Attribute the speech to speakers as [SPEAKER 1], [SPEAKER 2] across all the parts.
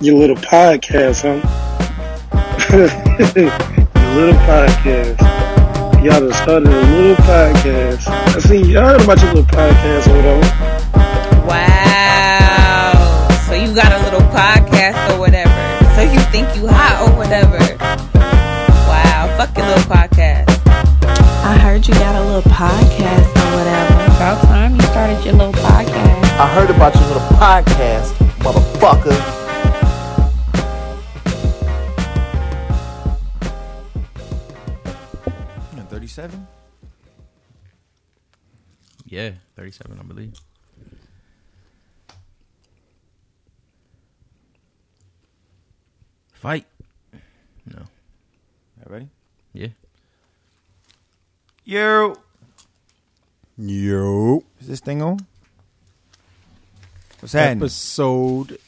[SPEAKER 1] Your little podcast, huh? Your little podcast. Y'all done started a little podcast. I seen y'all heard about your little podcast over there.
[SPEAKER 2] Wow. So you got a little podcast or whatever. So you think you hot or whatever. Wow. Fuck your little podcast.
[SPEAKER 3] I heard you got a little podcast or whatever.
[SPEAKER 4] About time you started your little podcast.
[SPEAKER 5] I heard about your little podcast, motherfucker.
[SPEAKER 6] Yeah, 37? Yeah, 37, I believe. Fight. No.
[SPEAKER 5] ready?
[SPEAKER 6] Yeah.
[SPEAKER 5] Yo. Yo. Is this thing on? What's happening?
[SPEAKER 7] Episode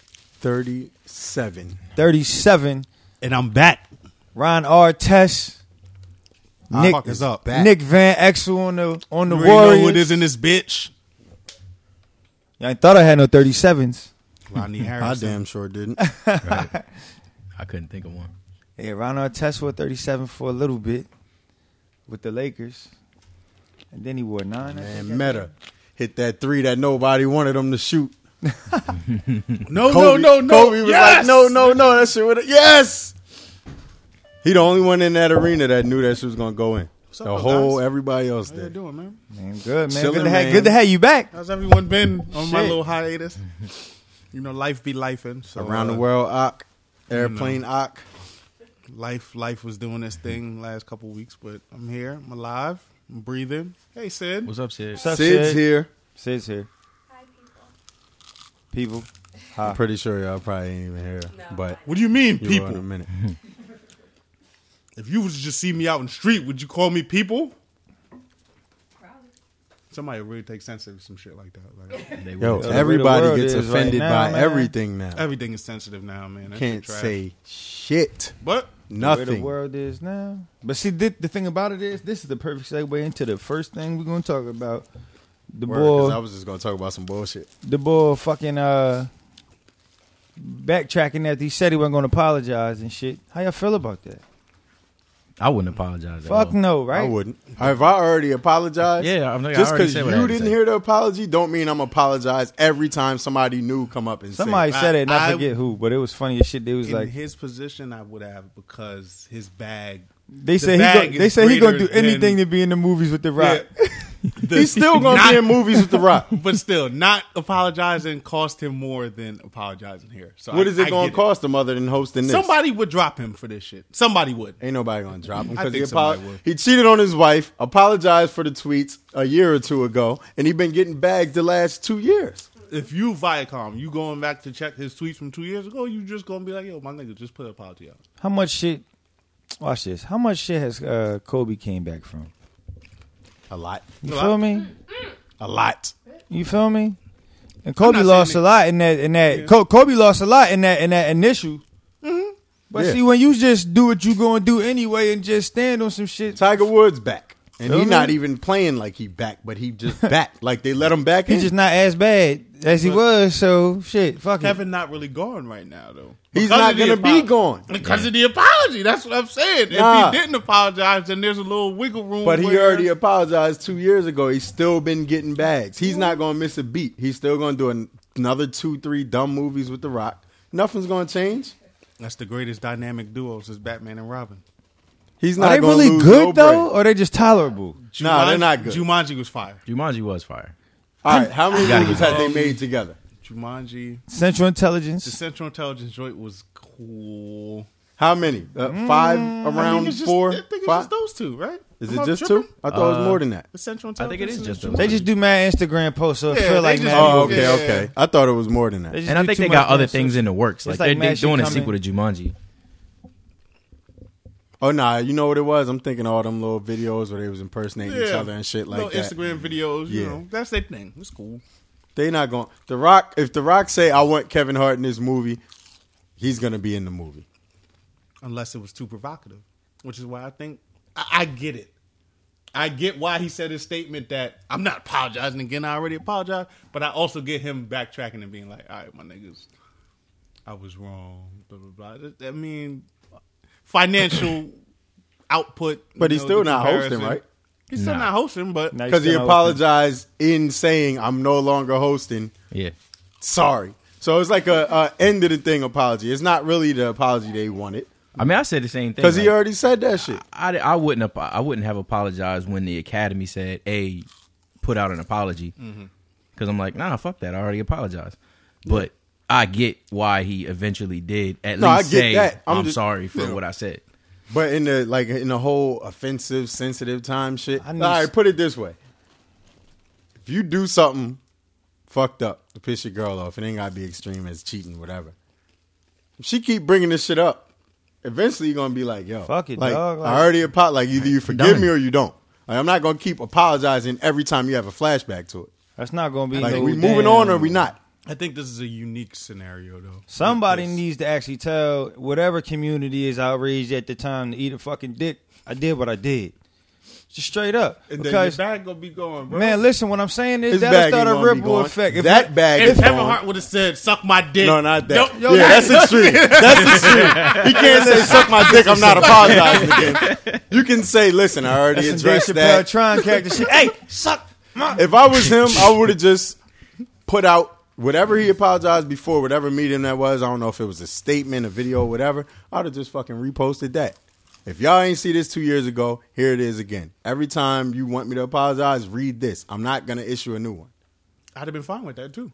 [SPEAKER 7] 37.
[SPEAKER 5] 37.
[SPEAKER 7] And I'm back.
[SPEAKER 5] Ron Artest.
[SPEAKER 7] Our fuck Ah, is up. Back.
[SPEAKER 5] Nick Van Exel on the on the
[SPEAKER 7] You already
[SPEAKER 5] Warriors.
[SPEAKER 7] know what is in this bitch?
[SPEAKER 5] I thought I had no 37s.
[SPEAKER 7] Rodney
[SPEAKER 8] I
[SPEAKER 7] Harrison.
[SPEAKER 8] damn sure didn't.
[SPEAKER 6] I couldn't think of one.
[SPEAKER 5] Yeah, Ron Artest wore 37 for a little bit with the Lakers. And then he wore nine. I think.
[SPEAKER 8] Man, Meta hit that three that nobody wanted him to shoot.
[SPEAKER 7] No,
[SPEAKER 8] Kobe-
[SPEAKER 7] no, no, no.
[SPEAKER 8] Kobe was
[SPEAKER 7] yes!
[SPEAKER 8] like, no, no, no. That shit would have. Yes. He the only one in that arena that knew that shit was gonna go in.
[SPEAKER 7] up,
[SPEAKER 8] the
[SPEAKER 7] guys?
[SPEAKER 8] whole everybody else
[SPEAKER 7] How you
[SPEAKER 8] did.
[SPEAKER 7] doing, man?
[SPEAKER 5] Man, good, man.
[SPEAKER 8] Chilling,
[SPEAKER 5] good, to have,
[SPEAKER 8] man.
[SPEAKER 5] good to have you back.
[SPEAKER 7] How's everyone been on my
[SPEAKER 5] Shit.
[SPEAKER 7] little hiatus? You know, life be lifing. So,
[SPEAKER 8] Around
[SPEAKER 7] uh,
[SPEAKER 8] the world, Ock, airplane, Ock.
[SPEAKER 7] life, life was doing this thing last couple weeks, but I'm here. I'm alive. I'm breathing. Hey, Sid.
[SPEAKER 6] What's up, Sid?
[SPEAKER 5] What's up,
[SPEAKER 8] Sid's
[SPEAKER 5] Sid?
[SPEAKER 8] here.
[SPEAKER 5] Sid's here. People.
[SPEAKER 8] I'm pretty sure y'all probably ain't even here, but
[SPEAKER 7] What do you mean,
[SPEAKER 8] you people. in a
[SPEAKER 7] people?
[SPEAKER 8] minute.
[SPEAKER 7] If you was to just see me out in the street, would you call me people? Somebody really take sensitive to some shit like that. Like,
[SPEAKER 6] They
[SPEAKER 8] Yo,
[SPEAKER 5] the
[SPEAKER 6] will.
[SPEAKER 5] way the world
[SPEAKER 8] everybody gets
[SPEAKER 5] is right
[SPEAKER 8] offended
[SPEAKER 5] now,
[SPEAKER 8] by
[SPEAKER 5] man.
[SPEAKER 8] everything now.
[SPEAKER 7] Everything is sensitive now, man. That shit
[SPEAKER 8] Can't
[SPEAKER 7] trash.
[SPEAKER 8] say shit.
[SPEAKER 7] But
[SPEAKER 8] Nothing.
[SPEAKER 5] Where the world is now. But see, thi- the thing about it is, this is the perfect segue into the first thing we're gonna talk about. The
[SPEAKER 8] Word, 'cause I
[SPEAKER 5] boy,
[SPEAKER 8] was just gonna talk about some bullshit.
[SPEAKER 5] the boy, fucking uh, backtracking that he said he wasn't gonna apologize and shit. How y'all feel about that?
[SPEAKER 6] I wouldn't apologize. at
[SPEAKER 5] Fuck
[SPEAKER 6] all.
[SPEAKER 5] no, right?
[SPEAKER 8] I wouldn't. If I already apologized,
[SPEAKER 6] Yeah, I'm like, I
[SPEAKER 8] just
[SPEAKER 6] already
[SPEAKER 8] because
[SPEAKER 6] said
[SPEAKER 8] you
[SPEAKER 6] what I had to
[SPEAKER 8] didn't
[SPEAKER 6] say.
[SPEAKER 8] hear the apology, don't mean I'm apologize every time somebody new come up and
[SPEAKER 5] Somebody
[SPEAKER 8] say.
[SPEAKER 5] said it, and I,
[SPEAKER 7] I-
[SPEAKER 5] forget who, but it was funny as shit. They was
[SPEAKER 7] in
[SPEAKER 5] like,
[SPEAKER 7] his position, I would have because his bag.
[SPEAKER 5] they
[SPEAKER 7] the
[SPEAKER 5] said he,
[SPEAKER 7] bag
[SPEAKER 5] go, they
[SPEAKER 7] is
[SPEAKER 5] said he gonna do
[SPEAKER 7] greater than-
[SPEAKER 5] anything to be in the movies with the rock.
[SPEAKER 8] He's still gonna
[SPEAKER 7] Not-
[SPEAKER 8] be in movies with The Rock.
[SPEAKER 7] But still, not apologizing cost him more than apologizing here. So
[SPEAKER 8] What
[SPEAKER 7] I-
[SPEAKER 8] is it
[SPEAKER 7] I
[SPEAKER 8] gonna
[SPEAKER 7] get
[SPEAKER 8] cost him other than hosting this?
[SPEAKER 7] Somebody would drop him for this shit. Somebody would.
[SPEAKER 8] Ain't nobody gonna drop him
[SPEAKER 7] I
[SPEAKER 8] because he,
[SPEAKER 7] think
[SPEAKER 8] apo-
[SPEAKER 7] somebody would.
[SPEAKER 8] he cheated on his wife, apologized for the tweets a year or two ago, and he been getting bagged the last two years.
[SPEAKER 7] If you Viacom, you going back to check his tweets from two years ago, you just gonna be like, yo, my nigga, just put an apology out.
[SPEAKER 5] How much shit? Watch this. How much shit has uh, Kobe came back from?
[SPEAKER 8] A lot,
[SPEAKER 5] You
[SPEAKER 7] No,
[SPEAKER 5] feel
[SPEAKER 7] I-
[SPEAKER 5] me?
[SPEAKER 8] a lot.
[SPEAKER 5] You feel me? And Kobe
[SPEAKER 7] not
[SPEAKER 5] lost a
[SPEAKER 7] saying
[SPEAKER 5] lot in that in that Ko- Kobe lost a lot in that in that initial.
[SPEAKER 7] Mm-hmm.
[SPEAKER 5] But
[SPEAKER 8] Yeah.
[SPEAKER 5] see, when you just do what you gonna do anyway and just stand on some shit,
[SPEAKER 8] Tiger Woods back, and
[SPEAKER 5] Feel
[SPEAKER 8] he
[SPEAKER 5] me?
[SPEAKER 8] not even playing like he back, but he just back like they let him back.
[SPEAKER 5] he's
[SPEAKER 8] in.
[SPEAKER 5] just not as bad as he was. So shit, fuck it.
[SPEAKER 7] Kevin not really gone right now though.
[SPEAKER 8] He's
[SPEAKER 7] Because
[SPEAKER 8] not
[SPEAKER 7] of the
[SPEAKER 8] gonna be
[SPEAKER 7] apo-
[SPEAKER 8] gone.
[SPEAKER 7] because of the apology. That's what I'm saying.
[SPEAKER 8] Nah.
[SPEAKER 7] If he didn't apologize, then there's a little wiggle room.
[SPEAKER 8] But he
[SPEAKER 7] where-
[SPEAKER 8] already apologized two years ago. He's still been getting bags. He's not going to miss a beat. He's still going to do an- another two, three dumb movies with The Rock. Nothing's going to change.
[SPEAKER 7] That's the greatest dynamic duo since Batman and Robin.
[SPEAKER 8] He's
[SPEAKER 5] Are
[SPEAKER 8] not.
[SPEAKER 5] they
[SPEAKER 8] gonna
[SPEAKER 5] really
[SPEAKER 8] lose
[SPEAKER 5] good
[SPEAKER 8] no
[SPEAKER 5] though,
[SPEAKER 8] Break.
[SPEAKER 5] or they just tolerable?
[SPEAKER 8] Nah, they're
[SPEAKER 7] Jumanji-
[SPEAKER 8] not good.
[SPEAKER 7] Jumanji was fire.
[SPEAKER 6] Jumanji was fire.
[SPEAKER 8] All right, how many
[SPEAKER 6] gotta
[SPEAKER 8] movies
[SPEAKER 6] get
[SPEAKER 8] have they made together?
[SPEAKER 7] Jumanji.
[SPEAKER 5] Central
[SPEAKER 7] The
[SPEAKER 5] intelligence.
[SPEAKER 7] Central Intelligence Joint was cool.
[SPEAKER 8] How many? Uh, five
[SPEAKER 7] Mm, I
[SPEAKER 8] around
[SPEAKER 7] think it's just,
[SPEAKER 8] four.
[SPEAKER 7] I think it's
[SPEAKER 8] five?
[SPEAKER 7] just those two, right?
[SPEAKER 8] Is
[SPEAKER 7] Am
[SPEAKER 8] it
[SPEAKER 7] I
[SPEAKER 8] just
[SPEAKER 7] tripping?
[SPEAKER 8] two? I thought it was more than that.
[SPEAKER 7] The Central
[SPEAKER 6] I think it
[SPEAKER 7] Intelligence.
[SPEAKER 6] is just
[SPEAKER 7] and
[SPEAKER 6] those.
[SPEAKER 5] They just do mad Instagram posts, so it
[SPEAKER 7] Yeah, they
[SPEAKER 5] feel like
[SPEAKER 7] just
[SPEAKER 5] mad.
[SPEAKER 7] do-
[SPEAKER 8] Oh,
[SPEAKER 5] movies.
[SPEAKER 8] okay,
[SPEAKER 7] Yeah.
[SPEAKER 8] okay. I thought it was more than
[SPEAKER 5] They
[SPEAKER 8] that.
[SPEAKER 5] just
[SPEAKER 6] And I
[SPEAKER 5] do
[SPEAKER 6] think
[SPEAKER 5] too
[SPEAKER 6] they got
[SPEAKER 5] much
[SPEAKER 6] other
[SPEAKER 5] mad
[SPEAKER 6] things
[SPEAKER 5] social-
[SPEAKER 6] in the works. Like,
[SPEAKER 5] like
[SPEAKER 6] they, they
[SPEAKER 5] mad shit
[SPEAKER 6] doing a
[SPEAKER 5] coming.
[SPEAKER 6] sequel to Jumanji.
[SPEAKER 8] Oh, nah, you know what it was? I'm thinking all them little videos where they was impersonating each
[SPEAKER 7] Yeah.
[SPEAKER 8] other and shit like
[SPEAKER 7] Little
[SPEAKER 8] that.
[SPEAKER 7] Instagram videos, you
[SPEAKER 8] Yeah.
[SPEAKER 7] know. That's their thing. It's cool.
[SPEAKER 8] They not going. The Rock. If The Rock say I want Kevin Hart in this movie, he's gonna be in the movie.
[SPEAKER 7] Unless it was too provocative, which is why I think I, I get it. I get why he said his statement that I'm not apologizing again. I already apologized, but I also get him backtracking and being like, "All right, my niggas, I was wrong. Blah blah blah. That- I mean, financial output.
[SPEAKER 8] But
[SPEAKER 7] you
[SPEAKER 8] he's
[SPEAKER 7] know,
[SPEAKER 8] still
[SPEAKER 7] the
[SPEAKER 8] not hosting,
[SPEAKER 7] comparison.
[SPEAKER 8] right?
[SPEAKER 7] He's still
[SPEAKER 6] Nah.
[SPEAKER 7] not hosting, but
[SPEAKER 5] Now you
[SPEAKER 8] Because he
[SPEAKER 5] still
[SPEAKER 8] apologized in saying, "I'm no longer hosting.
[SPEAKER 6] Yeah.
[SPEAKER 8] Sorry." So it's like a, a end of the thing apology. It's not really the apology they wanted
[SPEAKER 6] I mean, I said the same thing.
[SPEAKER 8] because he
[SPEAKER 6] like,
[SPEAKER 8] already said that shit.
[SPEAKER 6] I, I wouldn't ap- I wouldn't have apologized when the Academy said, "Hey, put out an apology," because
[SPEAKER 8] Mm-hmm.
[SPEAKER 6] I'm like, nah, fuck that. I already apologized. But I get why he eventually did. At
[SPEAKER 8] No, I
[SPEAKER 6] least
[SPEAKER 8] get
[SPEAKER 6] say
[SPEAKER 8] that. I'm
[SPEAKER 6] I'm,
[SPEAKER 8] just-
[SPEAKER 6] sorry for
[SPEAKER 8] yeah.
[SPEAKER 6] what I said.
[SPEAKER 8] But in the like in the whole offensive, sensitive time shit.
[SPEAKER 5] I
[SPEAKER 8] All
[SPEAKER 5] need-
[SPEAKER 8] right, put it this way: if you do something fucked up to piss your girl off, it ain't gotta be extreme as cheating, whatever. If she keep bringing this shit up, eventually you're gonna be like, "Yo,
[SPEAKER 5] Fuck it,
[SPEAKER 8] like,
[SPEAKER 5] dog, like-
[SPEAKER 8] I already apo- like either you forgive
[SPEAKER 6] Done.
[SPEAKER 8] me or you don't. Like, I'm not gonna keep apologizing every time you have a flashback to it.
[SPEAKER 5] That's not gonna be.
[SPEAKER 8] Like,
[SPEAKER 5] no
[SPEAKER 8] we moving
[SPEAKER 5] damn-
[SPEAKER 8] on or we not?
[SPEAKER 7] I think this is a unique scenario, though.
[SPEAKER 5] Somebody
[SPEAKER 7] Because-
[SPEAKER 5] needs to actually tell whatever community is outraged at the time to eat a fucking dick. I did what I did, just straight up.
[SPEAKER 7] And then your
[SPEAKER 5] because
[SPEAKER 7] bag gonna be going, bro.
[SPEAKER 5] man, listen, what I'm saying is
[SPEAKER 8] His
[SPEAKER 5] that'll
[SPEAKER 8] bag
[SPEAKER 5] start
[SPEAKER 8] ain't
[SPEAKER 5] a
[SPEAKER 8] gonna be
[SPEAKER 5] ripple
[SPEAKER 8] gone.
[SPEAKER 5] effect. If
[SPEAKER 8] that
[SPEAKER 5] I-
[SPEAKER 8] bag
[SPEAKER 7] if
[SPEAKER 8] is
[SPEAKER 7] Kevin
[SPEAKER 8] gone.
[SPEAKER 7] Hart would have said, "Suck my dick,"
[SPEAKER 8] No, not that.
[SPEAKER 7] Don't- yo,
[SPEAKER 8] yeah, that's extreme. That's extreme. He can't say suck my dick. I'm not apologizing again. You can say, listen, I already
[SPEAKER 5] That's some Dave
[SPEAKER 8] addressed
[SPEAKER 5] Chappelle
[SPEAKER 8] that.
[SPEAKER 5] Tron character shit. Hey, suck my.
[SPEAKER 8] If I was him, I would have just put out whatever he apologized before, whatever medium that was. I don't know if it was a statement, a video, whatever. I'd have just fucking reposted that. If y'all ain't see this two years ago, here it is again. Every time you want me to apologize, read this. I'm not gonna issue a new one.
[SPEAKER 7] I'd have been fine with that too.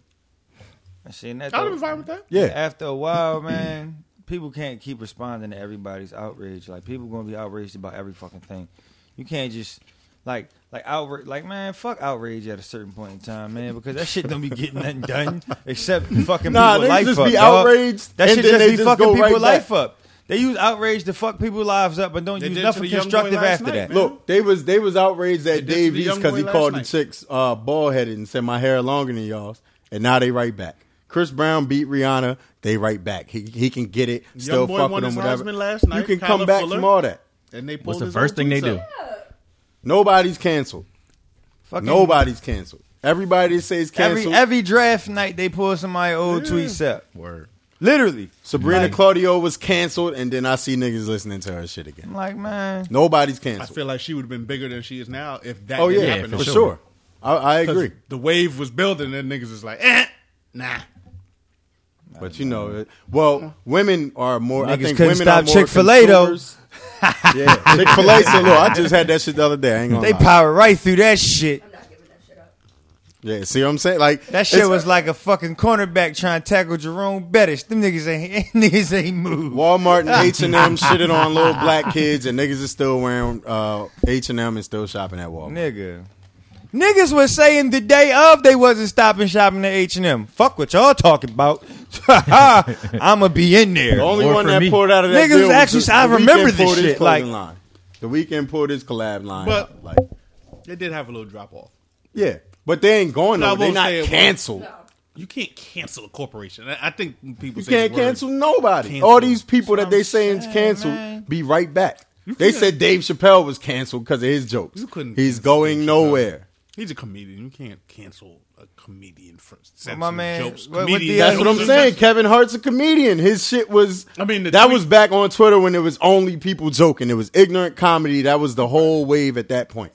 [SPEAKER 5] Seen that
[SPEAKER 7] I'd have
[SPEAKER 5] though.
[SPEAKER 7] been fine with that.
[SPEAKER 8] Yeah.
[SPEAKER 5] After a while, man, people can't keep responding to everybody's outrage. Like people gonna be outraged about every fucking thing. You can't just like like outrage like man, fuck outrage at a certain point in time, man, because that shit don't be getting nothing done except fucking
[SPEAKER 8] Nah,
[SPEAKER 5] people
[SPEAKER 8] they
[SPEAKER 5] life
[SPEAKER 8] just
[SPEAKER 5] up.
[SPEAKER 8] be
[SPEAKER 5] dog.
[SPEAKER 8] outraged,
[SPEAKER 5] That
[SPEAKER 8] and
[SPEAKER 5] shit
[SPEAKER 8] then
[SPEAKER 5] just
[SPEAKER 8] they
[SPEAKER 5] be
[SPEAKER 8] just
[SPEAKER 5] fucking
[SPEAKER 8] go
[SPEAKER 5] people
[SPEAKER 8] right
[SPEAKER 5] life
[SPEAKER 8] back.
[SPEAKER 5] up. They use outrage to fuck people's lives up, but don't
[SPEAKER 7] They
[SPEAKER 5] use
[SPEAKER 7] did to
[SPEAKER 5] nothing
[SPEAKER 7] the young boy
[SPEAKER 5] constructive
[SPEAKER 7] last
[SPEAKER 5] after
[SPEAKER 7] night,
[SPEAKER 5] that.
[SPEAKER 7] man.
[SPEAKER 8] Look, they was they was outraged at
[SPEAKER 7] did to
[SPEAKER 8] Dave
[SPEAKER 7] the
[SPEAKER 8] East
[SPEAKER 7] young
[SPEAKER 8] because
[SPEAKER 7] boy
[SPEAKER 8] he
[SPEAKER 7] last
[SPEAKER 8] called the
[SPEAKER 7] night.
[SPEAKER 8] chicks uh, bald headed and said my hair longer than y'all's, and now they right back. Chris Brown beat Rihanna, they right back. He he can get it, still
[SPEAKER 7] boy
[SPEAKER 8] fuck
[SPEAKER 7] won
[SPEAKER 8] with him,
[SPEAKER 7] his
[SPEAKER 8] whatever.
[SPEAKER 7] Heisman last
[SPEAKER 8] you
[SPEAKER 7] night,
[SPEAKER 8] can
[SPEAKER 7] Kyler
[SPEAKER 8] come back
[SPEAKER 7] Fuller.
[SPEAKER 8] from all that.
[SPEAKER 7] And they
[SPEAKER 6] What's
[SPEAKER 7] pulled
[SPEAKER 6] the
[SPEAKER 7] his
[SPEAKER 6] first
[SPEAKER 7] own
[SPEAKER 6] thing they
[SPEAKER 7] tweets
[SPEAKER 6] do?
[SPEAKER 7] up.
[SPEAKER 8] Nobody's canceled.
[SPEAKER 5] Fucking-
[SPEAKER 8] Nobody's canceled. Everybody that says
[SPEAKER 5] every
[SPEAKER 8] canceled.
[SPEAKER 5] every draft night they pull somebody old tweets up.
[SPEAKER 6] Word.
[SPEAKER 5] Literally.
[SPEAKER 8] Sabrina Claudio was canceled, and then I see niggas listening to her shit again.
[SPEAKER 5] I'm like, man.
[SPEAKER 8] Nobody's
[SPEAKER 7] I
[SPEAKER 8] canceled.
[SPEAKER 7] feel like she would have been bigger than she is now if that.
[SPEAKER 8] oh
[SPEAKER 7] didn't
[SPEAKER 8] yeah,
[SPEAKER 6] Yeah,
[SPEAKER 7] happen
[SPEAKER 8] for,
[SPEAKER 6] for
[SPEAKER 7] though.
[SPEAKER 8] sure.
[SPEAKER 6] sure.
[SPEAKER 8] I, I
[SPEAKER 7] 'Cause
[SPEAKER 8] agree.
[SPEAKER 7] The wave was building, and niggas is like, eh, nah.
[SPEAKER 8] But you know, it, well, women are more. I
[SPEAKER 5] Niggas
[SPEAKER 8] think
[SPEAKER 5] couldn't
[SPEAKER 8] women
[SPEAKER 5] stop
[SPEAKER 8] are more
[SPEAKER 5] Chick-fil-A, though.
[SPEAKER 8] consumers. yeah, Chick Fil A. So look, I just had that shit the other day. I ain't gonna
[SPEAKER 5] They
[SPEAKER 8] lie.
[SPEAKER 5] power right through that shit.
[SPEAKER 8] Yeah, see what I'm saying? Like
[SPEAKER 5] That shit
[SPEAKER 8] it's-
[SPEAKER 5] was like a fucking cornerback trying to tackle Jerome Bettis. Them niggas ain't niggas ain't moved.
[SPEAKER 8] Walmart and H and M shitted on little black kids, and niggas is still wearing uh, H and M and still shopping at Walmart.
[SPEAKER 5] Nigga. Niggas was saying the day of they wasn't stopping shopping at H and M. Fuck what y'all talking about. I'ma be in
[SPEAKER 8] The
[SPEAKER 5] there.
[SPEAKER 8] only
[SPEAKER 6] Or
[SPEAKER 8] one
[SPEAKER 6] for
[SPEAKER 8] that
[SPEAKER 6] me.
[SPEAKER 8] pulled out of that
[SPEAKER 5] Niggas
[SPEAKER 8] deal was
[SPEAKER 5] actually-
[SPEAKER 8] the-
[SPEAKER 5] I
[SPEAKER 8] The
[SPEAKER 5] remember
[SPEAKER 8] Weeknd
[SPEAKER 5] this
[SPEAKER 8] pulled his
[SPEAKER 5] shit,
[SPEAKER 8] clothing
[SPEAKER 5] like-
[SPEAKER 8] line. the weekend pulled his collab line.
[SPEAKER 7] But-
[SPEAKER 8] out, like
[SPEAKER 7] They did have a little drop off.
[SPEAKER 8] yeah, but they ain't going
[SPEAKER 7] No, I
[SPEAKER 8] nowhere. They
[SPEAKER 7] won't say it
[SPEAKER 8] not
[SPEAKER 7] was-
[SPEAKER 8] canceled.
[SPEAKER 7] You can't cancel a corporation. I, I think people
[SPEAKER 8] You
[SPEAKER 7] say
[SPEAKER 8] can't
[SPEAKER 7] the word-
[SPEAKER 8] cancel nobody.
[SPEAKER 7] Cancel.
[SPEAKER 8] All these people that
[SPEAKER 5] what
[SPEAKER 8] they
[SPEAKER 5] I'm
[SPEAKER 8] saying
[SPEAKER 5] saying,
[SPEAKER 8] canceled
[SPEAKER 5] man.
[SPEAKER 8] be right back. They
[SPEAKER 7] can't-
[SPEAKER 8] said Dave Chappelle was canceled because of his jokes.
[SPEAKER 7] You couldn't
[SPEAKER 8] He's
[SPEAKER 7] cancel
[SPEAKER 8] going
[SPEAKER 7] Dave Chappelle.
[SPEAKER 8] nowhere.
[SPEAKER 7] He's a comedian. You can't cancel a comedian for
[SPEAKER 5] Well,
[SPEAKER 7] sense
[SPEAKER 5] my man-
[SPEAKER 7] jokes.
[SPEAKER 5] what- what
[SPEAKER 7] Comedians
[SPEAKER 5] the-
[SPEAKER 8] That's
[SPEAKER 7] don't
[SPEAKER 8] what I'm
[SPEAKER 7] do
[SPEAKER 8] saying.
[SPEAKER 7] that.
[SPEAKER 8] Kevin Hart's a comedian. His shit was.
[SPEAKER 7] I mean, the
[SPEAKER 8] that
[SPEAKER 7] tweet-
[SPEAKER 8] was back on Twitter when it was only people joking. It was ignorant comedy. That was the whole wave at that point.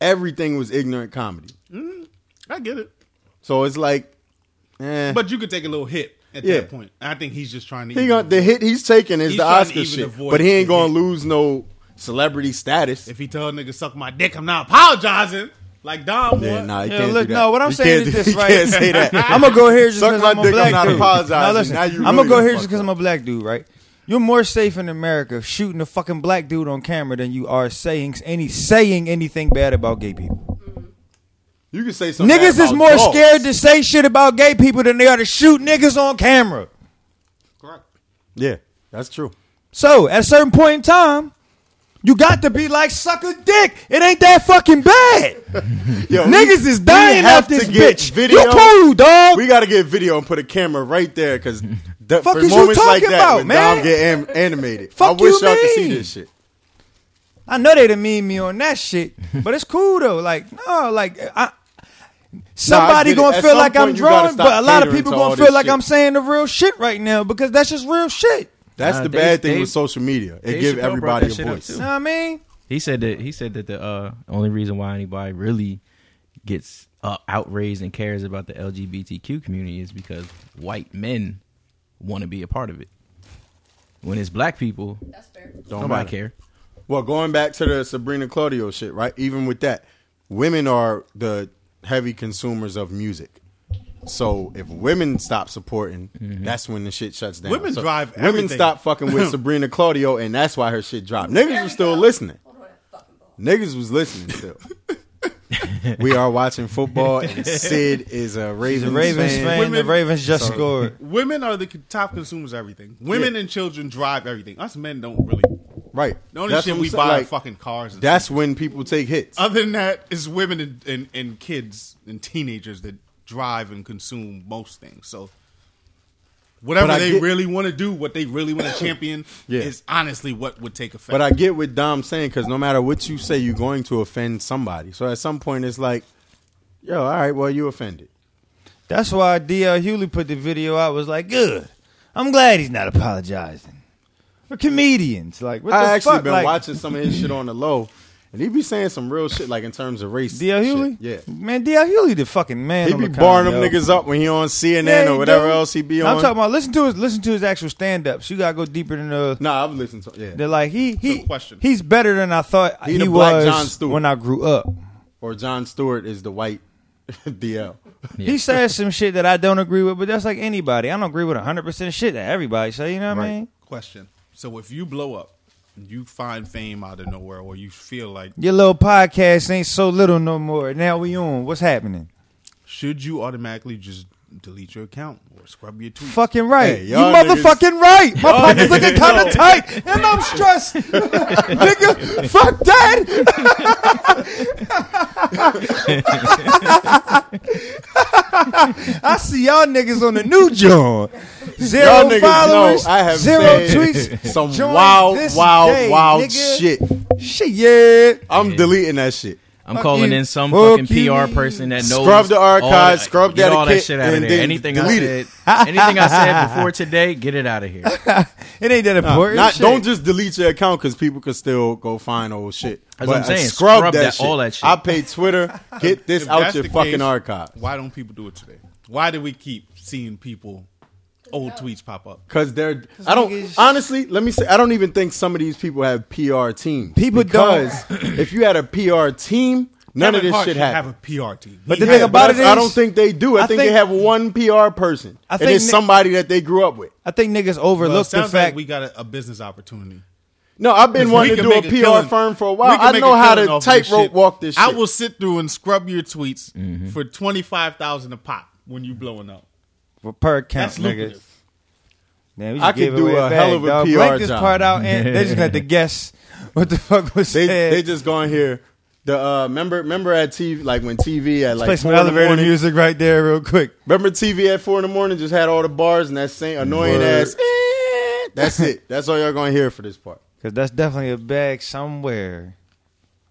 [SPEAKER 8] Everything was ignorant comedy.
[SPEAKER 7] I get it,
[SPEAKER 8] So it's like, eh.
[SPEAKER 7] but you could take a little hit at
[SPEAKER 8] Yeah.
[SPEAKER 7] that point. I think he's just trying to.
[SPEAKER 8] he
[SPEAKER 7] even-
[SPEAKER 8] got the hit he's taking is
[SPEAKER 7] He's
[SPEAKER 8] the
[SPEAKER 7] trying to
[SPEAKER 8] Oscar
[SPEAKER 7] even
[SPEAKER 8] shit,
[SPEAKER 7] avoid
[SPEAKER 8] but he ain't
[SPEAKER 7] the
[SPEAKER 8] gonna
[SPEAKER 7] hit.
[SPEAKER 8] lose no celebrity status.
[SPEAKER 7] if he tell a nigga suck my dick, I'm not apologizing. Like Don,
[SPEAKER 8] Yeah,
[SPEAKER 7] would.
[SPEAKER 8] nah, you
[SPEAKER 5] Yeah,
[SPEAKER 8] can't
[SPEAKER 5] look,
[SPEAKER 8] do that.
[SPEAKER 5] no, what I'm
[SPEAKER 8] You
[SPEAKER 5] saying
[SPEAKER 8] can't
[SPEAKER 5] is
[SPEAKER 8] do-
[SPEAKER 5] this,
[SPEAKER 8] you
[SPEAKER 5] right?
[SPEAKER 8] can't say that.
[SPEAKER 5] I'm gonna go here just
[SPEAKER 8] Suck
[SPEAKER 5] because
[SPEAKER 8] my
[SPEAKER 5] I'm a
[SPEAKER 8] dick, I'm
[SPEAKER 5] black
[SPEAKER 8] not
[SPEAKER 5] dude.
[SPEAKER 8] apologizing.
[SPEAKER 5] Now listen,
[SPEAKER 8] Now you
[SPEAKER 5] I'm
[SPEAKER 8] really
[SPEAKER 5] gonna go
[SPEAKER 8] done
[SPEAKER 5] here
[SPEAKER 8] fucked
[SPEAKER 5] just because
[SPEAKER 8] up.
[SPEAKER 5] I'm a black dude, right? You're more safe in America shooting a fucking black dude on camera than you are saying any saying anything bad about gay people.
[SPEAKER 8] You can say something.
[SPEAKER 5] Niggas
[SPEAKER 8] bad
[SPEAKER 5] is
[SPEAKER 8] about
[SPEAKER 5] more
[SPEAKER 8] dogs.
[SPEAKER 5] scared to say shit about gay people than they are to shoot niggas on camera.
[SPEAKER 7] Correct.
[SPEAKER 8] Yeah, that's true.
[SPEAKER 5] So at a certain point in time, you got to be like suck a dick. It ain't that fucking bad.
[SPEAKER 8] Yo,
[SPEAKER 5] niggas
[SPEAKER 8] we-
[SPEAKER 5] is
[SPEAKER 8] we
[SPEAKER 5] dying
[SPEAKER 8] have
[SPEAKER 5] off
[SPEAKER 8] to
[SPEAKER 5] this
[SPEAKER 8] get
[SPEAKER 5] bitch.
[SPEAKER 8] Video.
[SPEAKER 5] You cool, dog.
[SPEAKER 8] We gotta get video and put a camera right there because
[SPEAKER 5] Fuck
[SPEAKER 8] for
[SPEAKER 5] is you
[SPEAKER 8] moments like
[SPEAKER 5] talking
[SPEAKER 8] that,
[SPEAKER 5] about,
[SPEAKER 8] when
[SPEAKER 5] man?
[SPEAKER 8] Dom get am- animated.
[SPEAKER 5] Fuck
[SPEAKER 8] I wish
[SPEAKER 5] you
[SPEAKER 8] all could see
[SPEAKER 5] mean?
[SPEAKER 8] this shit.
[SPEAKER 5] I know they done mean me on that shit, but it's cool though. Like no, like I. Somebody
[SPEAKER 8] get it.
[SPEAKER 5] gonna
[SPEAKER 8] At
[SPEAKER 5] feel
[SPEAKER 8] some
[SPEAKER 5] like
[SPEAKER 8] point,
[SPEAKER 5] I'm
[SPEAKER 8] you gotta
[SPEAKER 5] drawing,
[SPEAKER 8] stop
[SPEAKER 5] but a lot of
[SPEAKER 8] catering
[SPEAKER 5] people
[SPEAKER 8] to all
[SPEAKER 5] gonna
[SPEAKER 8] this
[SPEAKER 5] feel like
[SPEAKER 8] shit.
[SPEAKER 5] I'm saying the real shit right now because that's just real shit.
[SPEAKER 8] That's
[SPEAKER 6] Nah,
[SPEAKER 8] the
[SPEAKER 6] they-
[SPEAKER 8] bad thing
[SPEAKER 6] they-
[SPEAKER 8] with social media. It
[SPEAKER 6] they
[SPEAKER 8] give
[SPEAKER 6] should go brought
[SPEAKER 8] everybody
[SPEAKER 6] that
[SPEAKER 8] a
[SPEAKER 6] shit up
[SPEAKER 8] voice.
[SPEAKER 6] too.
[SPEAKER 5] You know what I mean?
[SPEAKER 6] He said that he said that the uh, only reason why anybody really gets uh, outraged and cares about the LGBTQ community is because white men want to be a part of it. When it's black people,
[SPEAKER 8] Don't
[SPEAKER 6] nobody
[SPEAKER 8] matter.
[SPEAKER 6] care.
[SPEAKER 8] Well, going back to the Sabrina Claudio shit, right? Even with that, women are the heavy consumers of music. So if women stop supporting, that's when the shit shuts down.
[SPEAKER 7] Mm-hmm. Women
[SPEAKER 8] So
[SPEAKER 7] drive
[SPEAKER 8] Women
[SPEAKER 7] everything.
[SPEAKER 8] stop fucking with Sabrina Claudio, and that's why her shit dropped. Niggas was still listening. Niggas was listening still. we are watching football, and Sid is a Ravens,
[SPEAKER 5] The Ravens
[SPEAKER 8] fan.
[SPEAKER 5] fan, the
[SPEAKER 7] Women-
[SPEAKER 5] Ravens just
[SPEAKER 8] So-
[SPEAKER 5] scored.
[SPEAKER 7] Women are the top consumers of everything. Women and children drive everything. Us men don't really.
[SPEAKER 8] Right.
[SPEAKER 7] The only
[SPEAKER 8] That's
[SPEAKER 7] shit
[SPEAKER 8] what
[SPEAKER 7] we
[SPEAKER 8] I'm sa-
[SPEAKER 7] buy are
[SPEAKER 8] like,
[SPEAKER 7] fucking cars. And
[SPEAKER 8] That's when people take hits.
[SPEAKER 7] Other than that, it's women and, and, and kids and teenagers that drive and consume most things. So whatever
[SPEAKER 8] I
[SPEAKER 7] they
[SPEAKER 8] get-
[SPEAKER 7] really want to do, what they really want to champion,
[SPEAKER 8] Yeah.
[SPEAKER 7] is honestly what would take effect.
[SPEAKER 8] But I get what Dom's saying because no matter what you say, you're going to offend somebody. So at some point, it's like, yo, all right, well, you offended.
[SPEAKER 5] That's why DL Hewley put the video out. Was like, good. I'm glad he's not apologizing. We're comedians. Like, what the
[SPEAKER 8] I actually
[SPEAKER 5] fuck?
[SPEAKER 8] been
[SPEAKER 5] like,
[SPEAKER 8] watching some of his shit on the low, and he be saying some real shit like in terms of race.
[SPEAKER 5] DL
[SPEAKER 8] shit.
[SPEAKER 5] Hewley.
[SPEAKER 8] yeah.
[SPEAKER 5] man, DL Hewley the fucking man.
[SPEAKER 8] He
[SPEAKER 5] on
[SPEAKER 8] be
[SPEAKER 5] the
[SPEAKER 8] barring
[SPEAKER 5] con,
[SPEAKER 8] them
[SPEAKER 5] yo.
[SPEAKER 8] niggas up when he on CNN
[SPEAKER 5] Yeah,
[SPEAKER 8] or
[SPEAKER 5] he
[SPEAKER 8] whatever
[SPEAKER 5] do.
[SPEAKER 8] else he be on.
[SPEAKER 5] I'm talking about listen to his listen to his actual stand ups. You gotta go deeper than the.
[SPEAKER 8] nah, I've listened to yeah.
[SPEAKER 5] They're like he he
[SPEAKER 7] Good question.
[SPEAKER 5] he's better than I thought
[SPEAKER 8] He
[SPEAKER 5] he,
[SPEAKER 8] the black
[SPEAKER 5] was
[SPEAKER 8] Jon Stewart.
[SPEAKER 5] when I grew up.
[SPEAKER 8] or John Stewart is the white DL.
[SPEAKER 5] He says some shit that I don't agree with, but that's like anybody. I don't agree with 100 percent shit that everybody say. You know what I
[SPEAKER 8] Right.
[SPEAKER 5] mean?
[SPEAKER 7] question. So if you blow up, you find fame out of nowhere, or you feel like
[SPEAKER 5] Your little podcast ain't so little no more. Now we on. What's happening?
[SPEAKER 7] should you automatically just delete your account or scrub your tweet?
[SPEAKER 5] Fucking right.
[SPEAKER 8] Hey,
[SPEAKER 5] you
[SPEAKER 8] y'all
[SPEAKER 5] motherfucking right. My pocket's looking kind of tight, and I'm stressed. Nigga, fuck that. I see y'all niggas on the new John. 0
[SPEAKER 8] Y'all niggas
[SPEAKER 5] followers,
[SPEAKER 8] know I have
[SPEAKER 5] zero
[SPEAKER 8] said
[SPEAKER 5] tweets.
[SPEAKER 8] some
[SPEAKER 5] Join
[SPEAKER 8] wild,
[SPEAKER 5] this
[SPEAKER 8] wild,
[SPEAKER 5] day,
[SPEAKER 8] wild
[SPEAKER 5] nigga.
[SPEAKER 8] shit.
[SPEAKER 5] Shit, yeah.
[SPEAKER 8] I'm deleting that shit.
[SPEAKER 6] I'm
[SPEAKER 5] Fuck
[SPEAKER 6] calling
[SPEAKER 5] you.
[SPEAKER 6] in some
[SPEAKER 5] Fuck
[SPEAKER 6] fucking
[SPEAKER 5] you.
[SPEAKER 6] PR person that knows.
[SPEAKER 8] Scrub the archives,
[SPEAKER 6] all that-
[SPEAKER 8] scrub
[SPEAKER 6] get
[SPEAKER 8] that
[SPEAKER 6] all
[SPEAKER 8] kit,
[SPEAKER 6] that shit out of
[SPEAKER 8] and
[SPEAKER 6] there.
[SPEAKER 8] then
[SPEAKER 6] Anything I
[SPEAKER 8] delete
[SPEAKER 6] said,
[SPEAKER 8] it.
[SPEAKER 6] anything I said before today, get it out of here.
[SPEAKER 5] It ain't that important.
[SPEAKER 8] Not,
[SPEAKER 5] Shit.
[SPEAKER 8] don't just delete your account because people could still go find old shit.
[SPEAKER 6] That's what I'm
[SPEAKER 8] uh,
[SPEAKER 6] saying. Scrub that- all that shit.
[SPEAKER 8] I pay Twitter. Get this
[SPEAKER 7] If
[SPEAKER 8] out
[SPEAKER 7] that's
[SPEAKER 8] your
[SPEAKER 7] the
[SPEAKER 8] fucking
[SPEAKER 7] case,
[SPEAKER 8] archive.
[SPEAKER 7] Why don't people do it today? Why do we keep seeing people old tweets pop up?
[SPEAKER 8] Cause they're I don't honestly, let me say I don't even think some of these people have PR teams.
[SPEAKER 5] People don't.
[SPEAKER 8] because if you had a PR team, none
[SPEAKER 7] Kevin
[SPEAKER 8] of this
[SPEAKER 7] Hart
[SPEAKER 8] shit
[SPEAKER 7] should
[SPEAKER 8] happened.
[SPEAKER 7] have a PR team.
[SPEAKER 5] But
[SPEAKER 7] But
[SPEAKER 5] the thing about it
[SPEAKER 8] I
[SPEAKER 5] is-
[SPEAKER 8] don't think they do. I,
[SPEAKER 5] I
[SPEAKER 8] think,
[SPEAKER 5] think-
[SPEAKER 8] they have one PR person.
[SPEAKER 5] I
[SPEAKER 8] and
[SPEAKER 5] think
[SPEAKER 8] it's
[SPEAKER 5] Nick-
[SPEAKER 8] somebody that they grew up with.
[SPEAKER 5] I think niggas overlook the
[SPEAKER 7] sounds
[SPEAKER 5] fact
[SPEAKER 7] like we got a, a business opportunity.
[SPEAKER 8] No, I've been
[SPEAKER 7] We
[SPEAKER 8] wanting to
[SPEAKER 7] can
[SPEAKER 8] do a
[SPEAKER 7] make
[SPEAKER 8] PR
[SPEAKER 7] a killing.
[SPEAKER 8] firm for a
[SPEAKER 7] We
[SPEAKER 8] while.
[SPEAKER 7] can
[SPEAKER 8] I
[SPEAKER 7] make
[SPEAKER 8] know
[SPEAKER 7] a
[SPEAKER 8] how
[SPEAKER 7] killing
[SPEAKER 8] to
[SPEAKER 7] off this
[SPEAKER 8] tightrope
[SPEAKER 7] shit.
[SPEAKER 8] walk this shit. Mm-hmm.
[SPEAKER 7] I will sit through and scrub your tweets for twenty five thousand a pop when you blowing up.
[SPEAKER 5] per count,
[SPEAKER 7] That's
[SPEAKER 5] niggas.
[SPEAKER 7] lucrative.
[SPEAKER 5] Man, we
[SPEAKER 8] I
[SPEAKER 5] should
[SPEAKER 8] could
[SPEAKER 5] give
[SPEAKER 8] do
[SPEAKER 5] away
[SPEAKER 8] a
[SPEAKER 5] bag,
[SPEAKER 8] hell of a
[SPEAKER 5] dog.
[SPEAKER 8] PR
[SPEAKER 5] Blank this
[SPEAKER 8] job.
[SPEAKER 5] part out, and they just gonna have to guess what the fuck was
[SPEAKER 8] They
[SPEAKER 5] said.
[SPEAKER 8] they just going here. The uh, remember remember at TV like when TV at like
[SPEAKER 5] play some
[SPEAKER 8] four in the
[SPEAKER 5] elevator
[SPEAKER 8] morning.
[SPEAKER 5] music right there, real quick.
[SPEAKER 8] Remember TV at four in the morning just had all the bars and that same annoying
[SPEAKER 5] Word.
[SPEAKER 8] ass. "Eh." That's it. That's all y'all gonna hear for this part.
[SPEAKER 5] Cause that's definitely a bag somewhere.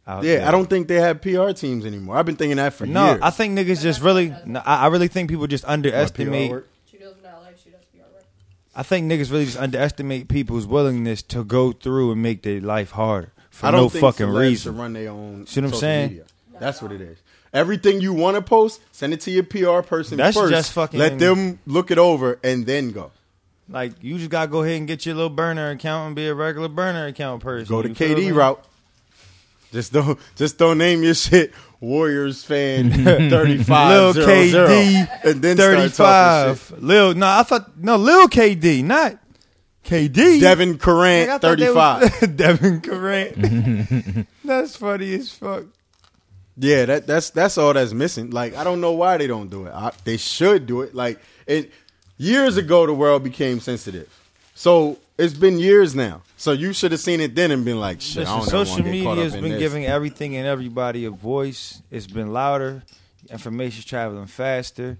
[SPEAKER 5] out
[SPEAKER 8] Yeah,
[SPEAKER 5] there.
[SPEAKER 8] I don't think they have PR teams anymore. I've been thinking that for
[SPEAKER 5] No,
[SPEAKER 8] years.
[SPEAKER 5] I think niggas just really. No, I, I really think people just underestimate.
[SPEAKER 8] work.
[SPEAKER 9] She does not like she does PR work.
[SPEAKER 5] I think niggas really just underestimate people's willingness to go through and make their life harder for
[SPEAKER 8] I don't
[SPEAKER 5] no
[SPEAKER 8] think
[SPEAKER 5] fucking
[SPEAKER 8] celebs
[SPEAKER 5] reason.
[SPEAKER 8] should run their own.
[SPEAKER 5] See what I'm
[SPEAKER 8] social
[SPEAKER 5] saying?
[SPEAKER 8] Media. That's what it is. Everything you want to post, send it to your PR person
[SPEAKER 5] That's
[SPEAKER 8] first.
[SPEAKER 5] just fucking-
[SPEAKER 8] Let them look it over and then go.
[SPEAKER 5] Like you just gotta go ahead and get your little burner account and be a regular burner account person.
[SPEAKER 8] Go to
[SPEAKER 5] You feel me?
[SPEAKER 8] KD route. Just don't just don't name your shit Warriors fan thirty five
[SPEAKER 5] Lil KD
[SPEAKER 8] and then start talking
[SPEAKER 5] thirty
[SPEAKER 8] shit.
[SPEAKER 5] five. Lil no, I thought no Lil KD, not KD.
[SPEAKER 8] Devin
[SPEAKER 5] Like, I
[SPEAKER 8] Durant
[SPEAKER 5] thought
[SPEAKER 8] thirty
[SPEAKER 5] they
[SPEAKER 8] five.
[SPEAKER 5] was- Devin Durant. That's funny as fuck.
[SPEAKER 8] Yeah, that that's that's all that's missing. Like I don't know why they don't do it. I, they should do it. Like it years ago, the world became sensitive. So it's been years now. So you should have seen it then and been like, shit. I
[SPEAKER 5] Listen,
[SPEAKER 8] don't ever
[SPEAKER 5] social
[SPEAKER 8] wanna get caught
[SPEAKER 5] media
[SPEAKER 8] up
[SPEAKER 5] has
[SPEAKER 8] in
[SPEAKER 5] been
[SPEAKER 8] this.
[SPEAKER 5] giving everything and everybody a voice. It's been louder. Information's traveling faster.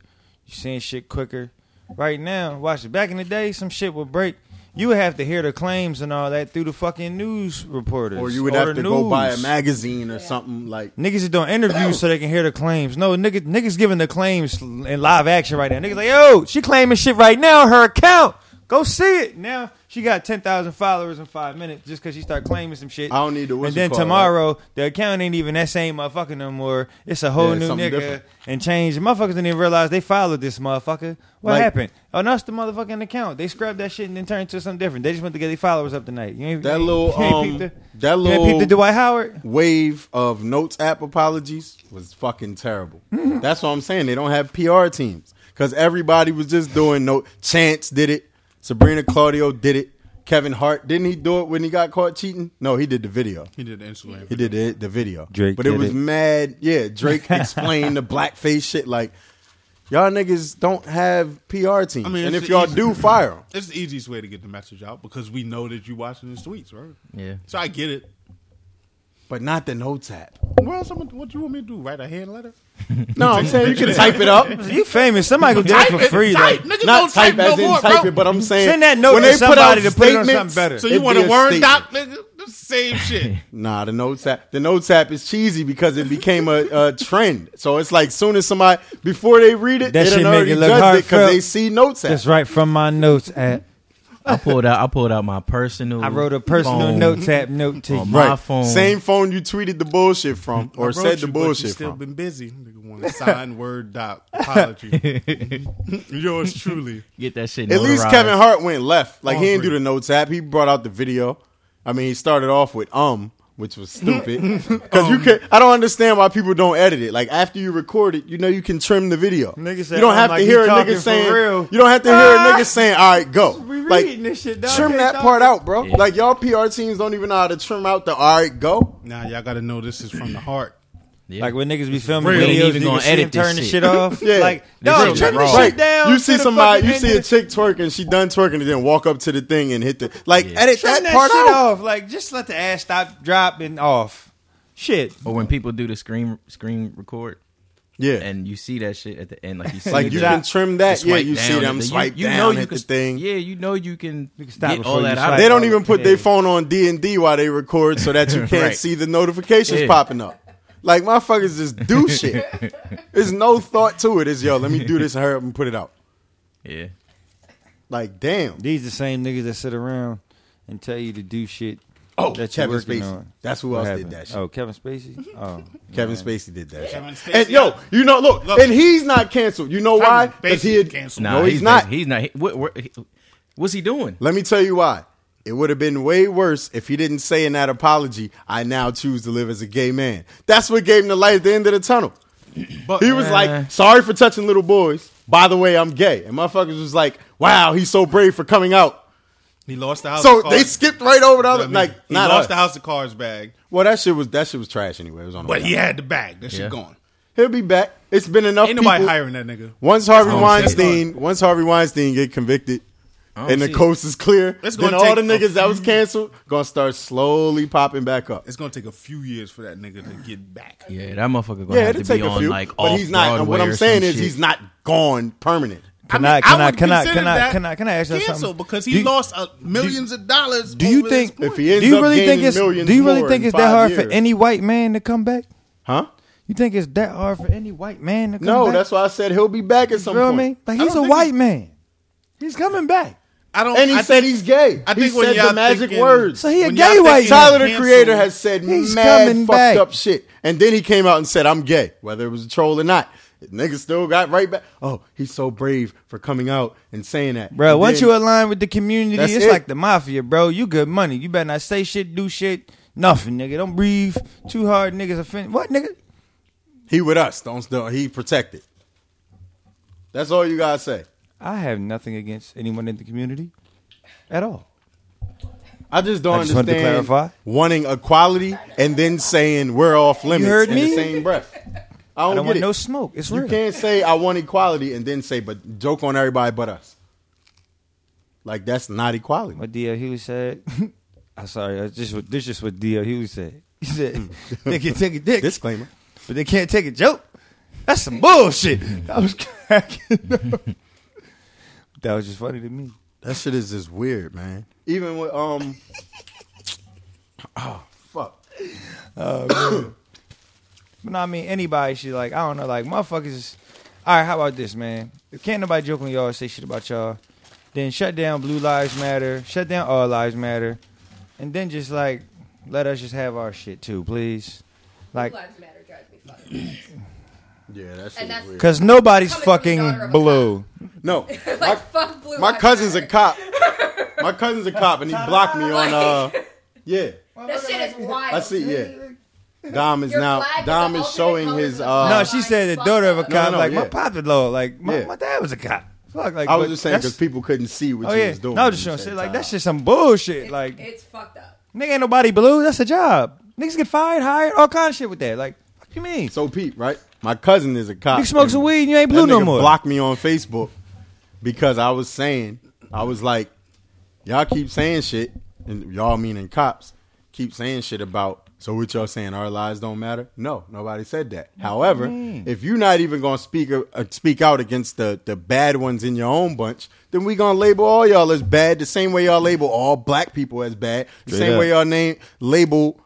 [SPEAKER 5] You're seeing shit quicker. Right now, watch it. Back in the day, some shit would break you would have to hear the claims and all that through the fucking news reporters,
[SPEAKER 8] Or you would
[SPEAKER 5] the
[SPEAKER 8] have to go buy a
[SPEAKER 5] news.
[SPEAKER 8] magazine or something like.
[SPEAKER 5] Niggas is doing interviews so they can hear the claims. No, niggas, niggas giving the claims in live action right now. Niggas like, yo, she claiming shit right now. Her account, go see it now. She got ten thousand followers in five minutes just because she started claiming some shit.
[SPEAKER 8] I don't need to.
[SPEAKER 5] and then tomorrow, the account ain't even that same motherfucker no more. It's a whole
[SPEAKER 8] Yeah,
[SPEAKER 5] new
[SPEAKER 8] something
[SPEAKER 5] nigga
[SPEAKER 8] different.
[SPEAKER 5] and change. Motherfuckers didn't even realize they followed this motherfucker. What
[SPEAKER 8] Like-
[SPEAKER 5] happened? Oh, no, it's the motherfucking account. They scrubbed that shit and then turned it to something different. They just went to get their followers up tonight. You ain't,
[SPEAKER 8] That
[SPEAKER 5] you
[SPEAKER 8] little,
[SPEAKER 5] ain't
[SPEAKER 8] um,
[SPEAKER 5] peeped
[SPEAKER 8] that
[SPEAKER 5] the, you ain't peeped the
[SPEAKER 8] little
[SPEAKER 5] Dwight Howard.
[SPEAKER 8] wave of notes app apologies was fucking terrible.
[SPEAKER 5] Mm-hmm.
[SPEAKER 8] That's what I'm saying. They don't have PR teams because everybody was just doing note. Chance did it. Sabrina Claudio did it. Kevin Hart didn't he do it when he got caught cheating? No, he did the video.
[SPEAKER 7] He did the Instagram.
[SPEAKER 8] He did the, the video.
[SPEAKER 5] Drake
[SPEAKER 8] But it
[SPEAKER 5] did
[SPEAKER 8] was
[SPEAKER 5] it.
[SPEAKER 8] mad. Yeah, Drake explained the blackface shit. Like, y'all niggas don't have PR teams.
[SPEAKER 7] I mean,
[SPEAKER 8] and
[SPEAKER 7] it's
[SPEAKER 8] if y'all
[SPEAKER 7] easy-
[SPEAKER 8] do, fire 'em.
[SPEAKER 7] It's the easiest way to get the message out because we know that you watching his tweets, right?
[SPEAKER 6] Yeah.
[SPEAKER 7] So I get it.
[SPEAKER 8] But not the notes app.
[SPEAKER 7] What else? I'm gonna, what you want me to do? Write a hand letter?
[SPEAKER 8] No, I'm saying you can type it up.
[SPEAKER 5] You famous. Somebody gonna do it for free. Like,
[SPEAKER 7] Type, niggas
[SPEAKER 8] Not
[SPEAKER 7] don't
[SPEAKER 8] type,
[SPEAKER 7] type,
[SPEAKER 8] as
[SPEAKER 7] no
[SPEAKER 8] in
[SPEAKER 7] more,
[SPEAKER 8] type
[SPEAKER 7] bro.
[SPEAKER 8] it, but I'm saying
[SPEAKER 5] Send that note
[SPEAKER 8] when
[SPEAKER 5] to
[SPEAKER 8] they put out
[SPEAKER 5] somebody to put it on something
[SPEAKER 8] statements,
[SPEAKER 5] better.
[SPEAKER 7] So you
[SPEAKER 8] it'd
[SPEAKER 7] want
[SPEAKER 8] be
[SPEAKER 7] a word
[SPEAKER 8] statement.
[SPEAKER 7] doc, nigga? The same shit.
[SPEAKER 8] Nah, the notes app. The notes app is cheesy because it became a, a trend. So it's like soon as somebody before they read it,
[SPEAKER 5] That
[SPEAKER 8] they
[SPEAKER 5] shit
[SPEAKER 8] don't
[SPEAKER 5] make
[SPEAKER 8] already
[SPEAKER 5] it look
[SPEAKER 8] judged it because
[SPEAKER 5] heartfelt.
[SPEAKER 8] they see notes app.
[SPEAKER 5] that's right from my notes app.
[SPEAKER 6] I pulled out. I pulled out my personal.
[SPEAKER 5] I wrote a personal
[SPEAKER 6] phone
[SPEAKER 5] notes app note to
[SPEAKER 6] on
[SPEAKER 5] you.
[SPEAKER 6] my
[SPEAKER 8] Right.
[SPEAKER 6] phone.
[SPEAKER 8] Same phone you tweeted the bullshit from
[SPEAKER 7] I
[SPEAKER 5] Mm-hmm.
[SPEAKER 8] or
[SPEAKER 7] wrote
[SPEAKER 8] said the
[SPEAKER 7] you, but you
[SPEAKER 8] bullshit
[SPEAKER 7] still
[SPEAKER 8] from.
[SPEAKER 7] been busy. Nigga want a signed word doc apology. Yours truly.
[SPEAKER 6] Get that shit.
[SPEAKER 8] At least
[SPEAKER 6] notarized.
[SPEAKER 8] Kevin Hart went left. Like
[SPEAKER 7] Oh,
[SPEAKER 8] he didn't do
[SPEAKER 7] great.
[SPEAKER 8] the notes app. He brought out the video. I mean, he started off with um, which was stupid because
[SPEAKER 5] Um.
[SPEAKER 8] you can. I don't understand why people don't edit it. Like after you record it, you know you can trim the video.
[SPEAKER 5] Nigga said,
[SPEAKER 8] you don't
[SPEAKER 5] "Um,"
[SPEAKER 8] have
[SPEAKER 5] like
[SPEAKER 8] to
[SPEAKER 5] he
[SPEAKER 8] hear a
[SPEAKER 5] talking
[SPEAKER 8] nigga
[SPEAKER 5] for
[SPEAKER 8] saying.
[SPEAKER 5] real.
[SPEAKER 8] You don't have to hear a
[SPEAKER 5] Ah!
[SPEAKER 8] nigga saying, "All right, go."
[SPEAKER 5] We
[SPEAKER 8] Like
[SPEAKER 5] reading this shit, dog.
[SPEAKER 8] trim
[SPEAKER 5] They
[SPEAKER 8] that
[SPEAKER 5] talking.
[SPEAKER 8] part out, bro.
[SPEAKER 6] Yeah.
[SPEAKER 8] Like y'all PR teams don't even know how to trim out the "All right, go."
[SPEAKER 7] Now y'all gotta know this is from the heart.
[SPEAKER 6] Yeah.
[SPEAKER 5] Like when niggas be filming
[SPEAKER 6] Real. Ain't
[SPEAKER 5] videos,
[SPEAKER 6] even
[SPEAKER 5] you
[SPEAKER 6] gonna
[SPEAKER 5] can see
[SPEAKER 6] edit
[SPEAKER 5] them
[SPEAKER 6] this
[SPEAKER 5] turn the
[SPEAKER 6] shit.
[SPEAKER 5] shit off.
[SPEAKER 8] Yeah.
[SPEAKER 5] like,
[SPEAKER 6] This
[SPEAKER 5] no,
[SPEAKER 6] shit
[SPEAKER 5] turn
[SPEAKER 6] raw.
[SPEAKER 5] the shit down.
[SPEAKER 8] You see
[SPEAKER 5] to the
[SPEAKER 8] somebody,
[SPEAKER 5] fucking
[SPEAKER 8] you see a
[SPEAKER 5] end.
[SPEAKER 8] chick twerk and she done twerking and then walk up to the thing and hit the like
[SPEAKER 6] Yeah.
[SPEAKER 8] edit
[SPEAKER 5] Turn
[SPEAKER 8] that,
[SPEAKER 5] that
[SPEAKER 8] part
[SPEAKER 5] shit
[SPEAKER 8] out.
[SPEAKER 5] off. Like, just let the ass stop, drop, and off. Shit.
[SPEAKER 6] Or when people do the screen screen record
[SPEAKER 8] Yeah,
[SPEAKER 6] and you see that shit at the end, like you see
[SPEAKER 8] like you
[SPEAKER 6] the-
[SPEAKER 8] can trim that.
[SPEAKER 6] the
[SPEAKER 8] Yeah,
[SPEAKER 6] swipe
[SPEAKER 8] you see
[SPEAKER 6] down
[SPEAKER 8] them
[SPEAKER 6] at the-
[SPEAKER 8] swipe
[SPEAKER 6] you, you
[SPEAKER 8] down
[SPEAKER 6] know you
[SPEAKER 8] at
[SPEAKER 6] can,
[SPEAKER 8] the thing.
[SPEAKER 6] Yeah, you know you can,
[SPEAKER 5] You can stop
[SPEAKER 6] get
[SPEAKER 5] before
[SPEAKER 6] all
[SPEAKER 5] you
[SPEAKER 6] that
[SPEAKER 5] swipe.
[SPEAKER 6] out.
[SPEAKER 8] They don't even put
[SPEAKER 6] Yeah.
[SPEAKER 8] their phone on D and D while they record, so that you can't
[SPEAKER 6] Right.
[SPEAKER 8] see the notifications
[SPEAKER 6] Yeah.
[SPEAKER 8] popping up. Like motherfuckers just do shit. There's no thought to it. It's yo, let me do this and hurry up and put it out.
[SPEAKER 6] Yeah.
[SPEAKER 8] Like damn.
[SPEAKER 5] These the same niggas that sit around and tell you to do shit that you're
[SPEAKER 8] Kevin
[SPEAKER 5] working
[SPEAKER 8] Spacey.
[SPEAKER 5] on.
[SPEAKER 8] That's who
[SPEAKER 5] What
[SPEAKER 8] else
[SPEAKER 5] happened?
[SPEAKER 8] did that shit.
[SPEAKER 5] Oh, Kevin Spacey? Oh.
[SPEAKER 8] Kevin Spacey did that.
[SPEAKER 7] Kevin
[SPEAKER 8] shit.
[SPEAKER 7] Spacey,
[SPEAKER 8] And yo, you know, look,
[SPEAKER 7] Look.
[SPEAKER 8] and he's not canceled. You know why? Because he had
[SPEAKER 7] canceled.
[SPEAKER 6] Nah,
[SPEAKER 8] No, he's
[SPEAKER 6] he's
[SPEAKER 8] not.
[SPEAKER 6] basi- He's not. He, what, what, he- what's he doing?
[SPEAKER 8] Let me tell you why. It would have been way worse if he didn't say in that apology, I now choose to live as a gay man. That's what gave him the light at the end of the tunnel. He was
[SPEAKER 7] uh,
[SPEAKER 8] like, sorry for touching little boys. By the way, I'm gay. And motherfuckers was like, wow, he's so brave for coming out.
[SPEAKER 7] He lost the house.
[SPEAKER 8] So
[SPEAKER 7] of
[SPEAKER 8] they
[SPEAKER 7] cards.
[SPEAKER 8] skipped right over the other.
[SPEAKER 7] I mean,
[SPEAKER 8] Like,
[SPEAKER 7] he
[SPEAKER 8] not
[SPEAKER 7] lost
[SPEAKER 8] us.
[SPEAKER 7] the house of cards bag,
[SPEAKER 8] Well, that shit was that shit was trash anyway. It was on. the
[SPEAKER 7] but
[SPEAKER 8] way
[SPEAKER 7] he
[SPEAKER 8] out.
[SPEAKER 7] had the bag. That shit
[SPEAKER 6] Yeah.
[SPEAKER 7] gone.
[SPEAKER 8] he'll be back. It's been enough.
[SPEAKER 7] Ain't nobody
[SPEAKER 8] people-
[SPEAKER 7] hiring that nigga.
[SPEAKER 8] Once Harvey
[SPEAKER 7] That's what I'm saying.
[SPEAKER 8] Weinstein, once Harvey Weinstein get convicted,
[SPEAKER 6] don't
[SPEAKER 8] and the
[SPEAKER 6] see it.
[SPEAKER 8] coast is clear,
[SPEAKER 7] It's
[SPEAKER 8] then
[SPEAKER 7] gonna
[SPEAKER 8] all
[SPEAKER 7] take
[SPEAKER 8] the
[SPEAKER 7] a
[SPEAKER 8] niggas that was
[SPEAKER 7] few-
[SPEAKER 8] canceled gonna start slowly popping back up.
[SPEAKER 7] It's gonna take a few years for that nigga to get back.
[SPEAKER 6] Yeah, that motherfucker gonna
[SPEAKER 8] Yeah,
[SPEAKER 6] have
[SPEAKER 8] it'll
[SPEAKER 6] to be
[SPEAKER 8] take a
[SPEAKER 6] on
[SPEAKER 8] few,
[SPEAKER 6] like off
[SPEAKER 8] but he's not.
[SPEAKER 6] Broadway
[SPEAKER 8] What I'm
[SPEAKER 6] or
[SPEAKER 8] saying
[SPEAKER 6] some
[SPEAKER 8] is
[SPEAKER 6] shit.
[SPEAKER 8] he's not gone permanent.
[SPEAKER 5] Can
[SPEAKER 7] mean,
[SPEAKER 5] I, can I,
[SPEAKER 7] would
[SPEAKER 5] can I,
[SPEAKER 7] consider
[SPEAKER 5] can I,
[SPEAKER 7] that
[SPEAKER 5] can I, can I ask you
[SPEAKER 7] canceled
[SPEAKER 5] something?
[SPEAKER 7] because he
[SPEAKER 5] Do you-
[SPEAKER 7] lost uh, millions of dollars.
[SPEAKER 5] Do you
[SPEAKER 7] over this
[SPEAKER 5] think?
[SPEAKER 7] point.
[SPEAKER 8] If he ends
[SPEAKER 5] do you
[SPEAKER 8] up
[SPEAKER 5] really think
[SPEAKER 8] gaining
[SPEAKER 5] it's?
[SPEAKER 8] millions
[SPEAKER 5] Do you really
[SPEAKER 8] more
[SPEAKER 5] think
[SPEAKER 8] in
[SPEAKER 5] it's that hard
[SPEAKER 8] five
[SPEAKER 5] for
[SPEAKER 8] years?
[SPEAKER 5] any white man to come back?
[SPEAKER 8] Huh?
[SPEAKER 5] You think it's that hard for any white man to come
[SPEAKER 8] No,
[SPEAKER 5] back?
[SPEAKER 8] that's why I said he'll be back at some
[SPEAKER 5] you feel
[SPEAKER 8] point.
[SPEAKER 5] me. Like
[SPEAKER 7] I
[SPEAKER 5] he's
[SPEAKER 7] don't
[SPEAKER 5] a
[SPEAKER 7] think
[SPEAKER 5] white
[SPEAKER 7] he-
[SPEAKER 5] man. He's coming back.
[SPEAKER 7] I don't.
[SPEAKER 8] And he
[SPEAKER 7] I
[SPEAKER 8] said
[SPEAKER 7] think-
[SPEAKER 8] he's gay.
[SPEAKER 7] I
[SPEAKER 8] he
[SPEAKER 7] think when
[SPEAKER 8] said the
[SPEAKER 7] y'all
[SPEAKER 8] magic
[SPEAKER 7] thinking-
[SPEAKER 8] words.
[SPEAKER 5] So he a
[SPEAKER 7] When
[SPEAKER 5] gay
[SPEAKER 7] y'all
[SPEAKER 5] white.
[SPEAKER 7] thinking-
[SPEAKER 5] man.
[SPEAKER 8] Tyler the
[SPEAKER 7] Cancel.
[SPEAKER 8] creator has said
[SPEAKER 5] He's
[SPEAKER 8] mad
[SPEAKER 5] coming
[SPEAKER 8] fucked
[SPEAKER 5] back.
[SPEAKER 8] up shit. And then he came out and said, I'm gay, whether it was a troll or not. Nigga still got right back. Oh, he's so brave for coming out and saying that.
[SPEAKER 5] Bro,
[SPEAKER 8] And
[SPEAKER 5] once
[SPEAKER 8] then-
[SPEAKER 5] you align with the community,
[SPEAKER 8] That's
[SPEAKER 5] it's
[SPEAKER 8] it.
[SPEAKER 5] like the mafia, bro. You good money. You better not say shit, do shit, nothing, nigga. Don't breathe too hard, niggas offend. What, nigga?
[SPEAKER 8] he with us. Don't don't- he protected. That's all you gotta say.
[SPEAKER 5] I have nothing against anyone in the community at all.
[SPEAKER 8] I just don't
[SPEAKER 5] I just wanted to
[SPEAKER 8] understand
[SPEAKER 5] clarify.
[SPEAKER 8] wanting equality and then saying we're off limits
[SPEAKER 5] heard
[SPEAKER 8] in the
[SPEAKER 5] me?
[SPEAKER 8] same breath. I don't,
[SPEAKER 5] I don't
[SPEAKER 8] get
[SPEAKER 5] want
[SPEAKER 8] it.
[SPEAKER 5] no smoke. It's
[SPEAKER 8] you
[SPEAKER 5] real.
[SPEAKER 8] can't say I want equality and then say but joke on everybody but us. Like that's not equality.
[SPEAKER 5] What D.L. Hughley said? I'm sorry. That's just what, this is what D.L. Hughley said. He said they can take a dick,
[SPEAKER 8] Disclaimer.
[SPEAKER 5] but they can't take a joke. That's some bullshit. I was cracking. up. that was just funny to me.
[SPEAKER 8] That shit is just weird, man. Even with um, oh fuck,
[SPEAKER 5] But no, I mean anybody should like I don't know like motherfuckers. All right, how about this, man? If can't nobody joke on y'all, say shit about y'all, then shut down Blue Lives Matter, shut down All Lives Matter, and then just like let us just have our shit too, please. Like,
[SPEAKER 9] Blue Lives Matter drives me fucking nuts.
[SPEAKER 8] yeah, that shit
[SPEAKER 9] And
[SPEAKER 8] is
[SPEAKER 9] that's-
[SPEAKER 8] weird.
[SPEAKER 5] cause nobody's
[SPEAKER 9] Coming from the daughter
[SPEAKER 5] fucking
[SPEAKER 9] of a
[SPEAKER 5] blue.
[SPEAKER 8] No,
[SPEAKER 9] like,
[SPEAKER 8] my,
[SPEAKER 9] fuck Blue
[SPEAKER 8] my
[SPEAKER 9] Lives
[SPEAKER 8] cousin's a
[SPEAKER 9] Matter.
[SPEAKER 8] cop. My cousin's a cop, and he blocked me on uh, yeah.
[SPEAKER 9] That shit is wild.
[SPEAKER 8] I see, yeah. Dom is now
[SPEAKER 9] flag is
[SPEAKER 8] Dom
[SPEAKER 9] the
[SPEAKER 8] is
[SPEAKER 9] ultimate
[SPEAKER 8] showing
[SPEAKER 9] color
[SPEAKER 8] his
[SPEAKER 9] of
[SPEAKER 8] uh.
[SPEAKER 9] the
[SPEAKER 5] No,
[SPEAKER 9] Oh
[SPEAKER 5] she
[SPEAKER 9] my
[SPEAKER 5] said the
[SPEAKER 9] fuck.
[SPEAKER 5] daughter of a
[SPEAKER 9] No,
[SPEAKER 5] cop.
[SPEAKER 8] no,
[SPEAKER 5] like my
[SPEAKER 8] yeah.
[SPEAKER 5] pop is low. Like my,
[SPEAKER 8] Yeah.
[SPEAKER 5] my dad was a cop. Fuck, like
[SPEAKER 8] I was
[SPEAKER 5] but
[SPEAKER 8] just saying
[SPEAKER 5] that's-
[SPEAKER 8] because people couldn't see what
[SPEAKER 5] Oh
[SPEAKER 8] you
[SPEAKER 5] yeah,
[SPEAKER 8] was doing.
[SPEAKER 5] no, I was just
[SPEAKER 8] at
[SPEAKER 5] trying to
[SPEAKER 8] the
[SPEAKER 5] say
[SPEAKER 8] same
[SPEAKER 5] like
[SPEAKER 8] time.
[SPEAKER 5] that's just some bullshit.
[SPEAKER 9] It's,
[SPEAKER 5] like
[SPEAKER 9] it's fucked up.
[SPEAKER 5] nigga ain't nobody blue. That's a job. Niggas get fired, hired, all kind of shit with that. Like what you mean?
[SPEAKER 8] So Pete, right? My cousin is a cop.
[SPEAKER 5] You smoke
[SPEAKER 8] and
[SPEAKER 5] some weed and you ain't
[SPEAKER 8] that
[SPEAKER 5] blue no
[SPEAKER 8] nigga
[SPEAKER 5] more.
[SPEAKER 8] Blocked me on Facebook because I was saying I was like, y'all keep saying shit, and y'all meaning cops keep saying shit about. So what y'all saying? Our lives don't matter? No, nobody said that. However, if you're not even gonna speak uh, uh, speak out against the the bad ones in your own bunch, then we gonna label all y'all as bad the same way y'all label all black people as bad, the
[SPEAKER 7] Straight
[SPEAKER 8] same
[SPEAKER 7] up.
[SPEAKER 8] way y'all name label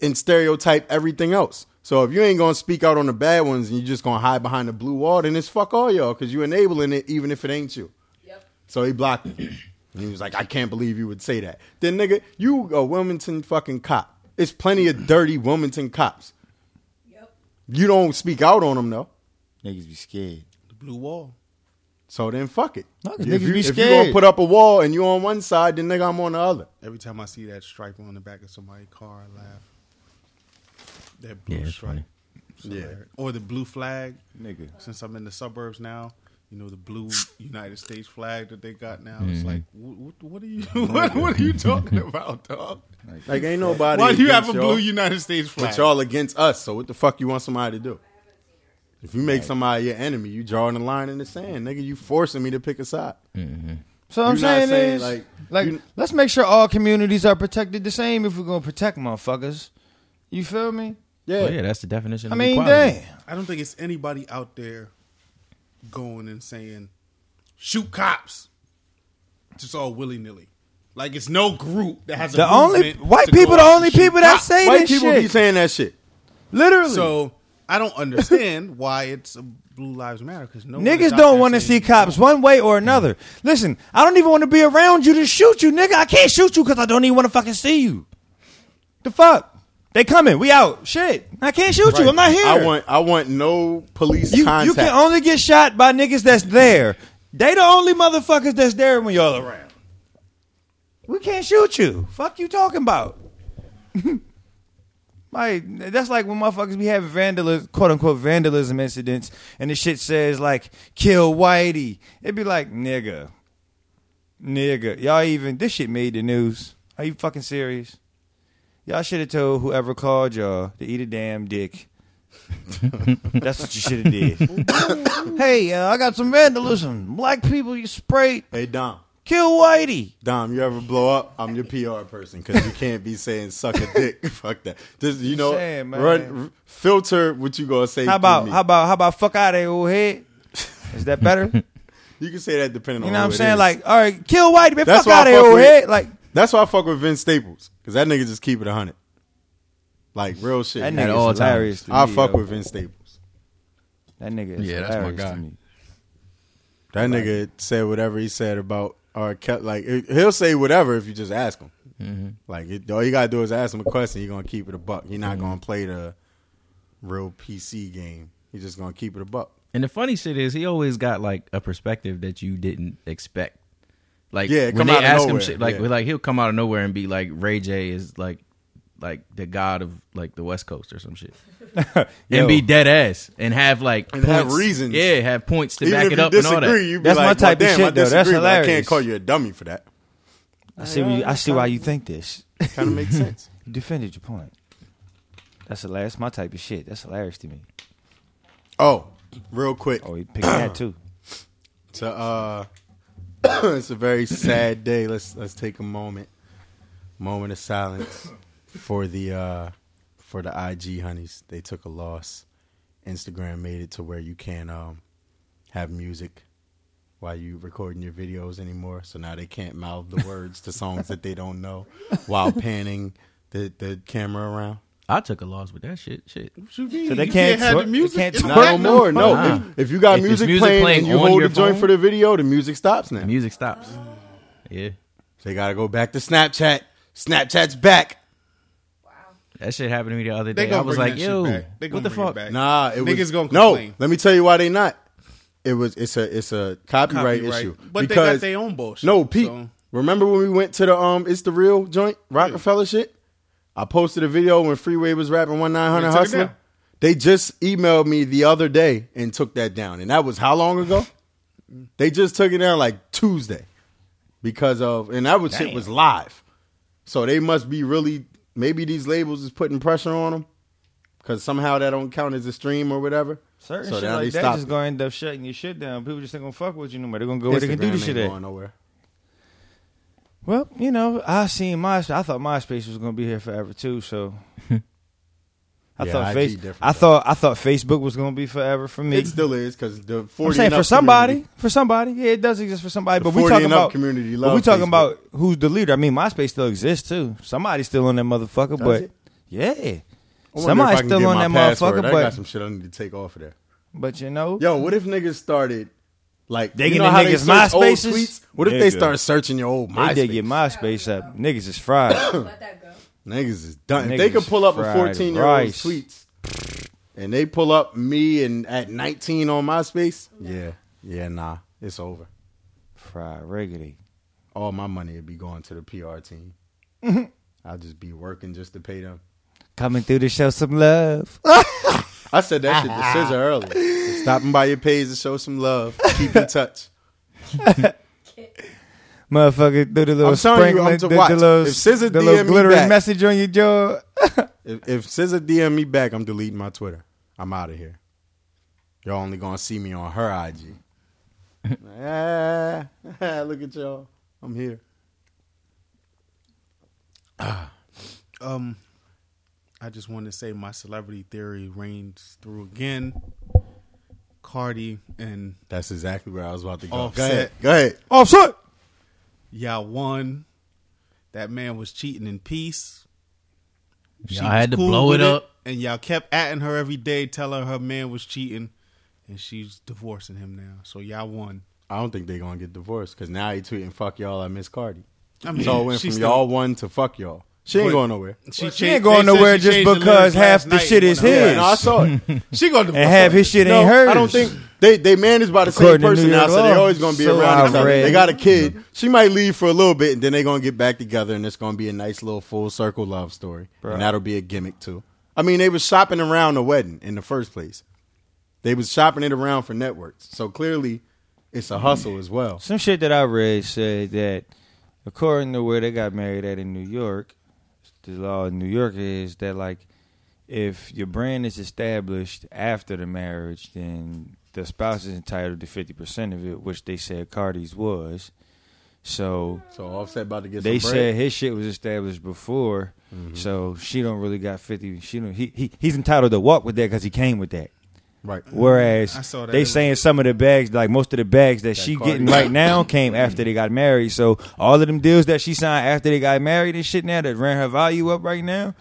[SPEAKER 8] and stereotype everything else. So if you ain't gonna speak out on the bad ones and you just gonna hide behind the blue wall, then it's fuck all y'all because you enabling it even if it ain't you.
[SPEAKER 9] Yep.
[SPEAKER 8] So he blocked me. And he was like, I can't believe you would say that. Then nigga, you a Wilmington fucking cop. It's plenty of dirty Wilmington cops.
[SPEAKER 9] Yep.
[SPEAKER 8] You don't speak out on them though.
[SPEAKER 5] Niggas be scared.
[SPEAKER 7] The blue wall.
[SPEAKER 8] So then fuck it.
[SPEAKER 5] No, 'cause
[SPEAKER 8] if
[SPEAKER 5] niggas
[SPEAKER 8] you,
[SPEAKER 5] be
[SPEAKER 8] if you
[SPEAKER 5] scared.
[SPEAKER 8] gonna put up a wall and you on one side, then nigga I'm on the other.
[SPEAKER 7] Every time I see that stripe on the back of somebody's car, I laugh. That blue
[SPEAKER 6] Yeah, it's
[SPEAKER 7] stripe.
[SPEAKER 6] funny.
[SPEAKER 7] It's hilarious. Or the blue flag.
[SPEAKER 5] Nigga.
[SPEAKER 7] Since I'm in the suburbs now, you know the blue United States flag that they got now.
[SPEAKER 5] Mm-hmm.
[SPEAKER 7] It's like, what, what are you? What, what are you talking about, dog?
[SPEAKER 8] Like ain't nobody.
[SPEAKER 7] Why do you have a
[SPEAKER 8] against
[SPEAKER 7] blue
[SPEAKER 8] y'all.
[SPEAKER 7] United States flag?
[SPEAKER 8] But y'all against us, so what the fuck you want somebody to do? If you make somebody your enemy, you drawing the line in the sand, nigga. You forcing me to pick a side.
[SPEAKER 5] So I'm
[SPEAKER 8] You're not
[SPEAKER 5] saying,
[SPEAKER 8] saying,
[SPEAKER 5] is like,
[SPEAKER 8] like, you-
[SPEAKER 5] let's make sure all communities are protected the same if we're gonna protect motherfuckers. You feel me?
[SPEAKER 8] Yeah,
[SPEAKER 6] Well, yeah, that's the definition. Of
[SPEAKER 5] I mean,
[SPEAKER 6] equality.
[SPEAKER 5] damn.
[SPEAKER 7] I don't think it's anybody out there going and saying, shoot cops. Just all willy nilly. Like it's no group that has a
[SPEAKER 5] The only
[SPEAKER 7] movement
[SPEAKER 5] white
[SPEAKER 7] to go
[SPEAKER 5] people, the
[SPEAKER 7] out and
[SPEAKER 5] only
[SPEAKER 7] shoot
[SPEAKER 5] people that
[SPEAKER 7] cops.
[SPEAKER 5] say
[SPEAKER 8] white
[SPEAKER 5] this
[SPEAKER 8] people
[SPEAKER 5] shit,
[SPEAKER 8] be saying that shit.
[SPEAKER 5] literally.
[SPEAKER 7] So I don't understand why it's a Blue Lives Matter because no
[SPEAKER 5] Niggas don't want to see cops one way or another. Listen, I don't even want to be around you to shoot you, nigga. I can't shoot you because I don't even want to fucking see you. The fuck? They coming. We out. Shit. I can't shoot you. I'm not here.
[SPEAKER 8] I want, I want no police
[SPEAKER 5] you,
[SPEAKER 8] contact.
[SPEAKER 5] you can only get shot by niggas that's there. They the only motherfuckers that's there when y'all around. We can't shoot you. Fuck you talking about. like that's like when motherfuckers be having vandalism, quote unquote vandalism incidents, and the shit says like kill whitey. It'd be like nigga, nigga. Y'all even this shit made the news. Are you fucking serious? Y'all should have told whoever called y'all to eat a damn dick. That's what you should have did. hey, uh, I got some vandalism. Black people, you spray,
[SPEAKER 8] hey Dom,
[SPEAKER 5] kill whitey.
[SPEAKER 8] Dom, you ever blow up? I'm your PR person because you can't be saying suck a dick. Fuck that. This, you know,
[SPEAKER 5] saying, man.
[SPEAKER 8] run r- filter what you gonna say.
[SPEAKER 5] How
[SPEAKER 8] through
[SPEAKER 5] about
[SPEAKER 8] me.
[SPEAKER 5] how about how about fuck out of your old head? Is that better? you know
[SPEAKER 8] you can say that depending
[SPEAKER 5] what
[SPEAKER 8] on who
[SPEAKER 5] I'm
[SPEAKER 8] it
[SPEAKER 5] saying?
[SPEAKER 8] is.
[SPEAKER 5] Like, all right, kill whitey, man.
[SPEAKER 8] That's
[SPEAKER 5] fuck out of
[SPEAKER 8] why I
[SPEAKER 5] your
[SPEAKER 8] fuck
[SPEAKER 5] old
[SPEAKER 8] with-
[SPEAKER 5] head. Like
[SPEAKER 8] That's why I fuck with Vince Staples because that nigga just keep it hundred, like real shit.
[SPEAKER 5] that
[SPEAKER 8] man.
[SPEAKER 5] nigga
[SPEAKER 6] all
[SPEAKER 5] is
[SPEAKER 6] times.
[SPEAKER 5] hilarious. to
[SPEAKER 8] I
[SPEAKER 5] me,
[SPEAKER 8] fuck
[SPEAKER 5] yo.
[SPEAKER 8] with Vince Staples.
[SPEAKER 5] That nigga is
[SPEAKER 6] Yeah, that's my
[SPEAKER 5] hilarious
[SPEAKER 6] guy.
[SPEAKER 5] to me.
[SPEAKER 8] That nigga said whatever he said about or kept like it- he'll say whatever if you just ask him.
[SPEAKER 5] Mm-hmm.
[SPEAKER 8] Like it, all you gotta do is ask him a question. You're gonna keep it a buck. You're
[SPEAKER 5] Mm-hmm.
[SPEAKER 8] not gonna play the real PC game. You're just gonna keep it a buck.
[SPEAKER 6] And the funny shit is, he always got like a perspective that you didn't expect. Like
[SPEAKER 8] Yeah, it
[SPEAKER 6] when
[SPEAKER 8] come
[SPEAKER 6] they
[SPEAKER 8] out of
[SPEAKER 6] ask him
[SPEAKER 8] nowhere,
[SPEAKER 6] shit, like
[SPEAKER 8] yeah.
[SPEAKER 6] like he'll come out of nowhere and be like, Ray J is like like the god of like the West Coast or some shit,
[SPEAKER 5] Yo.
[SPEAKER 6] and be dead ass and have like
[SPEAKER 8] And have
[SPEAKER 6] points-
[SPEAKER 8] reasons.
[SPEAKER 6] Yeah, have points to
[SPEAKER 8] Even
[SPEAKER 6] back
[SPEAKER 8] if
[SPEAKER 6] it
[SPEAKER 8] you
[SPEAKER 6] up and
[SPEAKER 8] disagree,
[SPEAKER 6] all that.
[SPEAKER 8] you be
[SPEAKER 5] That's my
[SPEAKER 8] like,
[SPEAKER 5] type of
[SPEAKER 8] well, damn,
[SPEAKER 5] shit,
[SPEAKER 8] I
[SPEAKER 5] though. That's
[SPEAKER 8] disagree, but I
[SPEAKER 5] hilarious.
[SPEAKER 8] can't call you a dummy for that.
[SPEAKER 5] I see. What you, I see why you think this.
[SPEAKER 8] Kind of makes sense.
[SPEAKER 5] You defended your point. That's hilarious. My type of shit. That's hilarious to me.
[SPEAKER 8] Oh, real quick.
[SPEAKER 5] Oh, he picked that too.
[SPEAKER 8] to uh it's a very sad day let's let's take a moment moment of silence for the uh for the ig honeys they took a loss instagram made it to where you can um have music why you recording your videos anymore. So now they can't mouth the words to songs that they don't know while panning the, the camera around.
[SPEAKER 6] I took a loss with that shit. Shit.
[SPEAKER 7] So
[SPEAKER 5] So they can't twer- they can't
[SPEAKER 7] It's
[SPEAKER 5] twer-
[SPEAKER 8] Not no
[SPEAKER 7] platinum.
[SPEAKER 8] more. No,
[SPEAKER 6] Nah.
[SPEAKER 8] if, if you got
[SPEAKER 6] If there's
[SPEAKER 8] music,
[SPEAKER 6] music
[SPEAKER 8] playing,
[SPEAKER 6] playing
[SPEAKER 8] and you
[SPEAKER 6] on
[SPEAKER 8] hold the
[SPEAKER 6] your
[SPEAKER 8] joint
[SPEAKER 6] phone-
[SPEAKER 8] for the video, the music stops now.
[SPEAKER 6] The music stops. Yeah.
[SPEAKER 8] They gotta go back to Snapchat. Snapchat's back.
[SPEAKER 6] That shit happened to me the other
[SPEAKER 7] They
[SPEAKER 6] day.
[SPEAKER 7] gonna
[SPEAKER 6] I was
[SPEAKER 7] bring
[SPEAKER 6] like,
[SPEAKER 7] that shit
[SPEAKER 6] yo,
[SPEAKER 7] back. They
[SPEAKER 6] what
[SPEAKER 7] gonna
[SPEAKER 6] the
[SPEAKER 7] bring it
[SPEAKER 6] fuck?
[SPEAKER 7] back.
[SPEAKER 8] Nah, it
[SPEAKER 7] Niggas
[SPEAKER 8] was
[SPEAKER 7] gonna
[SPEAKER 8] no.
[SPEAKER 7] complain.
[SPEAKER 8] Let me tell you why they not. It was it's a it's a copyright, issue.
[SPEAKER 7] But they got
[SPEAKER 8] because
[SPEAKER 7] their own bullshit.
[SPEAKER 8] no Pete.
[SPEAKER 7] so-
[SPEAKER 8] Remember when we went to the um it's the real joint Rockefeller shit? I posted a video when Freeway was rapping one nine hundred
[SPEAKER 7] They took it
[SPEAKER 8] hustler.
[SPEAKER 7] down.
[SPEAKER 8] They just emailed me the other day and took that down, and that was how long ago? they just took it down like Tuesday because of and that was, shit was live. So they must be really maybe these labels is putting pressure on them because somehow that don't count as a stream or whatever.
[SPEAKER 5] Certain
[SPEAKER 8] so
[SPEAKER 5] shit
[SPEAKER 8] now
[SPEAKER 5] like
[SPEAKER 8] they
[SPEAKER 5] that
[SPEAKER 8] stopped
[SPEAKER 5] just
[SPEAKER 8] it.
[SPEAKER 5] gonna end up shutting your shit down. People just ain't gonna fuck with you no more. They're gonna go where they can do
[SPEAKER 8] Instagram
[SPEAKER 5] this shit
[SPEAKER 8] ain't
[SPEAKER 5] at.
[SPEAKER 8] going nowhere.
[SPEAKER 5] Well, you know, I seen MySpace. I thought MySpace was gonna be here forever too. So I
[SPEAKER 8] Yeah,
[SPEAKER 5] thought
[SPEAKER 8] IG
[SPEAKER 5] face.
[SPEAKER 8] different,
[SPEAKER 5] I
[SPEAKER 8] though.
[SPEAKER 5] thought I thought Facebook was gonna be forever for me.
[SPEAKER 8] It still is because the 40
[SPEAKER 5] I'm saying
[SPEAKER 8] and
[SPEAKER 5] for
[SPEAKER 8] up
[SPEAKER 5] somebody,
[SPEAKER 8] community-
[SPEAKER 5] for somebody, yeah, it does exist for somebody.
[SPEAKER 8] The
[SPEAKER 5] but we
[SPEAKER 8] 40
[SPEAKER 5] talking
[SPEAKER 8] and up
[SPEAKER 5] about
[SPEAKER 8] community
[SPEAKER 5] but we
[SPEAKER 8] love
[SPEAKER 5] talking
[SPEAKER 8] Facebook.
[SPEAKER 5] about who's the leader. I mean, MySpace still exists too. Somebody's still on that motherfucker,
[SPEAKER 8] Does
[SPEAKER 5] but
[SPEAKER 8] it?
[SPEAKER 5] yeah,
[SPEAKER 8] I wonder if I
[SPEAKER 5] somebody's
[SPEAKER 8] can
[SPEAKER 5] still
[SPEAKER 8] get
[SPEAKER 5] on
[SPEAKER 8] my
[SPEAKER 5] that
[SPEAKER 8] password.
[SPEAKER 5] motherfucker.
[SPEAKER 8] I got
[SPEAKER 5] But
[SPEAKER 8] some shit I need to take off of there.
[SPEAKER 5] but you know,
[SPEAKER 8] Yo, what if niggas started like
[SPEAKER 5] They
[SPEAKER 8] you
[SPEAKER 5] get
[SPEAKER 8] know
[SPEAKER 5] the
[SPEAKER 8] how they
[SPEAKER 5] niggas
[SPEAKER 8] search old
[SPEAKER 5] MySpaces?
[SPEAKER 8] tweets? What if they
[SPEAKER 5] Nigga.
[SPEAKER 8] start searching your old
[SPEAKER 5] they
[SPEAKER 8] MySpace?
[SPEAKER 5] did get MySpace up. Niggas is fried.
[SPEAKER 9] Let that go.
[SPEAKER 8] Niggas is done. If they
[SPEAKER 5] Niggas
[SPEAKER 8] could pull up a
[SPEAKER 5] fried
[SPEAKER 8] 14 year
[SPEAKER 5] rice.
[SPEAKER 8] old's tweets and they pull up me and at 19 on MySpace, yeah, yeah, nah, it's over.
[SPEAKER 5] fried riggedy.
[SPEAKER 8] All my money would be going to the PR team. I'll just be working just to pay them.
[SPEAKER 5] Coming through to show some love.
[SPEAKER 8] I said that shit to Scissor earlier. Stopping by your page to show some love. Keep in touch.
[SPEAKER 5] Motherfucker, do the little
[SPEAKER 8] I'm telling
[SPEAKER 5] sprinkling,
[SPEAKER 8] you, I'm to
[SPEAKER 5] the,
[SPEAKER 8] watch.
[SPEAKER 5] the little,
[SPEAKER 8] If SZA
[SPEAKER 5] the little
[SPEAKER 8] DM me
[SPEAKER 5] glittery
[SPEAKER 8] back-
[SPEAKER 5] message on your jaw.
[SPEAKER 8] If, if SZA DM me back, I'm deleting my Twitter. I'm out of here. You're only gonna see me on her IG. Ah, look at y'all. I'm here.
[SPEAKER 7] Um, I just want to say my celebrity theory reigns through again. Cardi and
[SPEAKER 8] That's exactly where I was about to go.
[SPEAKER 7] Offset.
[SPEAKER 8] Go ahead. Go ahead.
[SPEAKER 5] Offset.
[SPEAKER 7] y'all won. That man was cheating in peace.
[SPEAKER 6] Y'all had to
[SPEAKER 7] was cool
[SPEAKER 6] blow
[SPEAKER 7] with
[SPEAKER 6] it up.
[SPEAKER 7] and y'all kept atting her every day, telling her her man was cheating, and she's divorcing him now. So y'all won.
[SPEAKER 8] I don't think they're gonna get divorced because now he tweeting "fuck y'all." I miss Cardi.
[SPEAKER 7] I
[SPEAKER 8] It's all went
[SPEAKER 7] she
[SPEAKER 8] from
[SPEAKER 7] still-
[SPEAKER 8] y'all one to fuck y'all. She ain't
[SPEAKER 7] But-
[SPEAKER 8] going nowhere.
[SPEAKER 5] she
[SPEAKER 7] She, cha-
[SPEAKER 5] ain't going
[SPEAKER 7] they said
[SPEAKER 5] nowhere
[SPEAKER 7] she
[SPEAKER 5] just
[SPEAKER 7] changed the
[SPEAKER 5] because
[SPEAKER 7] lyrics
[SPEAKER 5] half
[SPEAKER 7] last
[SPEAKER 5] the
[SPEAKER 7] night
[SPEAKER 5] shit is
[SPEAKER 7] when I-
[SPEAKER 5] his.
[SPEAKER 8] Yeah, no, I saw it.
[SPEAKER 7] She gonna
[SPEAKER 5] And have his shit ain't
[SPEAKER 8] No,
[SPEAKER 5] hers.
[SPEAKER 8] I don't think they they managed by the same
[SPEAKER 5] According to
[SPEAKER 8] person
[SPEAKER 5] New
[SPEAKER 8] now,
[SPEAKER 5] York
[SPEAKER 8] so they're
[SPEAKER 5] law.
[SPEAKER 8] always gonna be
[SPEAKER 5] So
[SPEAKER 8] around each
[SPEAKER 5] I've
[SPEAKER 8] other.
[SPEAKER 5] read.
[SPEAKER 8] They got a kid. She might leave for a little bit, and then they're gonna get back together, and it's gonna be a nice little full circle love story, and that'll be a gimmick too. I mean, they was shopping around the wedding in the first place. They was shopping it around for networks, so clearly it's a hustle as well.
[SPEAKER 5] Some shit that I read said that according to where they got married at in New York, the law in New York is that like if your brand is established after the marriage, then the spouse is entitled to fifty percent of it, which they said Cardi's was. So
[SPEAKER 8] So Offset about to get.
[SPEAKER 5] they
[SPEAKER 8] some
[SPEAKER 5] said
[SPEAKER 8] bread.
[SPEAKER 5] his shit was established before, so she don't really got fifty. She don't. He, he he's entitled to walk with that because he came with that.
[SPEAKER 8] right.
[SPEAKER 5] Whereas
[SPEAKER 7] I saw that
[SPEAKER 5] they
[SPEAKER 7] as-
[SPEAKER 5] saying some of the bags, like most of the bags that, she
[SPEAKER 8] Cardi-
[SPEAKER 5] getting right now, came after they got married. So all of them deals that she signed after they got married and shit now that ran her value up right now,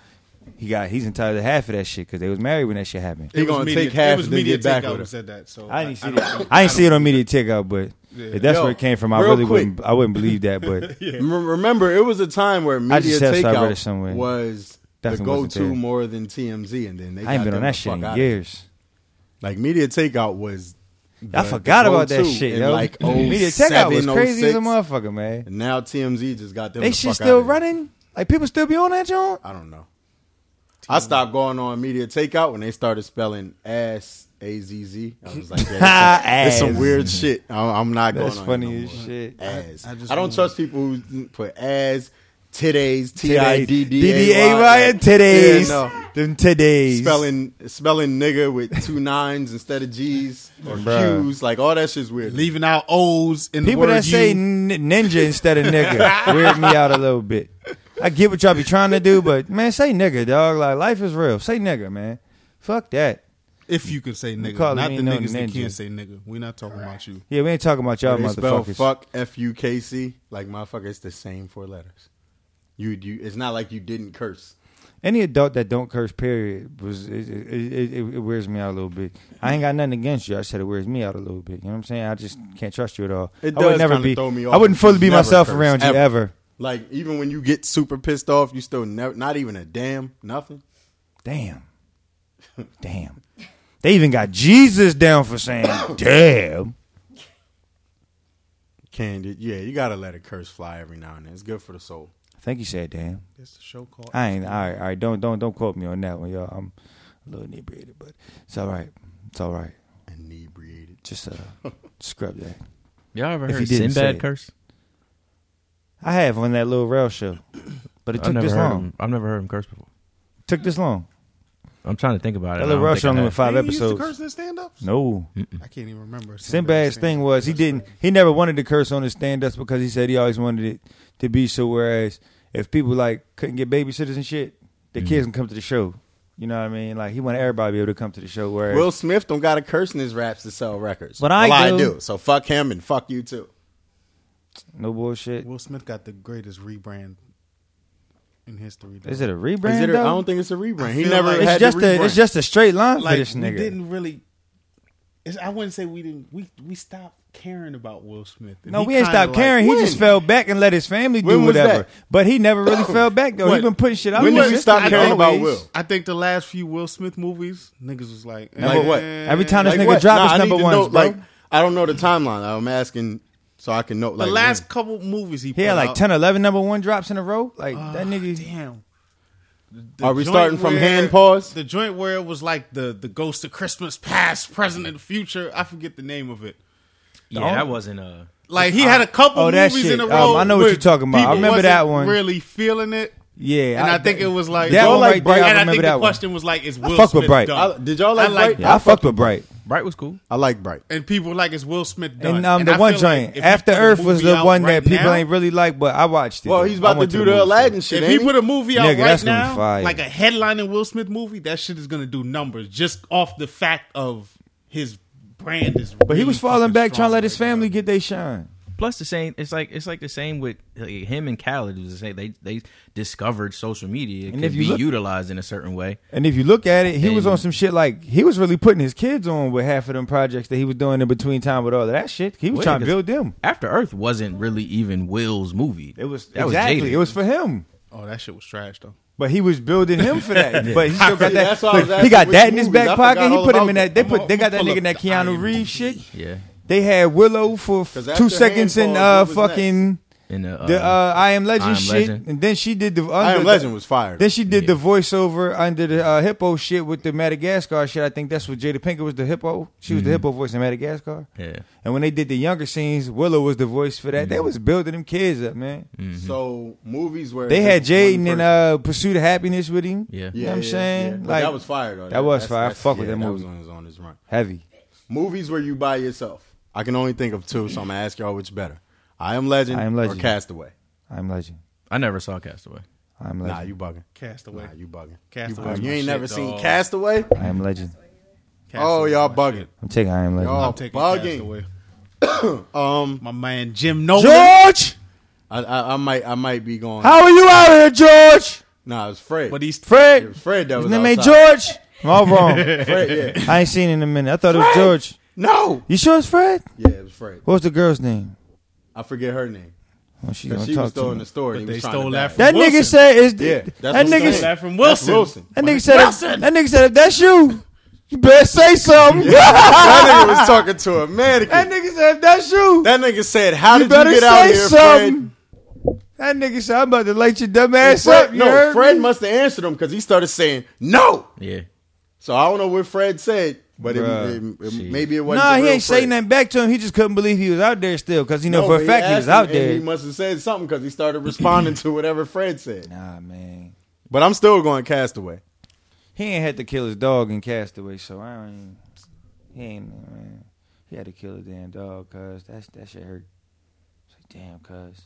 [SPEAKER 5] he got he's entitled to half of that shit because they was married when that shit happened.
[SPEAKER 8] He
[SPEAKER 7] It was
[SPEAKER 8] gonna
[SPEAKER 7] media-
[SPEAKER 8] take half
[SPEAKER 7] It was
[SPEAKER 8] and then
[SPEAKER 7] media
[SPEAKER 8] get back
[SPEAKER 7] takeout
[SPEAKER 8] with
[SPEAKER 7] who
[SPEAKER 8] it.
[SPEAKER 7] said that. So
[SPEAKER 5] I didn't see
[SPEAKER 7] don't
[SPEAKER 5] that.
[SPEAKER 7] think-
[SPEAKER 5] I didn't see it
[SPEAKER 7] don't-
[SPEAKER 5] on media takeout, but if that's
[SPEAKER 8] Yo,
[SPEAKER 5] where it came from, I
[SPEAKER 8] real
[SPEAKER 5] really
[SPEAKER 8] quick.
[SPEAKER 5] wouldn't. I wouldn't believe that, but
[SPEAKER 8] M- Remember, it was a time where
[SPEAKER 5] I
[SPEAKER 8] media
[SPEAKER 5] just said so, I read it
[SPEAKER 8] takeout
[SPEAKER 5] somewhere.
[SPEAKER 8] was the
[SPEAKER 5] Definitely wasn't
[SPEAKER 8] go-to
[SPEAKER 5] there.
[SPEAKER 8] more than TMZ, and then they
[SPEAKER 5] I ain't
[SPEAKER 8] got
[SPEAKER 5] been on
[SPEAKER 8] them the
[SPEAKER 5] that shit
[SPEAKER 8] fuck
[SPEAKER 5] in
[SPEAKER 8] outta here.
[SPEAKER 5] years.
[SPEAKER 8] Like media takeout was.
[SPEAKER 5] I
[SPEAKER 8] the-
[SPEAKER 5] forgot
[SPEAKER 8] the
[SPEAKER 5] about that
[SPEAKER 8] go-to
[SPEAKER 5] shit,
[SPEAKER 8] in,
[SPEAKER 5] yo.
[SPEAKER 8] Like oh
[SPEAKER 5] media takeout was crazy as a motherfucker, man.
[SPEAKER 8] And now TMZ just got them.
[SPEAKER 5] They
[SPEAKER 8] the
[SPEAKER 5] shit
[SPEAKER 8] fuck
[SPEAKER 5] still
[SPEAKER 8] outta here.
[SPEAKER 5] running. Like people still be on that joint.
[SPEAKER 8] I don't know. I stopped going on media takeout when they started spelling ass a z z. I was like, yeah, it's, some, it's some weird shit. I'm, I'm not
[SPEAKER 5] That's
[SPEAKER 8] going. on it
[SPEAKER 5] funny
[SPEAKER 8] no
[SPEAKER 5] as
[SPEAKER 8] more.
[SPEAKER 5] shit.
[SPEAKER 8] Ass. I,
[SPEAKER 7] I just
[SPEAKER 8] don't
[SPEAKER 7] wanna-
[SPEAKER 8] trust people who put ass today's t i d d a
[SPEAKER 5] D-D-A-Y
[SPEAKER 8] y
[SPEAKER 5] and today's.
[SPEAKER 8] Yeah, no.
[SPEAKER 5] Them today's.
[SPEAKER 8] spelling spelling nigga with two nines instead of G's or
[SPEAKER 5] Bruh.
[SPEAKER 8] Q's. Like all that shit's weird.
[SPEAKER 7] Leaving out O's in the
[SPEAKER 5] People
[SPEAKER 7] word
[SPEAKER 5] that say
[SPEAKER 7] you.
[SPEAKER 5] n- ninja instead of nigga weird me out a little bit. I get what y'all be trying to do, but man, say nigga, dog. Like life is real. Say nigga, man. Fuck that.
[SPEAKER 7] If you could say nigga,
[SPEAKER 5] calling
[SPEAKER 7] not
[SPEAKER 5] me
[SPEAKER 7] the
[SPEAKER 5] no
[SPEAKER 7] niggas that
[SPEAKER 5] ninja.
[SPEAKER 7] can't say nigga. We're not talking about you.
[SPEAKER 5] Yeah, we ain't talking about y'all
[SPEAKER 8] They spell
[SPEAKER 5] motherfuckers.
[SPEAKER 8] fuck F U K C like motherfucker. It's the same four letters. You you. It's not like you didn't curse.
[SPEAKER 5] Any adult that don't curse, period, was it, it, it, it it wears me out a little bit. I ain't got nothing against you. I said it wears me out a little bit. You know what I'm saying? I just can't trust you at all.
[SPEAKER 8] It
[SPEAKER 5] I would
[SPEAKER 8] does
[SPEAKER 5] never
[SPEAKER 8] kinda
[SPEAKER 5] be.
[SPEAKER 8] throw me
[SPEAKER 5] I
[SPEAKER 8] off
[SPEAKER 5] wouldn't
[SPEAKER 8] if
[SPEAKER 5] fully
[SPEAKER 8] you
[SPEAKER 5] be
[SPEAKER 8] never
[SPEAKER 5] myself
[SPEAKER 8] curse,
[SPEAKER 5] around you
[SPEAKER 8] ever.
[SPEAKER 5] ever.
[SPEAKER 8] Like even when you get super pissed off, you still never. Not even a damn nothing.
[SPEAKER 5] Damn, damn. They even got Jesus down for saying damn.
[SPEAKER 8] Candid. Yeah, you gotta let a curse fly every now and then. It's good for the soul.
[SPEAKER 5] I think you said damn.
[SPEAKER 7] It's the show called.
[SPEAKER 5] I ain't. All right, all right. Don't don't don't quote me on that one, y'all. I'm a little inebriated, but it's all right. It's all right.
[SPEAKER 8] Inebriated.
[SPEAKER 5] Just uh, scrub that.
[SPEAKER 6] Y'all ever
[SPEAKER 5] If
[SPEAKER 6] heard
[SPEAKER 5] you didn't say
[SPEAKER 6] Sinbad
[SPEAKER 5] it.
[SPEAKER 6] curse?
[SPEAKER 5] I have on that little rail show, but it
[SPEAKER 6] I've
[SPEAKER 5] took
[SPEAKER 6] never
[SPEAKER 5] this
[SPEAKER 6] heard
[SPEAKER 5] long.
[SPEAKER 6] him. I've never heard him curse before.
[SPEAKER 5] Took this long.
[SPEAKER 6] I'm trying to think about it.
[SPEAKER 5] That
[SPEAKER 6] and I
[SPEAKER 5] little
[SPEAKER 6] don't
[SPEAKER 5] rail
[SPEAKER 6] think
[SPEAKER 5] show
[SPEAKER 6] I
[SPEAKER 5] only
[SPEAKER 6] have.
[SPEAKER 5] went five
[SPEAKER 7] Didn't he used to
[SPEAKER 5] episodes.
[SPEAKER 7] curse in stand-ups?
[SPEAKER 5] No.
[SPEAKER 7] I can't even remember.
[SPEAKER 5] Sinbad's thing was he didn't he never wanted to curse on his stand ups because he said he always wanted it to be so whereas if people like couldn't get babysitters and shit, the
[SPEAKER 8] Mm-hmm.
[SPEAKER 5] kids can come to the show. You know what I mean? Like he wanted everybody to be able to come to the show whereas
[SPEAKER 8] Will Smith don't got a curse in his raps to sell records.
[SPEAKER 5] But I
[SPEAKER 8] Well,
[SPEAKER 5] do.
[SPEAKER 8] I do. So fuck him and fuck you too.
[SPEAKER 5] no bullshit.
[SPEAKER 7] Will Smith got the greatest rebrand in history. though.
[SPEAKER 5] Is it a rebrand?
[SPEAKER 8] Is it a, I
[SPEAKER 5] though?
[SPEAKER 8] don't think it's a rebrand.
[SPEAKER 7] I
[SPEAKER 8] He
[SPEAKER 7] feel
[SPEAKER 8] never.
[SPEAKER 7] like-
[SPEAKER 8] had
[SPEAKER 5] it's
[SPEAKER 8] to
[SPEAKER 5] just a
[SPEAKER 8] rebrand.
[SPEAKER 5] it's just a straight line for
[SPEAKER 7] like
[SPEAKER 5] this
[SPEAKER 7] we
[SPEAKER 5] nigga.
[SPEAKER 7] didn't really? It's, I wouldn't say we didn't. We we stopped caring about Will Smith. And
[SPEAKER 5] no,
[SPEAKER 7] he
[SPEAKER 5] we ain't
[SPEAKER 7] kinda
[SPEAKER 5] stopped
[SPEAKER 7] like-
[SPEAKER 5] caring. He just
[SPEAKER 8] when?
[SPEAKER 5] fell back and let his family do
[SPEAKER 8] When was
[SPEAKER 5] whatever.
[SPEAKER 8] that?
[SPEAKER 5] But he never really fell back though. He
[SPEAKER 7] When-
[SPEAKER 5] been putting shit out.
[SPEAKER 8] when
[SPEAKER 5] there
[SPEAKER 8] did we
[SPEAKER 5] since
[SPEAKER 8] stop
[SPEAKER 5] then.
[SPEAKER 8] caring about
[SPEAKER 7] always-
[SPEAKER 8] Will?
[SPEAKER 7] I think the last few Will Smith movies, niggas was like,
[SPEAKER 8] Like
[SPEAKER 7] eh,
[SPEAKER 8] what?
[SPEAKER 5] Every time this
[SPEAKER 8] Like
[SPEAKER 5] nigga
[SPEAKER 8] what?
[SPEAKER 5] drop
[SPEAKER 8] Nah,
[SPEAKER 5] his
[SPEAKER 8] I need
[SPEAKER 5] number
[SPEAKER 8] to
[SPEAKER 5] one,
[SPEAKER 8] know,
[SPEAKER 5] like
[SPEAKER 8] Like I don't know the timeline. I'm asking so I can know.
[SPEAKER 7] The
[SPEAKER 8] Like
[SPEAKER 7] last
[SPEAKER 8] when.
[SPEAKER 7] couple movies he
[SPEAKER 5] he had
[SPEAKER 7] put
[SPEAKER 5] like
[SPEAKER 7] out-
[SPEAKER 5] 10, 11 number one drops in a row. Like that nigga.
[SPEAKER 7] Damn. The
[SPEAKER 8] Are we
[SPEAKER 7] joint
[SPEAKER 8] starting from
[SPEAKER 7] where-
[SPEAKER 8] hand paws?
[SPEAKER 7] The joint where it was like the the ghost of Christmas past, present, and future. I forget the name of it.
[SPEAKER 6] Yeah, that wasn't uh, a.
[SPEAKER 7] Like
[SPEAKER 8] Uh,
[SPEAKER 7] he had a couple
[SPEAKER 5] Oh, that
[SPEAKER 7] movies in a
[SPEAKER 5] shit.
[SPEAKER 7] row.
[SPEAKER 5] Um, I know what
[SPEAKER 7] where
[SPEAKER 5] you're talking about. I
[SPEAKER 7] people
[SPEAKER 5] remember that
[SPEAKER 7] wasn't
[SPEAKER 5] one.
[SPEAKER 7] Really feeling it,
[SPEAKER 5] Yeah,
[SPEAKER 7] and I, think it was like
[SPEAKER 5] that
[SPEAKER 7] Well,
[SPEAKER 5] one
[SPEAKER 7] like,
[SPEAKER 5] right there. I
[SPEAKER 7] and I
[SPEAKER 5] remember
[SPEAKER 7] think
[SPEAKER 5] that
[SPEAKER 7] the
[SPEAKER 5] one.
[SPEAKER 7] question was like, "Is Will
[SPEAKER 5] fuck with
[SPEAKER 7] Smith
[SPEAKER 5] Bright.
[SPEAKER 7] dumb?"
[SPEAKER 8] I- did y'all like
[SPEAKER 7] I like-
[SPEAKER 8] Bright?
[SPEAKER 5] Yeah, I, fucked with Bright.
[SPEAKER 6] Bright was cool.
[SPEAKER 8] I like Bright.
[SPEAKER 7] And people were like, "Is Will Smith done?"
[SPEAKER 5] And um, the one joint After Earth was the one that people ain't really like, but I watched it.
[SPEAKER 8] Well,
[SPEAKER 5] though.
[SPEAKER 8] he's
[SPEAKER 5] I
[SPEAKER 8] about to
[SPEAKER 5] went
[SPEAKER 8] do
[SPEAKER 5] the
[SPEAKER 8] the
[SPEAKER 5] movies.
[SPEAKER 8] Aladdin shit.
[SPEAKER 7] If
[SPEAKER 8] ain't
[SPEAKER 7] he put a movie out
[SPEAKER 5] Nigga,
[SPEAKER 7] right
[SPEAKER 5] that's gonna be
[SPEAKER 7] now,
[SPEAKER 5] fire.
[SPEAKER 7] like a headlining Will Smith movie, that shit is gonna do numbers just off the fact of his brand is.
[SPEAKER 5] But he was falling back trying to let his family get their shine.
[SPEAKER 6] Plus the same, it's like it's like the same with like, him and Khaled. It was the same. They they discovered social media it
[SPEAKER 5] And
[SPEAKER 6] could
[SPEAKER 5] if you
[SPEAKER 6] be
[SPEAKER 5] look-
[SPEAKER 6] utilized in a certain way.
[SPEAKER 5] And if you look at it, he was
[SPEAKER 6] And-
[SPEAKER 5] on some shit like he was really putting his kids on with half of them projects that he was doing in between time with all of that shit. He was
[SPEAKER 6] Well,
[SPEAKER 5] trying to
[SPEAKER 6] 'cause
[SPEAKER 5] build them.
[SPEAKER 6] After Earth wasn't really even Will's movie.
[SPEAKER 5] It was
[SPEAKER 6] That
[SPEAKER 5] exactly
[SPEAKER 6] Jada.
[SPEAKER 5] it was for him.
[SPEAKER 7] Oh, that shit was trash though.
[SPEAKER 5] But he was building him for that. But he still got that.
[SPEAKER 8] See, that's why I was
[SPEAKER 5] look, he
[SPEAKER 8] asking
[SPEAKER 5] got
[SPEAKER 8] which
[SPEAKER 5] that in his
[SPEAKER 8] movies. I
[SPEAKER 5] back pocket.
[SPEAKER 8] forgot
[SPEAKER 5] He
[SPEAKER 8] all
[SPEAKER 5] put him
[SPEAKER 8] about
[SPEAKER 5] in that. They
[SPEAKER 7] them.
[SPEAKER 5] put. They got that
[SPEAKER 7] I'ma-
[SPEAKER 5] nigga in that
[SPEAKER 7] I'ma pull
[SPEAKER 5] Keanu
[SPEAKER 7] up the
[SPEAKER 5] Reeves shit.
[SPEAKER 6] yeah.
[SPEAKER 5] They had Willow for
[SPEAKER 8] after
[SPEAKER 5] two seconds in
[SPEAKER 8] Handball,
[SPEAKER 5] uh
[SPEAKER 8] who was next?
[SPEAKER 5] fucking
[SPEAKER 6] In the, uh,
[SPEAKER 5] the uh, I Am Legend
[SPEAKER 6] I Am
[SPEAKER 5] shit,
[SPEAKER 6] Legend.
[SPEAKER 5] and then she did the under
[SPEAKER 8] I Am
[SPEAKER 5] the-
[SPEAKER 8] Legend was fired.
[SPEAKER 5] Then she did the voiceover under the uh, hippo shit with the Madagascar shit. I think that's what Jada Pinkett was the hippo. She was the hippo voice in Madagascar.
[SPEAKER 6] Mm-hmm. yeah. Mm-hmm.
[SPEAKER 5] And when they did the younger scenes, Willow was the voice for that. They was building them kids up, man.
[SPEAKER 8] Mm-hmm. So movies where
[SPEAKER 5] They had
[SPEAKER 8] just one
[SPEAKER 5] Jaden in
[SPEAKER 8] person-
[SPEAKER 5] uh, Pursuit of Happiness with him.
[SPEAKER 6] Yeah.
[SPEAKER 5] you know what I'm saying?
[SPEAKER 8] But
[SPEAKER 5] Like
[SPEAKER 8] that was fire though.
[SPEAKER 5] that was fire. I fuck with
[SPEAKER 8] yeah,
[SPEAKER 5] that
[SPEAKER 8] was
[SPEAKER 5] movie.
[SPEAKER 8] on his on his run.
[SPEAKER 5] heavy.
[SPEAKER 8] Movies where you by yourself. I can only think of two, so I'm gonna ask y'all which better. I am Legend.
[SPEAKER 5] I Am Legend.
[SPEAKER 8] Or Castaway.
[SPEAKER 5] I'm Legend.
[SPEAKER 6] I never saw Castaway.
[SPEAKER 5] I'm
[SPEAKER 8] Nah,
[SPEAKER 5] Legend.
[SPEAKER 8] you bugging.
[SPEAKER 7] Castaway.
[SPEAKER 8] Nah, you bugging.
[SPEAKER 7] Castaway
[SPEAKER 8] You,
[SPEAKER 7] was
[SPEAKER 8] bugging.
[SPEAKER 7] my
[SPEAKER 8] you ain't
[SPEAKER 7] shit,
[SPEAKER 8] never seen
[SPEAKER 7] dog.
[SPEAKER 8] Castaway?
[SPEAKER 5] I am Legend.
[SPEAKER 8] Oh,
[SPEAKER 7] Castaway
[SPEAKER 8] y'all
[SPEAKER 7] was my
[SPEAKER 8] bugging.
[SPEAKER 7] shit.
[SPEAKER 5] I'm taking I am Legend.
[SPEAKER 8] Y'all
[SPEAKER 7] I'm taking
[SPEAKER 8] bugging.
[SPEAKER 7] Castaway.
[SPEAKER 8] Um,
[SPEAKER 7] My man Jim Nolan.
[SPEAKER 5] George,
[SPEAKER 8] I, I, I might, I might be going.
[SPEAKER 5] how are you out here, George?
[SPEAKER 8] Nah, it was Fred.
[SPEAKER 7] But he's
[SPEAKER 8] it
[SPEAKER 5] Fred,
[SPEAKER 8] was Fred that
[SPEAKER 5] his
[SPEAKER 8] was
[SPEAKER 5] name ain't
[SPEAKER 8] outside.
[SPEAKER 5] George. I'm all wrong.
[SPEAKER 8] Fred, yeah.
[SPEAKER 5] I ain't seen it in a minute. I thought it was
[SPEAKER 8] Fred!
[SPEAKER 5] George.
[SPEAKER 8] No.
[SPEAKER 5] You sure it's Fred?
[SPEAKER 8] Yeah, it was Fred.
[SPEAKER 5] What was the girl's name?
[SPEAKER 8] I forget her name.
[SPEAKER 5] Oh, she
[SPEAKER 8] Cause
[SPEAKER 5] gonna
[SPEAKER 8] she was
[SPEAKER 5] talk
[SPEAKER 8] still
[SPEAKER 5] to
[SPEAKER 8] in
[SPEAKER 5] me.
[SPEAKER 8] the store.
[SPEAKER 7] But
[SPEAKER 8] and he
[SPEAKER 7] they
[SPEAKER 8] was trying to
[SPEAKER 7] stole
[SPEAKER 8] die.
[SPEAKER 7] that from-
[SPEAKER 5] That
[SPEAKER 7] Wilson.
[SPEAKER 5] nigga said is
[SPEAKER 8] Yeah, that's
[SPEAKER 5] that
[SPEAKER 8] what I'm
[SPEAKER 5] nigga
[SPEAKER 8] saying.
[SPEAKER 7] that from
[SPEAKER 8] That's
[SPEAKER 7] Wilson.
[SPEAKER 8] Wilson.
[SPEAKER 5] that nigga said
[SPEAKER 7] Wilson!
[SPEAKER 5] that nigga said if that's you, you better say something.
[SPEAKER 8] that nigga was talking to a mannequin.
[SPEAKER 5] that nigga said if that's you,
[SPEAKER 8] That nigga said, "How
[SPEAKER 5] you
[SPEAKER 8] did you
[SPEAKER 5] better
[SPEAKER 8] get out
[SPEAKER 5] say
[SPEAKER 8] here,
[SPEAKER 5] something. That nigga said I'm about to light your dumb
[SPEAKER 8] Fred?"
[SPEAKER 5] ass up.
[SPEAKER 8] Fred
[SPEAKER 5] You
[SPEAKER 8] no,
[SPEAKER 5] heard
[SPEAKER 8] Fred
[SPEAKER 5] me?
[SPEAKER 8] must have answered him because he started saying no.
[SPEAKER 6] Yeah.
[SPEAKER 8] So I don't know what Fred said, but it,
[SPEAKER 5] Bruh.
[SPEAKER 8] it- it-
[SPEAKER 6] Jeez.
[SPEAKER 8] maybe it wasn't.
[SPEAKER 5] Nah,
[SPEAKER 8] the
[SPEAKER 5] he
[SPEAKER 8] real
[SPEAKER 5] ain't saying
[SPEAKER 8] Fred.
[SPEAKER 5] nothing back to him. He just couldn't believe he was out there still because you know
[SPEAKER 8] but
[SPEAKER 5] for a fact he
[SPEAKER 8] asked
[SPEAKER 5] was
[SPEAKER 8] him,
[SPEAKER 5] out
[SPEAKER 8] and
[SPEAKER 5] there.
[SPEAKER 8] He must have said something because he started responding to whatever Fred said.
[SPEAKER 5] Nah, man.
[SPEAKER 8] But I'm still going Castaway.
[SPEAKER 5] He ain't had to kill his dog in Castaway, so I don't. Even, he ain't man. He had to kill a damn dog, cause that's that shit hurt. It's like damn, cuz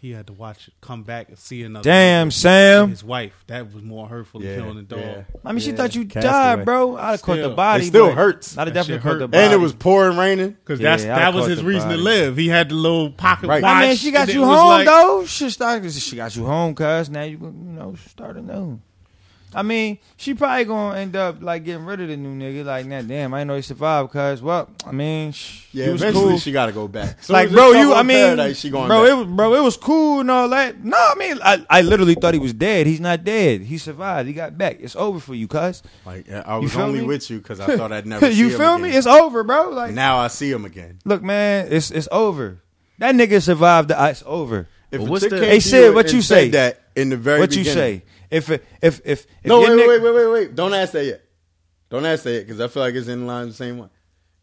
[SPEAKER 7] He had to watch it come back and see another.
[SPEAKER 5] Damn, Sam.
[SPEAKER 7] His wife. That was more hurtful
[SPEAKER 8] Yeah,
[SPEAKER 7] than killing the dog.
[SPEAKER 8] yeah.
[SPEAKER 5] I mean, she
[SPEAKER 8] Yeah.
[SPEAKER 5] thought you
[SPEAKER 8] Castaway.
[SPEAKER 5] died, bro. I'd have caught the
[SPEAKER 7] Still.
[SPEAKER 5] body.
[SPEAKER 8] It still
[SPEAKER 5] but
[SPEAKER 8] hurts.
[SPEAKER 5] I'd have
[SPEAKER 7] That
[SPEAKER 5] definitely
[SPEAKER 7] shit
[SPEAKER 5] caught the
[SPEAKER 7] hurt.
[SPEAKER 5] body.
[SPEAKER 8] And it was pouring raining.
[SPEAKER 7] Because
[SPEAKER 5] Yeah,
[SPEAKER 7] that's
[SPEAKER 5] I
[SPEAKER 7] that was
[SPEAKER 5] caught
[SPEAKER 7] his
[SPEAKER 5] the
[SPEAKER 7] reason
[SPEAKER 5] body.
[SPEAKER 7] to live. He had the little pocket
[SPEAKER 8] Right.
[SPEAKER 7] watch.
[SPEAKER 5] I mean, she got
[SPEAKER 7] and
[SPEAKER 5] you
[SPEAKER 7] it was
[SPEAKER 5] home
[SPEAKER 7] like-
[SPEAKER 5] though. She started, she got you home, cuz now you you know start a new. I mean, she probably gonna end up like getting rid of the new nigga. Like, nah, damn, I ain't know he survived, cuz. Well, I mean, sh-
[SPEAKER 8] Yeah,
[SPEAKER 5] he was
[SPEAKER 8] eventually
[SPEAKER 5] cool.
[SPEAKER 8] she got to go back. So
[SPEAKER 5] like,
[SPEAKER 8] it's
[SPEAKER 5] bro,
[SPEAKER 8] just
[SPEAKER 5] you, I
[SPEAKER 8] Trouble in
[SPEAKER 5] mean,
[SPEAKER 8] Paradise, she going
[SPEAKER 5] bro,
[SPEAKER 8] back.
[SPEAKER 5] it was, bro, it was cool and all that. No, I mean, I, I literally thought he was dead. He's not dead. He survived. He got back. It's over for you, cuz.
[SPEAKER 8] Like I
[SPEAKER 5] You
[SPEAKER 8] was
[SPEAKER 5] feel
[SPEAKER 8] only
[SPEAKER 5] me?
[SPEAKER 8] with you because I thought I'd never.
[SPEAKER 5] you
[SPEAKER 8] see
[SPEAKER 5] feel
[SPEAKER 8] him
[SPEAKER 5] me?
[SPEAKER 8] Again.
[SPEAKER 5] It's over, bro. Like,
[SPEAKER 8] now I see him again.
[SPEAKER 5] look, man, it's it's over. That nigga survived. The, it's over.
[SPEAKER 8] If
[SPEAKER 6] Well,
[SPEAKER 8] a
[SPEAKER 6] what's
[SPEAKER 8] chick
[SPEAKER 6] the-
[SPEAKER 8] came
[SPEAKER 5] Hey,
[SPEAKER 8] to you
[SPEAKER 5] Sid, what
[SPEAKER 8] and
[SPEAKER 5] you
[SPEAKER 8] said
[SPEAKER 5] say?
[SPEAKER 8] That in the very
[SPEAKER 5] what you
[SPEAKER 8] beginning-
[SPEAKER 5] say? If if if if
[SPEAKER 8] No,
[SPEAKER 5] if
[SPEAKER 8] wait,
[SPEAKER 5] your
[SPEAKER 8] wait,
[SPEAKER 5] nigga-
[SPEAKER 8] wait, wait, wait, wait. Don't ask that yet. Don't ask that yet because I feel like it's in line with the same one.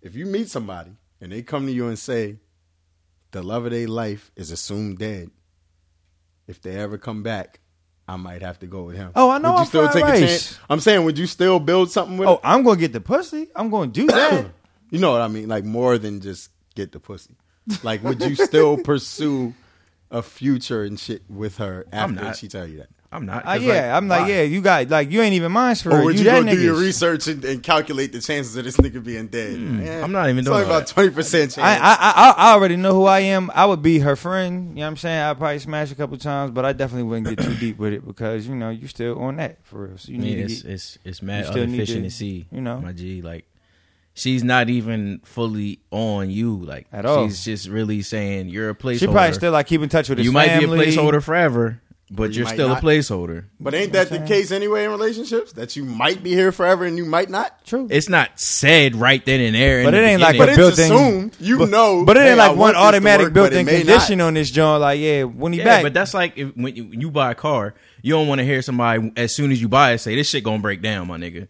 [SPEAKER 8] If you meet somebody and they come to you and say the love of their life is assumed dead, if they ever come back, I might have to go with him.
[SPEAKER 5] Oh, I know
[SPEAKER 8] Would you
[SPEAKER 5] I'm
[SPEAKER 8] still
[SPEAKER 5] fried
[SPEAKER 8] take
[SPEAKER 5] rice.
[SPEAKER 8] a chance? I'm saying, would you still build something with?
[SPEAKER 5] Oh, I'm gonna get the pussy. I'm gonna do that.
[SPEAKER 8] You know what I mean? Like more than just get the pussy. Like, would you still pursue a future and shit with her
[SPEAKER 6] I'm
[SPEAKER 8] after
[SPEAKER 6] not.
[SPEAKER 8] she tell you that?
[SPEAKER 6] I'm not.
[SPEAKER 5] Uh,
[SPEAKER 6] 'cause,
[SPEAKER 5] yeah, I'm like,
[SPEAKER 6] why?
[SPEAKER 5] yeah, you got like you ain't even mine for
[SPEAKER 8] Or
[SPEAKER 5] real.
[SPEAKER 8] would you,
[SPEAKER 5] that
[SPEAKER 8] go do your
[SPEAKER 5] niggas.
[SPEAKER 8] research and, and calculate the chances of this nigga being dead?
[SPEAKER 5] Hmm,
[SPEAKER 8] Man,
[SPEAKER 6] I'm not even
[SPEAKER 8] it's
[SPEAKER 6] doing
[SPEAKER 8] only
[SPEAKER 6] all
[SPEAKER 8] about twenty percent chance.
[SPEAKER 5] I, I I I already know who I am. I would be her friend. You know what I'm saying? I'd probably smash a couple times, but I definitely wouldn't get too deep with it because you know you still on that for real. So you
[SPEAKER 6] I mean,
[SPEAKER 5] need
[SPEAKER 6] it's,
[SPEAKER 5] to get,
[SPEAKER 6] it's it's mad
[SPEAKER 5] you still
[SPEAKER 6] other
[SPEAKER 5] need
[SPEAKER 6] fish
[SPEAKER 5] to,
[SPEAKER 6] in the sea.
[SPEAKER 5] you know.
[SPEAKER 6] my G. Like she's not even fully on you. Like
[SPEAKER 5] At all.
[SPEAKER 6] She's just really saying you're a placeholder.
[SPEAKER 5] she probably still like keep in touch with his
[SPEAKER 6] you might
[SPEAKER 5] family.
[SPEAKER 6] be a placeholder forever, but
[SPEAKER 8] you
[SPEAKER 6] you're
[SPEAKER 8] might
[SPEAKER 6] still
[SPEAKER 8] not.
[SPEAKER 6] a placeholder.
[SPEAKER 8] but ain't that the case anyway in relationships? That you might be here forever and you might not.
[SPEAKER 5] True.
[SPEAKER 6] It's not said right then and there. in
[SPEAKER 5] But
[SPEAKER 6] the
[SPEAKER 5] it ain't like
[SPEAKER 6] beginning.
[SPEAKER 8] But
[SPEAKER 5] a
[SPEAKER 8] it's
[SPEAKER 5] built-in-
[SPEAKER 8] assumed you
[SPEAKER 5] but,
[SPEAKER 8] know.
[SPEAKER 5] But it ain't
[SPEAKER 8] hey, I
[SPEAKER 5] like
[SPEAKER 8] want
[SPEAKER 5] one
[SPEAKER 8] this to
[SPEAKER 5] automatic
[SPEAKER 8] work, but
[SPEAKER 5] built-in
[SPEAKER 8] it may not.
[SPEAKER 5] condition on this joint. Like, yeah, when he
[SPEAKER 6] Yeah,
[SPEAKER 5] back,
[SPEAKER 6] but that's like if, when, you, when you buy a car, you don't want to hear somebody as soon as you buy it say this shit gonna break down, my nigga.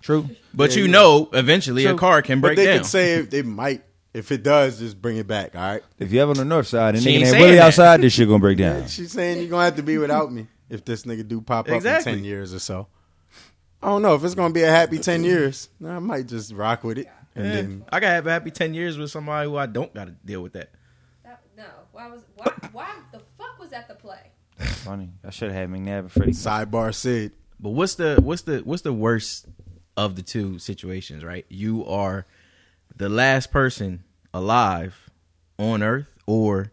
[SPEAKER 5] true.
[SPEAKER 6] But you know, eventually a
[SPEAKER 5] True.
[SPEAKER 6] car can
[SPEAKER 8] But
[SPEAKER 6] break
[SPEAKER 8] they
[SPEAKER 6] down.
[SPEAKER 8] could say if they might. If it does, just bring it back. All right.
[SPEAKER 5] If you ever on the north side and
[SPEAKER 6] She
[SPEAKER 5] nigga
[SPEAKER 6] ain't
[SPEAKER 5] ain't
[SPEAKER 6] saying
[SPEAKER 5] really
[SPEAKER 6] that.
[SPEAKER 5] outside, this shit gonna break down.
[SPEAKER 8] She's saying you're gonna have to be without me if this nigga do pop up
[SPEAKER 6] Exactly.
[SPEAKER 8] in ten years or so. I don't know if it's gonna be a happy ten years. Nah, I might just rock with it and
[SPEAKER 6] Yeah.
[SPEAKER 8] then
[SPEAKER 6] I gotta have a happy ten years with somebody who I don't gotta deal with that.
[SPEAKER 9] That, no. Why was why why the fuck was that the play?
[SPEAKER 5] Funny. I should have had McNabb and Freddie.
[SPEAKER 8] sidebar Sid.
[SPEAKER 6] But what's the what's the what's the worst of the two situations, right? You are the last person alive on Earth, or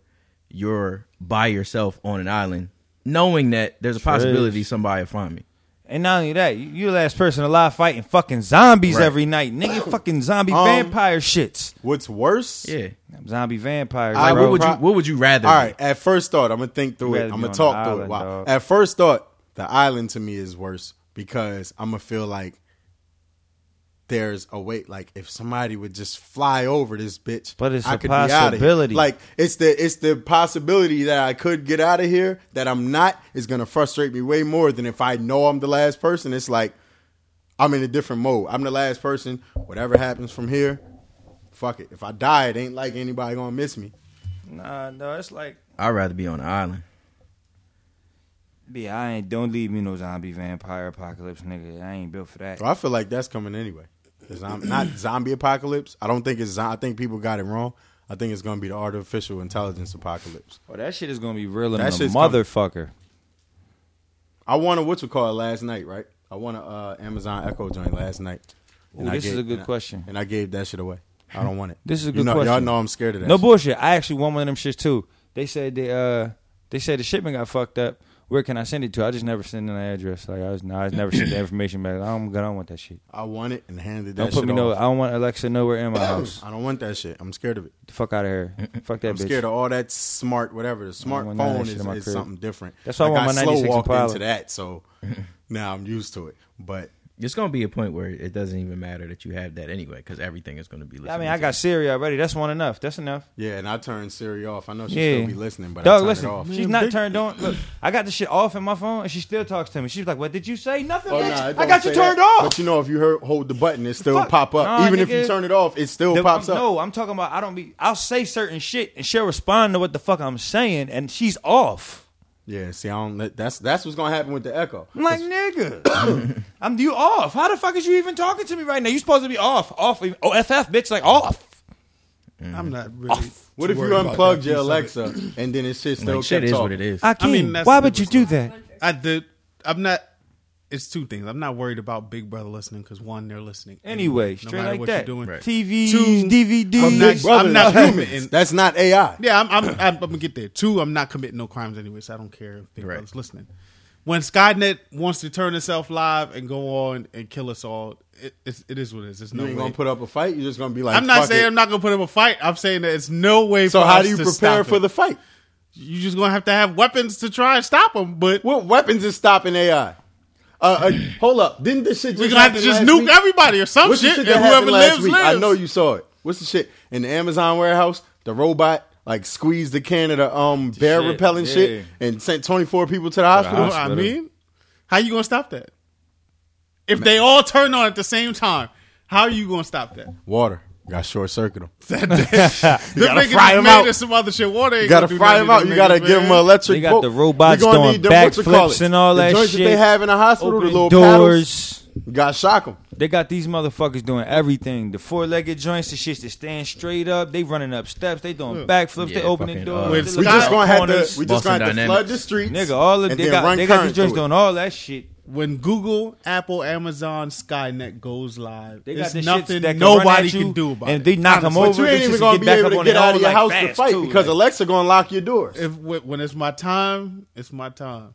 [SPEAKER 6] you're by yourself on an island, knowing that there's a possibility somebody will find me.
[SPEAKER 5] And not only that, you- you're the last person alive fighting fucking zombies
[SPEAKER 6] Right.
[SPEAKER 5] every night. Nigga fucking zombie
[SPEAKER 8] Um,
[SPEAKER 5] vampire shits.
[SPEAKER 8] What's worse?
[SPEAKER 6] Yeah.
[SPEAKER 5] Zombie vampires.
[SPEAKER 8] I
[SPEAKER 6] Like,
[SPEAKER 5] bro.
[SPEAKER 6] what would you
[SPEAKER 8] Pro-
[SPEAKER 6] what would you rather?
[SPEAKER 8] All
[SPEAKER 6] be?
[SPEAKER 8] right. At first thought, I'm gonna think through
[SPEAKER 5] You
[SPEAKER 8] it.
[SPEAKER 5] rather
[SPEAKER 8] I'm
[SPEAKER 5] be
[SPEAKER 8] gonna
[SPEAKER 5] on
[SPEAKER 8] talk
[SPEAKER 5] the
[SPEAKER 8] through it.
[SPEAKER 5] island,
[SPEAKER 8] Wow.
[SPEAKER 5] dog.
[SPEAKER 8] At first thought, the island to me is worse because I'm gonna feel like there's a way. Like if somebody would just fly over this bitch,
[SPEAKER 5] But it's
[SPEAKER 8] I
[SPEAKER 5] a
[SPEAKER 8] could be outta here.
[SPEAKER 5] possibility.
[SPEAKER 8] Like it's the it's the possibility that I could get out of here that I'm not is gonna frustrate me way more than if I know I'm the last person. It's like I'm in a different mode. I'm the last person. Whatever happens from here, fuck it. If I die, it ain't like anybody gonna miss me.
[SPEAKER 5] Nah, no, it's like,
[SPEAKER 6] I'd rather be on an island.
[SPEAKER 5] B, I ain't, don't leave me no zombie vampire apocalypse, nigga. I ain't built for that.
[SPEAKER 8] Well, I feel like that's coming anyway. It's not, not zombie apocalypse. I don't think it's. zo- I think people got it wrong. I think it's going to be the artificial intelligence apocalypse.
[SPEAKER 5] Well, that shit is gonna be real in
[SPEAKER 8] That
[SPEAKER 5] the
[SPEAKER 8] shit's
[SPEAKER 5] motherfucker.
[SPEAKER 8] I won a what you call it last night, right? I won a uh, Amazon Echo joint last night.
[SPEAKER 5] Ooh,
[SPEAKER 8] I
[SPEAKER 5] this is a good
[SPEAKER 8] and I-
[SPEAKER 5] question.
[SPEAKER 8] and I gave that shit away. I don't want it.
[SPEAKER 5] This is a
[SPEAKER 8] you
[SPEAKER 5] good
[SPEAKER 8] know, Y'all
[SPEAKER 5] question.
[SPEAKER 8] know I'm scared of that.
[SPEAKER 5] No
[SPEAKER 8] shit.
[SPEAKER 5] bullshit. I actually won one of them shits too. They said they uh they said the shipment got fucked up. Where can I send it to? I just never send an address. Like I was, I was never sent the information back. I don't, I don't want that shit.
[SPEAKER 8] I want it and handed that
[SPEAKER 5] Don't put
[SPEAKER 8] shit
[SPEAKER 5] me no. I
[SPEAKER 8] off.
[SPEAKER 5] don't want Alexa nowhere in my house.
[SPEAKER 8] I don't want that shit. I'm scared of it.
[SPEAKER 5] The fuck out of here. fuck that
[SPEAKER 8] I'm
[SPEAKER 5] bitch.
[SPEAKER 8] scared of all that smart whatever. The
[SPEAKER 5] want none of that
[SPEAKER 8] smartphone
[SPEAKER 5] shit
[SPEAKER 8] is,
[SPEAKER 5] in my
[SPEAKER 8] is
[SPEAKER 5] crib.
[SPEAKER 8] something different.
[SPEAKER 5] That's why I
[SPEAKER 8] Like,
[SPEAKER 5] want my
[SPEAKER 8] slow
[SPEAKER 5] 96
[SPEAKER 8] walked
[SPEAKER 5] Impala.
[SPEAKER 8] into that, so now I'm used to it. But
[SPEAKER 6] It's gonna be a point where it doesn't even matter that you have that anyway, because everything is gonna be.
[SPEAKER 5] I
[SPEAKER 6] listening
[SPEAKER 5] mean, I
[SPEAKER 6] to
[SPEAKER 5] got
[SPEAKER 6] it.
[SPEAKER 5] Siri already. That's one enough. That's enough.
[SPEAKER 8] yeah, and I turned Siri off. I know she
[SPEAKER 5] Yeah.
[SPEAKER 8] still be listening, but I
[SPEAKER 5] Dog,
[SPEAKER 8] turned
[SPEAKER 5] listen.
[SPEAKER 8] it off.
[SPEAKER 5] She's not turned on. Look, I got the shit off in my phone, and she still talks to me. She's like, "What did you say? Nothing,
[SPEAKER 8] Oh,
[SPEAKER 5] bitch.
[SPEAKER 8] nah, it
[SPEAKER 5] I
[SPEAKER 8] don't
[SPEAKER 5] got you
[SPEAKER 8] say
[SPEAKER 5] turned
[SPEAKER 8] that.
[SPEAKER 5] off."
[SPEAKER 8] But you know, if you hurt, hold the button, it still
[SPEAKER 5] Fuck.
[SPEAKER 8] pop up.
[SPEAKER 5] Nah,
[SPEAKER 8] Even if
[SPEAKER 5] nigga.
[SPEAKER 8] you turn it off, it still
[SPEAKER 5] The-
[SPEAKER 8] pops up.
[SPEAKER 5] No, I'm talking about. I don't be. I'll say certain shit, and she'll respond to what the fuck I'm saying, and she's off.
[SPEAKER 8] Yeah, see, I don't. let- That's that's what's gonna happen with the echo.
[SPEAKER 5] I'm like, nigga, I'm you off. How the fuck is you even talking to me right now? You supposed to be off, off, off, bitch, like off.
[SPEAKER 7] I'm
[SPEAKER 8] Oh,
[SPEAKER 7] not really.
[SPEAKER 8] What if you
[SPEAKER 7] worried about
[SPEAKER 8] unplugged
[SPEAKER 7] that
[SPEAKER 8] your
[SPEAKER 7] piece of
[SPEAKER 8] Alexa and then it's shit
[SPEAKER 6] Like,
[SPEAKER 8] still
[SPEAKER 6] shit
[SPEAKER 8] kept
[SPEAKER 6] is
[SPEAKER 8] talking?
[SPEAKER 6] what it is.
[SPEAKER 7] I
[SPEAKER 5] Akeem,
[SPEAKER 7] mean, that's
[SPEAKER 5] why
[SPEAKER 7] the
[SPEAKER 5] would you do that?
[SPEAKER 7] it? I did. I'm not. It's two things. I'm not worried about Big Brother listening because one, they're listening
[SPEAKER 5] Anyway,
[SPEAKER 7] no
[SPEAKER 5] straight
[SPEAKER 7] matter
[SPEAKER 5] like
[SPEAKER 7] what
[SPEAKER 5] that.
[SPEAKER 7] you're doing.
[SPEAKER 6] Right.
[SPEAKER 5] TVs,
[SPEAKER 7] Two- I'm
[SPEAKER 5] DVDs.
[SPEAKER 7] not-
[SPEAKER 8] Big Brother
[SPEAKER 7] I'm not
[SPEAKER 8] is human.
[SPEAKER 7] human. And-
[SPEAKER 8] That's not AI.
[SPEAKER 7] Yeah, I'm, I'm, I'm, I'm gonna get there. Two, I'm not committing no crimes anyway, so I don't care if Big
[SPEAKER 6] Right.
[SPEAKER 7] Brother's listening. When Skynet wants to turn itself live and go on and kill us all, it, it's, it is what it is. It's
[SPEAKER 8] You
[SPEAKER 7] no way.
[SPEAKER 8] ain't gonna put up a fight. You're just gonna be like,
[SPEAKER 7] I'm not
[SPEAKER 8] fuck
[SPEAKER 7] saying
[SPEAKER 8] it.
[SPEAKER 7] I'm not gonna put up a fight. I'm saying that it's no way.
[SPEAKER 8] So
[SPEAKER 7] for
[SPEAKER 8] how
[SPEAKER 7] us
[SPEAKER 8] do you
[SPEAKER 7] to
[SPEAKER 8] prepare
[SPEAKER 7] stop
[SPEAKER 8] for
[SPEAKER 7] it.
[SPEAKER 8] the fight?
[SPEAKER 7] You just gonna have to have weapons to try and stop them. But
[SPEAKER 8] What weapons is stopping AI? Uh, uh, hold up, didn't this shit? Just
[SPEAKER 7] we're gonna have to
[SPEAKER 8] happen
[SPEAKER 7] just
[SPEAKER 8] last
[SPEAKER 7] nuke
[SPEAKER 8] week?
[SPEAKER 7] everybody or some
[SPEAKER 8] What's the
[SPEAKER 7] Oh,
[SPEAKER 8] shit
[SPEAKER 7] shit, and
[SPEAKER 8] that
[SPEAKER 7] whoever
[SPEAKER 8] happened last
[SPEAKER 7] lives
[SPEAKER 8] week?
[SPEAKER 7] lives.
[SPEAKER 8] I know you saw it. What's the shit in the Amazon warehouse? The robot like squeezed the can of the um bear
[SPEAKER 5] shit,
[SPEAKER 8] repellent
[SPEAKER 5] yeah.
[SPEAKER 8] shit and sent 24 people to the
[SPEAKER 7] You
[SPEAKER 8] hospital.
[SPEAKER 7] know what I mean, how you gonna stop that? If they all turn on at the same time, how are you gonna stop that?
[SPEAKER 8] Water got short circuit 'em.
[SPEAKER 7] Them
[SPEAKER 5] gotta
[SPEAKER 7] niggas
[SPEAKER 5] fry
[SPEAKER 7] just
[SPEAKER 5] 'em
[SPEAKER 7] made
[SPEAKER 5] out.
[SPEAKER 7] us some other shit. Water ain't
[SPEAKER 8] You gotta
[SPEAKER 7] gonna do
[SPEAKER 8] fry them
[SPEAKER 7] nothing to
[SPEAKER 8] out. You gotta
[SPEAKER 7] niggas,
[SPEAKER 8] give them
[SPEAKER 7] man.
[SPEAKER 8] an electric.
[SPEAKER 5] They got the
[SPEAKER 8] boat.
[SPEAKER 5] robots
[SPEAKER 8] You gonna
[SPEAKER 5] doing
[SPEAKER 8] need them, what you call
[SPEAKER 5] backflips
[SPEAKER 8] it,
[SPEAKER 5] and all
[SPEAKER 8] the
[SPEAKER 5] that
[SPEAKER 8] joints
[SPEAKER 5] shit.
[SPEAKER 8] That they have in the hospital, the
[SPEAKER 5] Opening
[SPEAKER 8] little paddles.
[SPEAKER 5] doors.
[SPEAKER 8] You gotta shock them.
[SPEAKER 5] They got these motherfuckers doing everything. The four legged joints, the shits that stand straight up. They running up steps. They doing backflips.
[SPEAKER 6] Yeah,
[SPEAKER 5] they opening
[SPEAKER 6] fucking,
[SPEAKER 5] doors.
[SPEAKER 6] uh,
[SPEAKER 5] they
[SPEAKER 7] We
[SPEAKER 8] We
[SPEAKER 5] looking
[SPEAKER 8] just
[SPEAKER 5] out
[SPEAKER 8] gonna have
[SPEAKER 5] corners.
[SPEAKER 8] to. We just
[SPEAKER 6] Boston
[SPEAKER 8] gonna have to flood
[SPEAKER 6] Dynamics.
[SPEAKER 8] the streets,
[SPEAKER 5] Nigga, all of
[SPEAKER 8] and
[SPEAKER 5] they
[SPEAKER 8] then
[SPEAKER 5] got
[SPEAKER 8] run
[SPEAKER 5] they got these
[SPEAKER 8] current
[SPEAKER 5] joints
[SPEAKER 8] through it.
[SPEAKER 5] doing all that shit.
[SPEAKER 7] When Google, Apple, Amazon, Skynet goes live,
[SPEAKER 5] They got
[SPEAKER 7] there's
[SPEAKER 5] the
[SPEAKER 7] nothing
[SPEAKER 5] shits that can run
[SPEAKER 7] nobody
[SPEAKER 5] at you,
[SPEAKER 7] can do about
[SPEAKER 5] and
[SPEAKER 7] it.
[SPEAKER 5] they knock them over.
[SPEAKER 8] But you
[SPEAKER 7] Honestly.
[SPEAKER 8] ain't
[SPEAKER 5] they
[SPEAKER 8] even
[SPEAKER 5] just
[SPEAKER 8] gonna
[SPEAKER 5] get
[SPEAKER 8] be
[SPEAKER 5] back
[SPEAKER 8] able
[SPEAKER 5] up
[SPEAKER 8] to
[SPEAKER 5] on their
[SPEAKER 8] get out of
[SPEAKER 5] own,
[SPEAKER 8] your
[SPEAKER 5] like,
[SPEAKER 8] house to
[SPEAKER 5] fast,
[SPEAKER 8] fight
[SPEAKER 5] too,
[SPEAKER 8] because
[SPEAKER 5] like-
[SPEAKER 8] Alexa gonna lock your doors.
[SPEAKER 7] If when it's my time, it's my time.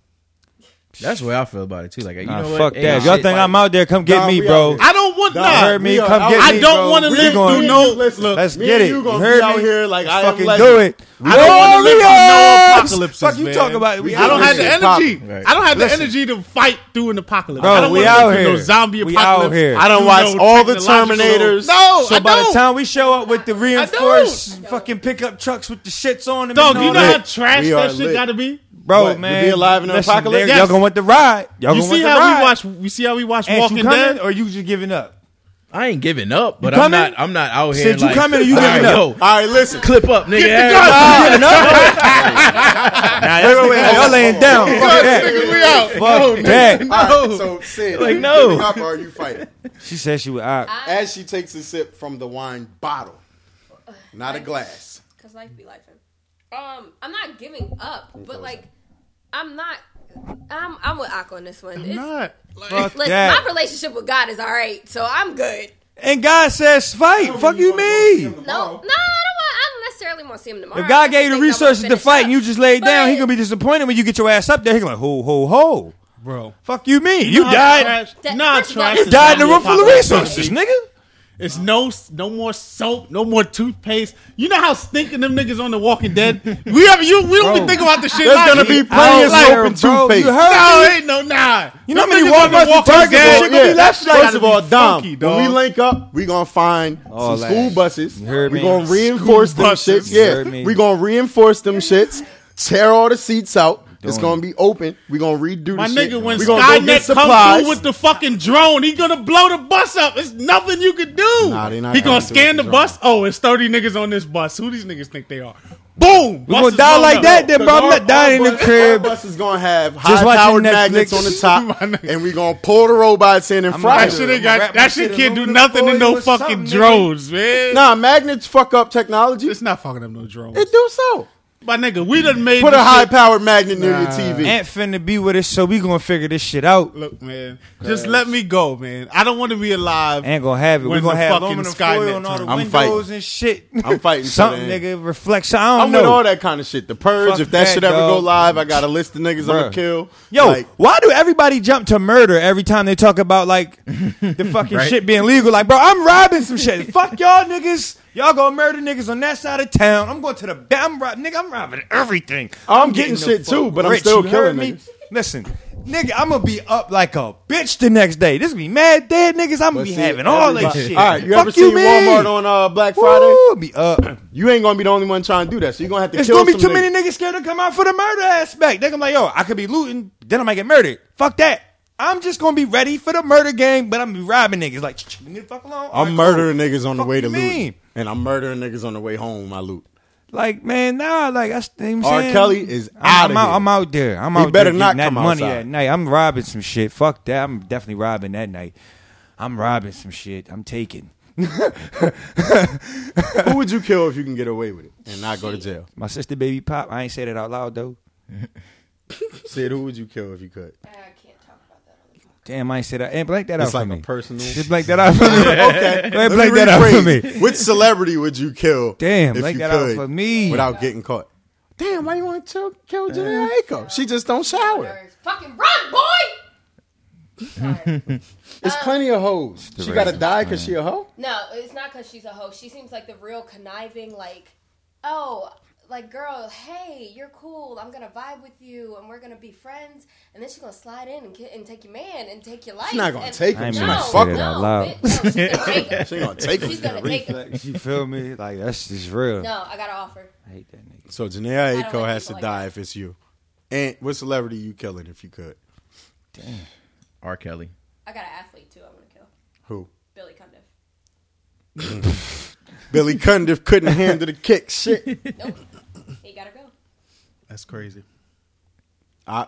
[SPEAKER 6] That's the way I feel about it too. Like, you
[SPEAKER 5] Nah,
[SPEAKER 6] know what?
[SPEAKER 5] fuck
[SPEAKER 6] Ain't
[SPEAKER 5] that.
[SPEAKER 6] shit,
[SPEAKER 5] Y'all think I'm out there? Come get
[SPEAKER 8] Nah,
[SPEAKER 5] me,
[SPEAKER 8] we
[SPEAKER 5] bro.
[SPEAKER 8] out here.
[SPEAKER 7] I don't want
[SPEAKER 8] Dog,
[SPEAKER 7] nah.
[SPEAKER 5] heard me.
[SPEAKER 8] we are
[SPEAKER 5] Come
[SPEAKER 8] out
[SPEAKER 5] get
[SPEAKER 8] here.
[SPEAKER 5] me,
[SPEAKER 7] I don't want to
[SPEAKER 5] We
[SPEAKER 7] live
[SPEAKER 5] going-
[SPEAKER 7] through no.
[SPEAKER 8] Listen,
[SPEAKER 7] Look,
[SPEAKER 5] Let's
[SPEAKER 8] me
[SPEAKER 5] get
[SPEAKER 8] and
[SPEAKER 5] it.
[SPEAKER 8] You gonna
[SPEAKER 5] Heard
[SPEAKER 8] be out
[SPEAKER 5] me?
[SPEAKER 8] here like I am
[SPEAKER 5] fucking
[SPEAKER 8] legend.
[SPEAKER 5] do it.
[SPEAKER 7] I don't want to live through no
[SPEAKER 5] Warriors!
[SPEAKER 7] apocalypse.
[SPEAKER 5] Fuck you
[SPEAKER 7] man.
[SPEAKER 5] talking about? We
[SPEAKER 7] I don't
[SPEAKER 5] out
[SPEAKER 7] have the
[SPEAKER 5] here.
[SPEAKER 7] energy.
[SPEAKER 6] Right.
[SPEAKER 7] I don't have the energy to fight through an apocalypse.
[SPEAKER 5] Bro,
[SPEAKER 7] I don't
[SPEAKER 5] we
[SPEAKER 7] wanna
[SPEAKER 5] out
[SPEAKER 7] live through
[SPEAKER 5] here.
[SPEAKER 7] No zombie
[SPEAKER 5] We
[SPEAKER 7] apocalypse.
[SPEAKER 5] out here.
[SPEAKER 8] I done
[SPEAKER 7] through
[SPEAKER 8] watched
[SPEAKER 7] no
[SPEAKER 8] all the
[SPEAKER 7] technological-
[SPEAKER 8] Terminators.
[SPEAKER 7] No,
[SPEAKER 5] So
[SPEAKER 7] I
[SPEAKER 5] by the
[SPEAKER 7] don't.
[SPEAKER 5] time we show up with the reinforced
[SPEAKER 7] don't.
[SPEAKER 5] fucking pickup trucks with the shits on them,
[SPEAKER 7] Dog,
[SPEAKER 5] and
[SPEAKER 7] you
[SPEAKER 5] all
[SPEAKER 7] know
[SPEAKER 5] that.
[SPEAKER 7] how trash
[SPEAKER 8] We are
[SPEAKER 7] that shit
[SPEAKER 8] lit.
[SPEAKER 7] got to be.
[SPEAKER 5] bro,
[SPEAKER 8] What, to
[SPEAKER 5] man,
[SPEAKER 8] be alive in an
[SPEAKER 5] listen,
[SPEAKER 8] apocalypse?
[SPEAKER 5] they're-
[SPEAKER 7] Yes.
[SPEAKER 5] Y'all gonna want the ride? Y'all gonna
[SPEAKER 7] You
[SPEAKER 5] want
[SPEAKER 7] see
[SPEAKER 5] the
[SPEAKER 7] how
[SPEAKER 5] ride?
[SPEAKER 7] we watch? You see how we watch
[SPEAKER 5] Ain't
[SPEAKER 7] Walking
[SPEAKER 5] you coming,
[SPEAKER 7] Dead?
[SPEAKER 5] or you just giving up?
[SPEAKER 6] I ain't giving up, but
[SPEAKER 5] You
[SPEAKER 6] I'm
[SPEAKER 5] coming?
[SPEAKER 6] not. I'm not out here.
[SPEAKER 5] Said you
[SPEAKER 6] like,
[SPEAKER 5] coming or you
[SPEAKER 6] "All
[SPEAKER 5] giving
[SPEAKER 6] right,
[SPEAKER 5] up?"
[SPEAKER 6] yo,
[SPEAKER 8] All right, listen.
[SPEAKER 6] clip up, nigga.
[SPEAKER 5] You giving up? Nah,
[SPEAKER 8] Wait, wait, wait,
[SPEAKER 5] y'all
[SPEAKER 8] hold on.
[SPEAKER 5] laying down. Fuck that.
[SPEAKER 7] We out.
[SPEAKER 5] Fuck that.
[SPEAKER 8] All right, so Sid, are
[SPEAKER 6] Like,
[SPEAKER 8] you
[SPEAKER 6] no.
[SPEAKER 8] giving up or are you fighting?
[SPEAKER 5] She said she was out.
[SPEAKER 8] As she takes a sip from the wine bottle, not a glass.
[SPEAKER 9] Cause life be life. Um, I'm not giving up, but like, I'm not. I'm I'm with Ak on this one. It's,
[SPEAKER 7] Not.
[SPEAKER 5] Fuck
[SPEAKER 9] Listen,
[SPEAKER 5] that.
[SPEAKER 9] my relationship with God is all right, so I'm good.
[SPEAKER 5] And God says fight. Fuck you, mean?
[SPEAKER 9] No, no, I don't want. I don't necessarily want to see him tomorrow.
[SPEAKER 5] If God gave you the
[SPEAKER 9] I just think I wanna
[SPEAKER 5] resources to
[SPEAKER 9] finish
[SPEAKER 5] fight
[SPEAKER 9] up.
[SPEAKER 5] and you just laid down, he
[SPEAKER 9] But-
[SPEAKER 5] gonna be disappointed when you get your ass up there. He gonna be like, ho, ho, ho.
[SPEAKER 7] Bro.
[SPEAKER 5] Fuck you, mean? You died.
[SPEAKER 9] That-
[SPEAKER 7] Not
[SPEAKER 9] first of all,
[SPEAKER 7] trash.
[SPEAKER 9] you
[SPEAKER 7] is
[SPEAKER 5] Died in a
[SPEAKER 7] zombie
[SPEAKER 5] room full of
[SPEAKER 7] apocalypse.
[SPEAKER 5] resources, nigga.
[SPEAKER 7] It's no no more soap, no more toothpaste. You know how stinking them niggas on The Walking Dead. We have you. We don't
[SPEAKER 5] Bro.
[SPEAKER 7] be thinking about the shit.
[SPEAKER 8] There's
[SPEAKER 7] like
[SPEAKER 8] gonna
[SPEAKER 7] it.
[SPEAKER 8] be
[SPEAKER 7] I
[SPEAKER 8] plenty
[SPEAKER 7] don't
[SPEAKER 8] of
[SPEAKER 7] like-
[SPEAKER 8] soap and
[SPEAKER 5] bro,
[SPEAKER 8] toothpaste.
[SPEAKER 5] you heard
[SPEAKER 7] No,
[SPEAKER 5] me?
[SPEAKER 7] ain't no nah.
[SPEAKER 5] You know
[SPEAKER 7] Them
[SPEAKER 5] how many
[SPEAKER 7] niggas on The
[SPEAKER 5] Walmarts and
[SPEAKER 7] Walking
[SPEAKER 5] Targets and
[SPEAKER 7] Dead, shit
[SPEAKER 5] shit gonna
[SPEAKER 7] gonna be
[SPEAKER 5] be left
[SPEAKER 7] left
[SPEAKER 5] like-
[SPEAKER 8] First of all, Dom, when we link up, we gonna find
[SPEAKER 5] All
[SPEAKER 8] some
[SPEAKER 5] that.
[SPEAKER 8] school buses.
[SPEAKER 5] You heard
[SPEAKER 8] we
[SPEAKER 5] me?
[SPEAKER 8] gonna reinforce
[SPEAKER 7] School
[SPEAKER 8] them
[SPEAKER 7] buses.
[SPEAKER 8] shits.
[SPEAKER 5] You
[SPEAKER 8] Yeah,
[SPEAKER 5] heard me?
[SPEAKER 8] we gonna reinforce them shits. Tear all the seats out. It's gonna be open. We gonna redo
[SPEAKER 7] My
[SPEAKER 8] the shit.
[SPEAKER 7] nigga, when
[SPEAKER 8] we gonna go get
[SPEAKER 7] Skynet come
[SPEAKER 8] supplies.
[SPEAKER 7] through with the fucking drone, he gonna blow the bus up. It's nothing you can do.
[SPEAKER 8] Nah, they not
[SPEAKER 7] he gonna
[SPEAKER 8] coming through
[SPEAKER 7] scan
[SPEAKER 8] with
[SPEAKER 7] the
[SPEAKER 8] the
[SPEAKER 7] bus. Oh, it's thirty niggas on this bus. Who these niggas think they are? Boom.
[SPEAKER 5] We gonna die like that, then, bro. I'm not dying in the
[SPEAKER 8] Our
[SPEAKER 5] crib.
[SPEAKER 8] bus is gonna have
[SPEAKER 5] Just watching
[SPEAKER 8] high-powered magnets
[SPEAKER 5] Netflix.
[SPEAKER 8] on the
[SPEAKER 7] My
[SPEAKER 8] top,
[SPEAKER 7] nigga.
[SPEAKER 8] and we gonna pull the robots in and fry
[SPEAKER 7] That
[SPEAKER 5] Dude,
[SPEAKER 7] shit
[SPEAKER 8] them.
[SPEAKER 7] ain't
[SPEAKER 5] I'ma
[SPEAKER 7] got.
[SPEAKER 5] wrap my
[SPEAKER 7] That shit
[SPEAKER 5] shit
[SPEAKER 7] can't do
[SPEAKER 5] aluminum
[SPEAKER 7] nothing to
[SPEAKER 5] foil
[SPEAKER 7] no
[SPEAKER 5] or
[SPEAKER 7] fucking
[SPEAKER 5] something, nigga.
[SPEAKER 7] drones, man.
[SPEAKER 8] Nah, magnets fuck up technology.
[SPEAKER 7] It's not fucking up no drones.
[SPEAKER 8] It do so.
[SPEAKER 7] My nigga, we done made
[SPEAKER 8] Put a
[SPEAKER 7] this shit-
[SPEAKER 8] high-powered magnet near your
[SPEAKER 7] Nah.
[SPEAKER 8] TV.
[SPEAKER 5] Ant finna be with us, so we gonna figure this shit out.
[SPEAKER 7] Look, man, just let me go, man. I don't want to be alive.
[SPEAKER 5] Ain't gonna have it.
[SPEAKER 7] When
[SPEAKER 5] we gonna
[SPEAKER 7] the
[SPEAKER 5] have
[SPEAKER 7] fucking
[SPEAKER 5] aluminum
[SPEAKER 7] Skynet
[SPEAKER 5] foil on all the
[SPEAKER 7] turn.
[SPEAKER 8] I'm
[SPEAKER 5] windows
[SPEAKER 8] fighting.
[SPEAKER 5] and shit.
[SPEAKER 8] I'm fighting till
[SPEAKER 5] Something,
[SPEAKER 8] the end.
[SPEAKER 5] nigga. Reflection. I don't
[SPEAKER 8] I'm
[SPEAKER 5] know.
[SPEAKER 8] with all that kind of shit. The purge.
[SPEAKER 5] Fuck
[SPEAKER 8] if that,
[SPEAKER 5] that,
[SPEAKER 8] shit ever go
[SPEAKER 5] dog.
[SPEAKER 8] live, I got a list of niggas I'ma
[SPEAKER 5] Bruh.
[SPEAKER 8] kill.
[SPEAKER 5] Yo,
[SPEAKER 8] Like,
[SPEAKER 5] why do everybody jump to murder every time they talk about like the fucking
[SPEAKER 6] Right.
[SPEAKER 5] shit being legal? Like, bro, I'm robbing some shit. Fuck y'all niggas. Y'all gonna murder niggas on that side of town. I'm going to the ba- I'm rob- nigga, I'm robbing everything.
[SPEAKER 8] I'm getting shit
[SPEAKER 5] the
[SPEAKER 8] too,
[SPEAKER 5] fuck
[SPEAKER 8] but I'm
[SPEAKER 5] rich,
[SPEAKER 8] still
[SPEAKER 5] you heard
[SPEAKER 8] killing
[SPEAKER 5] me?
[SPEAKER 8] niggas.
[SPEAKER 5] Listen, nigga, I'm gonna be up like a bitch the next day. This be mad dead niggas. I'm gonna
[SPEAKER 8] But
[SPEAKER 5] be
[SPEAKER 8] see,
[SPEAKER 5] having all that
[SPEAKER 8] everybody-
[SPEAKER 5] shit.
[SPEAKER 8] All right, you
[SPEAKER 5] Fuck
[SPEAKER 8] ever seen
[SPEAKER 5] man.
[SPEAKER 8] Walmart on uh, Black Friday?
[SPEAKER 5] Woo, be up.
[SPEAKER 8] You ain't gonna be the only one trying to do that. So you're gonna have to
[SPEAKER 5] There's
[SPEAKER 8] kill
[SPEAKER 5] gonna be
[SPEAKER 8] some
[SPEAKER 5] too many niggas scared to come out for the murder aspect. They're gonna be like, yo, I could be looting, then I might get murdered. Fuck that. I'm just gonna be ready for the murder game, but I'm gonna be robbing niggas. Like, "Ch- ch- leave me the fuck alone. All right,
[SPEAKER 8] I'm murdering niggas on the
[SPEAKER 5] Fuck
[SPEAKER 8] way to
[SPEAKER 5] you
[SPEAKER 8] loot,
[SPEAKER 5] mean?
[SPEAKER 8] and I'm murdering niggas on the way home. I loot.
[SPEAKER 5] cool." Like, man, nah, like, that's you know what I'm
[SPEAKER 8] R.
[SPEAKER 5] saying.
[SPEAKER 8] Kelly is
[SPEAKER 5] I'm,
[SPEAKER 8] outta
[SPEAKER 5] I'm
[SPEAKER 8] here.
[SPEAKER 5] out. I'm out there. I'm
[SPEAKER 8] He
[SPEAKER 5] out
[SPEAKER 8] better
[SPEAKER 5] there
[SPEAKER 8] not
[SPEAKER 5] getting that
[SPEAKER 8] come
[SPEAKER 5] money
[SPEAKER 8] outside.
[SPEAKER 5] at night. I'm robbing some shit. Fuck that. I'm definitely robbing that night. I'm robbing some shit. I'm taking.
[SPEAKER 8] Who would you kill if you can get away with it and not go to jail?
[SPEAKER 5] My sister, baby pop. I ain't say that out loud though.
[SPEAKER 8] Sid, who would you kill if you could?
[SPEAKER 9] I can't talk about that.
[SPEAKER 5] Damn, I ain't say that. And blank that
[SPEAKER 8] It's
[SPEAKER 5] out for
[SPEAKER 8] like
[SPEAKER 5] me.
[SPEAKER 8] a personal.
[SPEAKER 5] Just blank that out for me.
[SPEAKER 8] okay,
[SPEAKER 5] Go ahead,
[SPEAKER 8] let me
[SPEAKER 5] blank that out for me.
[SPEAKER 8] rephrase. Which celebrity would you kill?
[SPEAKER 5] Damn,
[SPEAKER 8] if
[SPEAKER 5] blank
[SPEAKER 8] you
[SPEAKER 5] that
[SPEAKER 8] could,
[SPEAKER 5] out for me.
[SPEAKER 8] without getting caught. Damn, why you want to kill Jenna Aiko? She just don't shower.
[SPEAKER 9] Nerds. Fucking run, boy!
[SPEAKER 8] It's plenty of hoes. She gotta die because she a hoe.
[SPEAKER 9] No, it's not because she's a hoe. She seems like the real conniving, like, oh, like, girl, hey, you're cool. I'm going to vibe with you and we're going to be friends. And then she's going to slide in and, get, and take your man and take your life.
[SPEAKER 8] She's not gonna
[SPEAKER 9] and,
[SPEAKER 8] take
[SPEAKER 5] I
[SPEAKER 8] him.
[SPEAKER 5] ain't
[SPEAKER 8] She's
[SPEAKER 9] no,
[SPEAKER 5] mean, I
[SPEAKER 8] gonna
[SPEAKER 5] said
[SPEAKER 8] fuck
[SPEAKER 5] it
[SPEAKER 9] no,
[SPEAKER 8] him.
[SPEAKER 5] out loud.
[SPEAKER 9] bitch, no, she's gonna take him.
[SPEAKER 8] She ain't gonna take
[SPEAKER 9] She's
[SPEAKER 8] him.
[SPEAKER 9] gonna take him.
[SPEAKER 5] Like, you feel me? Like that's just real.
[SPEAKER 9] No, I got an offer.
[SPEAKER 5] I hate that nigga.
[SPEAKER 8] So Janae
[SPEAKER 9] I don't
[SPEAKER 8] Aiko
[SPEAKER 9] like
[SPEAKER 8] has to
[SPEAKER 9] people like
[SPEAKER 8] die if it's you. And what celebrity you killing if you could?
[SPEAKER 6] R. Kelly.
[SPEAKER 9] I got an athlete too. I'm gonna kill
[SPEAKER 8] Who?
[SPEAKER 9] Billy Cundiff.
[SPEAKER 8] Billy Cundiff couldn't handle the kick. Shit.
[SPEAKER 9] Nope, he gotta go.
[SPEAKER 7] That's crazy.
[SPEAKER 8] I,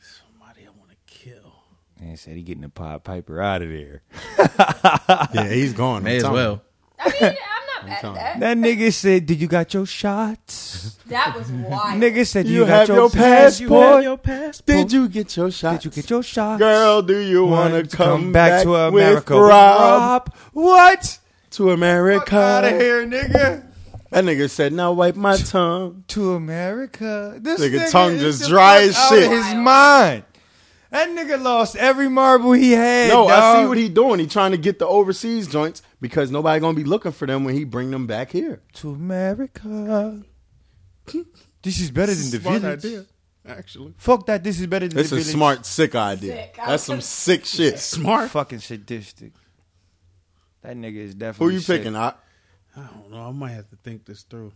[SPEAKER 7] Somebody I want to kill.
[SPEAKER 5] And said he getting the Pod Piper out of there.
[SPEAKER 8] yeah, he's gone. I'm
[SPEAKER 6] May as
[SPEAKER 8] telling you.
[SPEAKER 6] well.
[SPEAKER 9] I mean, I'm not mad at that.
[SPEAKER 5] That nigga said, "Did you got your shots?"
[SPEAKER 9] That was wild.
[SPEAKER 5] nigga said, "Do
[SPEAKER 8] You
[SPEAKER 5] you, got
[SPEAKER 8] have
[SPEAKER 5] your,
[SPEAKER 8] your passport?
[SPEAKER 5] Your passport?
[SPEAKER 8] Did you get your shot?
[SPEAKER 5] Did you get your shots,
[SPEAKER 8] Girl, do you
[SPEAKER 5] Wanna
[SPEAKER 8] want to come back, to America with Rob
[SPEAKER 5] Rob? What?
[SPEAKER 8] to America?
[SPEAKER 5] Out of here, nigga.
[SPEAKER 8] That nigga said, "Now wipe my tongue."
[SPEAKER 5] To America. This
[SPEAKER 8] Nigga
[SPEAKER 5] nigga,
[SPEAKER 8] tongue
[SPEAKER 5] is
[SPEAKER 8] just
[SPEAKER 5] the
[SPEAKER 8] dry
[SPEAKER 5] fuck
[SPEAKER 8] as
[SPEAKER 5] out
[SPEAKER 8] shit.
[SPEAKER 5] Of his mind. That nigga lost every marble he had.
[SPEAKER 8] No, I see
[SPEAKER 5] dawg.
[SPEAKER 8] what he doing. He trying to get the overseas joints because nobody gonna be looking for them when he bring them back here.
[SPEAKER 5] to America. This is better than the
[SPEAKER 7] Smart
[SPEAKER 5] village.
[SPEAKER 7] idea, actually.
[SPEAKER 5] Fuck that. This is better than
[SPEAKER 8] It's
[SPEAKER 5] the
[SPEAKER 8] a
[SPEAKER 5] village.
[SPEAKER 8] smart, sick idea.
[SPEAKER 9] Sick.
[SPEAKER 8] That's some sick shit.
[SPEAKER 7] Smart.
[SPEAKER 5] fucking sadistic. That nigga is
[SPEAKER 8] Who
[SPEAKER 5] definitely.
[SPEAKER 8] you
[SPEAKER 5] sick.
[SPEAKER 8] picking? I,
[SPEAKER 7] I don't know. I might have to think this through.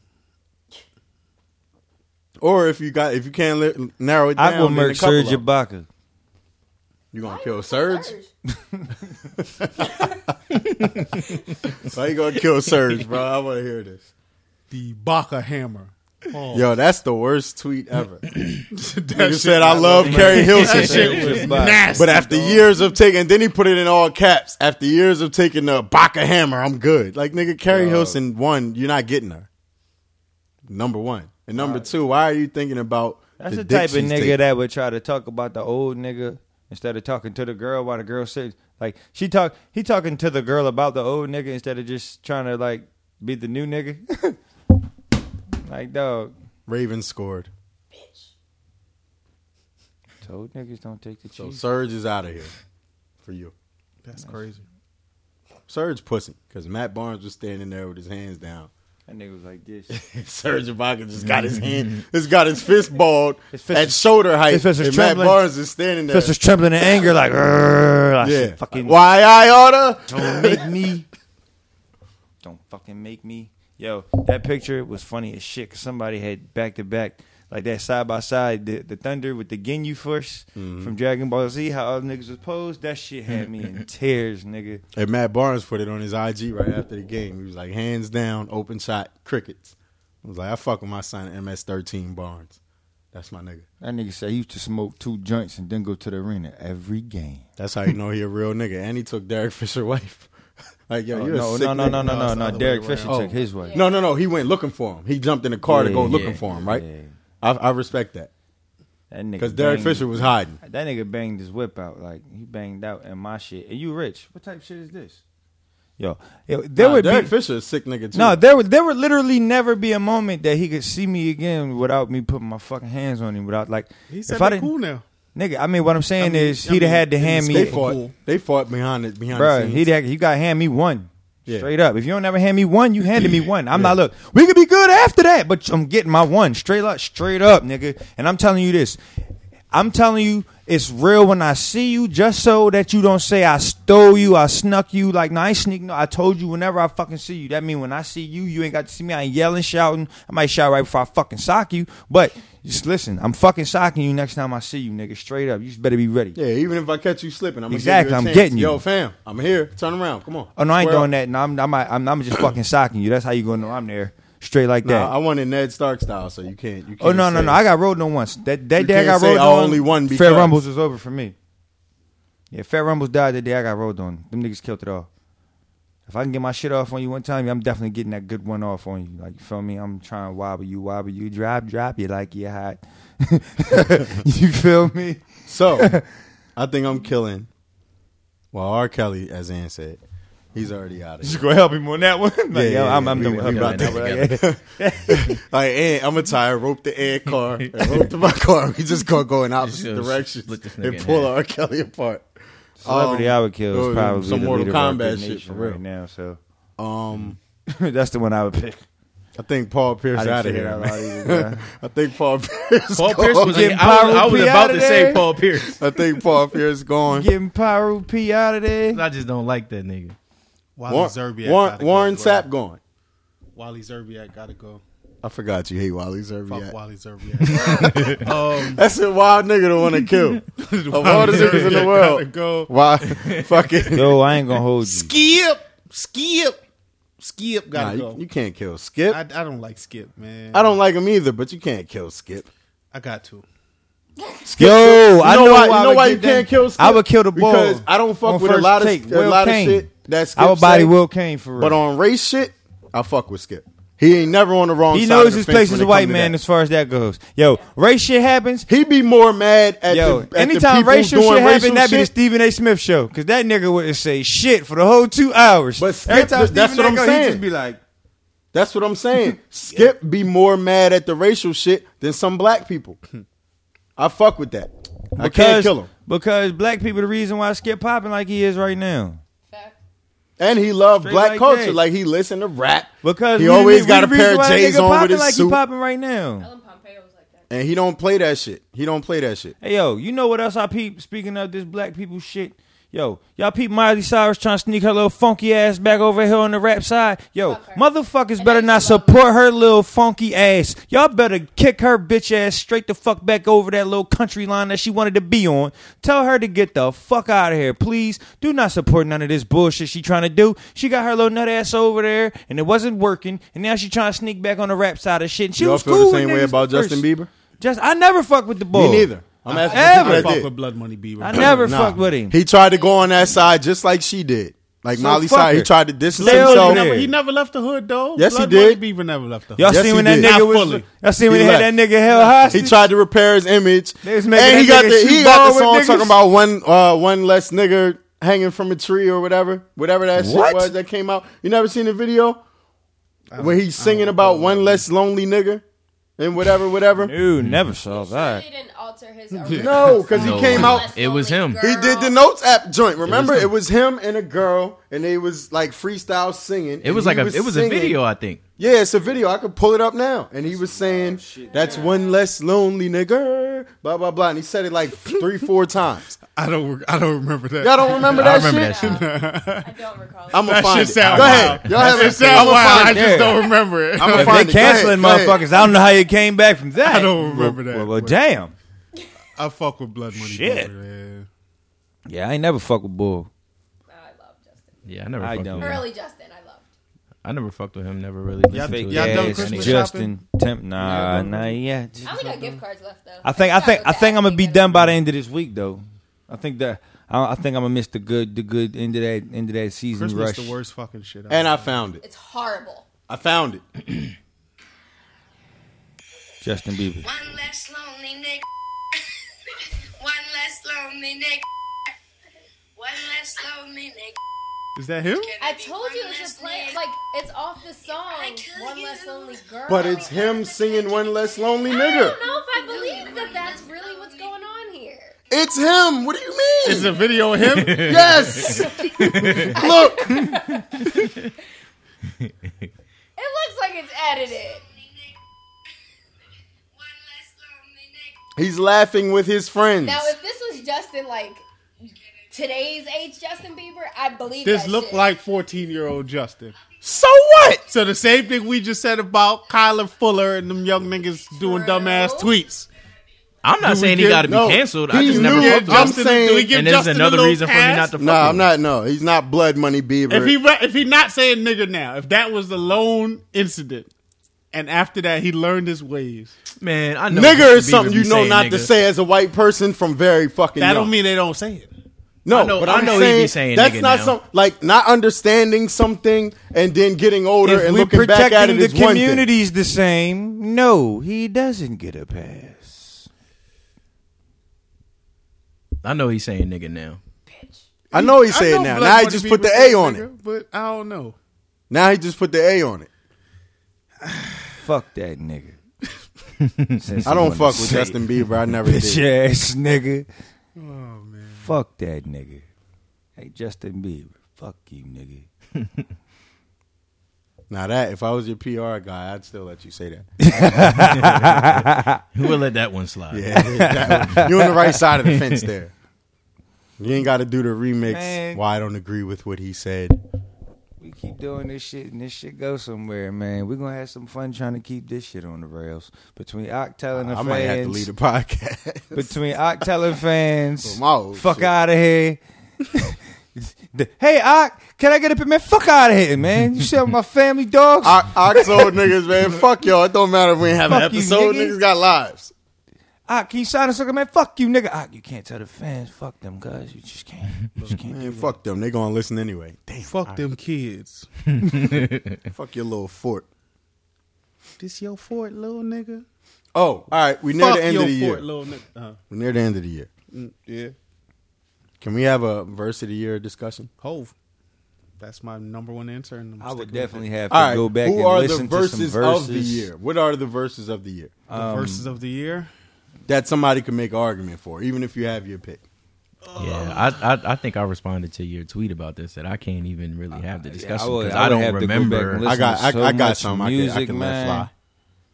[SPEAKER 8] or if you got, if you can't li- narrow it down,
[SPEAKER 5] I will
[SPEAKER 8] then a
[SPEAKER 5] murk
[SPEAKER 8] couple
[SPEAKER 5] Serge
[SPEAKER 8] of them.
[SPEAKER 5] Ibaka.
[SPEAKER 8] You gonna kill Serge? Why you gonna kill Serge, bro? I want to hear this.
[SPEAKER 7] The Baka hammer. Oh,
[SPEAKER 8] Yo, that's the worst tweet ever.
[SPEAKER 7] that
[SPEAKER 8] Nigga said I love Carrie Hilson.
[SPEAKER 7] That shit was
[SPEAKER 5] Ibaka.
[SPEAKER 7] nasty.
[SPEAKER 8] But after years of taking, then he put it in all caps. After years of taking the Baka hammer, I'm good. Like nigga, Carrie Hilson one, you're not getting her. Number one and number two. Why are you thinking about
[SPEAKER 5] That's the,
[SPEAKER 8] the,
[SPEAKER 5] type of
[SPEAKER 8] dick
[SPEAKER 5] nigga
[SPEAKER 8] she's taking?
[SPEAKER 5] that would try to talk about the old nigga instead of talking to the girl while the girl sits. Like she talk, he talking to the girl about the old nigga instead of just trying to like be the new nigga. like dog,
[SPEAKER 8] Raven scored?
[SPEAKER 5] told niggas don't take the
[SPEAKER 8] So
[SPEAKER 5] cheese.
[SPEAKER 8] Surge is out of here for you.
[SPEAKER 7] That's crazy.
[SPEAKER 8] Surge pussy because Matt Barnes was standing there with his hands down.
[SPEAKER 5] That nigga was like this.
[SPEAKER 8] Serge Ibaka just got his hand, just got Mm-hmm. his fist balled
[SPEAKER 5] His fist
[SPEAKER 8] at
[SPEAKER 5] is-
[SPEAKER 8] shoulder height,
[SPEAKER 5] his fist is
[SPEAKER 8] and Matt
[SPEAKER 5] trembling.
[SPEAKER 8] Barnes is standing there.
[SPEAKER 5] Just was trembling in anger, like, "Rrrr, I
[SPEAKER 8] yeah,
[SPEAKER 5] should fucking
[SPEAKER 8] why I order?
[SPEAKER 5] don't make me. Don't fucking make me. Yo, that picture was funny as shit. 'cause somebody had back to back, like that side by side, the, the thunder with the Ginyu Force
[SPEAKER 8] Mm-hmm.
[SPEAKER 5] from Dragon Ball Z. How other niggas was posed. That shit had me in tears, nigga.
[SPEAKER 8] And Matt Barnes put it on his IG right after the game. He was like, hands down, open shot, crickets. I was like, I fuck with my son, MS13 Barnes. That's my nigga.
[SPEAKER 5] That nigga said he used to smoke two joints and then go to the arena every game.
[SPEAKER 8] That's how you know he a real nigga. And he took Derek Fisher wife. like, yo,
[SPEAKER 5] No,
[SPEAKER 8] Oh, you're
[SPEAKER 5] Oh, no,
[SPEAKER 8] a sick
[SPEAKER 5] no, no,
[SPEAKER 8] nigga.
[SPEAKER 5] no, no, no, no. Derek Fisher
[SPEAKER 8] around. Oh.
[SPEAKER 5] took his way.
[SPEAKER 8] No, no, no. He went looking for him. He jumped in the car to
[SPEAKER 5] Yeah,
[SPEAKER 8] go
[SPEAKER 5] yeah,
[SPEAKER 8] looking for him, right?
[SPEAKER 5] yeah.
[SPEAKER 8] I, I respect that.
[SPEAKER 5] That nigga
[SPEAKER 8] Because Derek
[SPEAKER 5] banged-
[SPEAKER 8] Fisher was hiding.
[SPEAKER 5] That nigga banged his whip out. Like he banged out and my shit. And you rich? What type of shit is this? Yo, it, there
[SPEAKER 8] Nah,
[SPEAKER 5] would
[SPEAKER 8] Derek
[SPEAKER 5] be
[SPEAKER 8] Fisher is a sick nigga, too.
[SPEAKER 5] no. There would there would literally never be a moment that he could see me again without me putting my fucking hands on him. Without like,
[SPEAKER 7] He said
[SPEAKER 5] if I
[SPEAKER 7] they
[SPEAKER 5] didn't,
[SPEAKER 7] cool now.
[SPEAKER 5] nigga. I mean, what I'm saying
[SPEAKER 7] I mean-
[SPEAKER 5] is
[SPEAKER 7] I
[SPEAKER 5] he'd have
[SPEAKER 7] mean,
[SPEAKER 5] had to
[SPEAKER 7] in the
[SPEAKER 5] hand
[SPEAKER 8] they
[SPEAKER 5] me,
[SPEAKER 7] state
[SPEAKER 8] fought.
[SPEAKER 7] Cool.
[SPEAKER 8] They fought behind it. Behind
[SPEAKER 5] bro.
[SPEAKER 8] the scenes.
[SPEAKER 5] He'd had, you got to hand me one.
[SPEAKER 8] Yeah.
[SPEAKER 5] Straight up. If you don't ever hand me one, you handed me one. I'm not look. We could be good after that, but I'm getting my one. Straight up, straight up, nigga. And I'm telling you this. I'm telling you it's real when I see you, just so that you don't say I stole you, I snuck you. Like, no, I ain't sneak. No, I told you whenever I fucking see you. That mean when I see you, you ain't got to see me. I ain't yelling, shouting. I might shout right before I fucking sock you. But just listen, I'm fucking socking you next time I see you, nigga. Straight up. You just better be ready.
[SPEAKER 8] Yeah, even if I catch you slipping, I'm
[SPEAKER 5] Exactly,
[SPEAKER 8] Gonna
[SPEAKER 5] I'm
[SPEAKER 8] give you a chance.
[SPEAKER 5] getting you.
[SPEAKER 8] Yo, fam, I'm here. Turn around. Come on.
[SPEAKER 5] Oh no, I ain't
[SPEAKER 8] Square
[SPEAKER 5] doing
[SPEAKER 8] up.
[SPEAKER 5] that. No, I'm, I'm, I'm, I'm just fucking socking you. That's how you gonna know I'm there, straight like
[SPEAKER 8] Nah, I
[SPEAKER 5] that.
[SPEAKER 8] wanted Ned Stark style, so you can't. You can't
[SPEAKER 5] oh no, no,
[SPEAKER 8] say-
[SPEAKER 5] no, I got rolled on once. That that
[SPEAKER 8] You
[SPEAKER 5] day I
[SPEAKER 8] can't
[SPEAKER 5] got
[SPEAKER 8] say
[SPEAKER 5] rolled
[SPEAKER 8] I
[SPEAKER 5] on.
[SPEAKER 8] only won
[SPEAKER 5] Fair
[SPEAKER 8] because-
[SPEAKER 5] Rumbles was over for me. Yeah, Fat Rumbles died the day I got rolled on. Them niggas killed it all. If I can get my shit off on you one time, I'm definitely getting that good one off on you. Like, you feel me? I'm trying to wobble you, wobble you, drop, drop you like you're hot. you feel me?
[SPEAKER 8] So, I think I'm killing. Well, R. Kelly, as Ann said, he's already out of
[SPEAKER 5] Just
[SPEAKER 8] here.
[SPEAKER 5] go help him on that one. Like,
[SPEAKER 8] Yeah,
[SPEAKER 5] yeah,
[SPEAKER 8] yeah,
[SPEAKER 5] I'm, I'm
[SPEAKER 8] yeah.
[SPEAKER 5] done
[SPEAKER 8] We-
[SPEAKER 5] with
[SPEAKER 8] we
[SPEAKER 5] him. Like,
[SPEAKER 8] about
[SPEAKER 6] to-
[SPEAKER 5] yeah.
[SPEAKER 8] Like, Ann, I'm gonna tie a rope to Ann's car, and rope to my car. We just gonna go in opposite
[SPEAKER 6] Just
[SPEAKER 8] directions
[SPEAKER 6] split this nigga
[SPEAKER 8] and
[SPEAKER 6] in
[SPEAKER 8] pull
[SPEAKER 6] half.
[SPEAKER 8] R. Kelly apart.
[SPEAKER 5] Celebrity
[SPEAKER 8] Um,
[SPEAKER 5] I would kill
[SPEAKER 8] oh,
[SPEAKER 5] is probably
[SPEAKER 8] some
[SPEAKER 5] the
[SPEAKER 8] Mortal
[SPEAKER 5] leader of
[SPEAKER 8] Kombat
[SPEAKER 5] Rocket
[SPEAKER 8] shit,
[SPEAKER 5] Nation
[SPEAKER 8] for real.
[SPEAKER 5] right now. So
[SPEAKER 8] Um,
[SPEAKER 5] that's the one I would pick.
[SPEAKER 8] I think Paul Pierce
[SPEAKER 5] I didn't
[SPEAKER 8] out of
[SPEAKER 5] figure
[SPEAKER 8] here.
[SPEAKER 5] that out
[SPEAKER 8] man.
[SPEAKER 5] either, bruh.
[SPEAKER 8] I think Paul Pierce.
[SPEAKER 6] Paul
[SPEAKER 8] gone.
[SPEAKER 6] Pierce was.
[SPEAKER 5] getting
[SPEAKER 6] I was, I
[SPEAKER 5] Paul
[SPEAKER 6] was
[SPEAKER 5] P
[SPEAKER 6] about
[SPEAKER 5] outta
[SPEAKER 6] to say
[SPEAKER 5] there.
[SPEAKER 6] Paul Pierce.
[SPEAKER 8] I think Paul Pierce gone.
[SPEAKER 5] Getting Pyro P out of there.
[SPEAKER 6] I just don't like that nigga.
[SPEAKER 7] Wally
[SPEAKER 8] War-
[SPEAKER 7] Zerbiak.
[SPEAKER 8] Warren,
[SPEAKER 7] gotta
[SPEAKER 8] Warren
[SPEAKER 7] go, bro.
[SPEAKER 8] Sapp gone.
[SPEAKER 7] Wally Zerbiak gotta go.
[SPEAKER 8] I forgot you hate Wally
[SPEAKER 7] Fuck
[SPEAKER 8] Zerbiak.
[SPEAKER 7] Wally Zerbiak. um,
[SPEAKER 8] That's a wild nigga to want to kill. of all the
[SPEAKER 7] Wally
[SPEAKER 8] niggas in the
[SPEAKER 7] Zerbiak
[SPEAKER 8] world.
[SPEAKER 7] gotta go.
[SPEAKER 8] Why? Fuck it.
[SPEAKER 5] Yo, I ain't gonna hold you.
[SPEAKER 7] Skip, Skip, Skip
[SPEAKER 8] Nah,
[SPEAKER 7] gotta
[SPEAKER 8] you,
[SPEAKER 7] go.
[SPEAKER 8] you can't kill Skip.
[SPEAKER 7] I, I
[SPEAKER 8] I,
[SPEAKER 7] don't like Skip, man.
[SPEAKER 8] don't like him either, but you can't kill Skip.
[SPEAKER 7] I got to.
[SPEAKER 8] Skip
[SPEAKER 5] Yo,
[SPEAKER 8] you
[SPEAKER 5] I
[SPEAKER 8] know,
[SPEAKER 5] know
[SPEAKER 8] why.
[SPEAKER 5] I
[SPEAKER 8] You know
[SPEAKER 5] would
[SPEAKER 8] why
[SPEAKER 5] get
[SPEAKER 8] you can't
[SPEAKER 5] that-
[SPEAKER 8] kill Skip.
[SPEAKER 5] I would kill the ball
[SPEAKER 8] because I don't fuck
[SPEAKER 5] on
[SPEAKER 8] with a
[SPEAKER 5] first
[SPEAKER 8] lot of
[SPEAKER 5] take.
[SPEAKER 8] a
[SPEAKER 5] Will
[SPEAKER 8] lot
[SPEAKER 5] Kane.
[SPEAKER 8] of shit that Skip
[SPEAKER 5] I would body
[SPEAKER 8] say,
[SPEAKER 5] Will Kane for real.
[SPEAKER 8] But on race shit, I fuck with Skip. He ain't never on the wrong.
[SPEAKER 5] he
[SPEAKER 8] side of
[SPEAKER 5] knows
[SPEAKER 8] the
[SPEAKER 5] his
[SPEAKER 8] fence
[SPEAKER 5] place
[SPEAKER 8] when
[SPEAKER 5] as a
[SPEAKER 8] it
[SPEAKER 5] white
[SPEAKER 8] come to
[SPEAKER 5] man
[SPEAKER 8] that.
[SPEAKER 5] as far as that goes. Yo, race shit happens.
[SPEAKER 8] He be more mad at
[SPEAKER 5] Yo,
[SPEAKER 8] the, at
[SPEAKER 5] anytime
[SPEAKER 8] the people
[SPEAKER 5] racial
[SPEAKER 8] doing
[SPEAKER 5] shit happens,
[SPEAKER 8] racial
[SPEAKER 5] that be the
[SPEAKER 8] shit.
[SPEAKER 5] Stephen A. Smith show. Because that nigga wouldn't say shit for the whole two hours.
[SPEAKER 8] But
[SPEAKER 5] every
[SPEAKER 8] Skip-
[SPEAKER 5] time
[SPEAKER 8] that's
[SPEAKER 5] Stephen
[SPEAKER 8] what
[SPEAKER 5] A.
[SPEAKER 8] I'm
[SPEAKER 5] go, he
[SPEAKER 8] saying.
[SPEAKER 5] just be like,
[SPEAKER 8] That's what I'm saying. Skip be more mad at the racial shit than some black people. I fuck with that. I can't
[SPEAKER 5] because-
[SPEAKER 8] kill him.
[SPEAKER 5] Because black people, the reason why Skip popping like he is right now.
[SPEAKER 9] Fact.
[SPEAKER 8] And he loved
[SPEAKER 5] Straight
[SPEAKER 8] black
[SPEAKER 5] like
[SPEAKER 8] culture.
[SPEAKER 5] that.
[SPEAKER 8] Like he listened to rap.
[SPEAKER 5] Because
[SPEAKER 8] he
[SPEAKER 5] we-
[SPEAKER 8] always
[SPEAKER 5] we-
[SPEAKER 8] got a
[SPEAKER 5] we
[SPEAKER 8] pair
[SPEAKER 5] reason
[SPEAKER 8] of
[SPEAKER 5] why that
[SPEAKER 8] J's
[SPEAKER 5] nigga
[SPEAKER 8] on with
[SPEAKER 5] popping
[SPEAKER 8] his
[SPEAKER 5] like
[SPEAKER 8] suit.
[SPEAKER 5] he popping right now.
[SPEAKER 9] Ellen Pompeo was like that.
[SPEAKER 8] And he don't play that shit. He don't play that shit.
[SPEAKER 5] Hey yo, you know what else I peep? Speaking of this black people shit, yo, y'all peep Miley Cyrus trying to sneak her little funky ass back over here on the rap side. Yo,
[SPEAKER 9] Fuck her.
[SPEAKER 5] motherfuckers
[SPEAKER 9] And
[SPEAKER 5] better
[SPEAKER 9] they
[SPEAKER 5] not
[SPEAKER 9] love her.
[SPEAKER 5] support her little funky ass. Y'all better kick her bitch ass straight the fuck back over that little country line that she wanted to be on. Tell her to get the fuck out of here, please. Do not support none of this bullshit she trying to do. She got her little nut ass over there, and it wasn't working, and now she trying to sneak back on the rap side of shit. And she
[SPEAKER 8] Y'all
[SPEAKER 5] was
[SPEAKER 8] feel
[SPEAKER 5] cool
[SPEAKER 8] the
[SPEAKER 5] with
[SPEAKER 8] same way
[SPEAKER 5] niggas
[SPEAKER 8] about
[SPEAKER 5] first.
[SPEAKER 8] Justin Bieber?
[SPEAKER 5] Just I never fuck with the bull.
[SPEAKER 8] Me neither. I'm
[SPEAKER 5] Ever.
[SPEAKER 8] asking you
[SPEAKER 7] I
[SPEAKER 8] what I
[SPEAKER 7] fuck with
[SPEAKER 8] did.
[SPEAKER 7] Blood Money Bieber.
[SPEAKER 5] I never
[SPEAKER 8] Nah.
[SPEAKER 5] fucked with him.
[SPEAKER 8] He tried to go on that side just like she did. Like
[SPEAKER 5] So
[SPEAKER 8] Molly
[SPEAKER 5] fuck
[SPEAKER 8] Cyrus. He
[SPEAKER 5] her.
[SPEAKER 8] tried to distance
[SPEAKER 5] Lil
[SPEAKER 8] himself.
[SPEAKER 5] Nas-
[SPEAKER 7] He never left the hood though.
[SPEAKER 8] Yes, he
[SPEAKER 7] Blood
[SPEAKER 8] did.
[SPEAKER 7] Money Bieber never left the hood.
[SPEAKER 5] y'all
[SPEAKER 8] Yes,
[SPEAKER 5] seen
[SPEAKER 8] he
[SPEAKER 5] when that
[SPEAKER 8] did.
[SPEAKER 5] nigga
[SPEAKER 7] Not
[SPEAKER 5] was?
[SPEAKER 7] fully.
[SPEAKER 5] Y'all seen when
[SPEAKER 8] He
[SPEAKER 5] he, had that
[SPEAKER 8] left.
[SPEAKER 5] nigga held hostage?
[SPEAKER 8] He tried to repair his image,
[SPEAKER 5] They was
[SPEAKER 8] and
[SPEAKER 5] making
[SPEAKER 8] he got
[SPEAKER 5] that nigga
[SPEAKER 8] the he
[SPEAKER 5] shoot
[SPEAKER 8] got
[SPEAKER 5] ball
[SPEAKER 8] the
[SPEAKER 5] with
[SPEAKER 8] song
[SPEAKER 5] niggas.
[SPEAKER 8] talking about one uh, one less nigger hanging from a tree or whatever, whatever that shit
[SPEAKER 5] What?
[SPEAKER 8] was that came out. You never seen the video where he's singing about one less lonely nigger and whatever, whatever.
[SPEAKER 5] Dude, never saw
[SPEAKER 9] Sure
[SPEAKER 5] that.
[SPEAKER 9] they didn't alter his original
[SPEAKER 8] No, because he
[SPEAKER 6] No.
[SPEAKER 8] came out.
[SPEAKER 9] Less
[SPEAKER 6] It was
[SPEAKER 9] Lonely
[SPEAKER 6] him.
[SPEAKER 9] Girl.
[SPEAKER 8] He did the notes app joint. Remember,
[SPEAKER 6] him.
[SPEAKER 8] it was him and a girl, and they was like freestyle singing.
[SPEAKER 6] It was
[SPEAKER 8] and
[SPEAKER 6] like
[SPEAKER 8] he
[SPEAKER 6] a. It was a
[SPEAKER 8] singing.
[SPEAKER 6] video, I think.
[SPEAKER 8] Yeah, it's a video. I could pull it up now. And he was
[SPEAKER 5] Oh,
[SPEAKER 8] saying, "That's one less lonely nigger." Blah blah blah. And he said it like three, four times.
[SPEAKER 7] I don't. re- I don't remember that.
[SPEAKER 8] Y'all don't remember
[SPEAKER 6] I
[SPEAKER 8] that
[SPEAKER 6] remember
[SPEAKER 8] shit?
[SPEAKER 6] that shit.
[SPEAKER 9] I don't recall.
[SPEAKER 8] I'm gonna
[SPEAKER 7] That
[SPEAKER 8] find
[SPEAKER 7] shit
[SPEAKER 8] it.
[SPEAKER 7] sound
[SPEAKER 8] Go
[SPEAKER 7] wild.
[SPEAKER 8] ahead. Y'all have
[SPEAKER 7] It
[SPEAKER 8] it.
[SPEAKER 7] sound
[SPEAKER 8] I'm gonna
[SPEAKER 7] wild.
[SPEAKER 8] find
[SPEAKER 7] I
[SPEAKER 8] it.
[SPEAKER 7] just
[SPEAKER 5] there.
[SPEAKER 7] don't remember it.
[SPEAKER 8] I'm gonna
[SPEAKER 5] If they
[SPEAKER 8] find it. Go ahead.
[SPEAKER 5] canceling
[SPEAKER 8] Go ahead.
[SPEAKER 5] motherfuckers, I don't know how you came back from that.
[SPEAKER 7] I don't remember that.
[SPEAKER 5] Well, well, damn.
[SPEAKER 7] I fuck with Blood Money
[SPEAKER 5] Shit.
[SPEAKER 7] Bieber. Man.
[SPEAKER 5] Yeah, I ain't never fuck with Bull.
[SPEAKER 9] I love Justin.
[SPEAKER 6] Yeah, I never.
[SPEAKER 5] I
[SPEAKER 6] fucked
[SPEAKER 5] don't.
[SPEAKER 6] With him.
[SPEAKER 9] Early Justin, I loved.
[SPEAKER 6] I never fucked with him. Never really.
[SPEAKER 7] Y'all
[SPEAKER 6] listened
[SPEAKER 7] think-
[SPEAKER 6] to
[SPEAKER 7] y'all
[SPEAKER 6] his
[SPEAKER 7] done
[SPEAKER 6] music.
[SPEAKER 5] Yes,
[SPEAKER 7] Christmas
[SPEAKER 5] Justin Temp. Nah, nah, yeah.
[SPEAKER 9] I only got gift cards left though.
[SPEAKER 5] I think I
[SPEAKER 9] gotta
[SPEAKER 5] think
[SPEAKER 9] go
[SPEAKER 5] I
[SPEAKER 9] to
[SPEAKER 5] think I'm gonna be
[SPEAKER 9] Acme.
[SPEAKER 5] done by the end of this week though. I think that I, I think I'm gonna miss the good the good end of that end of that season rush.
[SPEAKER 7] Christmas the worst fucking shit.
[SPEAKER 8] And I found it.
[SPEAKER 9] It's horrible.
[SPEAKER 8] I found it.
[SPEAKER 5] Justin Bieber.
[SPEAKER 10] One less lonely nigga. One less lonely nigga. One less lonely nigga.
[SPEAKER 7] is that him?
[SPEAKER 9] I told you it's a play. Like it's off the song. One less lonely girl.
[SPEAKER 8] But it's him singing "One Less Lonely
[SPEAKER 9] I
[SPEAKER 8] Nigger."
[SPEAKER 9] don't know if I believe that that's really what's going on here.
[SPEAKER 8] It's him. What do you mean?
[SPEAKER 7] Is a video of him?
[SPEAKER 8] yes. Look.
[SPEAKER 9] It looks like it's edited.
[SPEAKER 10] One less lonely nigga.
[SPEAKER 8] He's laughing with his friends.
[SPEAKER 9] Now, if this was Justin, like today's age Justin Bieber, I believe
[SPEAKER 7] this
[SPEAKER 9] that
[SPEAKER 7] looked
[SPEAKER 9] shit.
[SPEAKER 7] like 14 year old Justin.
[SPEAKER 8] so what?
[SPEAKER 7] So the same thing we just said about Kyler Fuller and them young niggas doing
[SPEAKER 9] True.
[SPEAKER 7] dumbass tweets.
[SPEAKER 6] I'm not
[SPEAKER 7] Do we
[SPEAKER 6] saying he
[SPEAKER 7] get-
[SPEAKER 6] got to be
[SPEAKER 8] no,
[SPEAKER 6] canceled.
[SPEAKER 8] he
[SPEAKER 6] I just never
[SPEAKER 8] knew
[SPEAKER 6] fucked
[SPEAKER 8] it.
[SPEAKER 6] with him.
[SPEAKER 8] I'm saying-
[SPEAKER 7] do we give
[SPEAKER 6] And there's
[SPEAKER 7] Justin a
[SPEAKER 6] another
[SPEAKER 7] little
[SPEAKER 6] reason for me
[SPEAKER 7] pass?
[SPEAKER 6] not to fuck
[SPEAKER 8] No, I'm
[SPEAKER 6] with him.
[SPEAKER 8] not. No, he's not blood money Bieber.
[SPEAKER 7] If he re- if he not saying nigger now, if that was the lone incident, and after that he learned his ways.
[SPEAKER 6] Man, I know.
[SPEAKER 8] nigger
[SPEAKER 6] Justin
[SPEAKER 8] is something
[SPEAKER 6] Bieber be
[SPEAKER 8] you know
[SPEAKER 6] saying
[SPEAKER 8] not to
[SPEAKER 6] nigga.
[SPEAKER 8] say as a white person from very fucking.
[SPEAKER 7] That
[SPEAKER 8] young.
[SPEAKER 7] don't mean they don't say it.
[SPEAKER 8] No,
[SPEAKER 6] I know-
[SPEAKER 8] but
[SPEAKER 6] I
[SPEAKER 8] I'm
[SPEAKER 6] know he be
[SPEAKER 8] saying,
[SPEAKER 6] saying
[SPEAKER 8] that's
[SPEAKER 6] nigga
[SPEAKER 8] not
[SPEAKER 6] now.
[SPEAKER 8] some like not understanding something and then getting older
[SPEAKER 5] if
[SPEAKER 8] and
[SPEAKER 5] we
[SPEAKER 8] looking back at
[SPEAKER 5] protecting
[SPEAKER 8] it
[SPEAKER 5] the
[SPEAKER 8] is one thing.
[SPEAKER 5] communities the same, no, he doesn't get a pass.
[SPEAKER 6] I know he's saying nigga now.
[SPEAKER 8] I know he said
[SPEAKER 7] know
[SPEAKER 8] now.
[SPEAKER 7] black
[SPEAKER 8] Now he
[SPEAKER 7] wanna
[SPEAKER 8] just
[SPEAKER 7] be
[SPEAKER 8] put the
[SPEAKER 7] respect,
[SPEAKER 8] A on it.
[SPEAKER 7] nigga, But I don't know.
[SPEAKER 8] Now he just put the A on it.
[SPEAKER 5] Fuck that nigga. Since
[SPEAKER 8] I
[SPEAKER 5] he
[SPEAKER 8] don't
[SPEAKER 5] wanna
[SPEAKER 8] fuck with
[SPEAKER 5] say
[SPEAKER 8] Justin Bieber. I never
[SPEAKER 5] Bitch
[SPEAKER 8] did.
[SPEAKER 5] ass nigga. Fuck that nigga. Hey, Justin Bieber. Fuck you, nigga.
[SPEAKER 8] Now that if I was your PR guy, I'd still let you say that.
[SPEAKER 6] We'll let that one slide.
[SPEAKER 8] Yeah, that one. you on the right side of the fence there. You ain't got to do the remix.
[SPEAKER 5] Man.
[SPEAKER 8] Why I don't agree with what he said.
[SPEAKER 5] We keep doing this shit and this shit goes somewhere, man. We're gonna have some fun trying to keep this shit on the rails. Between Octel and the
[SPEAKER 8] I
[SPEAKER 5] fans.
[SPEAKER 8] might have to leave the podcast.
[SPEAKER 5] Between Octel and fans.
[SPEAKER 8] Well, my old
[SPEAKER 5] fuck
[SPEAKER 8] oh, shit.
[SPEAKER 5] out of here. The- hey Ock, can I get up in man? Fuck out of here, man. You shit with my family dogs.
[SPEAKER 8] I, I told niggas, man, fuck y'all. It don't matter if we ain't have an
[SPEAKER 5] Fuck you,
[SPEAKER 8] episode.
[SPEAKER 5] niggas.
[SPEAKER 8] niggas. got lives.
[SPEAKER 5] Ock, can you sign us up, man? Fuck you, nigga. Ock, you can't tell the fans. Fuck them guys. You just can't. You just can't.
[SPEAKER 8] Man, fuck them. They gonna listen anyway. Damn,
[SPEAKER 7] Fuck them kids.
[SPEAKER 8] fuck your little fort.
[SPEAKER 7] This your fort, little nigga.
[SPEAKER 8] Oh, all right. We near
[SPEAKER 7] Fuck
[SPEAKER 8] the end
[SPEAKER 7] your
[SPEAKER 8] of the
[SPEAKER 7] fort,
[SPEAKER 8] year.
[SPEAKER 7] little nigga. Uh,
[SPEAKER 8] we near the end of the year.
[SPEAKER 7] mm, yeah,
[SPEAKER 8] Can we have a verse of the year discussion?
[SPEAKER 7] Hove. That's my number one intern. I'm
[SPEAKER 5] I would
[SPEAKER 7] sticking with
[SPEAKER 5] definitely have to
[SPEAKER 8] All right.
[SPEAKER 5] go back
[SPEAKER 8] Who
[SPEAKER 5] and
[SPEAKER 8] are the
[SPEAKER 5] listen
[SPEAKER 8] verses,
[SPEAKER 5] to some verses
[SPEAKER 8] of the year? What are the verses of the year
[SPEAKER 7] it. the verses of the year.
[SPEAKER 8] that somebody can make an argument for, even if you have your pick?
[SPEAKER 6] Yeah, I, I I think I responded to your tweet about this that I can't even really have the discussion
[SPEAKER 5] would-
[SPEAKER 6] because
[SPEAKER 5] I
[SPEAKER 6] I,
[SPEAKER 5] would have
[SPEAKER 6] don't
[SPEAKER 5] to go back and
[SPEAKER 6] remember.
[SPEAKER 5] listen
[SPEAKER 8] I got,
[SPEAKER 5] to
[SPEAKER 8] I,
[SPEAKER 5] so
[SPEAKER 8] I got
[SPEAKER 5] much
[SPEAKER 8] some. I can, I
[SPEAKER 5] music,
[SPEAKER 8] can
[SPEAKER 5] man.
[SPEAKER 8] let fly.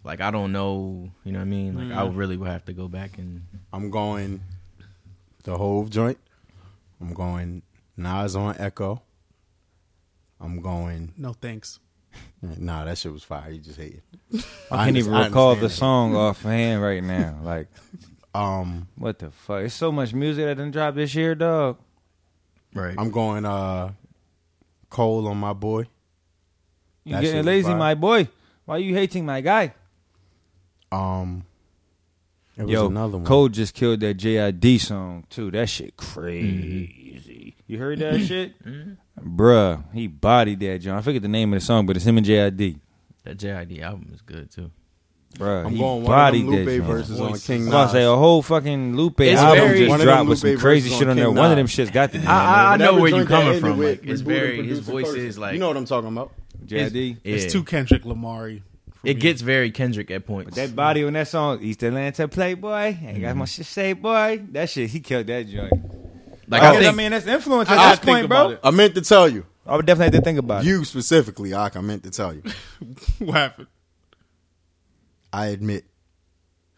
[SPEAKER 6] Like I don't know, you know what I mean? Like I
[SPEAKER 5] Mm.
[SPEAKER 6] really would have to go back and
[SPEAKER 8] I'm going the Hove joint. I'm going Nas on Echo. I'm going.
[SPEAKER 7] No thanks.
[SPEAKER 8] Nah, that shit was fire. You just hate it.
[SPEAKER 5] I can't even
[SPEAKER 8] under- I
[SPEAKER 5] recall the
[SPEAKER 8] understand
[SPEAKER 5] song offhand right now. Like,
[SPEAKER 8] that. Um,
[SPEAKER 5] what the fuck? It's so much music that done dropped this year, dog.
[SPEAKER 6] right.
[SPEAKER 8] I'm going uh, Cole on my boy.
[SPEAKER 5] You
[SPEAKER 8] That shit
[SPEAKER 5] getting
[SPEAKER 8] was
[SPEAKER 5] lazy,
[SPEAKER 8] fire.
[SPEAKER 5] my boy. Why you hating my guy?
[SPEAKER 8] Um, it was
[SPEAKER 5] Yo,
[SPEAKER 8] another one.
[SPEAKER 5] Cole just killed that JID song too. That shit crazy. You heard that shit? Bruh, he bodied that John. I forget the name of the song, but it's him and JID.
[SPEAKER 6] That JID album is good too.
[SPEAKER 5] Bruh,
[SPEAKER 8] I'm
[SPEAKER 5] he
[SPEAKER 8] going one of
[SPEAKER 5] bodied
[SPEAKER 8] them Lupe
[SPEAKER 5] that joint.
[SPEAKER 8] verses on
[SPEAKER 6] Voices.
[SPEAKER 8] King
[SPEAKER 5] I was about to
[SPEAKER 8] Nas.
[SPEAKER 5] say a whole fucking Lupe
[SPEAKER 6] It's
[SPEAKER 5] album
[SPEAKER 6] very-
[SPEAKER 5] just
[SPEAKER 8] One of them
[SPEAKER 5] dropped with some
[SPEAKER 8] Lupe
[SPEAKER 5] crazy
[SPEAKER 8] verses on
[SPEAKER 5] shit on
[SPEAKER 8] King
[SPEAKER 5] there. One of them
[SPEAKER 8] Nas.
[SPEAKER 5] shits got to be
[SPEAKER 6] I, I, I know
[SPEAKER 8] Whatever
[SPEAKER 6] where you're
[SPEAKER 8] joint that
[SPEAKER 6] coming
[SPEAKER 8] ended
[SPEAKER 6] from.
[SPEAKER 8] with
[SPEAKER 6] Like, it's
[SPEAKER 8] Reboot and
[SPEAKER 6] very his
[SPEAKER 8] Producer
[SPEAKER 6] voice
[SPEAKER 8] Curses.
[SPEAKER 6] is like
[SPEAKER 8] you know what I'm talking about.
[SPEAKER 6] it's-
[SPEAKER 5] JID.
[SPEAKER 6] yeah.
[SPEAKER 7] It's too Kendrick Lamari. for
[SPEAKER 6] It
[SPEAKER 7] me.
[SPEAKER 6] gets very Kendrick at points.
[SPEAKER 5] That body on that song, East Atlanta Playboy, ain't got much to say, boy. That shit, he killed that joint. Oh,
[SPEAKER 6] like
[SPEAKER 5] I,
[SPEAKER 6] I
[SPEAKER 5] guess,
[SPEAKER 6] think
[SPEAKER 5] I mean, that's influence
[SPEAKER 7] I
[SPEAKER 5] at
[SPEAKER 7] gotta
[SPEAKER 5] this
[SPEAKER 7] think
[SPEAKER 5] point,
[SPEAKER 7] about
[SPEAKER 5] bro.
[SPEAKER 7] it.
[SPEAKER 8] I meant to tell you.
[SPEAKER 5] I would definitely have to think about it.
[SPEAKER 8] You specifically, Ak, I meant to tell you.
[SPEAKER 7] what happened?
[SPEAKER 8] I admit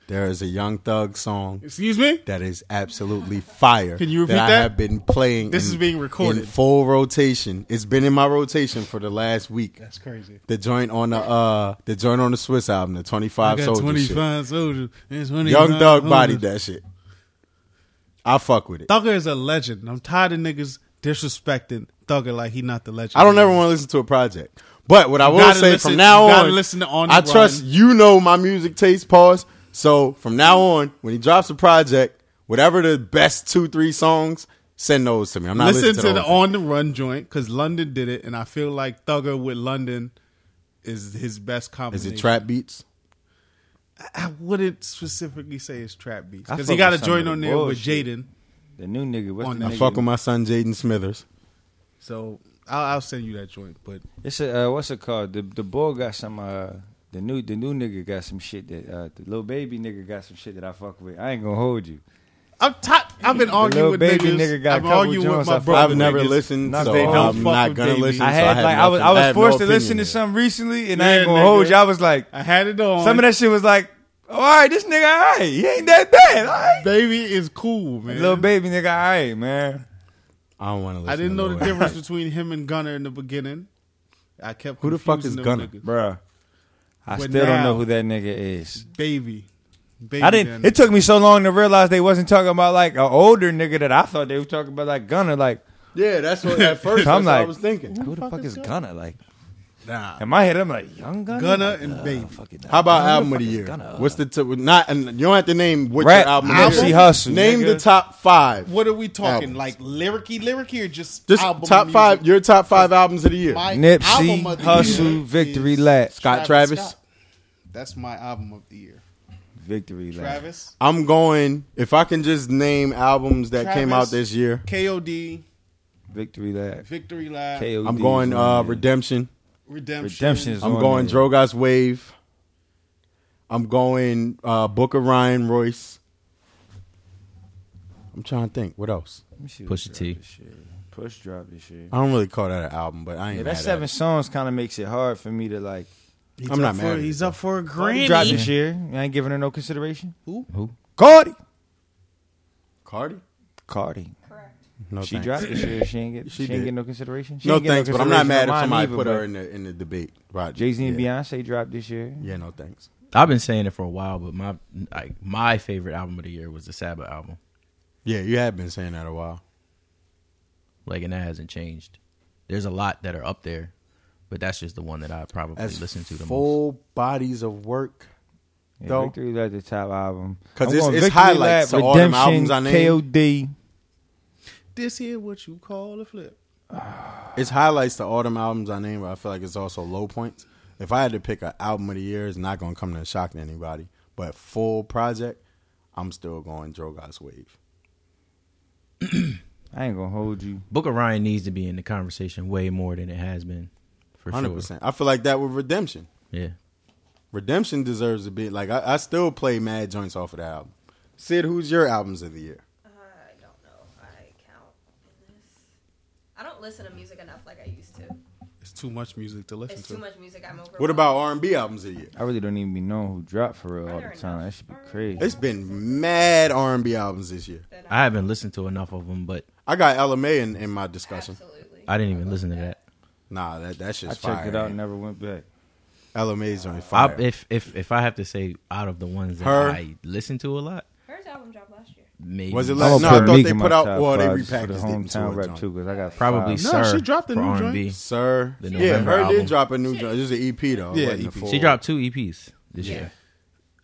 [SPEAKER 8] there is a Young Thug song
[SPEAKER 7] Excuse me.
[SPEAKER 8] that is absolutely fire.
[SPEAKER 7] Can you repeat
[SPEAKER 8] I
[SPEAKER 7] that?
[SPEAKER 8] have been playing.
[SPEAKER 7] This
[SPEAKER 8] in-
[SPEAKER 7] is being recorded.
[SPEAKER 8] in full rotation. It's been in my rotation for the last week.
[SPEAKER 7] That's crazy.
[SPEAKER 8] The joint on the uh, the joint on the Swiss album, the twenty
[SPEAKER 7] I
[SPEAKER 8] five
[SPEAKER 7] got
[SPEAKER 8] soldiers.
[SPEAKER 7] 25 soldiers. and 25
[SPEAKER 8] Young Thug bodied
[SPEAKER 7] soldiers.
[SPEAKER 8] that shit. I fuck with it.
[SPEAKER 7] Thugger is a legend. I'm tired of niggas disrespecting Thugger like he not the legend.
[SPEAKER 8] I don't ever want to listen to a project. But what I will
[SPEAKER 7] gotta
[SPEAKER 8] say
[SPEAKER 7] listen-
[SPEAKER 8] from now
[SPEAKER 7] you gotta
[SPEAKER 8] on,
[SPEAKER 7] listen to On the
[SPEAKER 8] I trust
[SPEAKER 7] Run.
[SPEAKER 8] you know my music taste. Pause. So from now on, when he drops a project, whatever the best two three songs, send those to me. I'm not
[SPEAKER 7] listen
[SPEAKER 8] listening
[SPEAKER 7] to the
[SPEAKER 8] whole
[SPEAKER 7] on the run joint because London did it, and I feel like Thugger with London is his best
[SPEAKER 8] thing. Is
[SPEAKER 7] combination.
[SPEAKER 8] it trap beats?
[SPEAKER 7] I wouldn't specifically say it's trap beats
[SPEAKER 5] I
[SPEAKER 7] because
[SPEAKER 5] fuck
[SPEAKER 7] he got a
[SPEAKER 5] with some
[SPEAKER 7] joint
[SPEAKER 5] of
[SPEAKER 7] on
[SPEAKER 5] the
[SPEAKER 7] there with
[SPEAKER 5] bullshit.
[SPEAKER 7] Jaden.
[SPEAKER 5] The new nigga, what's
[SPEAKER 7] On
[SPEAKER 5] the
[SPEAKER 7] that
[SPEAKER 8] I
[SPEAKER 5] nigga?
[SPEAKER 8] fuck with my son Jaden Smithers.
[SPEAKER 7] So I'll, I'll send you that joint. But
[SPEAKER 5] It's a uh, what's it called? The the boy got some. uh The new the new nigga got some shit that uh the little baby nigga got some shit that I fuck with. I ain't gonna hold you.
[SPEAKER 7] I'm top. I've been
[SPEAKER 5] little
[SPEAKER 7] arguing with
[SPEAKER 5] baby
[SPEAKER 7] niggas.
[SPEAKER 5] nigga got
[SPEAKER 7] I've
[SPEAKER 5] a
[SPEAKER 7] been
[SPEAKER 5] couple
[SPEAKER 7] arguing with
[SPEAKER 5] joints I
[SPEAKER 7] my
[SPEAKER 5] fuck
[SPEAKER 7] brother.
[SPEAKER 8] I've never
[SPEAKER 7] niggas.
[SPEAKER 8] listened,
[SPEAKER 5] Not
[SPEAKER 8] so
[SPEAKER 5] they don't
[SPEAKER 8] I'm
[SPEAKER 7] fuck
[SPEAKER 8] not
[SPEAKER 7] with
[SPEAKER 8] gonna
[SPEAKER 7] JB.
[SPEAKER 8] listen.
[SPEAKER 5] I
[SPEAKER 8] so
[SPEAKER 5] had
[SPEAKER 8] have
[SPEAKER 5] like I was I
[SPEAKER 8] nothing-
[SPEAKER 5] was
[SPEAKER 8] have no
[SPEAKER 5] forced to
[SPEAKER 8] opinion
[SPEAKER 5] listen to
[SPEAKER 8] there.
[SPEAKER 5] something recently, and I
[SPEAKER 7] Yeah,
[SPEAKER 5] ain't gonna
[SPEAKER 7] nigga.
[SPEAKER 5] hold you. I was like,
[SPEAKER 7] I had it on.
[SPEAKER 5] some of that shit was like, oh, all right, this nigga, all right, he ain't that bad, all right.
[SPEAKER 7] baby is cool, man.
[SPEAKER 5] Little baby nigga, all right, man.
[SPEAKER 8] I don't want to listen.
[SPEAKER 7] I didn't
[SPEAKER 8] to
[SPEAKER 7] know the
[SPEAKER 8] Lil Wayne.
[SPEAKER 7] difference between him and Gunner in the beginning. I kept
[SPEAKER 8] Who the fuck
[SPEAKER 7] confusing
[SPEAKER 8] is
[SPEAKER 7] them
[SPEAKER 8] Gunna?
[SPEAKER 7] niggas.
[SPEAKER 5] Bruh. I
[SPEAKER 7] But
[SPEAKER 5] still don't
[SPEAKER 7] now-
[SPEAKER 5] know who that nigga is.
[SPEAKER 7] Baby. baby
[SPEAKER 5] I didn't.
[SPEAKER 7] Gunna.
[SPEAKER 5] It took me so long to realize they wasn't talking about like an older nigga that I thought they were talking about, like Gunner. Like
[SPEAKER 8] Yeah, that's what at first
[SPEAKER 5] I'm
[SPEAKER 8] that's what I
[SPEAKER 5] like-
[SPEAKER 8] was thinking.
[SPEAKER 5] who the fuck is Gunner? Like
[SPEAKER 7] Nah.
[SPEAKER 5] In my head, I'm like, Young Gunna,
[SPEAKER 7] Gunna
[SPEAKER 5] Like,
[SPEAKER 7] and
[SPEAKER 5] uh,
[SPEAKER 7] Baby.
[SPEAKER 5] fuck it, nah.
[SPEAKER 8] How about
[SPEAKER 5] Gunna,
[SPEAKER 8] album of
[SPEAKER 5] fuck
[SPEAKER 8] the
[SPEAKER 5] is
[SPEAKER 8] year?
[SPEAKER 5] Gunna?
[SPEAKER 8] What's the t- not? And you don't have to name what
[SPEAKER 5] Rap
[SPEAKER 8] your album.
[SPEAKER 5] album.
[SPEAKER 8] is.
[SPEAKER 5] Nipsey Hussle,
[SPEAKER 8] Name
[SPEAKER 5] nigga.
[SPEAKER 8] the top five.
[SPEAKER 7] What are we
[SPEAKER 8] Albums.
[SPEAKER 7] talking? Like lyricy, lyricy, or just
[SPEAKER 8] Just
[SPEAKER 7] album
[SPEAKER 8] top
[SPEAKER 7] music?
[SPEAKER 8] five. Your top five albums of the year.
[SPEAKER 7] My
[SPEAKER 5] Nipsey
[SPEAKER 7] album of the
[SPEAKER 5] Hustle,
[SPEAKER 7] year
[SPEAKER 5] Victory
[SPEAKER 7] is
[SPEAKER 5] Lap,
[SPEAKER 8] Scott Travis.
[SPEAKER 7] Scott. That's my album of the year.
[SPEAKER 5] Victory Lap.
[SPEAKER 7] Travis,
[SPEAKER 8] I'm going. If I can just name albums that came
[SPEAKER 7] Travis.
[SPEAKER 8] out this year,
[SPEAKER 7] K.O.D.,
[SPEAKER 5] Victory Lap.
[SPEAKER 7] Victory Lap,
[SPEAKER 5] KOD
[SPEAKER 8] I'm going
[SPEAKER 5] is
[SPEAKER 8] uh,
[SPEAKER 5] on there.
[SPEAKER 8] Redemption.
[SPEAKER 7] Redemption.
[SPEAKER 5] Redemption is
[SPEAKER 8] I'm
[SPEAKER 5] on
[SPEAKER 8] going
[SPEAKER 5] there.
[SPEAKER 8] Drogas Wave. I'm going uh, Booker Ryan Royce. I'm trying to think. What else?
[SPEAKER 5] Let me see
[SPEAKER 6] Pusha
[SPEAKER 5] what
[SPEAKER 6] T.
[SPEAKER 5] drop this year. Push drop this year.
[SPEAKER 8] I don't really call that an album, but I ain't
[SPEAKER 5] Yeah,
[SPEAKER 8] mad
[SPEAKER 5] that seven
[SPEAKER 8] at
[SPEAKER 5] songs kind of makes it hard for me to like.
[SPEAKER 8] it. I'm not mad. at it.
[SPEAKER 7] He's up for a
[SPEAKER 5] Cardi
[SPEAKER 7] granny.
[SPEAKER 5] dropped this year. I ain't giving her no consideration.
[SPEAKER 7] Who?
[SPEAKER 6] Who?
[SPEAKER 5] Cardi.
[SPEAKER 8] Cardi.
[SPEAKER 5] Cardi.
[SPEAKER 8] No,
[SPEAKER 5] she
[SPEAKER 8] thanks.
[SPEAKER 5] dropped this year. She ain't get.
[SPEAKER 8] She
[SPEAKER 5] She, ain't
[SPEAKER 8] did.
[SPEAKER 5] get no consideration. She
[SPEAKER 8] No
[SPEAKER 5] ain't get
[SPEAKER 8] thanks, but I'm not
[SPEAKER 5] consideration
[SPEAKER 8] mad if
[SPEAKER 5] on mine
[SPEAKER 8] somebody
[SPEAKER 5] either,
[SPEAKER 8] put
[SPEAKER 5] but
[SPEAKER 8] her in the in the debate. Right?
[SPEAKER 5] Jay Z and
[SPEAKER 8] yeah.
[SPEAKER 5] Beyonce dropped this year.
[SPEAKER 8] Yeah, no thanks.
[SPEAKER 6] I've been saying it for a while, but my like my favorite album of the year was the Sabbath album.
[SPEAKER 8] Yeah, you have been saying that a while.
[SPEAKER 6] Like, and that hasn't changed. There's a lot that are up there, but that's just the one that I probably
[SPEAKER 8] As
[SPEAKER 6] listen to the most.
[SPEAKER 8] full bodies of work.
[SPEAKER 5] Yeah,
[SPEAKER 8] Though-
[SPEAKER 5] Victory Lap, the top album.
[SPEAKER 8] 'Cause
[SPEAKER 5] I'm
[SPEAKER 8] it's-
[SPEAKER 5] going
[SPEAKER 8] it's
[SPEAKER 5] Victory
[SPEAKER 8] highlights
[SPEAKER 5] Lap,
[SPEAKER 8] to all them
[SPEAKER 5] Redemption,
[SPEAKER 8] albums I named.
[SPEAKER 5] K.O.D.
[SPEAKER 7] This here, what you call a flip.
[SPEAKER 8] It's highlights to all them albums I named, but I feel like it's also low points. If I had to pick an album of the year, it's not going to come to a shock to anybody. But full project, I'm still going Drogas Wave.
[SPEAKER 5] I ain't gonna hold you.
[SPEAKER 6] Booker Ryan needs to be in the conversation way more than it has been, for
[SPEAKER 8] 100%.
[SPEAKER 6] sure.
[SPEAKER 8] I feel like that with Redemption.
[SPEAKER 6] Yeah,
[SPEAKER 8] Redemption deserves a bit. Like, I, I still play mad joints off of that album. Sid, who's your albums of the year?
[SPEAKER 9] Uh, I don't know if I count in this. I don't listen to music enough like I used to.
[SPEAKER 7] It's too much music to listen
[SPEAKER 9] It's
[SPEAKER 7] to.
[SPEAKER 9] too much music. I'm over.
[SPEAKER 8] What about R&B albums of the year?
[SPEAKER 5] I really don't even be knowing who dropped for real all
[SPEAKER 9] there
[SPEAKER 5] the time. That should be crazy.
[SPEAKER 8] It's been mad R&B albums this year.
[SPEAKER 6] I haven't listened to enough of them, but
[SPEAKER 8] I got LMA in, in my discussion.
[SPEAKER 9] Absolutely.
[SPEAKER 6] I didn't even listen to that.
[SPEAKER 8] Nah, that, that
[SPEAKER 5] I
[SPEAKER 8] shit's
[SPEAKER 5] checked
[SPEAKER 8] fire.
[SPEAKER 5] it out and never went back.
[SPEAKER 8] LMA's on fire.
[SPEAKER 6] I, if if if I have to say, out of the ones that
[SPEAKER 8] Her.
[SPEAKER 6] I listen to a lot,
[SPEAKER 9] Hers album dropped last year.
[SPEAKER 6] maybe
[SPEAKER 8] Was it
[SPEAKER 5] I'm gonna
[SPEAKER 8] last- No, I
[SPEAKER 5] put
[SPEAKER 8] thought
[SPEAKER 5] Meek
[SPEAKER 8] they
[SPEAKER 5] in my
[SPEAKER 8] put out-
[SPEAKER 5] top
[SPEAKER 8] well, they
[SPEAKER 5] five for
[SPEAKER 8] repackaged
[SPEAKER 5] the
[SPEAKER 8] it
[SPEAKER 5] hometown
[SPEAKER 8] into a
[SPEAKER 5] rap
[SPEAKER 8] joint.
[SPEAKER 5] too because I got
[SPEAKER 6] probably
[SPEAKER 5] five.
[SPEAKER 7] No,
[SPEAKER 6] Sir
[SPEAKER 7] she dropped the
[SPEAKER 6] for
[SPEAKER 7] new joint.
[SPEAKER 6] R&B.
[SPEAKER 8] Sir.
[SPEAKER 6] The
[SPEAKER 8] Yeah,
[SPEAKER 6] November
[SPEAKER 8] her
[SPEAKER 6] album.
[SPEAKER 8] did drop a new joint. It was an EP though. It
[SPEAKER 5] E
[SPEAKER 7] Yeah,
[SPEAKER 8] wasn't a
[SPEAKER 7] EP.
[SPEAKER 8] full-
[SPEAKER 6] She dropped two EPs this year.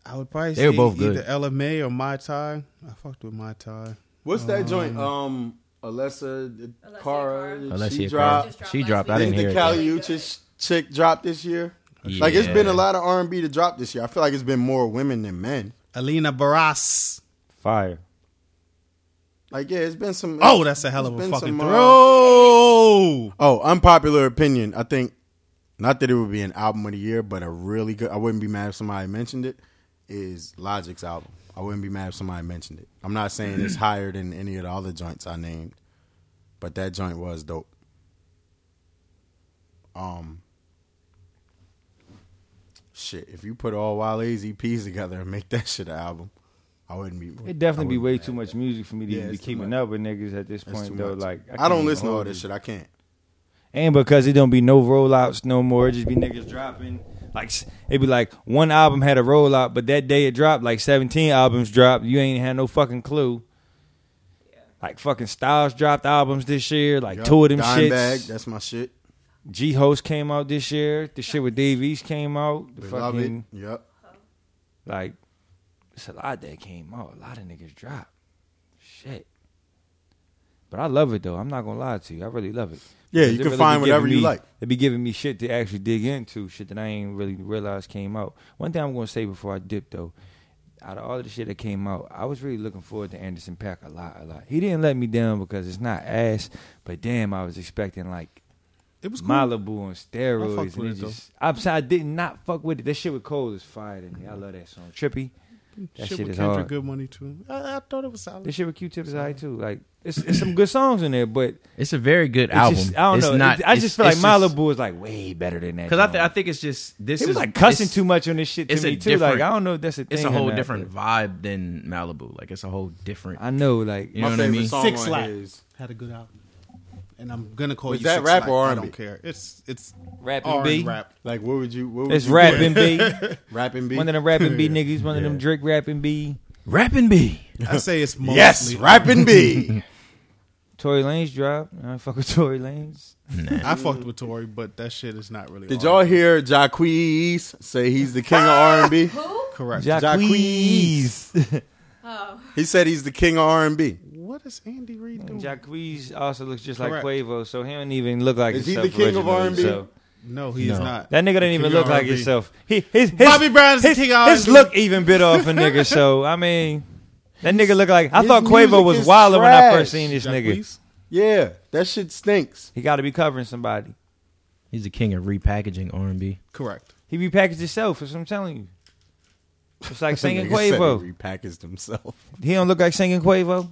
[SPEAKER 7] I would probably
[SPEAKER 6] They were
[SPEAKER 7] say
[SPEAKER 6] both
[SPEAKER 7] either
[SPEAKER 6] good.
[SPEAKER 7] LMA or Mai Tai. I fucked with Mai Tai.
[SPEAKER 8] What's that joint? Um, Alessa Cara.
[SPEAKER 9] Alessia Cara.
[SPEAKER 8] she
[SPEAKER 6] Alessia
[SPEAKER 8] dropped.
[SPEAKER 6] Cara.
[SPEAKER 9] dropped
[SPEAKER 6] She
[SPEAKER 9] last
[SPEAKER 6] dropped. I
[SPEAKER 9] week.
[SPEAKER 6] didn't
[SPEAKER 8] Didn't
[SPEAKER 6] hear
[SPEAKER 8] the
[SPEAKER 6] it.
[SPEAKER 8] Cali
[SPEAKER 9] though.
[SPEAKER 8] Uchis chick drop this year? Like it's been
[SPEAKER 6] Yeah.
[SPEAKER 8] a lot of R and B to drop this year. I feel like it's been more women than men.
[SPEAKER 7] Alina Baras.
[SPEAKER 5] fire.
[SPEAKER 8] Like yeah, it's been some.
[SPEAKER 7] Oh, that's a hell of
[SPEAKER 8] There's
[SPEAKER 7] a
[SPEAKER 8] been
[SPEAKER 7] fucking
[SPEAKER 8] some, uh,
[SPEAKER 7] throw.
[SPEAKER 8] Oh, unpopular opinion. I think not that it would be an album of the year, but a really good. I wouldn't be mad if somebody mentioned it. Is Logic's album? I wouldn't be mad if somebody mentioned it. I'm not saying
[SPEAKER 5] Mm.
[SPEAKER 8] it's higher than any of the other joints I named, but that joint was dope. Um, shit. If you put all Wale's EPs together and make that shit an album, I wouldn't be.
[SPEAKER 5] It definitely
[SPEAKER 8] I
[SPEAKER 5] be
[SPEAKER 8] wouldn't
[SPEAKER 5] way
[SPEAKER 8] mad
[SPEAKER 5] too
[SPEAKER 8] at
[SPEAKER 5] much
[SPEAKER 8] that.
[SPEAKER 5] music for me to
[SPEAKER 8] Yeah,
[SPEAKER 5] even be
[SPEAKER 8] it's too
[SPEAKER 5] keeping
[SPEAKER 8] much.
[SPEAKER 5] up with niggas at this
[SPEAKER 8] It's too
[SPEAKER 5] point though.
[SPEAKER 8] much.
[SPEAKER 5] Like
[SPEAKER 8] I don't
[SPEAKER 5] can't
[SPEAKER 8] listen to
[SPEAKER 5] hold
[SPEAKER 8] all this
[SPEAKER 5] it.
[SPEAKER 8] shit. I can't.
[SPEAKER 5] And because it don't be no rollouts no more, it just be niggas dropping. Like s- it be like one album had a rollout, but that day it dropped, like seventeen albums dropped. You ain't had no fucking clue. Like fucking Styles dropped albums this year, like
[SPEAKER 8] Yup.
[SPEAKER 5] two of them
[SPEAKER 8] Dimebag,
[SPEAKER 5] shits.
[SPEAKER 8] That's my shit.
[SPEAKER 5] G Host came out this year. The shit with Dave East came out. The
[SPEAKER 8] We love it.
[SPEAKER 5] fucking
[SPEAKER 8] Yep.
[SPEAKER 5] like it's a lot that came out. A lot of niggas dropped. Shit. But I love it though. I'm not gonna lie to you. I really love it.
[SPEAKER 8] Yeah,
[SPEAKER 5] Because
[SPEAKER 8] you
[SPEAKER 5] it
[SPEAKER 8] can
[SPEAKER 5] really
[SPEAKER 8] find
[SPEAKER 5] be
[SPEAKER 8] whatever
[SPEAKER 5] giving
[SPEAKER 8] you
[SPEAKER 5] me-
[SPEAKER 8] like.
[SPEAKER 5] It be giving me shit to actually dig into, shit that I ain't really realized came out. One thing I'm gonna say before I dip though, out of all of the shit that came out, I was really looking forward to Anderson Pack a lot, a lot. He didn't let me down because it's not ass, but damn, I was expecting like
[SPEAKER 7] It was cool.
[SPEAKER 5] Malibu on steroids.
[SPEAKER 7] I
[SPEAKER 5] and
[SPEAKER 7] fucked with
[SPEAKER 5] it
[SPEAKER 7] it, though.
[SPEAKER 5] just, I'm sorry, I did not fuck with it. That shit with Cole is fire to me. I love that song. Trippy. That shit,
[SPEAKER 7] shit with
[SPEAKER 5] is
[SPEAKER 7] Kendrick
[SPEAKER 5] hard.
[SPEAKER 7] Good Money too. I, I thought it was
[SPEAKER 5] That
[SPEAKER 7] solid.
[SPEAKER 5] shit with Q-Tip is alright too. Like it's, it's some good songs in there, but
[SPEAKER 6] It's a very good
[SPEAKER 5] it's
[SPEAKER 6] album.
[SPEAKER 5] just, I don't
[SPEAKER 6] It's
[SPEAKER 5] know.
[SPEAKER 6] not-
[SPEAKER 5] It- I
[SPEAKER 6] it's-
[SPEAKER 5] just feel like
[SPEAKER 6] it's
[SPEAKER 5] Malibu is like way better than that.
[SPEAKER 6] because I, th- I
[SPEAKER 5] joint.
[SPEAKER 6] think it's just this
[SPEAKER 5] he was
[SPEAKER 6] is
[SPEAKER 5] like cussing
[SPEAKER 6] it's-
[SPEAKER 5] too much on this shit to
[SPEAKER 6] it's a
[SPEAKER 5] me too. Like
[SPEAKER 6] different-
[SPEAKER 5] I don't know if that's a thing.
[SPEAKER 6] It's a
[SPEAKER 5] or
[SPEAKER 6] whole
[SPEAKER 5] not,
[SPEAKER 6] different
[SPEAKER 5] but
[SPEAKER 6] vibe than Malibu. Like it's a whole different.
[SPEAKER 5] I know, like
[SPEAKER 6] You
[SPEAKER 8] My
[SPEAKER 6] know what I
[SPEAKER 8] favorite
[SPEAKER 6] mean?
[SPEAKER 8] song
[SPEAKER 7] Six
[SPEAKER 8] on
[SPEAKER 7] Slack.
[SPEAKER 8] his-
[SPEAKER 7] Had a good album. And I'm gonna call
[SPEAKER 8] Was
[SPEAKER 7] you
[SPEAKER 8] that
[SPEAKER 7] Six
[SPEAKER 8] rap
[SPEAKER 7] Slack.
[SPEAKER 8] or
[SPEAKER 7] I
[SPEAKER 8] R&B?
[SPEAKER 7] don't care. It's it's
[SPEAKER 5] Rap and
[SPEAKER 7] R
[SPEAKER 5] B?
[SPEAKER 7] and rap.
[SPEAKER 8] Like what would you? What would
[SPEAKER 5] it's
[SPEAKER 8] you
[SPEAKER 5] rap
[SPEAKER 8] do?
[SPEAKER 5] and B.
[SPEAKER 8] Rap and B.
[SPEAKER 5] One of them rap and B
[SPEAKER 7] Yeah.
[SPEAKER 5] niggas. One of them
[SPEAKER 8] Yeah.
[SPEAKER 5] Drake rap and B.
[SPEAKER 6] Rapping B.
[SPEAKER 7] I say it's mostly
[SPEAKER 8] yes, rap and B.
[SPEAKER 5] Tory Lanez dropped. I don't fuck with Tory Lanez.
[SPEAKER 7] I fucked with Tory, but that shit is not really.
[SPEAKER 8] Did
[SPEAKER 7] all
[SPEAKER 8] y'all hear Jacquees say he's the king of R&B?
[SPEAKER 9] Who?
[SPEAKER 7] correct?
[SPEAKER 5] Jacquees.
[SPEAKER 9] Oh.
[SPEAKER 8] He said he's the king of R&B.
[SPEAKER 7] What is Andy Reid doing?
[SPEAKER 5] Jacquees also looks just like
[SPEAKER 7] Correct.
[SPEAKER 5] Quavo, so he don't even look like
[SPEAKER 8] Is he
[SPEAKER 5] himself.
[SPEAKER 8] the king of
[SPEAKER 5] originally,
[SPEAKER 8] R&B?
[SPEAKER 5] so.
[SPEAKER 7] no, he is
[SPEAKER 6] No.
[SPEAKER 7] not.
[SPEAKER 5] That nigga didn't
[SPEAKER 7] King
[SPEAKER 5] even
[SPEAKER 7] of
[SPEAKER 5] look like
[SPEAKER 7] R&B.
[SPEAKER 5] himself. He his his,
[SPEAKER 7] Bobby Brown's the
[SPEAKER 5] his,
[SPEAKER 7] king of
[SPEAKER 5] his
[SPEAKER 7] R&B.
[SPEAKER 5] look even bit off a nigga. So I mean, that nigga look like I
[SPEAKER 8] His
[SPEAKER 5] thought Quavo
[SPEAKER 8] music
[SPEAKER 5] was
[SPEAKER 8] is
[SPEAKER 5] wilder when I first
[SPEAKER 8] trash.
[SPEAKER 5] seen this nigga.
[SPEAKER 7] Jacquees?
[SPEAKER 8] Yeah, that shit stinks.
[SPEAKER 5] He got to be covering somebody.
[SPEAKER 6] He's the king of repackaging R and B.
[SPEAKER 7] Correct.
[SPEAKER 5] He repackaged himself. That's what I'm telling you. It's like singing
[SPEAKER 8] Nigga said
[SPEAKER 5] Quavo.
[SPEAKER 8] He repackaged himself.
[SPEAKER 5] He don't look like singing Quavo.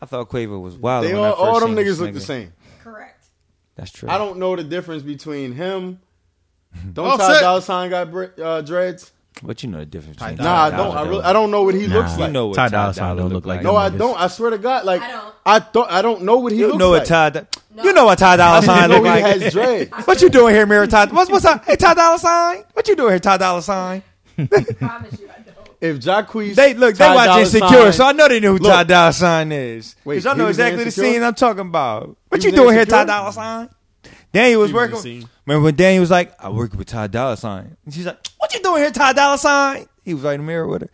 [SPEAKER 5] I thought Quavo was wild.
[SPEAKER 8] They
[SPEAKER 5] when I
[SPEAKER 8] all,
[SPEAKER 5] first
[SPEAKER 8] all them
[SPEAKER 5] seen
[SPEAKER 8] niggas
[SPEAKER 5] this
[SPEAKER 8] look
[SPEAKER 5] nigga.
[SPEAKER 8] the same.
[SPEAKER 9] Correct.
[SPEAKER 5] That's true.
[SPEAKER 8] I don't know the difference between him. Don't
[SPEAKER 7] Offset.
[SPEAKER 8] Ty Dolla Sign got bre- uh, dreads?
[SPEAKER 5] But you know the difference. between
[SPEAKER 8] Nah, I
[SPEAKER 5] Ty Dolla
[SPEAKER 8] don't. I,
[SPEAKER 5] though.
[SPEAKER 8] really, I don't know what he looks
[SPEAKER 5] You
[SPEAKER 8] like.
[SPEAKER 5] know what
[SPEAKER 6] Ty
[SPEAKER 5] Ty,
[SPEAKER 6] Dolla
[SPEAKER 5] Dolla
[SPEAKER 6] Sign
[SPEAKER 5] don't look like.
[SPEAKER 8] no, I
[SPEAKER 6] niggas.
[SPEAKER 8] don't. I swear to God, like
[SPEAKER 9] I don't.
[SPEAKER 8] I thought I don't know what he
[SPEAKER 5] You
[SPEAKER 8] looks
[SPEAKER 5] know
[SPEAKER 8] like.
[SPEAKER 5] what Ty? Do-
[SPEAKER 9] No.
[SPEAKER 5] You know what Ty Dolla
[SPEAKER 8] I
[SPEAKER 5] Sign
[SPEAKER 8] know
[SPEAKER 5] look
[SPEAKER 8] he
[SPEAKER 5] like?
[SPEAKER 8] has dreads.
[SPEAKER 5] What you doing here, Mary Todd? What's what's up? Hey, Ty Dolla Sign. What you doing here, Ty Dolla Sign?
[SPEAKER 9] I promise you I don't.
[SPEAKER 8] If Jacquees,
[SPEAKER 5] They look. They
[SPEAKER 8] Ty
[SPEAKER 5] watch
[SPEAKER 8] Dolla
[SPEAKER 5] Insecure,
[SPEAKER 8] Sign-
[SPEAKER 5] so I know they knew who Ty
[SPEAKER 8] Look.
[SPEAKER 5] Dolla Sign is.
[SPEAKER 8] Wait,
[SPEAKER 5] Because I
[SPEAKER 8] he
[SPEAKER 5] know
[SPEAKER 8] was in
[SPEAKER 5] exactly the
[SPEAKER 8] Insecure?
[SPEAKER 5] scene I'm talking about. What
[SPEAKER 8] was
[SPEAKER 5] you
[SPEAKER 8] in
[SPEAKER 5] doing here, Ty
[SPEAKER 8] Insecure?
[SPEAKER 5] Dolla Sign? Daniel was
[SPEAKER 7] He was in
[SPEAKER 5] working.
[SPEAKER 7] the scene.
[SPEAKER 5] Remember when Daniel was like, "I work with Ty Dolla Sign," and she's like, "What you doing here, Ty Dolla Sign?" He was right in the mirror with her.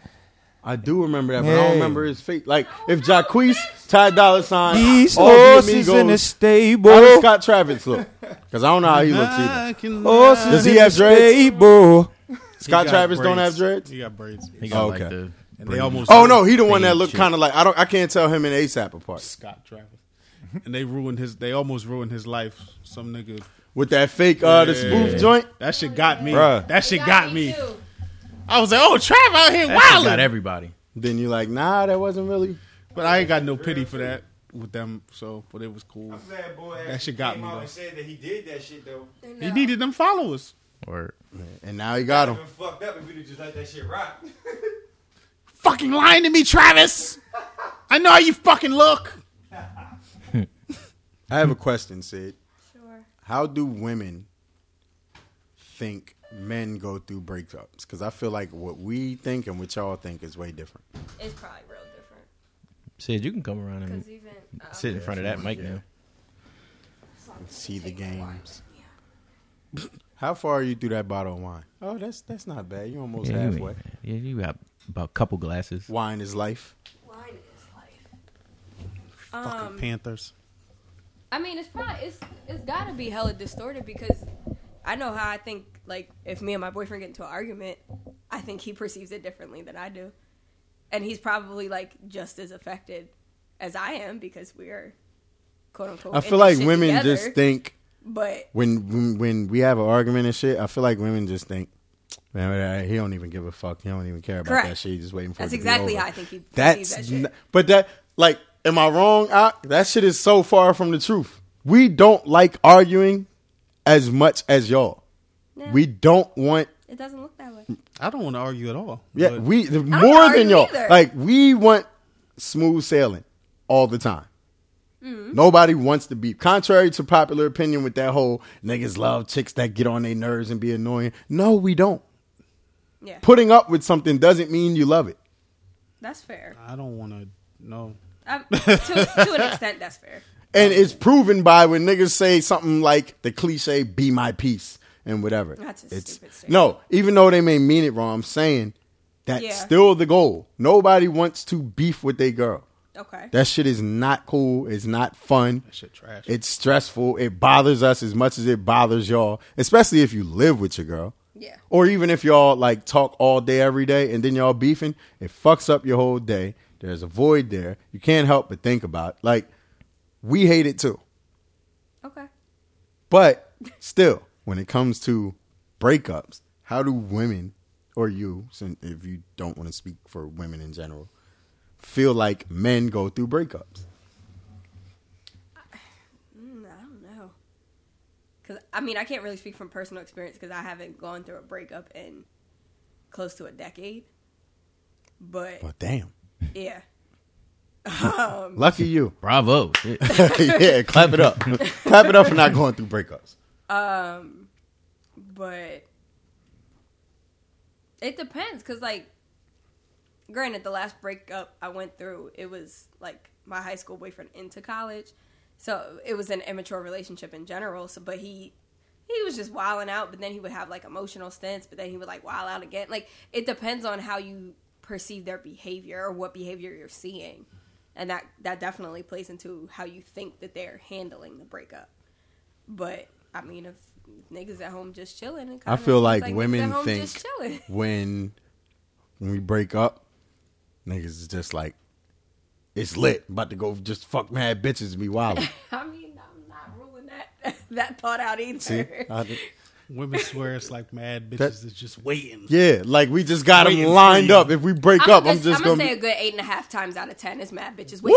[SPEAKER 8] I do remember that, but I
[SPEAKER 5] Hey.
[SPEAKER 8] don't remember his face. Like if Jacquees, Ty Dolla
[SPEAKER 7] Uh,
[SPEAKER 8] Sign,
[SPEAKER 5] These
[SPEAKER 8] all the
[SPEAKER 5] horses in the
[SPEAKER 8] Amigos,
[SPEAKER 5] stable.
[SPEAKER 8] How does Scott Travis look? Because I don't know how he looks either.
[SPEAKER 7] I can
[SPEAKER 5] Horses
[SPEAKER 8] Does he
[SPEAKER 5] in the
[SPEAKER 8] have dreads?
[SPEAKER 5] stable.
[SPEAKER 8] Scott
[SPEAKER 7] got
[SPEAKER 8] Travis don't
[SPEAKER 7] braids.
[SPEAKER 8] have dreads.
[SPEAKER 7] He got braids.
[SPEAKER 6] He got
[SPEAKER 8] Okay.
[SPEAKER 6] like the.
[SPEAKER 7] And they almost.
[SPEAKER 8] Oh no, he the one that looked
[SPEAKER 6] Shit.
[SPEAKER 8] kind of like I don't. I can't tell him and ASAP apart
[SPEAKER 7] Scott Travis. And they ruined his. They almost ruined his life. Some nigga.
[SPEAKER 8] with that fake uh the
[SPEAKER 7] Yeah.
[SPEAKER 8] spoof joint.
[SPEAKER 7] That shit got me.
[SPEAKER 5] Bruh.
[SPEAKER 7] That shit got me.
[SPEAKER 9] too.
[SPEAKER 7] I was like, oh, Trav out here
[SPEAKER 6] That shit got
[SPEAKER 7] wilding.
[SPEAKER 6] everybody.
[SPEAKER 8] Then you like, nah, that wasn't really.
[SPEAKER 7] But I ain't got no pity for that with them. So, but it was cool. That shit got came me, out though. and
[SPEAKER 5] said that he did that shit though.
[SPEAKER 7] He needed them followers.
[SPEAKER 6] Or
[SPEAKER 8] And now he got him.
[SPEAKER 5] fucked up if we just let that shit rock.
[SPEAKER 7] Fucking lying to me, Travis. I know how you fucking look.
[SPEAKER 8] I have a question, Sid.
[SPEAKER 9] Sure.
[SPEAKER 8] How do women think men go through breakups? Because I feel like what we think and what y'all think is way different.
[SPEAKER 9] It's probably real different.
[SPEAKER 6] Sid, you can come around and
[SPEAKER 9] Because even. Uh,
[SPEAKER 6] sit in front of that mic now.
[SPEAKER 8] See the games. How far are you through that bottle of wine? Oh, that's that's not bad. You're almost
[SPEAKER 6] Yeah, you,
[SPEAKER 8] halfway.
[SPEAKER 6] ain't- yeah, you got about a couple glasses.
[SPEAKER 8] Wine is life.
[SPEAKER 9] Wine is life. Um,
[SPEAKER 7] fucking Panthers.
[SPEAKER 9] I mean, it's probably it's it's gotta be hella distorted because I know how I think. Like, if me and my boyfriend get into an argument, I think he perceives it differently than I do, and he's probably like just as affected as I am because we are quote unquote.
[SPEAKER 8] I
[SPEAKER 9] in
[SPEAKER 8] feel
[SPEAKER 9] this
[SPEAKER 8] like
[SPEAKER 9] shit
[SPEAKER 8] women
[SPEAKER 9] together,
[SPEAKER 8] just think
[SPEAKER 9] But
[SPEAKER 8] when, when when we have an argument and shit. I feel like women just think, man, he don't even give a fuck. He don't even care about that
[SPEAKER 9] Correct.
[SPEAKER 8] shit. He's just waiting for.
[SPEAKER 9] that's
[SPEAKER 8] it to be
[SPEAKER 9] exactly
[SPEAKER 8] over.
[SPEAKER 9] how I think he perceives
[SPEAKER 8] That's
[SPEAKER 9] that shit.
[SPEAKER 8] n- but that like, am I wrong? I, that shit is so far from the truth. We don't like arguing as much as y'all.
[SPEAKER 9] Nah,
[SPEAKER 8] We don't want.
[SPEAKER 9] it doesn't look that way.
[SPEAKER 7] I don't want to argue at all.
[SPEAKER 8] Yeah,
[SPEAKER 7] but
[SPEAKER 8] we the- more
[SPEAKER 9] argue
[SPEAKER 8] than y'all.
[SPEAKER 9] either.
[SPEAKER 8] Like we want smooth sailing all the time.
[SPEAKER 9] Mm-hmm.
[SPEAKER 8] Nobody wants to be contrary to popular opinion with that whole niggas love chicks that get on their nerves and be annoying. No, we don't.
[SPEAKER 9] Yeah,
[SPEAKER 8] Putting up with something doesn't mean you love it.
[SPEAKER 9] that's fair.
[SPEAKER 7] I don't want to. No.
[SPEAKER 9] Um, to, to an extent, that's fair.
[SPEAKER 8] And it's proven by when niggas say something like the cliche "be my peace" and whatever.
[SPEAKER 9] That's a
[SPEAKER 8] it's,
[SPEAKER 9] stupid statement.
[SPEAKER 8] No, even though they may mean it wrong, I'm saying that's
[SPEAKER 9] Yeah.
[SPEAKER 8] still the goal. Nobody wants to beef with their girl.
[SPEAKER 9] Okay.
[SPEAKER 8] That shit is not cool. It's not fun.
[SPEAKER 7] That shit trash.
[SPEAKER 8] It's stressful. It bothers us as much as it bothers y'all, especially if you live with your girl.
[SPEAKER 9] Yeah.
[SPEAKER 8] Or even if y'all like talk all day every day and then y'all beefing, it fucks up your whole day. There's a void there. You can't help but think about. it. Like we hate it too.
[SPEAKER 9] Okay.
[SPEAKER 8] But still, when it comes to breakups, how do women or you, since if you don't want to speak for women in general, feel like men go through breakups?
[SPEAKER 9] Mm, I don't know. Because, I mean, I can't really speak from personal experience because I haven't gone through a breakup in close to a decade. But,
[SPEAKER 8] Well, damn.
[SPEAKER 9] yeah.
[SPEAKER 8] Lucky you.
[SPEAKER 6] Bravo. Shit.
[SPEAKER 8] yeah, clap it up. clap it up for not going through breakups.
[SPEAKER 9] But it depends because, like, granted, the last breakup I went through, it was like my high school boyfriend into college. So it was an immature relationship in general. So, but he he was just wilding out. But then he would have like emotional stints. But then he would like wild out again. Like it depends on how you perceive their behavior or what behavior you're seeing, and that that definitely plays into how you think that they're handling the breakup. But I mean, if niggas at home just chilling, it
[SPEAKER 8] I
[SPEAKER 9] kinda
[SPEAKER 8] feel
[SPEAKER 9] seems
[SPEAKER 8] like
[SPEAKER 9] niggas at
[SPEAKER 8] women
[SPEAKER 9] home
[SPEAKER 8] think
[SPEAKER 9] just chilling.
[SPEAKER 8] when when we break up, niggas is just like it's lit, about to go just fuck mad bitches and be wild.
[SPEAKER 9] I mean, I'm not ruling that that thought out either.
[SPEAKER 8] See, I did-
[SPEAKER 7] Women swear it's like mad bitches
[SPEAKER 8] That-
[SPEAKER 7] that's just waiting.
[SPEAKER 8] yeah, like we just got them
[SPEAKER 7] Waiting for
[SPEAKER 8] lined
[SPEAKER 7] you.
[SPEAKER 8] up. If we break
[SPEAKER 9] I'm
[SPEAKER 8] up,
[SPEAKER 9] gonna,
[SPEAKER 8] I'm just gonna. be-
[SPEAKER 9] say a good eight and a half times out of ten is mad bitches.
[SPEAKER 8] Woo!
[SPEAKER 9] Wait,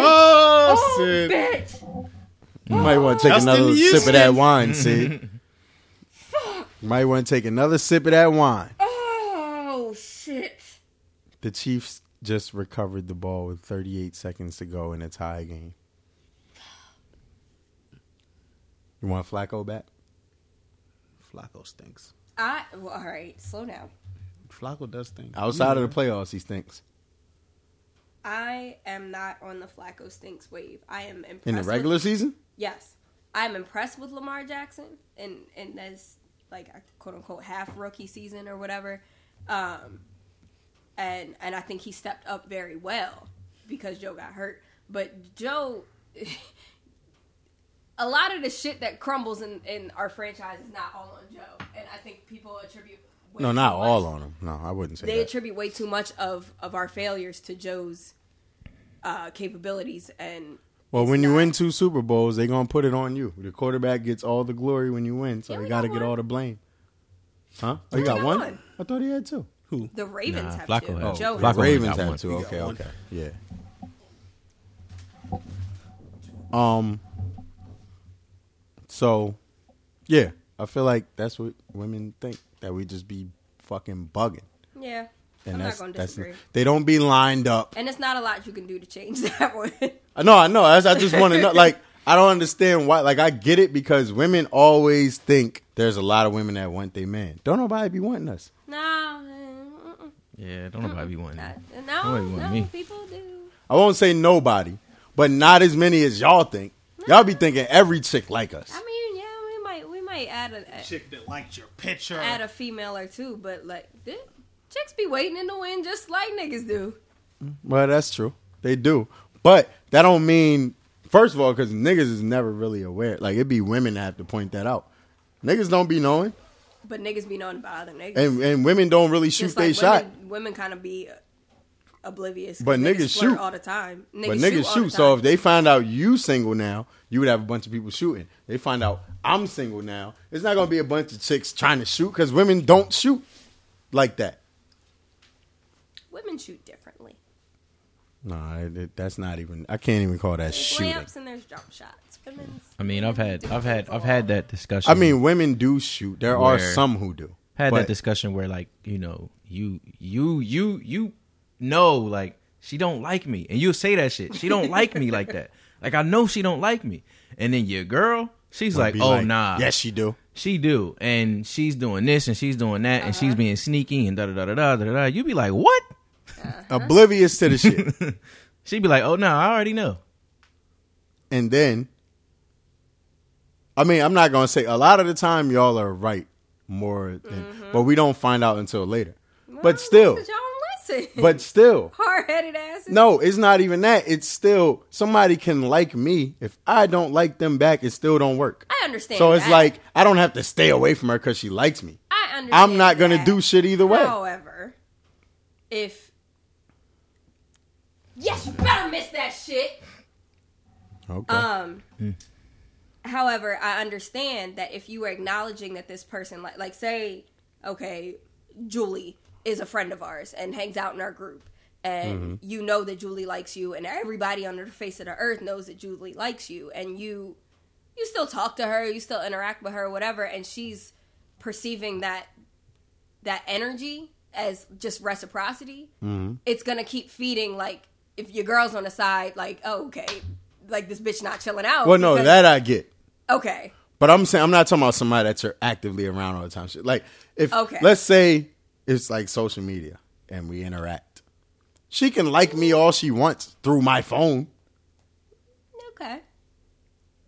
[SPEAKER 8] Oh, shit.
[SPEAKER 9] bitch,
[SPEAKER 8] You might want to take
[SPEAKER 7] That's the
[SPEAKER 8] another
[SPEAKER 7] yeast
[SPEAKER 8] sip of that wine, see? You might want to take another sip of that wine.
[SPEAKER 9] oh shit.
[SPEAKER 8] The Chiefs just recovered the ball with 38 seconds to go in a tie game. You want Flacco back?
[SPEAKER 7] Flacco stinks.
[SPEAKER 9] I well, all right, slow down.
[SPEAKER 7] Flacco does stink.
[SPEAKER 8] Outside of the playoffs, he stinks.
[SPEAKER 9] I am not on the Flacco stinks wave. I am impressed
[SPEAKER 8] In the regular
[SPEAKER 9] With,
[SPEAKER 8] season?
[SPEAKER 9] yes, I'm impressed with Lamar Jackson and in this like a quote unquote half rookie season or whatever. Um, and and I think he stepped up very well because Joe got hurt. But Joe, a lot of the shit that crumbles in in our franchise is not all on Joe, and I think people attribute way
[SPEAKER 8] No,
[SPEAKER 9] too
[SPEAKER 8] not
[SPEAKER 9] much-
[SPEAKER 8] all on him. No, I wouldn't say
[SPEAKER 9] They
[SPEAKER 8] that.
[SPEAKER 9] attribute way too much of of our failures to Joe's uh, capabilities, and
[SPEAKER 8] Well, when you win two Super Bowls, they're going to put it on you. The quarterback gets all the glory when you win, so
[SPEAKER 9] Yeah,
[SPEAKER 8] they
[SPEAKER 9] we
[SPEAKER 8] got to
[SPEAKER 9] got
[SPEAKER 8] get
[SPEAKER 9] one.
[SPEAKER 8] all the blame. Huh? Oh, you
[SPEAKER 9] We
[SPEAKER 8] got
[SPEAKER 9] got
[SPEAKER 8] one?
[SPEAKER 9] one.
[SPEAKER 8] I thought he had two. Who?
[SPEAKER 9] the Ravens
[SPEAKER 6] Nah,
[SPEAKER 9] have
[SPEAKER 6] Flacco
[SPEAKER 9] to.
[SPEAKER 6] has-
[SPEAKER 9] Joe
[SPEAKER 6] Flacco
[SPEAKER 9] has
[SPEAKER 8] the
[SPEAKER 6] only
[SPEAKER 8] Ravens
[SPEAKER 6] got
[SPEAKER 8] had
[SPEAKER 6] one.
[SPEAKER 8] two.
[SPEAKER 7] He got
[SPEAKER 8] Okay,
[SPEAKER 7] one.
[SPEAKER 8] okay, yeah. Um. So, yeah, I feel like that's what women think that we just be fucking bugging,
[SPEAKER 9] yeah.
[SPEAKER 8] and
[SPEAKER 9] I'm
[SPEAKER 8] that's
[SPEAKER 9] not gonna
[SPEAKER 8] that's
[SPEAKER 9] disagree.
[SPEAKER 8] they don't be lined up.
[SPEAKER 9] and it's not a lot you can do to change that one.
[SPEAKER 8] I know, I know. That's, I just want to know. Like, I don't understand why. Like, I get it because women always think there's a lot of women that want their man. Don't nobody be wanting us.
[SPEAKER 9] no, mm-mm,
[SPEAKER 6] Yeah, don't nobody be wanting
[SPEAKER 9] I-
[SPEAKER 6] that.
[SPEAKER 9] no,
[SPEAKER 6] Nobody want
[SPEAKER 9] no,
[SPEAKER 6] me.
[SPEAKER 9] people do.
[SPEAKER 8] I won't say nobody, but not as many as y'all think. Y'all be thinking every chick like us.
[SPEAKER 9] I mean, yeah, we might we might add a, a-
[SPEAKER 7] Chick that liked your picture.
[SPEAKER 9] add a female or two, but like th- chicks be waiting in the wind just like niggas do.
[SPEAKER 8] Well, that's true. They do, but that don't mean. First of all, because niggas is never really aware. Like it be women that have to point that out. Niggas don't be knowing,
[SPEAKER 9] But niggas be known by other niggas.
[SPEAKER 8] and and women don't really shoot
[SPEAKER 9] Just
[SPEAKER 8] they
[SPEAKER 9] like
[SPEAKER 8] shot.
[SPEAKER 9] Women, women kind of be uh, oblivious. 'cause
[SPEAKER 8] But niggas
[SPEAKER 9] flirt
[SPEAKER 8] shoot.
[SPEAKER 9] all the time. Niggas
[SPEAKER 8] But
[SPEAKER 9] shoot.
[SPEAKER 8] niggas
[SPEAKER 9] all
[SPEAKER 8] shoot.
[SPEAKER 9] the
[SPEAKER 8] So
[SPEAKER 9] time.
[SPEAKER 8] if they find out you single now, you would have a bunch of people shooting. They find out I'm single now. It's not gonna be a bunch of chicks trying to shoot because women don't shoot like that.
[SPEAKER 9] women shoot differently.
[SPEAKER 8] No, that's not even. I can't even call that
[SPEAKER 9] There's
[SPEAKER 8] shooting.
[SPEAKER 9] layups and there's jump shots. Women's
[SPEAKER 6] I mean, I've had,
[SPEAKER 9] do
[SPEAKER 6] I've had,
[SPEAKER 9] things a
[SPEAKER 6] I've
[SPEAKER 9] lot.
[SPEAKER 6] had that discussion.
[SPEAKER 8] I mean, women do shoot. There are
[SPEAKER 6] Where-
[SPEAKER 8] some who do.
[SPEAKER 6] had
[SPEAKER 8] But-
[SPEAKER 6] that discussion where like you know you you you you know like she don't like me and you'll say that shit she don't like me like that like i know she don't like me and then your girl she's
[SPEAKER 8] Would
[SPEAKER 6] like
[SPEAKER 8] be
[SPEAKER 6] oh nah
[SPEAKER 8] Yes, you do.
[SPEAKER 6] she do and she's doing this and she's doing that and she's being sneaky and da da da da da da da you be like what
[SPEAKER 9] Uh-huh.
[SPEAKER 8] Oblivious to the shit.
[SPEAKER 6] she'd be like oh no i already know
[SPEAKER 8] and then, I mean, I'm not going to say a lot of the time y'all are right more than, but we don't find out until later.
[SPEAKER 9] Mm-hmm. Well,
[SPEAKER 8] but still,
[SPEAKER 9] 'cause Oh, y'all don't listen.
[SPEAKER 8] but still,
[SPEAKER 9] hard headed asses.
[SPEAKER 8] no, it's not even that. It's still somebody can like me. If I don't like them back, it still don't work.
[SPEAKER 9] I understand.
[SPEAKER 8] So it's
[SPEAKER 9] that.
[SPEAKER 8] like I don't have to stay away from her because she likes me.
[SPEAKER 9] I understand.
[SPEAKER 8] I'm not gonna
[SPEAKER 9] that.
[SPEAKER 8] do shit either way.
[SPEAKER 9] However, if yes, you better miss that shit.
[SPEAKER 8] Okay.
[SPEAKER 9] Um. However, I understand that if you are acknowledging that this person, like, like say, okay, Julie is a friend of ours and hangs out in our group, and
[SPEAKER 8] Mm-hmm.
[SPEAKER 9] you know that Julie likes you, and everybody under the face of the earth knows that Julie likes you, and you, you still talk to her, you still interact with her, whatever, and she's perceiving that that energy as just reciprocity,
[SPEAKER 8] Mm-hmm.
[SPEAKER 9] it's gonna keep feeding like if your girl's on the side, like oh, okay, like this bitch not chilling out.
[SPEAKER 8] well, no,
[SPEAKER 9] because-
[SPEAKER 8] that I get.
[SPEAKER 9] okay,
[SPEAKER 8] But I'm saying I'm not talking about somebody that you're actively around all the time. Shit. Like if
[SPEAKER 9] Okay.
[SPEAKER 8] let's say it's like social media and we interact. She can like me all she wants through my phone.
[SPEAKER 2] Okay.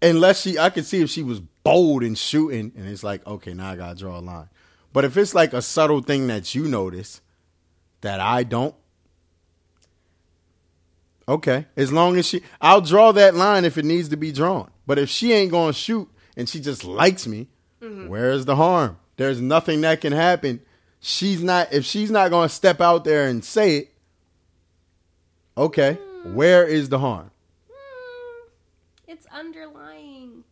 [SPEAKER 8] unless she I could see if she was bold and shooting and it's like, okay, now I gotta draw a line. But if it's like a subtle thing that you notice that I don't, okay. As long as she I'll draw that line if it needs to be drawn. But if she ain't gonna shoot and she just likes me, where's the harm? There's nothing that can happen. She's not if she's not gonna step out there and say it, okay, where is the harm?
[SPEAKER 9] It's underlying.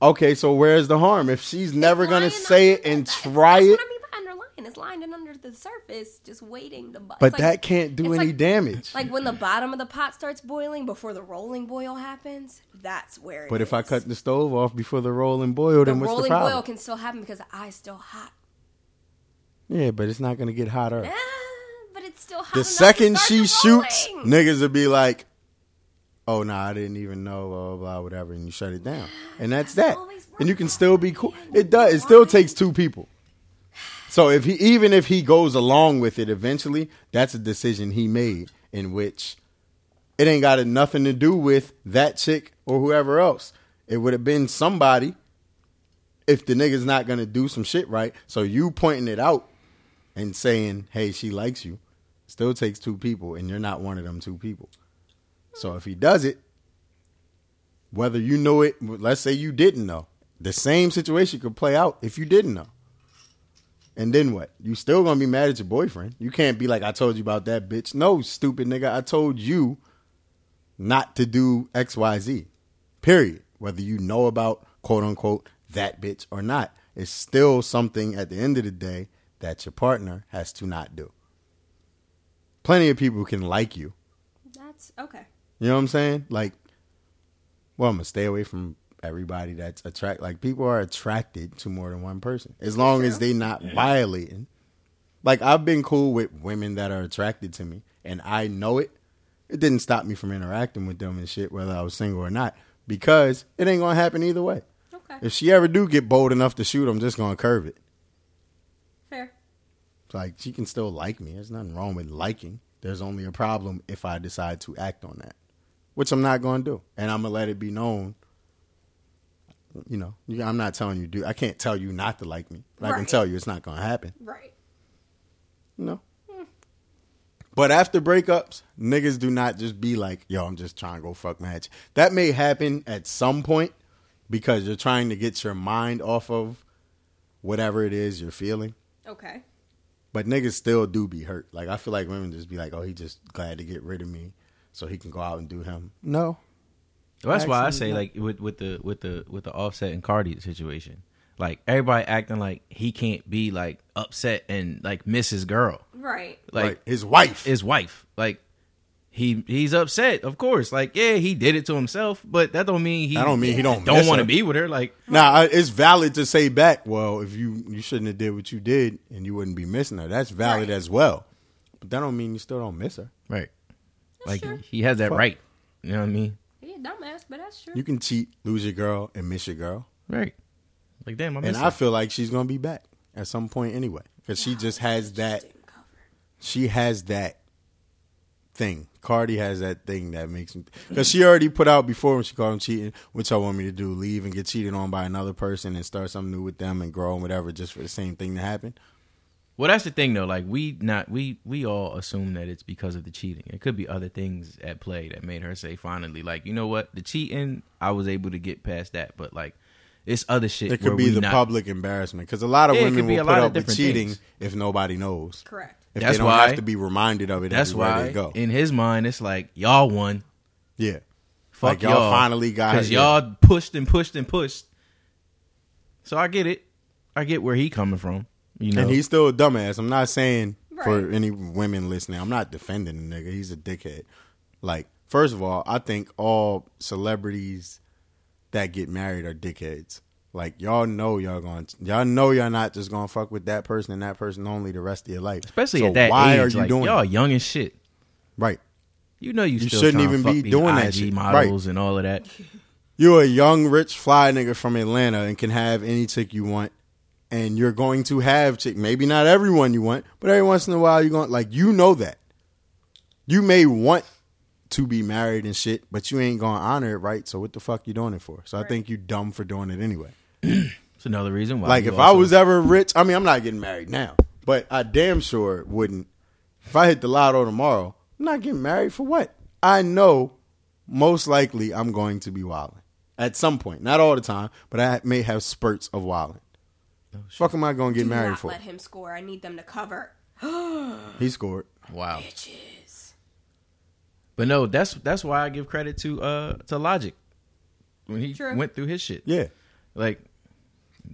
[SPEAKER 8] Okay, so where's the harm? If she's never gonna
[SPEAKER 9] Lying
[SPEAKER 8] say it
[SPEAKER 9] under-
[SPEAKER 8] and
[SPEAKER 9] that's-
[SPEAKER 8] try
[SPEAKER 9] that's
[SPEAKER 8] it,
[SPEAKER 9] what I mean by underlying. It's lying under the surface, just waiting to. Bu-
[SPEAKER 8] but
[SPEAKER 9] it's like-
[SPEAKER 8] that can't do
[SPEAKER 9] it's
[SPEAKER 8] any
[SPEAKER 9] like-
[SPEAKER 8] damage.
[SPEAKER 9] Like when the bottom of the pot starts boiling before the rolling boil happens, that's where. it
[SPEAKER 8] But if I
[SPEAKER 9] is.
[SPEAKER 8] cut the stove off before the rolling boil,
[SPEAKER 9] the
[SPEAKER 8] then what's the
[SPEAKER 9] rolling
[SPEAKER 8] problem?
[SPEAKER 9] boil can still happen because the eye's still hot.
[SPEAKER 8] yeah, but it's not gonna get hotter.
[SPEAKER 9] Ah, but it's still hot.
[SPEAKER 8] the
[SPEAKER 9] enough to
[SPEAKER 8] second
[SPEAKER 9] start
[SPEAKER 8] she
[SPEAKER 9] the
[SPEAKER 8] shoots,
[SPEAKER 9] rolling.
[SPEAKER 8] niggas will be like, "Oh nah, I didn't even know," blah blah, blah whatever, and you shut it down, and that's that.
[SPEAKER 9] always
[SPEAKER 8] And you can
[SPEAKER 9] worked
[SPEAKER 8] still
[SPEAKER 9] that
[SPEAKER 8] be
[SPEAKER 9] way.
[SPEAKER 8] cool. It does. It still takes two people. So if he, even if he goes along with it, eventually, that's a decision he made in which it ain't got nothing to do with that chick or whoever else. It would have been somebody if the nigga's not gonna do some shit right. So you pointing it out and saying, "Hey, she likes you," still takes two people, and you're not one of them two people. So if he does it, whether you know it, let's say you didn't know, the same situation could play out if you didn't know. And then what? You still gonna be mad at your boyfriend? You can't be like, "I told you about that bitch." No, stupid nigga, I told you not to do X, Y, Z. Period. Whether you know about quote unquote that bitch or not, it's still something at the end of the day that your partner has to not do. Plenty of people can like you.
[SPEAKER 9] That's okay.
[SPEAKER 8] You know what I'm saying? Like, well, I'm gonna stay away from everybody that's attract. Like, people are attracted to more than one person as long as they not violating. Like, I've been cool with women that are attracted to me, and I know it. It didn't stop me from interacting with them and shit, whether I was single or not, because it ain't gonna happen either way.
[SPEAKER 9] Okay.
[SPEAKER 8] If she ever do get bold enough to shoot, I'm just gonna curve it.
[SPEAKER 9] Fair.
[SPEAKER 8] Like, she can still like me. There's nothing wrong with liking. There's only a problem if I decide to act on that, which I'm not going to do. And I'm going to let it be known. You know, you- I'm not telling you, dude. I can't tell you not to like me. But I can
[SPEAKER 9] Right.
[SPEAKER 8] tell you it's not going to happen.
[SPEAKER 9] Right.
[SPEAKER 8] No. But after breakups, niggas do not just be like, yo, I'm just trying to go fuck match. That may happen at some point because you're trying to get your mind off of whatever it is you're feeling.
[SPEAKER 9] Okay.
[SPEAKER 8] But niggas still do be hurt. Like I feel like women just be like, "Oh, he just glad to get rid of me, so he can go out and do him." No,
[SPEAKER 6] Well, that's why I say
[SPEAKER 8] Actually,
[SPEAKER 6] like with with the with the with the offset and Cardi situation. Like everybody acting like he can't be like upset and like miss his girl.
[SPEAKER 9] Right.
[SPEAKER 6] Like
[SPEAKER 8] like his wife.
[SPEAKER 6] his wife. Like he he's upset, of course. Like, yeah, he did it to himself, but that don't mean he
[SPEAKER 8] I don't mean he don't
[SPEAKER 6] don't
[SPEAKER 8] miss
[SPEAKER 6] want to
[SPEAKER 8] her.
[SPEAKER 6] be with her. Like
[SPEAKER 8] Now I- it's valid to say back. Well, if you you shouldn't have did what you did, and you wouldn't be missing her. That's valid as well. But that don't mean you still don't miss her.
[SPEAKER 6] Right. Like he has that right. You know what I mean?
[SPEAKER 9] He a dumbass, but that's true.
[SPEAKER 8] You can cheat, lose your girl, and miss your girl.
[SPEAKER 6] Right. Like damn, I
[SPEAKER 8] And
[SPEAKER 6] miss
[SPEAKER 8] I
[SPEAKER 6] her.
[SPEAKER 8] feel like she's gonna be back at some point anyway, because she just has that. She has that thing. Cardi has that thing that makes me because she already put out before when she called him cheating. What y'all want me to do? Leave and get cheated on by another person and start something new with them and grow and whatever, just for the same thing to happen.
[SPEAKER 6] Well, that's the thing though. Like we not we we all assume that it's because of the cheating. It could be other things at play that made her say finally, like you know what, the cheating. I was able to get past that, but like it's other shit.
[SPEAKER 8] It
[SPEAKER 6] where
[SPEAKER 8] could be
[SPEAKER 6] we
[SPEAKER 8] the
[SPEAKER 6] not-
[SPEAKER 8] public embarrassment because a lot of
[SPEAKER 6] Yeah, it
[SPEAKER 8] women
[SPEAKER 6] could be
[SPEAKER 8] will
[SPEAKER 6] a
[SPEAKER 8] put
[SPEAKER 6] lot of
[SPEAKER 8] up with
[SPEAKER 6] different
[SPEAKER 8] cheating
[SPEAKER 6] things.
[SPEAKER 8] if nobody knows.
[SPEAKER 9] Correct.
[SPEAKER 8] If
[SPEAKER 6] That's
[SPEAKER 8] they don't
[SPEAKER 6] why-
[SPEAKER 8] have to be reminded of it
[SPEAKER 6] That's
[SPEAKER 8] everywhere
[SPEAKER 6] why
[SPEAKER 8] they go.
[SPEAKER 6] in his mind it's like y'all won.
[SPEAKER 8] yeah,
[SPEAKER 6] Fuck
[SPEAKER 8] Like, y'all finally got
[SPEAKER 6] because
[SPEAKER 8] it.
[SPEAKER 6] y'all pushed and pushed and pushed. So I get it. I get where he coming from. You know,
[SPEAKER 8] And he's still a dumbass. I'm not saying for
[SPEAKER 9] Right.
[SPEAKER 8] any women listening. I'm not defending the nigga. He's a dickhead. Like, first of all, I think all celebrities that get married are dickheads. Like y'all know y'all going y'all know y'all not just gonna fuck with that person and that person only the rest of your life.
[SPEAKER 6] especially
[SPEAKER 8] So
[SPEAKER 6] at that
[SPEAKER 8] why
[SPEAKER 6] age.
[SPEAKER 8] are you
[SPEAKER 6] like,
[SPEAKER 8] doing
[SPEAKER 6] y'all
[SPEAKER 8] it?
[SPEAKER 6] young as shit.
[SPEAKER 8] right?
[SPEAKER 6] You know you,
[SPEAKER 8] You
[SPEAKER 6] still
[SPEAKER 8] shouldn't
[SPEAKER 6] tryna
[SPEAKER 8] even
[SPEAKER 6] fuck
[SPEAKER 8] be
[SPEAKER 6] these
[SPEAKER 8] doing that
[SPEAKER 6] IG
[SPEAKER 8] shit.
[SPEAKER 6] models and all of that.
[SPEAKER 8] You're a young rich fly nigga from Atlanta and can have any chick you want. And you're going to have chick, maybe not everyone you want, but every once in a while you're going like you know that. You may want to be married and shit, but you ain't gonna honor it, right? So what the fuck you doing it for? So I think you dumb for doing it anyway.
[SPEAKER 6] It's another reason why.
[SPEAKER 8] Like
[SPEAKER 6] you
[SPEAKER 8] if I
[SPEAKER 6] also-
[SPEAKER 8] was ever rich, I mean I'm not getting married now, but I damn sure wouldn't. If I hit the lotto tomorrow, I'm not getting married for what? I know most likely I'm going to be wilding at some point. Not all the time, but I may have spurts of wilding. fuck am I gonna get
[SPEAKER 9] Do
[SPEAKER 8] married
[SPEAKER 9] not
[SPEAKER 8] for?
[SPEAKER 9] let him score. I need them to cover.
[SPEAKER 8] He scored.
[SPEAKER 6] wow.
[SPEAKER 9] Bitches.
[SPEAKER 6] But no, that's that's why I give credit to uh to Logic when he
[SPEAKER 9] True.
[SPEAKER 6] went through his shit.
[SPEAKER 8] Yeah.
[SPEAKER 6] like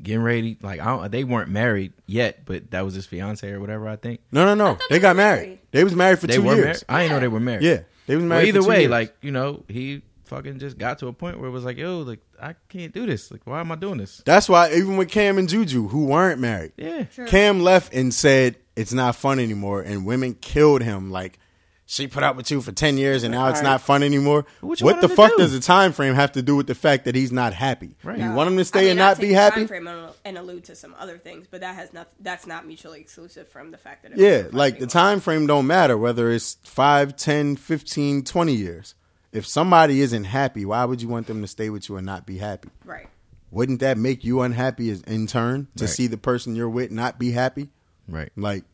[SPEAKER 6] getting ready. Like I don't, they weren't married yet, but that was his fiance or whatever. I think
[SPEAKER 8] No, no, no. They got married. They was married for
[SPEAKER 6] they
[SPEAKER 8] two
[SPEAKER 6] were married.
[SPEAKER 8] years.
[SPEAKER 6] I didn't know they were married.
[SPEAKER 8] Yeah, they was
[SPEAKER 6] Well,
[SPEAKER 8] married. for
[SPEAKER 6] either
[SPEAKER 8] two
[SPEAKER 6] way,
[SPEAKER 8] years.
[SPEAKER 6] like you know, he fucking just got to a point where it was like, yo, like I can't do this. Like why am I doing this?
[SPEAKER 8] that's why even with Cam and Juju, who weren't married,
[SPEAKER 6] Yeah,
[SPEAKER 8] Cam left and said it's not fun anymore, and women killed him. Like she put up with you for ten years, and now it's not fun anymore.
[SPEAKER 6] What
[SPEAKER 8] What,
[SPEAKER 6] you want
[SPEAKER 8] the
[SPEAKER 6] him to
[SPEAKER 8] fuck
[SPEAKER 6] do?
[SPEAKER 8] does the time frame have to do with the fact that he's not happy?
[SPEAKER 6] Right.
[SPEAKER 8] You
[SPEAKER 6] No.
[SPEAKER 8] want him to stay
[SPEAKER 9] I mean,
[SPEAKER 8] and
[SPEAKER 9] I'll
[SPEAKER 8] not
[SPEAKER 9] take
[SPEAKER 8] be
[SPEAKER 9] the time
[SPEAKER 8] happy?
[SPEAKER 9] frame and- and allude to some other things, but that has not. That's not mutually exclusive from the fact that. it
[SPEAKER 8] Yeah,
[SPEAKER 9] was for
[SPEAKER 8] like the
[SPEAKER 9] people.
[SPEAKER 8] time frame don't matter whether it's 5, 10, 15, 20 years. If somebody isn't happy, why would you want them to stay with you and not be happy?
[SPEAKER 9] Right.
[SPEAKER 8] Wouldn't that make you unhappy as in turn to
[SPEAKER 6] Right.
[SPEAKER 8] see the person you're with not be happy?
[SPEAKER 6] right.
[SPEAKER 8] Like,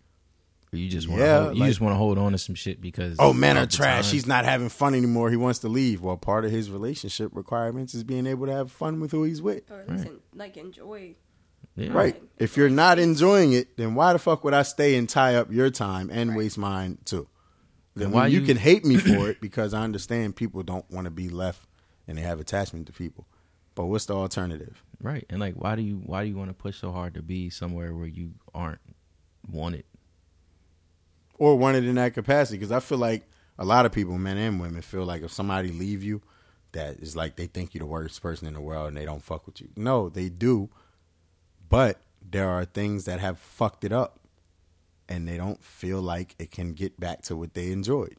[SPEAKER 6] You just want
[SPEAKER 8] Yeah,
[SPEAKER 6] to hold you
[SPEAKER 8] like-
[SPEAKER 6] just want to hold on to some shit because
[SPEAKER 8] oh, men are
[SPEAKER 6] of the
[SPEAKER 8] trash.
[SPEAKER 6] time.
[SPEAKER 8] He's not having fun anymore. He wants to leave. Well, part of his relationship requirements is being able to have fun with who he's with.
[SPEAKER 9] Or at least en- like enjoy.
[SPEAKER 6] Yeah.
[SPEAKER 8] Right. If you're not enjoying it, then why the fuck would I stay and tie up your time and waste mine too? Then
[SPEAKER 6] why
[SPEAKER 8] why you,
[SPEAKER 6] you-
[SPEAKER 8] can hate me for it because I understand people don't want to be left and they have attachment to people. But what's the alternative?
[SPEAKER 6] Right. And like why do you why do you want to push so hard to be somewhere where you aren't wanted?
[SPEAKER 8] Or wanted in that capacity? Because I feel like a lot of people, men and women, feel like if somebody leave you, that is like they think you're the worst person in the world and they don't fuck with you. No, they do. But there are things that have fucked it up and they don't feel like it can get back to what they enjoyed.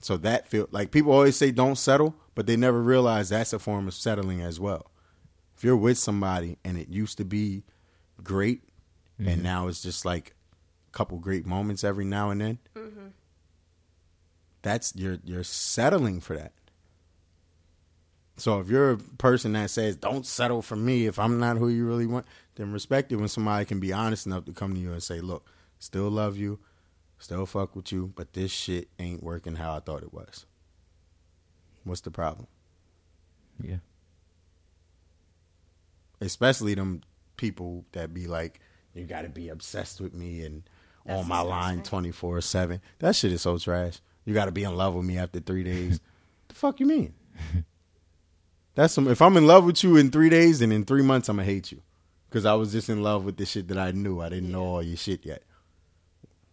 [SPEAKER 8] So that feel like people always say don't settle, but they never realize that's a form of settling as well. If you're with somebody and it used to be great and now it's just like a couple great moments every now and then, that's you're you're settling for that. So if you're a person that says don't settle for me if I'm not who you really want, then respect it when somebody can be honest enough to come to you and say, "Look, still love you, still fuck with you, but this shit ain't working how I thought it was." What's the problem?
[SPEAKER 6] Yeah.
[SPEAKER 8] Especially them people that be like, "You got to be obsessed with me and on my line 24/7." That shit is so trash. You got to be in love with me after 3 days. the fuck you mean? That's some. If I'm in love with you in three days, then in three months I'm gonna hate you, because I was just in love with the shit that I knew. I didn't know all your shit yet.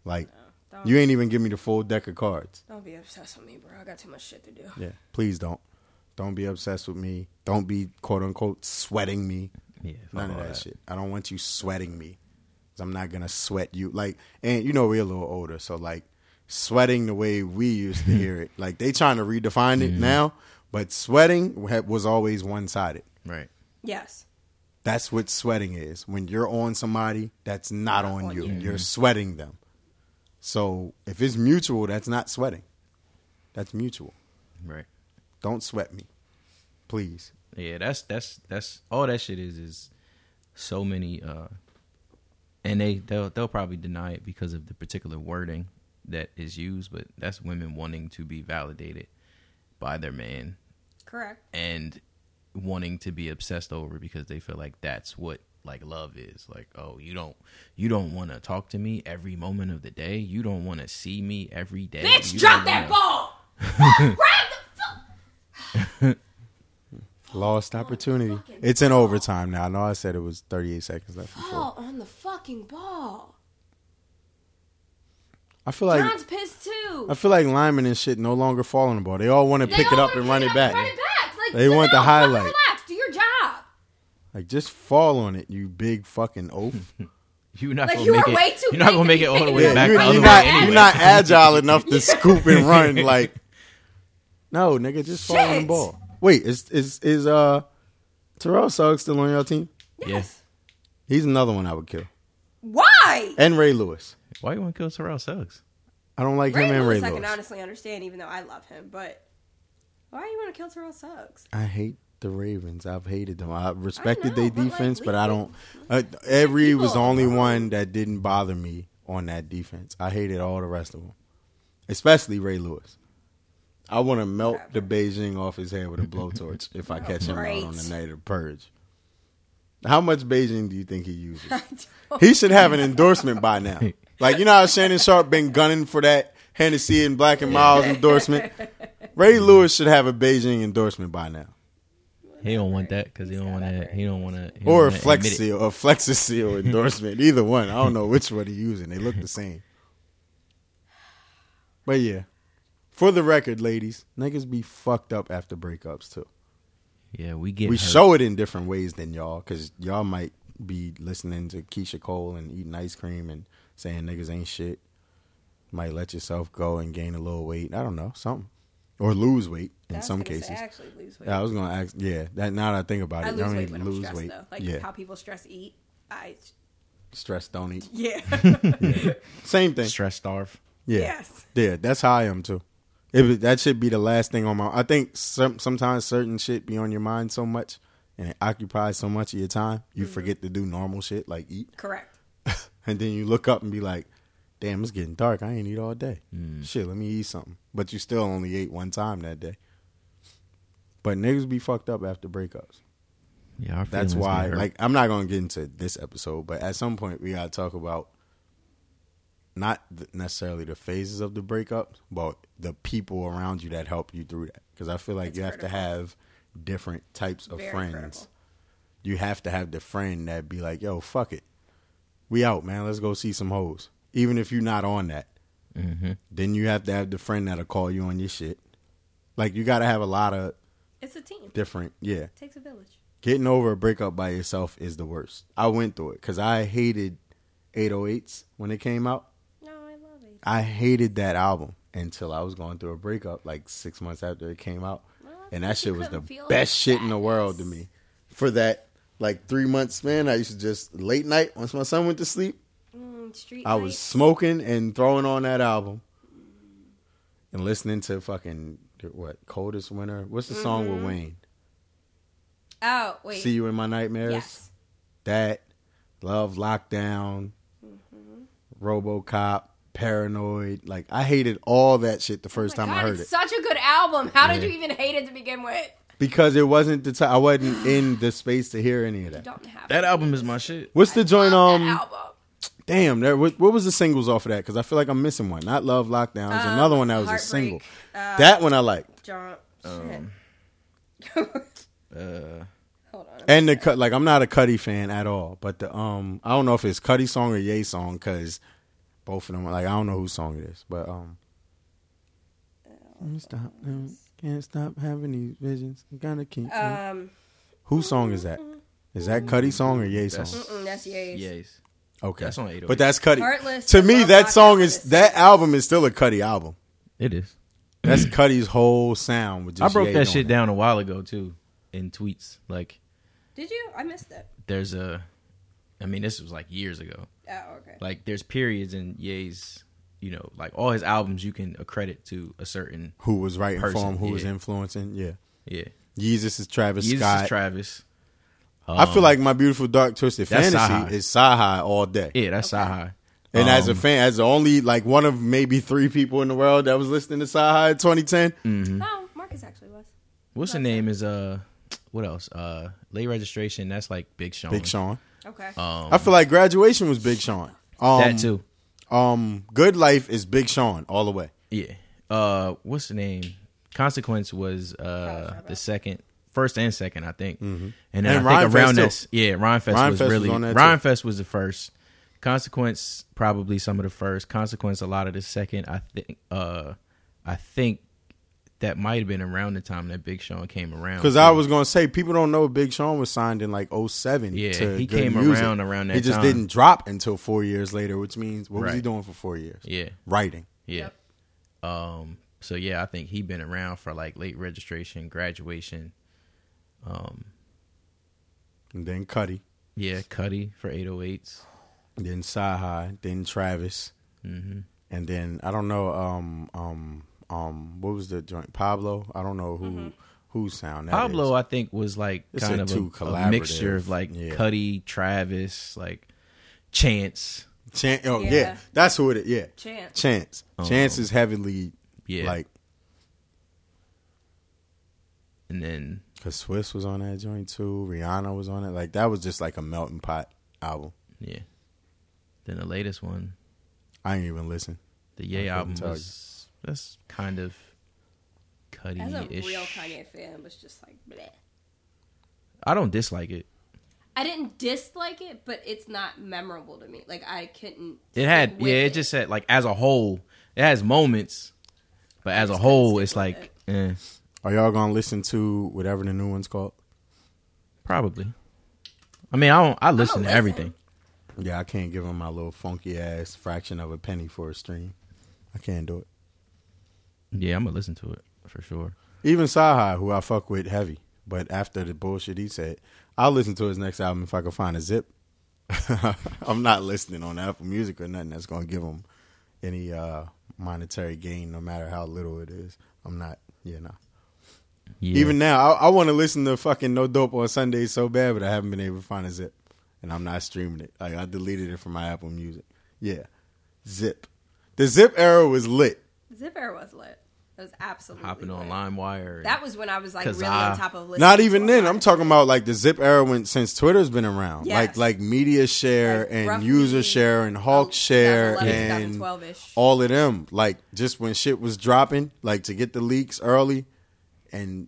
[SPEAKER 8] Like,
[SPEAKER 9] Don't,
[SPEAKER 8] you ain't even give me the full deck of cards.
[SPEAKER 9] don't be obsessed with me, bro. I got too much shit to do.
[SPEAKER 8] Yeah. Please don't. Don't be obsessed with me. Don't be quote unquote sweating me.
[SPEAKER 6] Yeah. fuck
[SPEAKER 8] None of
[SPEAKER 6] all
[SPEAKER 8] that, shit. I don't want you sweating me. i I'm not gonna sweat you. Like, and you know we're a little older, so like sweating the way we used to hear it. Like they trying to redefine it now, but sweating ha- was always one sided.
[SPEAKER 6] Right.
[SPEAKER 9] Yes.
[SPEAKER 8] That's what sweating is. When you're on somebody that's not on, you, you're sweating them. So if it's mutual, that's not sweating. That's mutual.
[SPEAKER 6] Right.
[SPEAKER 8] Don't sweat me, please.
[SPEAKER 6] Yeah, that's that's that's all that shit is is so many uh and they they'll they'll probably deny it because of the particular wording that is used, but that's women wanting to be validated by their man
[SPEAKER 9] Correct.
[SPEAKER 6] and wanting to be obsessed over because they feel like that's what like love is like oh you don't you don't want to talk to me every moment of the day you don't want to see me every day
[SPEAKER 9] Bitch,
[SPEAKER 6] You
[SPEAKER 9] drop
[SPEAKER 6] don't
[SPEAKER 9] that
[SPEAKER 6] wanna-
[SPEAKER 9] ball. Grab the fuck. Oh,
[SPEAKER 8] Lost opportunity. It's in overtime now. I know I said it was 38 seconds left. Before.
[SPEAKER 9] Ball on the fucking ball.
[SPEAKER 8] I feel like
[SPEAKER 9] John's pissed too.
[SPEAKER 8] I feel like linemen and shit no longer falling the ball. They all want to
[SPEAKER 9] They
[SPEAKER 8] pick it
[SPEAKER 9] all
[SPEAKER 8] up
[SPEAKER 9] wanna
[SPEAKER 8] and
[SPEAKER 9] pick
[SPEAKER 8] run it
[SPEAKER 9] up
[SPEAKER 8] back.
[SPEAKER 9] Run it back. Like,
[SPEAKER 8] They
[SPEAKER 9] sit
[SPEAKER 8] want the
[SPEAKER 9] down, fucking
[SPEAKER 8] highlight.
[SPEAKER 9] Relax. Do your job.
[SPEAKER 8] Like just fall on it, you big fucking oaf.
[SPEAKER 6] you're not
[SPEAKER 9] Like,
[SPEAKER 6] gonna
[SPEAKER 9] you
[SPEAKER 6] make
[SPEAKER 9] are
[SPEAKER 6] it
[SPEAKER 9] way too
[SPEAKER 6] you're not gonna
[SPEAKER 9] big
[SPEAKER 6] make it
[SPEAKER 9] to be
[SPEAKER 6] all the
[SPEAKER 9] picking
[SPEAKER 6] way
[SPEAKER 9] it up.
[SPEAKER 6] back
[SPEAKER 8] you're,
[SPEAKER 6] the
[SPEAKER 8] you're
[SPEAKER 6] other
[SPEAKER 8] not,
[SPEAKER 6] way anyway.
[SPEAKER 8] you're not agile enough to scoop and run like no nigga just fall on the
[SPEAKER 9] Shit.
[SPEAKER 8] ball wait is is is uh terrell suggs still on your team
[SPEAKER 6] yes
[SPEAKER 8] he's another one i would kill
[SPEAKER 9] Why?
[SPEAKER 8] and ray lewis
[SPEAKER 6] why you want to kill Terrell Suggs
[SPEAKER 8] I don't like
[SPEAKER 9] Ray
[SPEAKER 8] him and Ray
[SPEAKER 9] Lewis, I can
[SPEAKER 8] Lewis.
[SPEAKER 9] honestly understand, even though I love him. But why you want to kill Terrell Suggs?
[SPEAKER 8] I hate the Ravens. I've hated them. I respected
[SPEAKER 9] know,
[SPEAKER 8] their
[SPEAKER 9] but, like,
[SPEAKER 8] defense,
[SPEAKER 9] leave
[SPEAKER 8] but I
[SPEAKER 9] it.
[SPEAKER 8] don't. Uh, every was the
[SPEAKER 9] people
[SPEAKER 8] only
[SPEAKER 9] alone.
[SPEAKER 8] one that didn't bother me on that defense. I hated all the rest of them, especially Ray Lewis. I want to melt the Beijing off his head with a blowtorch if I catch him out
[SPEAKER 9] Great.
[SPEAKER 8] on the night of purge. How much Beijing do you think he uses? He should have an endorsement by now. Like you know how Shannon Sharp been gunning for that Hennessy and Black and Miles endorsement. Ray Lewis should have a Beijing endorsement by now,
[SPEAKER 6] He don't want that because he don't want to. He don't want to.
[SPEAKER 8] or a Flex Seal, or Flex Seal endorsement. Either one. I don't know which one he's using. They look the same. But yeah, for the record, ladies, niggas be fucked up after breakups too.
[SPEAKER 6] Yeah, we get.
[SPEAKER 8] we
[SPEAKER 6] hurt.
[SPEAKER 8] show it in different ways than y'all because y'all might be listening to Keisha Cole and eating ice cream and saying niggas ain't shit. Might let yourself go and gain a little weight. I don't know something, or lose weight in
[SPEAKER 9] I was
[SPEAKER 8] some
[SPEAKER 9] gonna
[SPEAKER 8] cases.
[SPEAKER 9] say, I actually lose weight.
[SPEAKER 8] Yeah, I was gonna ask. Yeah, that now that I think about it,
[SPEAKER 9] I
[SPEAKER 8] y'all
[SPEAKER 9] lose
[SPEAKER 8] don't
[SPEAKER 9] weight
[SPEAKER 8] even
[SPEAKER 9] when I'm
[SPEAKER 8] lose
[SPEAKER 9] stressed,
[SPEAKER 8] weight.
[SPEAKER 9] though. Like
[SPEAKER 8] yeah,
[SPEAKER 9] how people stress eat. I
[SPEAKER 8] stress don't eat.
[SPEAKER 9] yeah.
[SPEAKER 8] Same thing.
[SPEAKER 6] stress starve.
[SPEAKER 8] Yeah.
[SPEAKER 9] Yes.
[SPEAKER 8] Yeah, that's how I am too. It was- that should be the last thing on my. I think some, sometimes certain shit be on your mind so much and it occupies so much of your time, you forget to do normal shit like eat,
[SPEAKER 9] Correct.
[SPEAKER 8] and then you look up and be like, "Damn, it's getting dark. I ain't eat all day. Shit, let me eat something." But you still only ate one time that day. But niggas be fucked up after breakups.
[SPEAKER 6] Yeah, our feelings
[SPEAKER 8] That's
[SPEAKER 6] get
[SPEAKER 8] why,
[SPEAKER 6] hurt.
[SPEAKER 8] like, I'm not gonna get into this episode, but at some point we gotta talk about not th- necessarily the phases of the breakup, but the people around you that help you through that. Because I feel like
[SPEAKER 9] It's
[SPEAKER 8] you have to
[SPEAKER 9] critical.
[SPEAKER 8] have different types of
[SPEAKER 9] Very
[SPEAKER 8] friends.
[SPEAKER 9] critical.
[SPEAKER 8] You have to have the friend that be like, "Yo, fuck it, we out, man. Let's go see some hoes." Even if you're not on that,
[SPEAKER 6] Mm-hmm.
[SPEAKER 8] then you have to have the friend that'll call you on your shit. Like you gotta have a lot of
[SPEAKER 9] It's a team.
[SPEAKER 8] different, yeah
[SPEAKER 9] takes a village.
[SPEAKER 8] getting over a breakup by yourself is the worst. I went through it because I hated 808s when it came out.
[SPEAKER 9] No, I love it.
[SPEAKER 8] I hated that album until I was going through a breakup like six months after it came out.
[SPEAKER 9] Oh,
[SPEAKER 8] and that shit was the
[SPEAKER 9] couldn't feel
[SPEAKER 8] best shit in the world to
[SPEAKER 9] sadness.
[SPEAKER 8] me. For that like three month span, I used to just late night once my son went to sleep,
[SPEAKER 9] Mm, street
[SPEAKER 8] I was smoking and throwing on that album and listening to fucking what coldest winter. What's the song
[SPEAKER 9] Mm-hmm.
[SPEAKER 8] with Wayne?
[SPEAKER 9] Lights. Oh wait.
[SPEAKER 8] See you in my nightmares.
[SPEAKER 9] Yes.
[SPEAKER 8] that, Love Lockdown,
[SPEAKER 9] Mm-hmm.
[SPEAKER 8] RoboCop, Paranoid. Like I hated all that shit the first time
[SPEAKER 9] Oh God,
[SPEAKER 8] I heard
[SPEAKER 9] it's
[SPEAKER 8] it
[SPEAKER 9] such a good album. How did you even hate it to begin with?
[SPEAKER 8] because it wasn't the time. I wasn't in the space to hear any of
[SPEAKER 9] You
[SPEAKER 8] that.
[SPEAKER 9] don't have
[SPEAKER 6] that
[SPEAKER 9] to
[SPEAKER 6] album is my shit.
[SPEAKER 8] What's the joint?
[SPEAKER 9] love that
[SPEAKER 8] Um,
[SPEAKER 9] album.
[SPEAKER 8] damn. There. What, what was the singles off of that? Because I feel like I'm missing one. Not Love Lockdown. There's another one that was a single.
[SPEAKER 9] Um, Heartbreak, uh,
[SPEAKER 8] that one I like.
[SPEAKER 9] John.
[SPEAKER 8] um,
[SPEAKER 6] Uh,
[SPEAKER 9] Hold on.
[SPEAKER 8] And the cut, like I'm not a Cuddy fan at all, but the um, I don't know if it's Cuddy song or Ye song because both of them, like I don't know whose song it is, but um, can't stop, can't stop having these visions. I'm gonna keep.
[SPEAKER 9] Um,
[SPEAKER 8] whose song is that? Is that Cuddy song or Ye song?
[SPEAKER 6] That's-
[SPEAKER 9] mm, that's Ye's.
[SPEAKER 6] yes.
[SPEAKER 8] Okay,
[SPEAKER 6] that's on 808.
[SPEAKER 8] but that's Cuddy.
[SPEAKER 9] Heartless,
[SPEAKER 8] To
[SPEAKER 9] The
[SPEAKER 8] me,
[SPEAKER 9] Love
[SPEAKER 8] that song
[SPEAKER 9] Lockdown
[SPEAKER 8] is
[SPEAKER 9] is-
[SPEAKER 8] that album is still a Cuddy album.
[SPEAKER 6] It is.
[SPEAKER 8] That's Cuddy's whole sound. With
[SPEAKER 6] Mm. I
[SPEAKER 8] just
[SPEAKER 6] broke
[SPEAKER 8] Ye
[SPEAKER 6] that
[SPEAKER 8] doing
[SPEAKER 6] shit
[SPEAKER 8] it.
[SPEAKER 6] down a while ago too, in tweets. Like,
[SPEAKER 9] Did you? I missed it.
[SPEAKER 6] there's a, I mean, this was like years ago.
[SPEAKER 9] Oh, okay.
[SPEAKER 6] Like, there's periods in Ye's, you know, like all his albums you can accredit to a certain.
[SPEAKER 8] Who was writing for
[SPEAKER 6] Person,
[SPEAKER 8] him? Who was
[SPEAKER 6] yeah.
[SPEAKER 8] influencing? Yeah,
[SPEAKER 6] Yeah,
[SPEAKER 8] Yeezus is Travis
[SPEAKER 6] Yeezus
[SPEAKER 8] Scott.
[SPEAKER 6] is Travis.
[SPEAKER 8] I feel like my beautiful dark twisted
[SPEAKER 6] Um, that's
[SPEAKER 8] fantasy
[SPEAKER 6] Sahai.
[SPEAKER 8] is Sahai all day.
[SPEAKER 6] yeah, that's okay. Saha.
[SPEAKER 8] and as a
[SPEAKER 6] um,
[SPEAKER 8] fan, as the only like one of maybe three people in the world that was listening to Sahai in 2010,
[SPEAKER 6] Mm.
[SPEAKER 9] Oh, Marcus actually was.
[SPEAKER 6] What's the name? Is uh, what else? Uh, late registration. That's like Big Sean.
[SPEAKER 8] Big Sean.
[SPEAKER 9] Okay.
[SPEAKER 8] I feel like graduation was Big Sean. Um,
[SPEAKER 6] Um, That too.
[SPEAKER 8] Um, Good Life is Big Sean all the way.
[SPEAKER 6] Yeah. Uh, what's the name? Consequence was uh the second, first and second, I think. And then
[SPEAKER 8] Mm-hmm. And
[SPEAKER 6] I
[SPEAKER 8] Rhymefest,
[SPEAKER 6] think around
[SPEAKER 8] too.
[SPEAKER 6] this, yeah, Ryan Fest
[SPEAKER 8] Rhymefest
[SPEAKER 6] was
[SPEAKER 8] was
[SPEAKER 6] really
[SPEAKER 8] on that, too.
[SPEAKER 6] Ryan Fest was the first. Consequence probably some of the first. Consequence a lot of the second. I think. Uh, I think that might have been around the time that Big Sean came around.
[SPEAKER 8] Because
[SPEAKER 6] too.
[SPEAKER 8] I was gonna say people don't know Big Sean was signed in like 07
[SPEAKER 6] Yeah,
[SPEAKER 8] to
[SPEAKER 6] he
[SPEAKER 8] Good
[SPEAKER 6] came
[SPEAKER 8] Music.
[SPEAKER 6] around- around that
[SPEAKER 8] He just
[SPEAKER 6] time.
[SPEAKER 8] didn't drop until four years later, which means what was he
[SPEAKER 6] Right.
[SPEAKER 8] doing for four years?
[SPEAKER 6] Yeah.
[SPEAKER 8] Writing.
[SPEAKER 6] Yeah. Um. So yeah, I think he been around for like late registration, graduation.
[SPEAKER 8] And then Cuddy,
[SPEAKER 6] oh Yeah, Cuddy for 808s. Mm-hmm.
[SPEAKER 8] then Sahai, then Travis, and then I don't know um um um what was the joint Pablo? I don't know who whose sound that
[SPEAKER 6] Pablo,
[SPEAKER 8] is.
[SPEAKER 6] I think, was like
[SPEAKER 8] It's
[SPEAKER 6] kind
[SPEAKER 8] a
[SPEAKER 6] of
[SPEAKER 8] too
[SPEAKER 6] a, a
[SPEAKER 8] collaborative.
[SPEAKER 6] mixture of like
[SPEAKER 8] Yeah.
[SPEAKER 6] Cuddy, Travis, like Chance.
[SPEAKER 8] Chan- oh yeah.
[SPEAKER 2] Yeah.
[SPEAKER 8] that's who it is. Yeah,
[SPEAKER 9] Chance.
[SPEAKER 8] Chance. Chance is heavily
[SPEAKER 6] Oh. Yeah.
[SPEAKER 8] like
[SPEAKER 6] And then
[SPEAKER 8] because Swiss was on that joint too. Rihanna was on it. Like that was just like a melting pot album.
[SPEAKER 6] yeah. Then the latest one,
[SPEAKER 8] I didn't even listen.
[SPEAKER 6] the Yay
[SPEAKER 8] I
[SPEAKER 6] album
[SPEAKER 8] couldn't tell
[SPEAKER 6] was that's kind of Cuddy
[SPEAKER 9] As a
[SPEAKER 6] ish.
[SPEAKER 9] real Kanye fan, was just like bleh.
[SPEAKER 6] I don't dislike it.
[SPEAKER 9] I didn't dislike it, but it's not memorable to me. Like I couldn't.
[SPEAKER 6] It had
[SPEAKER 9] stick with
[SPEAKER 6] yeah, it just had like as a whole, it has moments, but as a whole,
[SPEAKER 9] stick
[SPEAKER 6] it's
[SPEAKER 9] with
[SPEAKER 6] like eh,
[SPEAKER 8] Are y'all gonna listen to whatever the new one's called?
[SPEAKER 6] probably. I mean, I don't. I listen to
[SPEAKER 9] listen.
[SPEAKER 6] everything.
[SPEAKER 8] Yeah, I can't give him my little funky ass fraction of a penny for a stream. I can't do it.
[SPEAKER 6] Yeah, I'm gonna listen to it for sure.
[SPEAKER 8] Even Sahai, who I fuck with heavy, but after the bullshit he said, I'll listen to his next album if I can find a zip. I'm not listening on Apple Music or nothing that's gonna give him any uh, monetary gain, no matter how little it is. I'm not, yeah, nah.
[SPEAKER 6] Yeah.
[SPEAKER 8] Even now, I, I want to listen to fucking No Dope on Sunday so bad, but I haven't been able to find a zip, and I'm not streaming it. Like I deleted it from my Apple Music. Yeah, zip. The zip era was lit.
[SPEAKER 9] Zip Air was lit. It was absolutely
[SPEAKER 6] hopping
[SPEAKER 9] lit.
[SPEAKER 6] on LimeWire.
[SPEAKER 9] That was when I was like
[SPEAKER 6] 'Cause
[SPEAKER 9] really
[SPEAKER 6] I-
[SPEAKER 9] on top of listening.
[SPEAKER 8] Not
[SPEAKER 9] to
[SPEAKER 8] even
[SPEAKER 9] a
[SPEAKER 8] then.
[SPEAKER 9] lot.
[SPEAKER 8] I'm talking about like the zip era when since Twitter's been around.
[SPEAKER 9] Yes.
[SPEAKER 8] Like like media share
[SPEAKER 9] Like,
[SPEAKER 8] and
[SPEAKER 9] roughly,
[SPEAKER 8] user share and
[SPEAKER 9] oh,
[SPEAKER 8] hawk share
[SPEAKER 9] 2011,
[SPEAKER 8] and
[SPEAKER 9] 2012-ish.
[SPEAKER 8] all of them. Like just when shit was dropping, like to get the leaks early and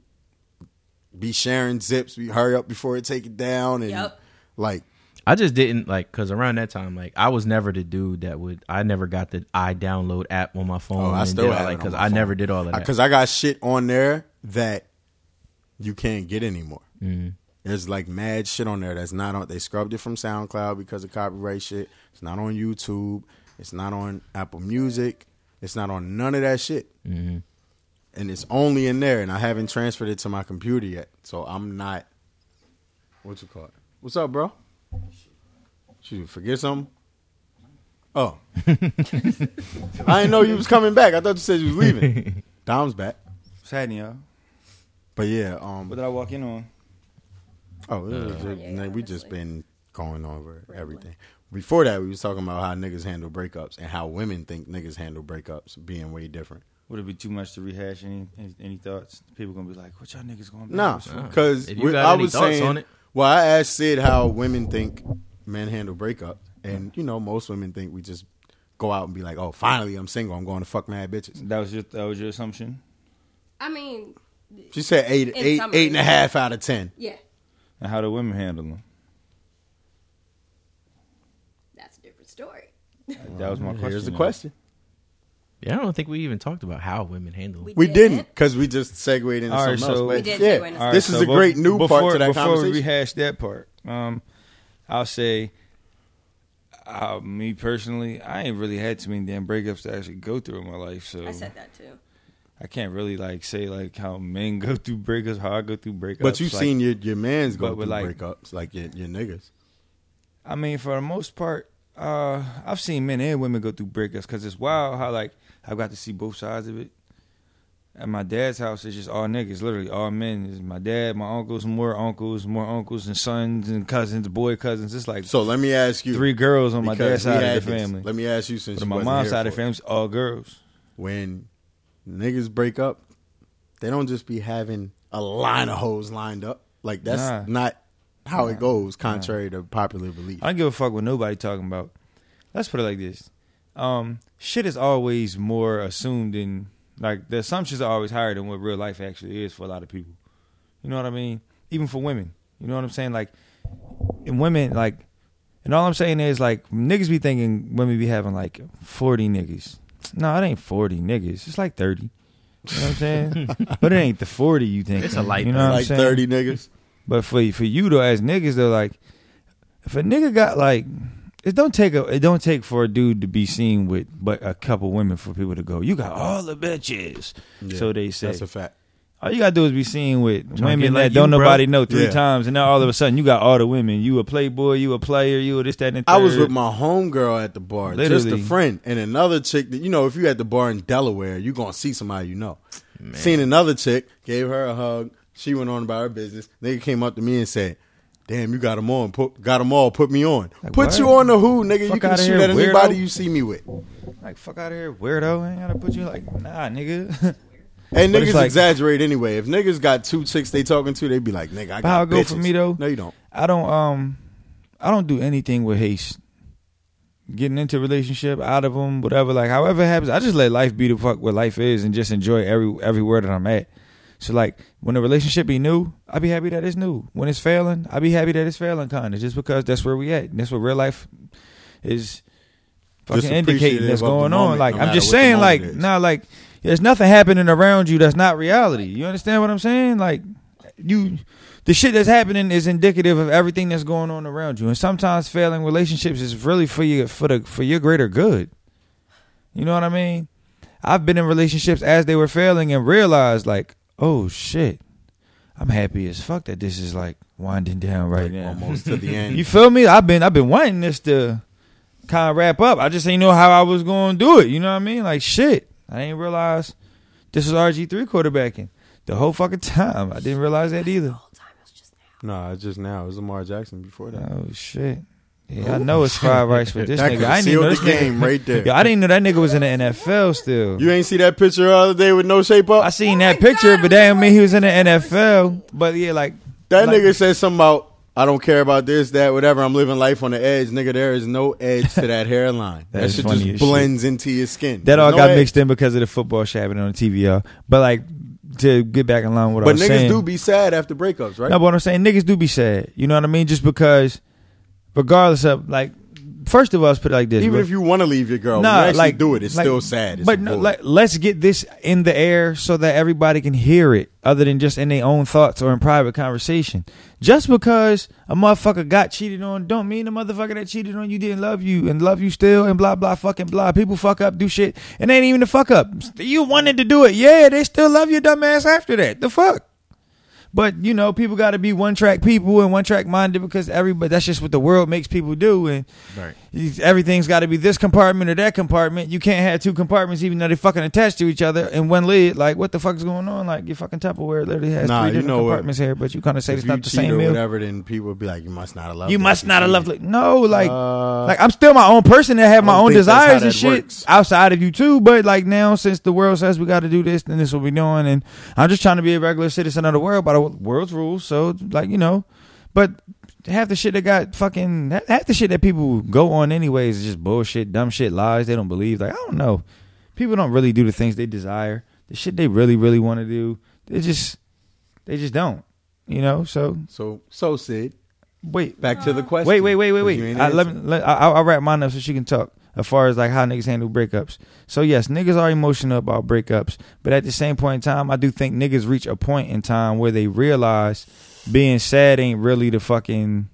[SPEAKER 8] be sharing zips, we hurry up before it take it down and
[SPEAKER 9] Yep.
[SPEAKER 8] like
[SPEAKER 6] I just didn't like because around that time, like I was never the dude that would. I never got the i download app on my phone.
[SPEAKER 8] oh, I
[SPEAKER 6] and
[SPEAKER 8] still
[SPEAKER 6] did all,
[SPEAKER 8] have
[SPEAKER 6] like because I never did all of that.
[SPEAKER 8] Because I got shit on there that you can't get anymore.
[SPEAKER 6] Mm-hmm.
[SPEAKER 8] There's like mad shit on there that's not on. They scrubbed it from SoundCloud because of copyright shit. It's not on YouTube. It's not on Apple Music. It's not on none of that shit.
[SPEAKER 6] Mm-hmm.
[SPEAKER 8] And it's only in there, and I haven't transferred it to my computer yet, so I'm not. What you call it? What's up, bro? Shoot, forget something? Oh, I didn't know you was coming back. I thought you said you was leaving. Dom's back,
[SPEAKER 5] What's happening, y'all?
[SPEAKER 8] but yeah. Um,
[SPEAKER 5] What did I walk in on?
[SPEAKER 8] Oh,
[SPEAKER 6] Uh,
[SPEAKER 8] it was just-
[SPEAKER 9] Kanye,
[SPEAKER 8] we just
[SPEAKER 9] honestly.
[SPEAKER 8] been going over everything. Before that, we was talking about how niggas handle breakups and how women think niggas handle breakups being way different.
[SPEAKER 5] Would it be too much to rehash any any, any thoughts? People gonna be like, "What y'all niggas going?"
[SPEAKER 8] Nah, because
[SPEAKER 6] If you got
[SPEAKER 8] I
[SPEAKER 6] any
[SPEAKER 8] was
[SPEAKER 6] thoughts
[SPEAKER 8] saying,
[SPEAKER 6] on it.
[SPEAKER 8] well, I asked Sid how women think men handle breakups, and you know, most women think we just go out and be like, "Oh, finally, I'm single. I'm going to fuck mad bitches."
[SPEAKER 5] That was your that was your assumption.
[SPEAKER 9] I mean,
[SPEAKER 8] She said eight,
[SPEAKER 9] In
[SPEAKER 8] eight,
[SPEAKER 9] summary.
[SPEAKER 8] eight and a half out of ten.
[SPEAKER 9] yeah,
[SPEAKER 5] And how do women handle them?
[SPEAKER 9] that's a different story.
[SPEAKER 5] That was my question.
[SPEAKER 8] Here's the
[SPEAKER 5] though.
[SPEAKER 8] question.
[SPEAKER 6] yeah, I don't think we even talked about how women handle. it.
[SPEAKER 8] We didn't because we just segued into
[SPEAKER 5] All right,
[SPEAKER 8] something else.
[SPEAKER 5] so-
[SPEAKER 8] but
[SPEAKER 5] We
[SPEAKER 9] did
[SPEAKER 8] yeah,
[SPEAKER 9] segue into
[SPEAKER 5] All right,
[SPEAKER 8] this is
[SPEAKER 5] so
[SPEAKER 8] a
[SPEAKER 5] be-
[SPEAKER 8] great new part to that
[SPEAKER 5] Before
[SPEAKER 8] conversation.
[SPEAKER 5] we rehash that part, um, I'll say, uh, me personally, I ain't really had too many damn breakups to actually go through in my life, so
[SPEAKER 9] I said that too.
[SPEAKER 5] I can't really like say like how men go through breakups, how I go through breakups.
[SPEAKER 8] But you've
[SPEAKER 5] like-
[SPEAKER 8] seen your, your man's go
[SPEAKER 5] but
[SPEAKER 8] through
[SPEAKER 5] with, like-
[SPEAKER 8] breakups, like your, your niggas.
[SPEAKER 5] I mean, for the most part, uh, I've seen men and women go through breakups because it's wild how like I've got to see both sides of it. At my dad's house, it's just all niggas, literally all men. It's my dad, my uncles, more uncles, more uncles and sons and cousins, boy cousins. It's like
[SPEAKER 8] So let me ask you.
[SPEAKER 5] three girls on my
[SPEAKER 8] because
[SPEAKER 5] dad's
[SPEAKER 8] we
[SPEAKER 5] side
[SPEAKER 8] had
[SPEAKER 5] of the
[SPEAKER 8] this.
[SPEAKER 5] family.
[SPEAKER 8] Let me ask you since
[SPEAKER 5] but
[SPEAKER 8] you
[SPEAKER 5] on my
[SPEAKER 8] wasn't
[SPEAKER 5] mom's
[SPEAKER 8] here
[SPEAKER 5] side of
[SPEAKER 8] for
[SPEAKER 5] the
[SPEAKER 8] it.
[SPEAKER 5] family, it's all girls.
[SPEAKER 8] When niggas break up, they don't just be having a line of hoes lined up. Like that's
[SPEAKER 5] Nah.
[SPEAKER 8] not how it goes, contrary to popular belief.
[SPEAKER 5] I don't give a fuck what nobody talking about. Let's put it like this: um, shit is always more assumed than like the assumptions are always higher than what real life actually is for a lot of people. You know what I mean? Even for women, you know what I'm saying? Like, and women like, and all I'm saying is like niggas be thinking women be having like 40 niggas. No, it ain't 40 niggas. It's like 30. You know what I'm saying? but it ain't the 40 you think.
[SPEAKER 6] It's a light
[SPEAKER 5] you know
[SPEAKER 6] burn.
[SPEAKER 5] what I'm
[SPEAKER 8] like
[SPEAKER 5] saying?
[SPEAKER 8] thirty niggas.
[SPEAKER 5] But for for you though, as niggas though, like if a nigga got like it don't take a it don't take for a dude to be seen with but a couple women for people to go. You got all the bitches, so they say.
[SPEAKER 8] That's a fact.
[SPEAKER 5] All you gotta do is be seen with
[SPEAKER 6] to get
[SPEAKER 5] women
[SPEAKER 6] like
[SPEAKER 5] that don't
[SPEAKER 6] you, bro.
[SPEAKER 5] nobody know three
[SPEAKER 8] Yeah.
[SPEAKER 5] times, and now all of a sudden you got all the women. You a playboy, you a player, you a this, that, and the
[SPEAKER 8] I was
[SPEAKER 5] third.
[SPEAKER 8] with my homegirl at the bar, just
[SPEAKER 5] Literally.
[SPEAKER 8] a friend, and another chick that you know. If you at the bar in Delaware, you gonna see somebody you know. Seen another chick, gave her a hug. She went on about her business. Nigga came up to me and said, "Damn, you got them on, put, got them all. Put me on. put
[SPEAKER 5] what?
[SPEAKER 8] you on the who, nigga?
[SPEAKER 5] Fuck
[SPEAKER 8] you can
[SPEAKER 5] outta
[SPEAKER 8] shoot
[SPEAKER 5] here,
[SPEAKER 8] at anybody
[SPEAKER 5] weirdo.
[SPEAKER 8] you see me with."
[SPEAKER 5] like fuck out of here, weirdo. I ain't gotta put you like nah, nigga.
[SPEAKER 8] And
[SPEAKER 5] But it's
[SPEAKER 8] niggas
[SPEAKER 5] like-
[SPEAKER 8] exaggerate anyway. If niggas got two chicks they talking to, they be like, "Nigga, I got
[SPEAKER 5] But how it go for
[SPEAKER 8] bitches."
[SPEAKER 5] me, though?
[SPEAKER 8] No, you don't.
[SPEAKER 5] I don't um, I don't do anything with haste. Getting into a relationship, out of them, whatever, like however it happens, I just let life be the fuck what life is, and just enjoy every everywhere that I'm at. So like when a relationship be new, I be happy that it's new. When it's failing, I be happy that it's failing, kind of just because that's where we at. And that's what real life is fucking
[SPEAKER 8] Just
[SPEAKER 5] indicating that's
[SPEAKER 8] appreciative of the
[SPEAKER 5] going on.
[SPEAKER 8] moment,
[SPEAKER 5] Like
[SPEAKER 8] no
[SPEAKER 5] I'm
[SPEAKER 8] matter
[SPEAKER 5] just
[SPEAKER 8] what the
[SPEAKER 5] saying, like
[SPEAKER 8] moment is.
[SPEAKER 5] nah, like there's nothing happening around you that's not reality. You understand what I'm saying? Like you, the shit that's happening is indicative of everything that's going on around you. And sometimes failing relationships is really for your for the for your greater good. You know what I mean? I've been in relationships as they were failing and realized like, oh shit, I'm happy as fuck that this is like winding down right now.
[SPEAKER 8] Almost to the end.
[SPEAKER 5] You feel me? I've been I've been wanting this to kind of wrap up. I just ain't know how I was going to do it. You know what I mean? Like shit, I didn't realize this was RG three quarterbacking the whole fucking time. I didn't realize that either.
[SPEAKER 8] nah, it's just now. It was Lamar Jackson before that.
[SPEAKER 5] Oh shit. Yeah, I know it's fried rice for this
[SPEAKER 8] That
[SPEAKER 5] nigga.
[SPEAKER 8] coulda
[SPEAKER 5] I didn't even know
[SPEAKER 8] sealed
[SPEAKER 5] this
[SPEAKER 8] the game
[SPEAKER 5] nigga.
[SPEAKER 8] right there.
[SPEAKER 5] Yo, I didn't know that nigga was in the NFL still.
[SPEAKER 8] You ain't see that picture the other day with no shape up.
[SPEAKER 5] I seen that picture, but damn me, he was in the NFL. But yeah, like
[SPEAKER 8] That
[SPEAKER 5] Like-
[SPEAKER 8] nigga said something about I don't care about this, that, whatever. I'm living life on the edge, nigga. There is no edge to that hairline.
[SPEAKER 5] That
[SPEAKER 8] that
[SPEAKER 5] is
[SPEAKER 8] shit
[SPEAKER 5] funny as
[SPEAKER 8] just blends into your skin.
[SPEAKER 5] that all
[SPEAKER 8] There's no
[SPEAKER 5] got
[SPEAKER 8] edge.
[SPEAKER 5] mixed in because of the football shit happening on the TV, y'all. But like to get back in line with what I
[SPEAKER 8] But
[SPEAKER 5] was
[SPEAKER 8] niggas
[SPEAKER 5] saying,
[SPEAKER 8] do be sad after breakups, right?
[SPEAKER 5] No, but what I'm saying, niggas do be sad. You know what I mean? Just because, regardless of like, first of all, let's put it like this:
[SPEAKER 8] Even
[SPEAKER 5] bro.
[SPEAKER 8] if you want to leave your girl, when you actually do it. It's
[SPEAKER 5] like-
[SPEAKER 8] still sad. It's
[SPEAKER 5] but no,
[SPEAKER 8] bull-
[SPEAKER 5] like, let's get this in the air so that everybody can hear it, other than just in their own thoughts or in private conversation. Just because a motherfucker got cheated on, don't mean the motherfucker that cheated on you didn't love you and love you still and blah blah fucking blah. People fuck up, do shit, and ain't even the fuck up. You wanted to do it, yeah. They still love your dumb ass after that. The fuck. But you know, people got to be one track people and one track minded because everybody. That's just what the world makes people do, and
[SPEAKER 6] Right.
[SPEAKER 5] you- everything's got to be this compartment or that compartment. You can't have two compartments even though they're fucking attached to each other in one lid. Like, what the fuck's going on? Like, your fucking Tupperware literally has
[SPEAKER 8] Nah,
[SPEAKER 5] three
[SPEAKER 8] you
[SPEAKER 5] different
[SPEAKER 8] know what?
[SPEAKER 5] compartments here, but you kind of say
[SPEAKER 8] if
[SPEAKER 5] it's
[SPEAKER 8] you
[SPEAKER 5] not the
[SPEAKER 8] cheat
[SPEAKER 5] same
[SPEAKER 8] or
[SPEAKER 5] meal.
[SPEAKER 8] whatever, then people would be like, you must not have loved
[SPEAKER 5] You
[SPEAKER 8] me
[SPEAKER 5] must
[SPEAKER 8] if
[SPEAKER 5] not have
[SPEAKER 8] cheated."
[SPEAKER 5] loved. Like, no, like,
[SPEAKER 8] Uh,
[SPEAKER 5] like I'm still my own person that have
[SPEAKER 8] I
[SPEAKER 5] my
[SPEAKER 8] don't
[SPEAKER 5] own
[SPEAKER 8] think that's how
[SPEAKER 5] desires and
[SPEAKER 8] that
[SPEAKER 5] shit
[SPEAKER 8] works.
[SPEAKER 5] outside of you too. But like now, since the world says we got to do this, then this is what we're doing, and I'm just trying to be a regular citizen of the world by the world's rules. So like you know, but half the shit that got fucking half the shit that people go on anyways is just bullshit, dumb shit, lies. They don't believe. Like I don't know, people don't really do the things they desire, the shit they really really want to do. They just they just don't, you know. So
[SPEAKER 8] So, so Sid,
[SPEAKER 5] wait,
[SPEAKER 8] back to the question.
[SPEAKER 5] Wait, wait, wait, wait,
[SPEAKER 8] 'cause you
[SPEAKER 5] wait.
[SPEAKER 8] ain't
[SPEAKER 5] I, let me,
[SPEAKER 8] answered.
[SPEAKER 5] let, I, I'll wrap mine up so she can talk as far as like how niggas handle breakups. So yes, niggas are emotional about breakups, but at the same point in time, I do think niggas reach a point in time where they realize being sad ain't really the fucking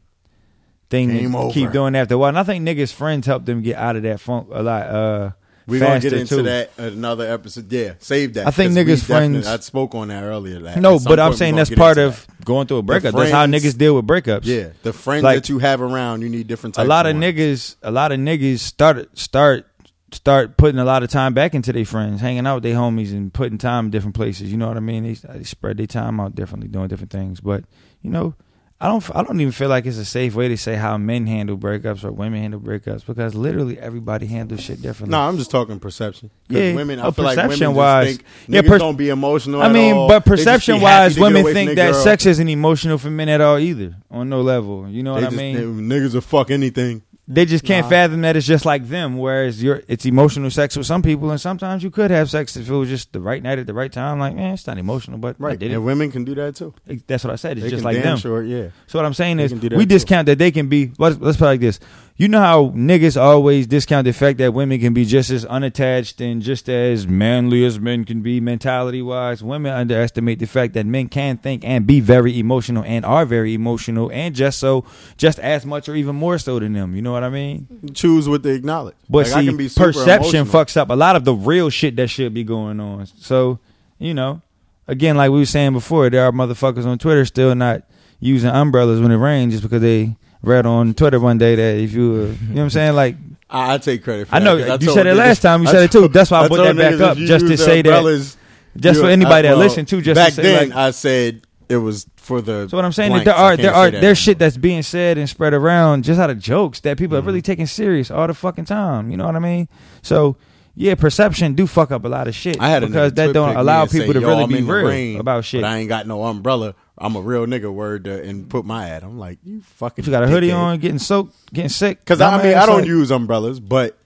[SPEAKER 5] thing
[SPEAKER 8] Game
[SPEAKER 5] to
[SPEAKER 8] over.
[SPEAKER 5] keep doing after a while. And I think niggas friends help them get out of that funk a lot. Uh,
[SPEAKER 8] We're gonna
[SPEAKER 5] faster,
[SPEAKER 8] get into
[SPEAKER 5] too.
[SPEAKER 8] that another episode. Yeah, save that.
[SPEAKER 5] I think
[SPEAKER 8] 'cause we
[SPEAKER 5] niggas
[SPEAKER 8] definitely-
[SPEAKER 5] friends-
[SPEAKER 8] I spoke on that earlier. Like,
[SPEAKER 5] No,
[SPEAKER 8] at some
[SPEAKER 5] but I'm
[SPEAKER 8] point we
[SPEAKER 5] saying
[SPEAKER 8] gonna
[SPEAKER 5] that's
[SPEAKER 8] get
[SPEAKER 5] part
[SPEAKER 8] into
[SPEAKER 5] of going through a breakup. that's how
[SPEAKER 8] friends-
[SPEAKER 5] niggas deal with breakups.
[SPEAKER 8] that. Yeah, the friends
[SPEAKER 5] Like-
[SPEAKER 8] that you have around, you need
[SPEAKER 5] a
[SPEAKER 8] different types.
[SPEAKER 5] lot of
[SPEAKER 8] ones.
[SPEAKER 5] niggas a lot of niggas start start start putting a lot of time back into their friends hanging out with their homies and putting time in different places you know what i mean they, they spread their time out differently doing different things but you know i don't i don't even feel like it's a safe way to say how men handle breakups or women handle breakups because literally everybody handles shit differently
[SPEAKER 8] No, I'm just talking perception. 'Cause
[SPEAKER 5] Yeah,
[SPEAKER 8] women. I
[SPEAKER 5] oh,
[SPEAKER 8] feel like women just
[SPEAKER 5] perception-wise.
[SPEAKER 8] think
[SPEAKER 5] Yeah,
[SPEAKER 8] niggas
[SPEAKER 5] per-
[SPEAKER 8] don't be emotional.
[SPEAKER 5] I
[SPEAKER 8] at
[SPEAKER 5] mean,
[SPEAKER 8] all.
[SPEAKER 5] but
[SPEAKER 8] They just be happy
[SPEAKER 5] perception
[SPEAKER 8] to
[SPEAKER 5] wise,
[SPEAKER 8] get
[SPEAKER 5] women
[SPEAKER 8] away from
[SPEAKER 5] think
[SPEAKER 8] their
[SPEAKER 5] that
[SPEAKER 8] girl.
[SPEAKER 5] sex isn't emotional for men at all either, on no level. You know
[SPEAKER 8] They
[SPEAKER 5] what I
[SPEAKER 8] just-
[SPEAKER 5] mean?
[SPEAKER 8] they- niggas will fuck anything.
[SPEAKER 5] they just can't fathom that it's just like them. Whereas your it's emotional sex with some people, and sometimes you could have sex if it was just the right night at the right time. Like, man, it's not emotional, but I
[SPEAKER 8] Right,
[SPEAKER 5] did
[SPEAKER 8] and
[SPEAKER 5] it.
[SPEAKER 8] women can do that too.
[SPEAKER 5] That's what I said. It's
[SPEAKER 8] They
[SPEAKER 5] just
[SPEAKER 8] can
[SPEAKER 5] like
[SPEAKER 8] damn
[SPEAKER 5] them.
[SPEAKER 8] Sure, yeah.
[SPEAKER 5] So what I'm saying
[SPEAKER 8] They
[SPEAKER 5] is,
[SPEAKER 8] can do that
[SPEAKER 5] we
[SPEAKER 8] too.
[SPEAKER 5] discount that they can be. Let's, let's put it like this. You know how niggas always discount the fact that women can be just as unattached and just as manly as men can be, mentality wise. Women underestimate the fact that men can think and be very emotional and are very emotional and just so, just as much or even more so than them. You know what I mean?
[SPEAKER 8] Choose what they acknowledge.
[SPEAKER 5] But
[SPEAKER 8] Like,
[SPEAKER 5] see,
[SPEAKER 8] I can be super
[SPEAKER 5] perception
[SPEAKER 8] emotional.
[SPEAKER 5] fucks up a lot of the real shit that should be going on. So, you know, again, like we were saying before, there are motherfuckers on Twitter still not using umbrellas when it rains just because they read on Twitter one day that if you, were, you know what I'm saying, like
[SPEAKER 8] I, I take credit for
[SPEAKER 5] I
[SPEAKER 8] that.
[SPEAKER 5] know,
[SPEAKER 8] 'cause
[SPEAKER 5] you
[SPEAKER 8] told
[SPEAKER 5] said it
[SPEAKER 8] niggas-
[SPEAKER 5] last time, you
[SPEAKER 8] I
[SPEAKER 5] said it too.
[SPEAKER 8] told-
[SPEAKER 5] That's why I put
[SPEAKER 8] told
[SPEAKER 5] that back
[SPEAKER 8] niggas
[SPEAKER 5] up,
[SPEAKER 8] if you
[SPEAKER 5] just to
[SPEAKER 8] use the
[SPEAKER 5] say that-
[SPEAKER 8] umbrellas,
[SPEAKER 5] just
[SPEAKER 8] you-
[SPEAKER 5] for anybody
[SPEAKER 8] I-
[SPEAKER 5] that
[SPEAKER 8] well,
[SPEAKER 5] listen to, just
[SPEAKER 8] back
[SPEAKER 5] to say,
[SPEAKER 8] then
[SPEAKER 5] like,
[SPEAKER 8] I said it was for the.
[SPEAKER 5] So what I'm saying is
[SPEAKER 8] blanks.
[SPEAKER 5] there
[SPEAKER 8] I
[SPEAKER 5] are
[SPEAKER 8] can't
[SPEAKER 5] there
[SPEAKER 8] say
[SPEAKER 5] are
[SPEAKER 8] that
[SPEAKER 5] there's
[SPEAKER 8] anymore.
[SPEAKER 5] shit that's being said and spread around just out of jokes that people are
[SPEAKER 8] Mm-hmm.
[SPEAKER 5] really taking serious all the fucking time. You know what I mean? So yeah, perception do fuck up a lot of shit
[SPEAKER 8] I had a
[SPEAKER 5] because
[SPEAKER 8] nigga
[SPEAKER 5] that
[SPEAKER 8] tweet
[SPEAKER 5] don't
[SPEAKER 8] pic me
[SPEAKER 5] allow
[SPEAKER 8] and say,
[SPEAKER 5] people to
[SPEAKER 8] "Yo,
[SPEAKER 5] really
[SPEAKER 8] I'm
[SPEAKER 5] be
[SPEAKER 8] in the
[SPEAKER 5] real
[SPEAKER 8] rain,
[SPEAKER 5] about
[SPEAKER 8] But I
[SPEAKER 5] shit.
[SPEAKER 8] ain't got no umbrella. I'm a real nigga. Word to, and put my ad. I'm like you fucking.
[SPEAKER 5] You got a hoodie
[SPEAKER 8] dickhead.
[SPEAKER 5] on, getting soaked, getting sick.
[SPEAKER 8] Because I
[SPEAKER 5] dumbass,
[SPEAKER 8] mean, I don't
[SPEAKER 5] like-
[SPEAKER 8] use umbrellas, but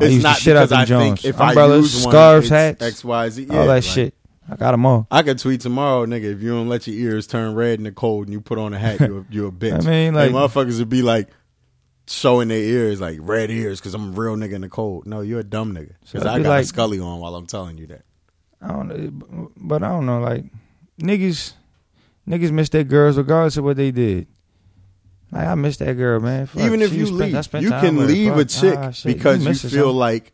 [SPEAKER 5] I
[SPEAKER 8] it's
[SPEAKER 5] use the
[SPEAKER 8] not
[SPEAKER 5] shit out
[SPEAKER 8] because
[SPEAKER 5] them
[SPEAKER 8] I
[SPEAKER 5] Jones.
[SPEAKER 8] think if I
[SPEAKER 5] Umbrellas,
[SPEAKER 8] use one,
[SPEAKER 5] scarves,
[SPEAKER 8] it's
[SPEAKER 5] hats,
[SPEAKER 8] X, Y, Z, yeah,
[SPEAKER 5] all that
[SPEAKER 8] like,
[SPEAKER 5] shit. I got them all.
[SPEAKER 8] I could tweet tomorrow, nigga. If you don't let your ears turn red in the cold and you put on a hat, you're, you're a bitch.
[SPEAKER 5] I mean,
[SPEAKER 8] And
[SPEAKER 5] like-
[SPEAKER 8] motherfuckers would be like showing their ears, like red ears, because I'm a real nigga in the cold. No, you're a dumb nigga.
[SPEAKER 5] So it'd
[SPEAKER 8] Because I
[SPEAKER 5] be
[SPEAKER 8] got
[SPEAKER 5] like-
[SPEAKER 8] a Scully on while I'm telling you that.
[SPEAKER 5] I don't know, but I don't know. Like niggas, niggas miss their girls regardless of what they did. Like I miss that girl, man. Fuck,
[SPEAKER 8] Even if
[SPEAKER 5] she
[SPEAKER 8] you
[SPEAKER 5] was spent- I
[SPEAKER 8] leave,
[SPEAKER 5] spent
[SPEAKER 8] you
[SPEAKER 5] time
[SPEAKER 8] can
[SPEAKER 5] with her.
[SPEAKER 8] leave a
[SPEAKER 5] Fuck,
[SPEAKER 8] chick
[SPEAKER 5] ah, shit,
[SPEAKER 8] because you,
[SPEAKER 5] miss her,
[SPEAKER 8] feel
[SPEAKER 5] son.
[SPEAKER 8] like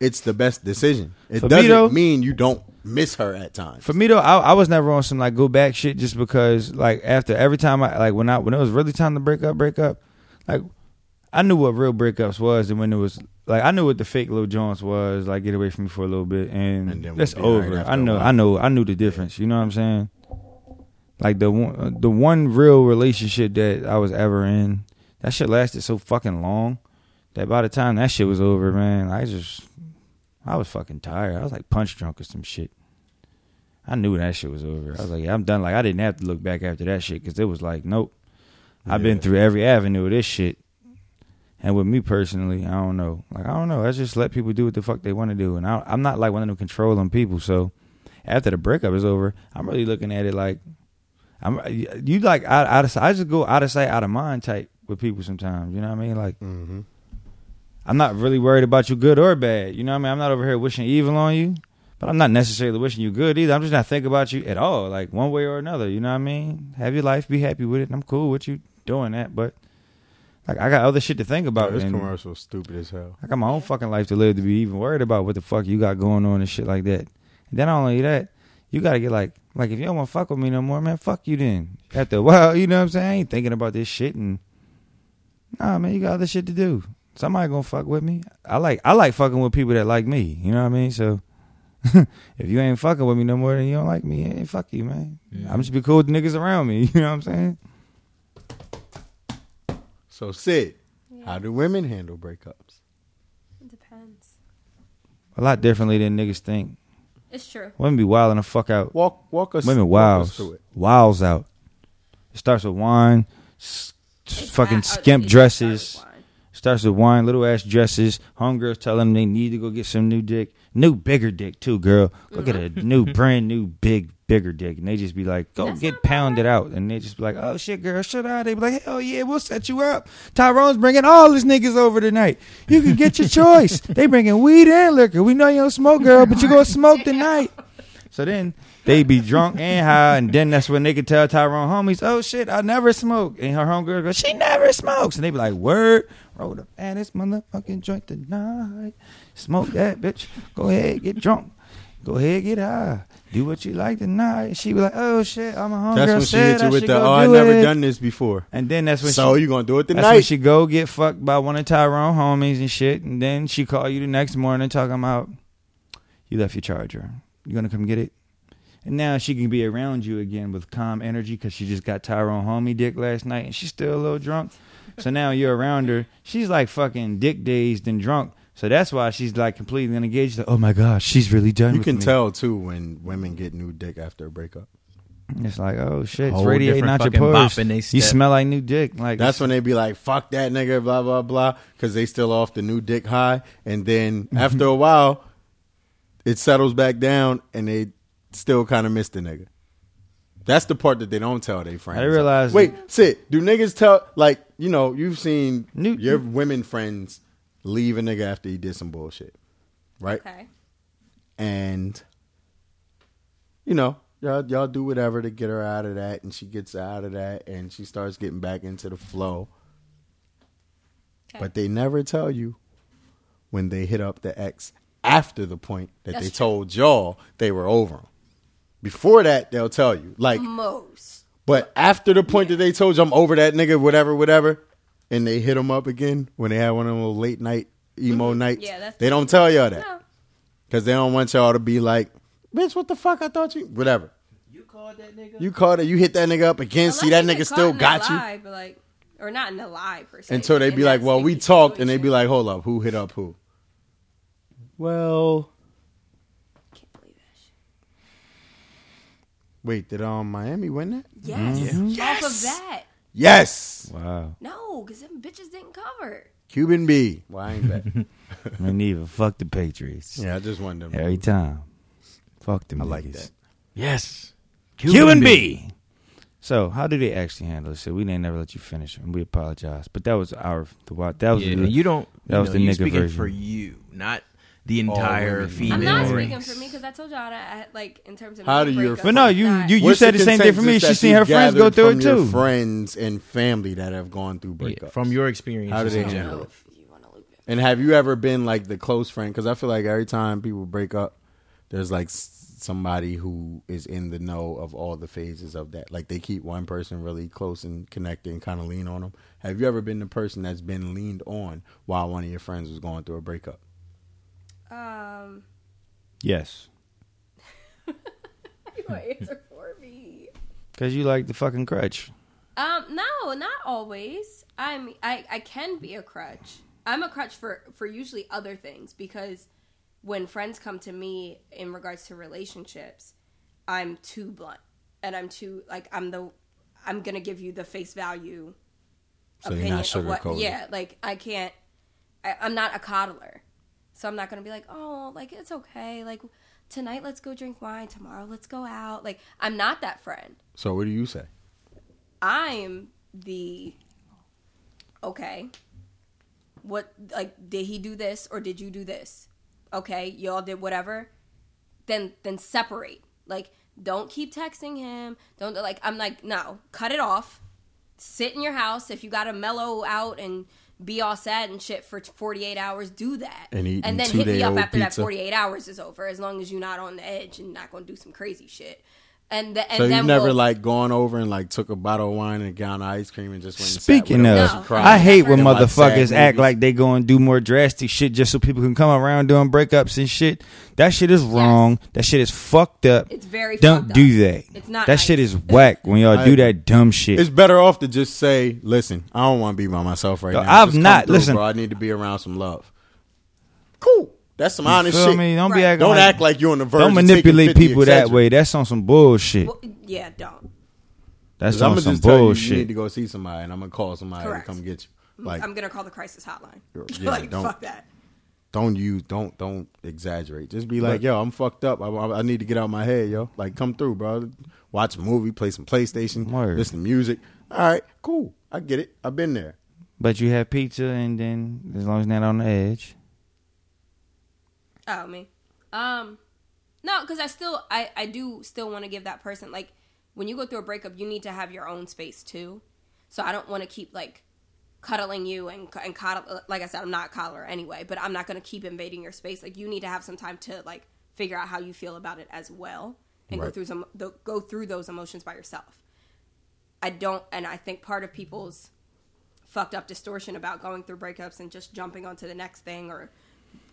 [SPEAKER 8] it's the best decision. It
[SPEAKER 5] For me,
[SPEAKER 8] doesn't
[SPEAKER 5] though-
[SPEAKER 8] mean you don't miss her at times.
[SPEAKER 5] For me though, I, I was never on some like go back shit just because like after every time I like when I when it was really time to break up, break up, like I knew what real breakups was and when it was like I knew what the fake little Jones was, like get away from me for a little bit and,
[SPEAKER 8] And then
[SPEAKER 5] that's
[SPEAKER 8] we'll be all right
[SPEAKER 5] over.
[SPEAKER 8] after
[SPEAKER 5] I
[SPEAKER 8] a
[SPEAKER 5] know
[SPEAKER 8] while.
[SPEAKER 5] I know I knew the difference, you know what I'm saying? Like the one the one real relationship that I was ever in, that shit lasted so fucking long that by the time that shit was over, man, I just I was fucking tired. I was like punch drunk or some shit. I knew that shit was over. I was like, yeah, I'm done. Like, I didn't have to look back after that shit because it was like, nope. I've been
[SPEAKER 8] Yeah.
[SPEAKER 5] through every avenue of this shit. And with me personally, I don't know. Like, I don't know. I just let people do what the fuck they want to do. And I, I'm not like one of them controlling people. So after the breakup is over, I'm really looking at it like, I'm you like out, out of sight. I just go out of sight, out of mind type with people sometimes. You know what I mean? Like, I'm not really worried about you good or bad. You know what I mean? I'm not over here wishing evil on you, but I'm not necessarily wishing you good either. I'm just not thinking about you at all, like one way or another. You know what I mean? Have your life, be happy with it. And I'm cool with you doing that, but like I got other shit to think about.
[SPEAKER 8] this
[SPEAKER 5] and
[SPEAKER 8] commercial stupid as hell.
[SPEAKER 5] I got my own fucking life to live to be even worried about what the fuck you got going on and shit like that. And then not only that, you gotta get like like if you don't wanna fuck with me no more, man, fuck you then. After a while, you know what I'm saying? I ain't thinking about this shit and nah man, you got other shit to do. Somebody gonna fuck with me. I like I like fucking with people that like me. You know what I mean? So if you ain't fucking with me no more, then you don't like me. Hey, fuck you, man. I'm just be cool with the niggas around me. You know what I'm saying?
[SPEAKER 8] So Sid, how do women handle breakups?
[SPEAKER 9] It depends.
[SPEAKER 5] A lot differently than niggas think.
[SPEAKER 9] It's true.
[SPEAKER 5] Women be wilding the fuck out.
[SPEAKER 8] Walk walk us
[SPEAKER 5] women
[SPEAKER 8] walk us
[SPEAKER 5] wows
[SPEAKER 8] through it.
[SPEAKER 5] wows out. It starts with wine, s- fucking
[SPEAKER 9] uh, Oh,
[SPEAKER 5] skimp dresses. Starts with wine, little ass dresses. Homegirls tell them they need to go get some new dick, new bigger dick too, girl. Go get a new, brand new, big, bigger dick, and they just be like, go get pounded out, and they just be like, oh shit, girl, shut out. They be like, hell yeah, we'll set you up. Tyrone's bringing all his niggas over tonight. You can get your choice. They bringing weed and liquor. We know you don't smoke, girl, but you gonna smoke tonight. So then they be drunk and high, and then that's when they could tell Tyrone homies, "Oh shit, I never smoke." And her homegirl goes, "She never smokes," and they be like, "Word, roll the fattest motherfucking joint tonight, smoke that bitch. Go ahead, get drunk. Go ahead, get high. Do what you like tonight." She be like, "Oh shit, I'm a homegirl."
[SPEAKER 8] That's when she
[SPEAKER 5] said
[SPEAKER 8] hit you
[SPEAKER 5] I
[SPEAKER 8] with
[SPEAKER 5] should
[SPEAKER 8] the
[SPEAKER 5] go
[SPEAKER 8] "Oh, I
[SPEAKER 5] do
[SPEAKER 8] never
[SPEAKER 5] it."
[SPEAKER 8] done this before."
[SPEAKER 5] And then that's when
[SPEAKER 8] So
[SPEAKER 5] she,
[SPEAKER 8] you gonna do it
[SPEAKER 5] that's when
[SPEAKER 8] tonight?
[SPEAKER 5] she go get fucked by one of Tyrone homies and shit, and then she call you the next morning talking about you left your charger. You gonna come get it? And now she can be around you again with calm energy because she just got Tyrone homie dick last night and she's still a little drunk. So now you're around her. She's like fucking dick dazed and drunk. So that's why she's like completely unengaged. Like, oh my gosh, she's really done.
[SPEAKER 8] you
[SPEAKER 5] with
[SPEAKER 8] can
[SPEAKER 5] me.
[SPEAKER 8] tell too when women get new dick after a breakup.
[SPEAKER 5] It's like oh shit, it's
[SPEAKER 6] Whole
[SPEAKER 5] radiating
[SPEAKER 6] different
[SPEAKER 5] out your
[SPEAKER 6] fucking
[SPEAKER 5] pores.
[SPEAKER 6] bop in they
[SPEAKER 5] You
[SPEAKER 6] step.
[SPEAKER 5] smell like new dick. Like
[SPEAKER 8] That's when they be like, "Fuck that nigga," blah blah blah, because they still off the new dick high. And then
[SPEAKER 5] Mm-hmm.
[SPEAKER 8] after a while, it settles back down, and they still kind of miss the nigga. That's the part that they don't tell they friends.
[SPEAKER 5] I realize-
[SPEAKER 8] Wait, sit. Do niggas tell like you know you've seen
[SPEAKER 5] New-
[SPEAKER 8] your women friends leave a nigga after he did some bullshit, right?
[SPEAKER 9] Okay.
[SPEAKER 8] and you know y'all y'all do whatever to get her out of that and she gets out of that and she starts getting back into the flow
[SPEAKER 9] Okay.
[SPEAKER 8] but they never tell you when they hit up the ex after the point that
[SPEAKER 9] That's
[SPEAKER 8] they
[SPEAKER 9] true.
[SPEAKER 8] told y'all they were over 'em. Before that, they'll tell you. Like,
[SPEAKER 9] Mm-hmm. Most.
[SPEAKER 8] but after the point that they told you I'm over that nigga, whatever, whatever, and they hit him up again when they had one of them little late night emo nights.
[SPEAKER 9] Mm-hmm. Yeah, that's-
[SPEAKER 8] they don't tell y'all that
[SPEAKER 9] No.
[SPEAKER 8] because they don't want y'all to be like, bitch, what the fuck? I thought you whatever. You called that nigga. You called it. You hit that nigga up again. see that
[SPEAKER 9] Unless you
[SPEAKER 8] nigga
[SPEAKER 9] get
[SPEAKER 8] still
[SPEAKER 9] caught in
[SPEAKER 8] got
[SPEAKER 9] a
[SPEAKER 8] you
[SPEAKER 9] lie, but like, or not in the lie per se.
[SPEAKER 8] until they
[SPEAKER 9] but
[SPEAKER 8] be
[SPEAKER 9] in
[SPEAKER 8] like,
[SPEAKER 9] that
[SPEAKER 8] well, we
[SPEAKER 9] sticky
[SPEAKER 8] talked, and they
[SPEAKER 9] situation.
[SPEAKER 8] be like, hold up, who hit up who? Well,
[SPEAKER 9] Can't believe that shit.
[SPEAKER 8] wait, did um Miami win that?
[SPEAKER 9] Yes.
[SPEAKER 5] Mm-hmm.
[SPEAKER 9] Off of that.
[SPEAKER 8] Yes,
[SPEAKER 5] Wow.
[SPEAKER 9] No, because them bitches didn't cover.
[SPEAKER 8] Cuban B. Well, I ain't bet.
[SPEAKER 5] Me neither. Fuck the Patriots.
[SPEAKER 8] yeah, I just wanted them.
[SPEAKER 5] Every time. Fuck them.
[SPEAKER 8] I like
[SPEAKER 5] niggas.
[SPEAKER 8] that.
[SPEAKER 6] Yes.
[SPEAKER 5] Human B. So how do they actually handle this shit? We didn't never let you finish, and we apologize. But that was our the wa- that was
[SPEAKER 6] Yeah,
[SPEAKER 5] the,
[SPEAKER 6] you don't.
[SPEAKER 5] That
[SPEAKER 6] you
[SPEAKER 5] was
[SPEAKER 6] know,
[SPEAKER 5] the
[SPEAKER 6] you
[SPEAKER 5] nigga
[SPEAKER 6] speaking
[SPEAKER 5] version.
[SPEAKER 6] for you, not the entire
[SPEAKER 8] women.
[SPEAKER 6] female
[SPEAKER 9] I'm not
[SPEAKER 6] race.
[SPEAKER 9] speaking for me because I told y'all that, I, like, in terms of
[SPEAKER 8] How
[SPEAKER 9] me
[SPEAKER 8] do your-
[SPEAKER 9] breakups,
[SPEAKER 5] But no,
[SPEAKER 9] it's
[SPEAKER 5] you
[SPEAKER 9] not-
[SPEAKER 5] you, you
[SPEAKER 8] What's
[SPEAKER 5] said the, same thing for
[SPEAKER 8] consensus
[SPEAKER 5] me. She
[SPEAKER 8] that
[SPEAKER 5] seen
[SPEAKER 8] you
[SPEAKER 5] her friends go
[SPEAKER 8] gathered
[SPEAKER 5] through
[SPEAKER 8] from
[SPEAKER 5] it too.
[SPEAKER 8] Your friends and family that have gone through breakups.
[SPEAKER 6] Yeah, from your experience
[SPEAKER 8] How do they
[SPEAKER 6] in
[SPEAKER 8] handle
[SPEAKER 6] general.
[SPEAKER 8] it? And have you ever been like the close friend? Because I feel like every time people break up, there's like s- somebody who is in the know of all the phases of that. Like they keep one person really close and connected and kind of lean on them. Have you ever been the person that's been leaned on while one of your friends was going through a breakup?
[SPEAKER 9] Um,
[SPEAKER 5] Yes,
[SPEAKER 9] you want to answer for me?
[SPEAKER 5] because you like the fucking crutch.
[SPEAKER 9] Um, no, not always. I'm I I can be a crutch. I'm a crutch for for usually other things because when friends come to me in regards to relationships, I'm too blunt and I'm too like I'm the I'm gonna give you the face value
[SPEAKER 8] So you're not sugarcoating.
[SPEAKER 9] yeah, like I can't. I, I'm not a coddler, so I'm not gonna be like, oh, like it's okay. Like tonight, let's go drink wine. Tomorrow, let's go out. Like I'm not that friend.
[SPEAKER 8] So what do you say?
[SPEAKER 9] I'm the okay. What like did he do this or did you do this? Okay, y'all did whatever. Then then separate. Like don't keep texting him. Don't like I'm like no, cut it off. Sit in your house if you got to mellow out and be all sad and shit for 48 hours. Do that,
[SPEAKER 8] And eating
[SPEAKER 9] and then hit me up
[SPEAKER 8] two-day-old
[SPEAKER 9] after that
[SPEAKER 8] pizza.
[SPEAKER 9] 48 hours is over. As long as you're not on the edge and not gonna do some crazy shit. And, the, and
[SPEAKER 8] so
[SPEAKER 9] then
[SPEAKER 8] you've never
[SPEAKER 9] we'll-
[SPEAKER 8] like gone over and like took a bottle of wine and a gallon of ice cream and just went and sat with
[SPEAKER 5] Speaking
[SPEAKER 8] them
[SPEAKER 9] No,
[SPEAKER 8] and
[SPEAKER 5] of,
[SPEAKER 8] just
[SPEAKER 9] no.
[SPEAKER 8] cried?
[SPEAKER 5] I hate when
[SPEAKER 8] And watched sad
[SPEAKER 5] motherfuckers act
[SPEAKER 8] movies?
[SPEAKER 5] like they go and do more drastic shit just so people can come around doing breakups and shit. That shit is wrong. That shit is fucked up.
[SPEAKER 9] It's very
[SPEAKER 5] Don't
[SPEAKER 9] fucked
[SPEAKER 5] do
[SPEAKER 9] up.
[SPEAKER 5] that.
[SPEAKER 9] It's not
[SPEAKER 5] That
[SPEAKER 9] nice.
[SPEAKER 5] shit is whack when y'all
[SPEAKER 8] I
[SPEAKER 5] do
[SPEAKER 8] agree.
[SPEAKER 5] that dumb shit.
[SPEAKER 8] It's better off to just say, "Listen, I don't want to be by myself right
[SPEAKER 5] Yo,
[SPEAKER 8] now.
[SPEAKER 5] I've
[SPEAKER 8] Just come
[SPEAKER 5] not-
[SPEAKER 8] through,
[SPEAKER 5] listen.
[SPEAKER 8] bro. I need to be around some love." Cool. That's some honest
[SPEAKER 5] Feel
[SPEAKER 8] shit.
[SPEAKER 5] me? Don't be
[SPEAKER 9] Right.
[SPEAKER 5] acting
[SPEAKER 8] Don't
[SPEAKER 5] like-
[SPEAKER 8] act like you're on the verge.
[SPEAKER 5] Don't manipulate people that way. That's on some bullshit.
[SPEAKER 9] Well, yeah, don't.
[SPEAKER 5] That's
[SPEAKER 8] I'm
[SPEAKER 5] on
[SPEAKER 8] gonna
[SPEAKER 5] some
[SPEAKER 8] just tell you, you
[SPEAKER 5] bullshit.
[SPEAKER 8] need to go see somebody, and I'm gonna call somebody
[SPEAKER 9] Correct. Mm,
[SPEAKER 8] to come get you. Like,
[SPEAKER 9] I'm gonna call the crisis hotline.
[SPEAKER 8] yeah,
[SPEAKER 9] like
[SPEAKER 8] don't-
[SPEAKER 9] fuck that.
[SPEAKER 8] don't use, don't, don't exaggerate. Just be like, "Yo, I'm fucked up. I, I, I need to get out my head, yo. Like, come through, bro. Watch a movie, play some PlayStation,
[SPEAKER 5] Word.
[SPEAKER 8] listen to music. All right, cool. I get it. I've been there.
[SPEAKER 5] But you have pizza, and then as long as not on the edge,
[SPEAKER 9] Oh me. Um, no, because I still I I do still want to give that person like when you go through a breakup, you need to have your own space too. So I don't want to keep like cuddling you and and coddle. Like I said, I'm not a coddler anyway, but I'm not gonna keep invading your space. Like you need to have some time to like figure out how you feel about it as well and go
[SPEAKER 8] Right.
[SPEAKER 9] through some th- go through those emotions by yourself. I don't, and I think part of people's fucked up distortion about going through breakups and just jumping onto the next thing or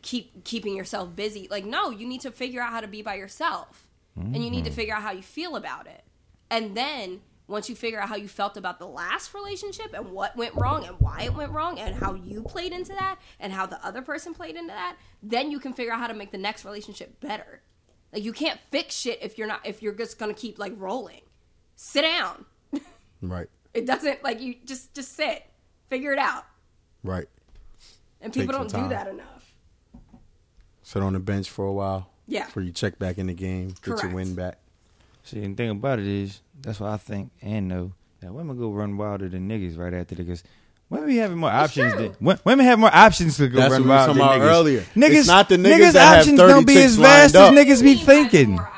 [SPEAKER 9] keep keeping yourself busy. Like, no, you need to figure out how to be by yourself, and you need to figure out how you feel about it. And then once you figure out how you felt about the last relationship and what went wrong and why it went wrong and how you played into that and how the other person played into that, then you can figure out how to make the next relationship better. Like you can't fix shit if you're not if you're just gonna keep like rolling. Sit down.
[SPEAKER 8] Right,
[SPEAKER 9] It doesn't like you just just sit, figure it out.
[SPEAKER 8] right.
[SPEAKER 9] And
[SPEAKER 8] Take
[SPEAKER 9] people
[SPEAKER 8] some
[SPEAKER 9] don't do
[SPEAKER 8] time.
[SPEAKER 9] that enough.
[SPEAKER 8] sit on the bench for a while.
[SPEAKER 9] Yeah.
[SPEAKER 8] Before you check back in the game, get your
[SPEAKER 9] Correct.
[SPEAKER 8] win back.
[SPEAKER 5] See, and the thing about it is, that's why I think and know that women go run wilder than niggas right after because women be having more options.
[SPEAKER 9] true.
[SPEAKER 5] Than, wo- women have more options to go
[SPEAKER 8] That's
[SPEAKER 5] run
[SPEAKER 8] what we
[SPEAKER 5] wild
[SPEAKER 8] was
[SPEAKER 5] than
[SPEAKER 8] talking
[SPEAKER 5] niggas.
[SPEAKER 8] about earlier.
[SPEAKER 5] Niggas,
[SPEAKER 8] It's not the niggas
[SPEAKER 5] niggas
[SPEAKER 8] that have
[SPEAKER 5] options
[SPEAKER 8] 30
[SPEAKER 5] don't be
[SPEAKER 8] chicks
[SPEAKER 5] as vast as
[SPEAKER 8] lined up.
[SPEAKER 5] niggas be
[SPEAKER 9] Mean by
[SPEAKER 5] thinking.
[SPEAKER 9] more options.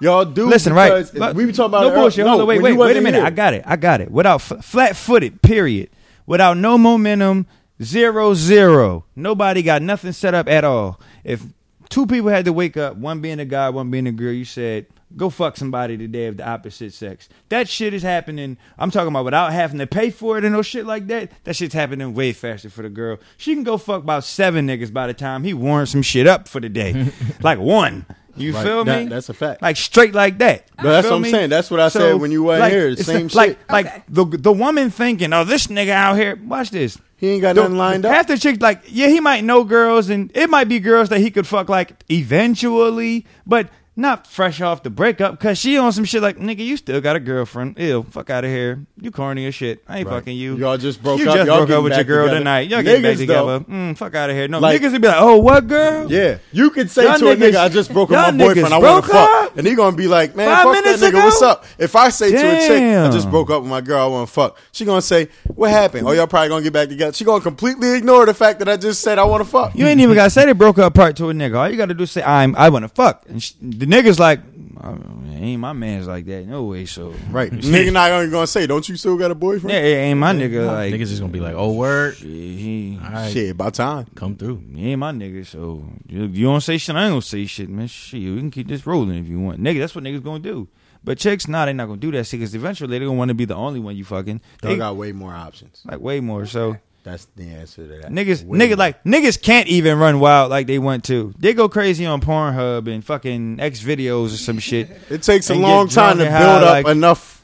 [SPEAKER 8] Y'all do.
[SPEAKER 5] Listen, right?
[SPEAKER 8] because
[SPEAKER 5] but-
[SPEAKER 8] We were talking about
[SPEAKER 5] no
[SPEAKER 8] it earlier.
[SPEAKER 5] bullshit. Hold on, wait,
[SPEAKER 8] when
[SPEAKER 5] wait,
[SPEAKER 8] you
[SPEAKER 5] wait a
[SPEAKER 8] wasn't
[SPEAKER 5] minute.
[SPEAKER 8] here.
[SPEAKER 5] I got it. I got it. Without f- flat-footed, period. Without no momentum, zero zero. Nobody got nothing set up at all. If two people had to wake up, one being a guy, one being a girl, you said, Go fuck somebody today of the opposite sex. That shit is happening. I'm talking about without having to pay for it and no shit like that. That shit's happening way faster for the girl. She can go fuck about seven niggas by the time he warms some shit up for the day. like one. You
[SPEAKER 8] Right.
[SPEAKER 5] feel
[SPEAKER 8] That-
[SPEAKER 5] me?
[SPEAKER 8] that's a fact.
[SPEAKER 5] Like straight like that.
[SPEAKER 8] No, that's
[SPEAKER 5] Feel
[SPEAKER 8] what I'm
[SPEAKER 5] me?
[SPEAKER 8] saying. That's what I said when you wasn't here. The
[SPEAKER 5] it's
[SPEAKER 8] same
[SPEAKER 5] Like,
[SPEAKER 8] shit.
[SPEAKER 5] like the the woman thinking, oh, this nigga out here. Watch this.
[SPEAKER 8] He ain't got
[SPEAKER 5] The-
[SPEAKER 8] nothing lined up.
[SPEAKER 5] Half the chicks, like, yeah, he might know girls, and it might be girls that he could fuck, like, eventually, but not fresh off the breakup, cause she on some shit like, nigga, you still got a girlfriend. Ew, fuck out of here. You corny as shit. I ain't
[SPEAKER 8] Right.
[SPEAKER 5] fucking you.
[SPEAKER 8] Y'all just broke
[SPEAKER 5] you
[SPEAKER 8] up.
[SPEAKER 5] just
[SPEAKER 8] Y'all
[SPEAKER 5] broke
[SPEAKER 8] getting
[SPEAKER 5] up with your
[SPEAKER 8] back
[SPEAKER 5] girl
[SPEAKER 8] together.
[SPEAKER 5] tonight. Y'all getting back
[SPEAKER 8] Niggas, though.
[SPEAKER 5] together. Mm, fuck out of here. No,
[SPEAKER 8] Like-
[SPEAKER 5] niggas would be like, oh, what girl?
[SPEAKER 8] Yeah, you could say
[SPEAKER 5] Y'all
[SPEAKER 8] to a nigga,
[SPEAKER 5] niggas-
[SPEAKER 8] "I just broke up
[SPEAKER 5] y'all
[SPEAKER 8] with my boyfriend.
[SPEAKER 5] niggas
[SPEAKER 8] I want
[SPEAKER 5] broke
[SPEAKER 8] to fuck,"
[SPEAKER 5] up?
[SPEAKER 8] and he gonna be like, "Man,
[SPEAKER 5] Five
[SPEAKER 8] fuck that
[SPEAKER 5] minutes
[SPEAKER 8] nigga.
[SPEAKER 5] ago?
[SPEAKER 8] What's up?" If I say to a chick, "I
[SPEAKER 5] Damn.
[SPEAKER 8] just broke up with my girl. I want to fuck," she gonna say, "What happened?" Oh, y'all probably gonna get back together. She gonna completely ignore the fact that I just said I want to fuck.
[SPEAKER 5] You ain't even gotta say they broke up part to a nigga. All you gotta do is say I'm I wanna fuck, and sh the nigga's like, "I ain't my man's like that, no way. So
[SPEAKER 8] right? nigga not even gonna say, "Don't you still got a boyfriend?"
[SPEAKER 5] yeah, it ain't my nigga. Like
[SPEAKER 6] Niggas just gonna be like, oh word,
[SPEAKER 5] he,
[SPEAKER 6] all right,
[SPEAKER 8] Shit, about time.
[SPEAKER 6] come through.
[SPEAKER 5] he ain't my nigga. So you, you don't say shit, I ain't gonna say shit, man. Shit, you can keep this rolling if you want, nigga. That's what niggas gonna do. But chicks, nah, they not gonna do that shit because eventually they gonna want to be the only one you fucking.
[SPEAKER 8] Y'all
[SPEAKER 5] They,
[SPEAKER 8] got way more options.
[SPEAKER 5] like way more. So
[SPEAKER 8] That's the answer to that.
[SPEAKER 5] Niggas,
[SPEAKER 8] Way
[SPEAKER 5] nigga,
[SPEAKER 8] more.
[SPEAKER 5] like niggas can't even run wild like they want to. They go crazy on Pornhub and fucking X videos or some shit.
[SPEAKER 8] it takes a
[SPEAKER 5] and get
[SPEAKER 8] long time
[SPEAKER 5] drunk
[SPEAKER 8] to build
[SPEAKER 5] and high,
[SPEAKER 8] up
[SPEAKER 5] like-
[SPEAKER 8] enough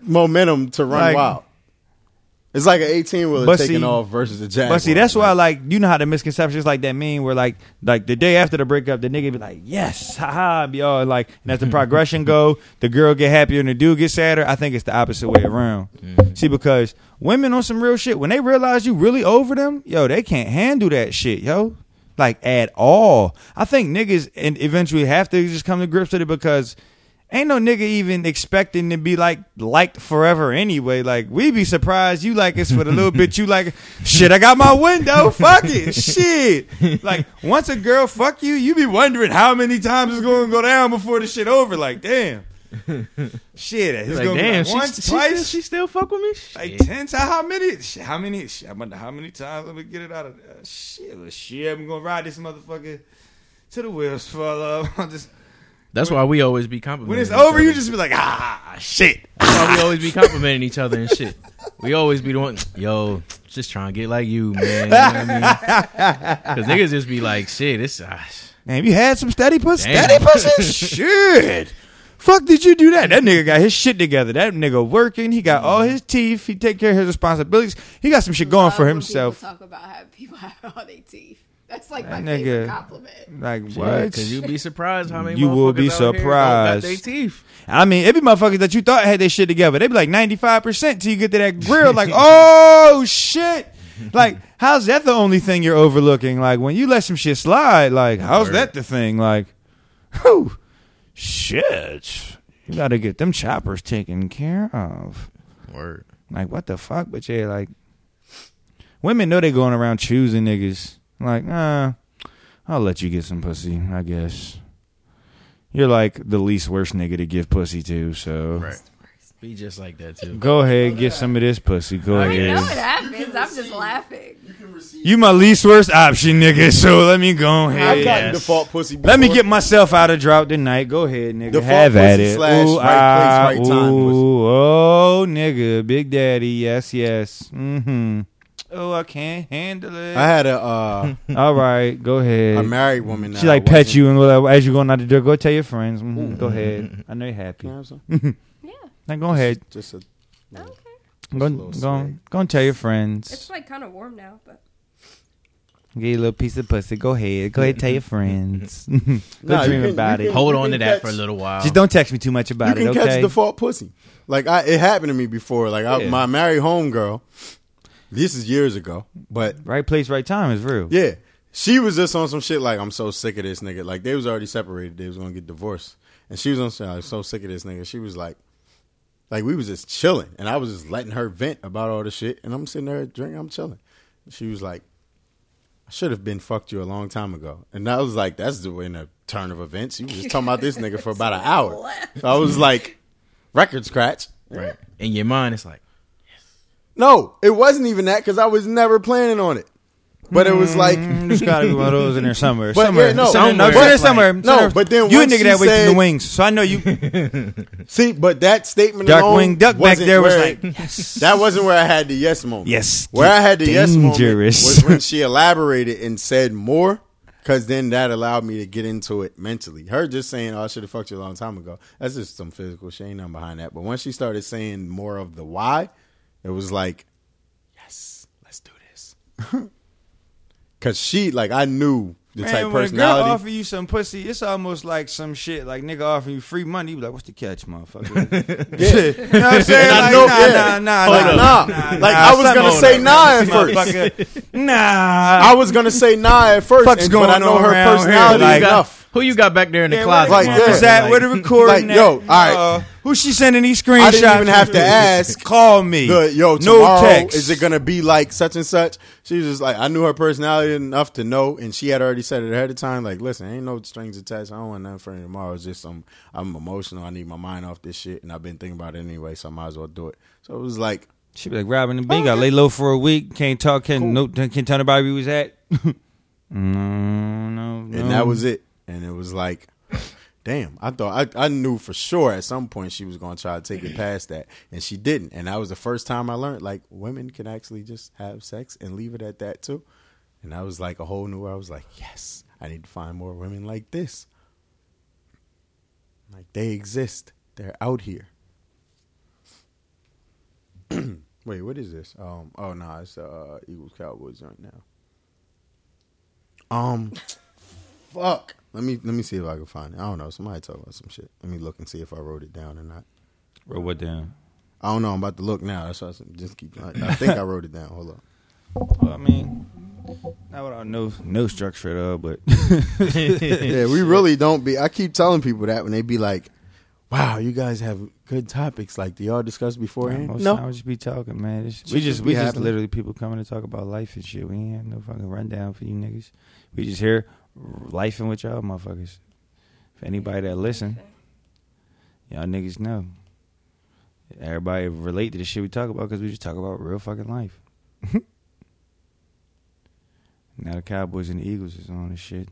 [SPEAKER 8] momentum to run
[SPEAKER 5] Like-
[SPEAKER 8] wild. It's like an eighteen wheeler
[SPEAKER 5] But
[SPEAKER 8] taking
[SPEAKER 5] see-
[SPEAKER 8] off versus a jaguar.
[SPEAKER 5] But see, that's why,
[SPEAKER 8] Like,
[SPEAKER 5] like, you know how the misconceptions like that mean, where like, like the day after the breakup, the nigga be like, "Yes, haha," be all like, and as the progression go, the girl get happier and the dude get sadder. I think it's the opposite way around. See, because women on some real shit, when they realize you really over them, yo, they can't handle that shit, yo, like at all. I think niggas and eventually have to just come to grips with it because. Ain't no nigga even expecting to be like liked forever anyway. Like we be surprised you like us for the little bit you like. Shit, I got my window. Fuck it. Shit. Like once a girl fuck you, you be wondering how many times it's gonna go down before the shit over. Like damn. Shit, it's
[SPEAKER 6] Like,
[SPEAKER 5] gonna
[SPEAKER 6] damn,
[SPEAKER 5] be
[SPEAKER 6] she,
[SPEAKER 5] like once,
[SPEAKER 6] she,
[SPEAKER 5] twice,
[SPEAKER 6] still, she still fuck with me.
[SPEAKER 5] like
[SPEAKER 6] Shit.
[SPEAKER 5] ten times. How many? Shit, how many? Shit, I wonder how many times I'm gonna get it out of uh, shit. well, Shit, I'm gonna ride this motherfucker till the wheels fall off. I'm just
[SPEAKER 6] That's why we always be complimenting.
[SPEAKER 5] when it's
[SPEAKER 6] each
[SPEAKER 5] over, you
[SPEAKER 6] other.
[SPEAKER 5] just be like ah shit.
[SPEAKER 6] That's why we always be complimenting each other and shit. We always be doing, yo, just trying to get like you, man. Because niggas just be like, shit, it's uh,
[SPEAKER 5] Man, you had some steady pussy.
[SPEAKER 6] Damn.
[SPEAKER 5] Steady pussy? shit. Fuck did you do that? That nigga got his shit together. That nigga working. He got all his teeth. He take care of his responsibilities. He got some shit going
[SPEAKER 11] Love
[SPEAKER 5] for
[SPEAKER 11] when
[SPEAKER 5] himself.
[SPEAKER 11] People talk about how people have all their teeth. That's like my
[SPEAKER 5] That
[SPEAKER 11] favorite
[SPEAKER 5] nigga.
[SPEAKER 11] compliment.
[SPEAKER 5] Like what?
[SPEAKER 6] because you be surprised how many
[SPEAKER 5] You will be
[SPEAKER 6] motherfuckers out here don't got they
[SPEAKER 5] surprised.
[SPEAKER 6] teeth.
[SPEAKER 5] I mean, it be motherfuckers that you thought had their shit together. They be like ninety five percent till you get to that grill. Like oh shit. Like how's that the only thing you're overlooking? Like when you let some shit slide. Like how's
[SPEAKER 6] Word.
[SPEAKER 5] that the thing? Like, whew, shit. You gotta get them choppers taken care of.
[SPEAKER 6] Word.
[SPEAKER 5] Like what the fuck? But yeah, like women know they going around choosing niggas. Like, nah, I'll let you get some pussy, I guess. You're like the least worst nigga to give pussy to, so
[SPEAKER 6] Right. Be just like that too.
[SPEAKER 5] go ahead, get some of this pussy. Go
[SPEAKER 6] I
[SPEAKER 11] You know what
[SPEAKER 5] ahead.
[SPEAKER 11] happens. I'm just laughing.
[SPEAKER 5] You my least worst option, nigga, so let me go ahead.
[SPEAKER 8] I've gotten default pussy.
[SPEAKER 5] Let me
[SPEAKER 8] before.
[SPEAKER 5] get myself out of drought tonight. Go ahead, nigga.
[SPEAKER 8] Default
[SPEAKER 5] Have at
[SPEAKER 8] pussy
[SPEAKER 5] it.
[SPEAKER 8] slash
[SPEAKER 5] Ooh, ah,
[SPEAKER 8] right place, right time
[SPEAKER 5] ooh,
[SPEAKER 8] pussy.
[SPEAKER 5] oh, nigga, Big Daddy. Yes, yes. Mm-hmm. Oh, I can't handle it.
[SPEAKER 8] I had a uh,
[SPEAKER 5] All right, go ahead.
[SPEAKER 8] a married woman.
[SPEAKER 5] she
[SPEAKER 8] uh,
[SPEAKER 5] like pet
[SPEAKER 8] wasn't-
[SPEAKER 5] you and whatever as you're going out the door. Go tell your friends. Mhm, Go ahead. I know you're happy.
[SPEAKER 8] Mm-hmm. Can I have some?
[SPEAKER 11] Yeah.
[SPEAKER 5] Now go ahead.
[SPEAKER 8] Just a
[SPEAKER 11] Okay.
[SPEAKER 5] Go,
[SPEAKER 8] little
[SPEAKER 5] go,
[SPEAKER 8] swig.
[SPEAKER 5] on- go and tell your friends.
[SPEAKER 11] It's like kind of warm now, but
[SPEAKER 5] Get your little piece of pussy. Go ahead. Go ahead. Tell your friends. go
[SPEAKER 8] Nah, you
[SPEAKER 5] dream
[SPEAKER 8] can- you
[SPEAKER 5] about it.
[SPEAKER 8] can-
[SPEAKER 6] Hold on to
[SPEAKER 8] can
[SPEAKER 6] that for a
[SPEAKER 8] catch-
[SPEAKER 6] little while.
[SPEAKER 5] Just don't text me too much
[SPEAKER 8] You
[SPEAKER 5] about
[SPEAKER 8] can
[SPEAKER 5] it.
[SPEAKER 8] catch
[SPEAKER 5] Okay.
[SPEAKER 8] default pussy. Like I, it happened to me before. Like I,
[SPEAKER 5] Yeah.
[SPEAKER 8] my married homegirl. This is years ago, but
[SPEAKER 5] right place, right time is real.
[SPEAKER 8] yeah, she was just on some shit. Like I'm so sick of this nigga. Like they was already separated. They was gonna get divorced, and she was on. some- I'm so sick of this nigga. She was like, like we was just chilling, and I was just letting her vent about all this shit. And I'm sitting there drinking. I'm chilling. She was like, I should have been fucked you a long time ago. And I was like, that's the way in a turn of events. You was just talking about this nigga for about an hour. So I was like, record scratch.
[SPEAKER 6] Right. In your mind, it's like,
[SPEAKER 8] No, it wasn't even that because I was never planning on it. But it was like
[SPEAKER 5] there's gotta be one of those in there somewhere.
[SPEAKER 8] But
[SPEAKER 5] somewhere,
[SPEAKER 8] yeah, no,
[SPEAKER 5] somewhere,
[SPEAKER 8] somewhere.
[SPEAKER 5] somewhere,
[SPEAKER 8] But-
[SPEAKER 5] somewhere,
[SPEAKER 8] no,
[SPEAKER 5] somewhere.
[SPEAKER 8] but then
[SPEAKER 5] you a
[SPEAKER 8] once
[SPEAKER 5] nigga
[SPEAKER 8] she
[SPEAKER 5] that waits for
[SPEAKER 8] said-
[SPEAKER 5] the wings, so I know you.
[SPEAKER 8] See, but that statement
[SPEAKER 5] Dark
[SPEAKER 8] alone
[SPEAKER 5] winged duck back
[SPEAKER 8] wasn't
[SPEAKER 5] there was
[SPEAKER 8] where-
[SPEAKER 5] like, yes.
[SPEAKER 8] That wasn't where I had the yes moment.
[SPEAKER 5] Yes,
[SPEAKER 8] Where
[SPEAKER 5] get
[SPEAKER 8] I had the yes moment
[SPEAKER 5] dangerous.
[SPEAKER 8] was when she elaborated and said more, because then that allowed me to get into it mentally. Her just saying, "Oh, I should have fucked you a long time ago." That's just some physical shame. Nothing behind that. But once she started saying more of the why, it was like, "Yes, let's do this." Because she, like, I knew the
[SPEAKER 5] Man,
[SPEAKER 8] type
[SPEAKER 5] when a girl
[SPEAKER 8] personality.
[SPEAKER 5] offer you some pussy, it's almost like some shit. Like nigga offering you free money, you be like, "What's the catch, motherfucker?" you know what I'm saying?
[SPEAKER 8] And I
[SPEAKER 5] like,
[SPEAKER 8] know-
[SPEAKER 5] nah, nah,
[SPEAKER 8] yeah.
[SPEAKER 5] nah,
[SPEAKER 8] Like,
[SPEAKER 5] nah,
[SPEAKER 8] nah. Like, I was
[SPEAKER 5] something
[SPEAKER 8] gonna say
[SPEAKER 5] on
[SPEAKER 8] nah
[SPEAKER 5] that.
[SPEAKER 8] at
[SPEAKER 5] Motherfucker. nah,
[SPEAKER 8] I was gonna say nah at first,
[SPEAKER 5] Fuck's
[SPEAKER 8] and, but I
[SPEAKER 5] going
[SPEAKER 8] know
[SPEAKER 5] on
[SPEAKER 8] her
[SPEAKER 5] around here,
[SPEAKER 8] personality
[SPEAKER 5] like-
[SPEAKER 8] enough.
[SPEAKER 6] Who you got back there in the
[SPEAKER 5] Yeah, where
[SPEAKER 6] closet?
[SPEAKER 5] the
[SPEAKER 8] Like,
[SPEAKER 5] cameras
[SPEAKER 8] yeah.
[SPEAKER 5] is at? Where the recording?
[SPEAKER 8] Like, yo,
[SPEAKER 5] at?
[SPEAKER 8] alright.
[SPEAKER 5] Uh, who she sending these screenshots?
[SPEAKER 8] I didn't even have to ask.
[SPEAKER 5] Call me.
[SPEAKER 8] The, yo,
[SPEAKER 5] no
[SPEAKER 8] tomorrow,
[SPEAKER 5] text.
[SPEAKER 8] Is it gonna be like such and such? She was just like, I knew her personality enough to know, and she had already said it ahead of time. Like, listen, ain't no strings attached. I don't want nothing for you tomorrow. It's just some. I'm emotional. I need my mind off this shit, and I've been thinking about it anyway, so I might as well do it. So it was like,
[SPEAKER 5] She be like, Robin and B, you got lay low for a week. Can't talk. Can't no. Can't tell nobody where we was at. no, no, no.
[SPEAKER 8] and that was it. And it was like, damn. I thought I, I knew for sure at some point she was gonna try to take it past that, and she didn't. And that was the first time I learned like women can actually just have sex and leave it at that too. And I was like a whole new. I was like, yes, I need to find more women like this. Like they exist. They're out here. Wait, what is this? Um, oh no, it's uh Eagles Cowboys right now. Um, fuck. Let me let me see if I can find it. I don't know. Somebody talk about some shit. Let me look and see if I wrote it down or not.
[SPEAKER 5] Roll what down?
[SPEAKER 8] I don't know. I'm about to look now. That's why I said just keep. I, I think I wrote it down. Hold on.
[SPEAKER 5] Well, I mean, not without no no structure at all, but
[SPEAKER 8] Yeah, we really don't be. I keep telling people that when they be like, "Wow, you guys have good topics like do y'all discuss beforehand?"
[SPEAKER 5] most time we just be talking, man. It's- we just
[SPEAKER 8] Shit just
[SPEAKER 5] we
[SPEAKER 8] be
[SPEAKER 5] just
[SPEAKER 8] happening.
[SPEAKER 5] literally people coming to talk about life and shit. We ain't have no fucking rundown for you niggas. We just here lifing with y'all motherfuckers. For anybody that listen, y'all niggas know. Everybody relate to the shit we talk about because we just talk about real fucking life. now the Cowboys and the Eagles is on this shit.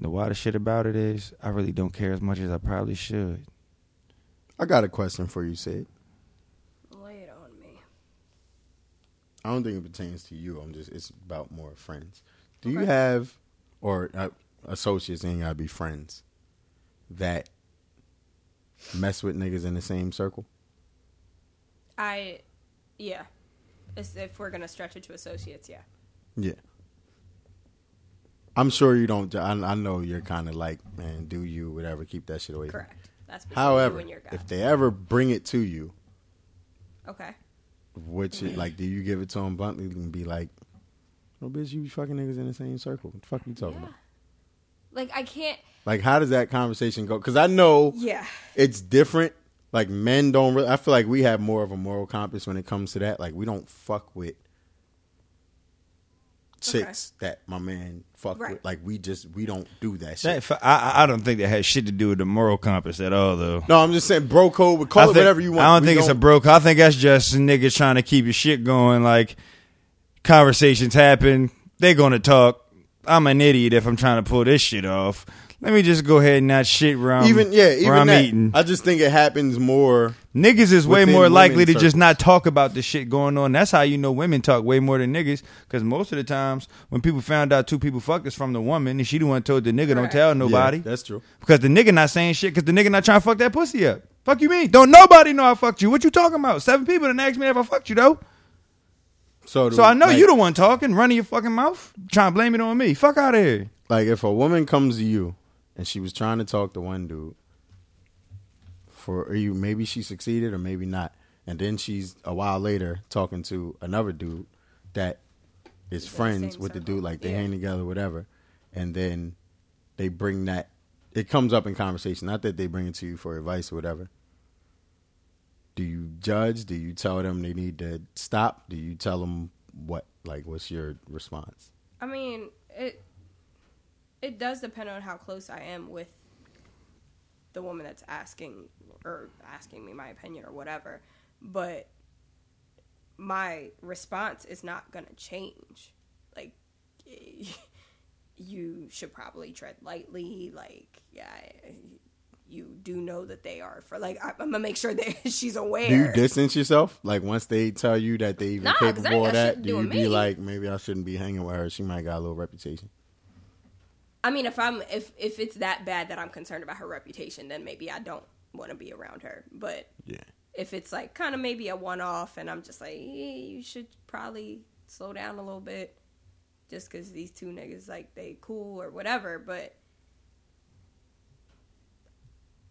[SPEAKER 5] The water shit about it is, I really don't care as much as I probably should.
[SPEAKER 8] I got a question for you, Sid.
[SPEAKER 11] Lay it on me.
[SPEAKER 8] I don't think it pertains to you. I'm just it's about more friends. Do you have or uh, associates and gotta be friends that mess with niggas in the same circle?
[SPEAKER 11] I, yeah. As if we're gonna stretch it to associates, yeah.
[SPEAKER 8] Yeah. I'm sure you don't. I, I know you're kind of like, man, do you, whatever, keep that shit away. from me."
[SPEAKER 11] Correct. That's between you
[SPEAKER 8] However,
[SPEAKER 11] and your guy.
[SPEAKER 8] if they ever bring it to you,
[SPEAKER 11] okay.
[SPEAKER 8] which, it, like, do you give it to them bluntly and be like, oh, bitch, you fucking niggas in the same circle? What the fuck you talking
[SPEAKER 11] Yeah.
[SPEAKER 8] about?
[SPEAKER 11] Like I can't.
[SPEAKER 8] Like, how does that conversation go? Because I know
[SPEAKER 11] Yeah.
[SPEAKER 8] it's different. Like men don't really. I feel like we have more of a moral compass when it comes to that. Like we don't fuck with chicks that my man fuck
[SPEAKER 11] Right.
[SPEAKER 8] with. Like we just we don't do that shit.
[SPEAKER 5] That, f- I, I- I don't think that has shit to do with the moral compass at all, though.
[SPEAKER 8] no, I'm just saying bro code. Would
[SPEAKER 5] I
[SPEAKER 8] call
[SPEAKER 5] think-
[SPEAKER 8] it whatever you want.
[SPEAKER 5] I don't
[SPEAKER 8] We
[SPEAKER 5] think it's a bro. code. I think that's just niggas trying to keep your shit going. Like conversations happen, they gonna talk. I'm an idiot if I'm trying to pull this shit off. Let me just go ahead and not shit where I'm
[SPEAKER 8] even yeah
[SPEAKER 5] where
[SPEAKER 8] even
[SPEAKER 5] I'm
[SPEAKER 8] that.
[SPEAKER 5] eating.
[SPEAKER 8] I just think it happens more.
[SPEAKER 5] Niggas is way
[SPEAKER 8] Within
[SPEAKER 5] more
[SPEAKER 8] women's
[SPEAKER 5] likely to
[SPEAKER 8] circles.
[SPEAKER 5] just not talk about the shit going on. That's how you know women talk way more than niggas. Because most of the times when people found out two people fucked, it's from the woman, and she the one told the nigga don't tell nobody.
[SPEAKER 8] Yeah, that's true.
[SPEAKER 5] Because the nigga not saying shit. Because the nigga not trying to fuck that pussy up. Fuck you mean? Don't nobody know I fucked you. What you talking about? Seven people done asked me if I fucked you though.
[SPEAKER 8] So
[SPEAKER 5] So I know
[SPEAKER 8] like-
[SPEAKER 5] you the one talking, running your fucking mouth, trying to blame it on me. Fuck out of here.
[SPEAKER 8] like if a woman comes to you and she was trying to talk to one dude for or you maybe she succeeded or maybe not and then she's a while later talking to another dude that is friends
[SPEAKER 11] same
[SPEAKER 8] with the
[SPEAKER 11] circle.
[SPEAKER 8] dude like they
[SPEAKER 11] Yeah.
[SPEAKER 8] hang together whatever and then they bring that it comes up in conversation not that they bring it to you for advice or whatever do you judge do you tell them they need to stop do you tell them what like what's your response
[SPEAKER 11] I mean, it it does depend on how close I am with the woman that's asking or asking me my opinion or whatever. But my response is not going to change. Like you should probably tread lightly. Like, yeah, you do know that they are for like. I- I'm gonna make sure that she's aware.
[SPEAKER 8] Do you distance yourself? Like once they tell you that they even
[SPEAKER 11] Nah, 'cause I ain't
[SPEAKER 8] capable
[SPEAKER 11] got shit
[SPEAKER 8] of that,
[SPEAKER 11] to
[SPEAKER 8] do
[SPEAKER 11] do
[SPEAKER 8] you
[SPEAKER 11] with
[SPEAKER 8] be
[SPEAKER 11] me.
[SPEAKER 8] like, maybe I shouldn't be hanging with her. She might got a little reputation.
[SPEAKER 11] I mean, if I'm if if it's that bad that I'm concerned about her reputation, then maybe I don't want to be around her. But
[SPEAKER 8] Yeah.
[SPEAKER 11] if it's like kind of maybe a one off, and I'm just like, "Eh, you should probably slow down a little bit, just because these two niggas like they cool or whatever. But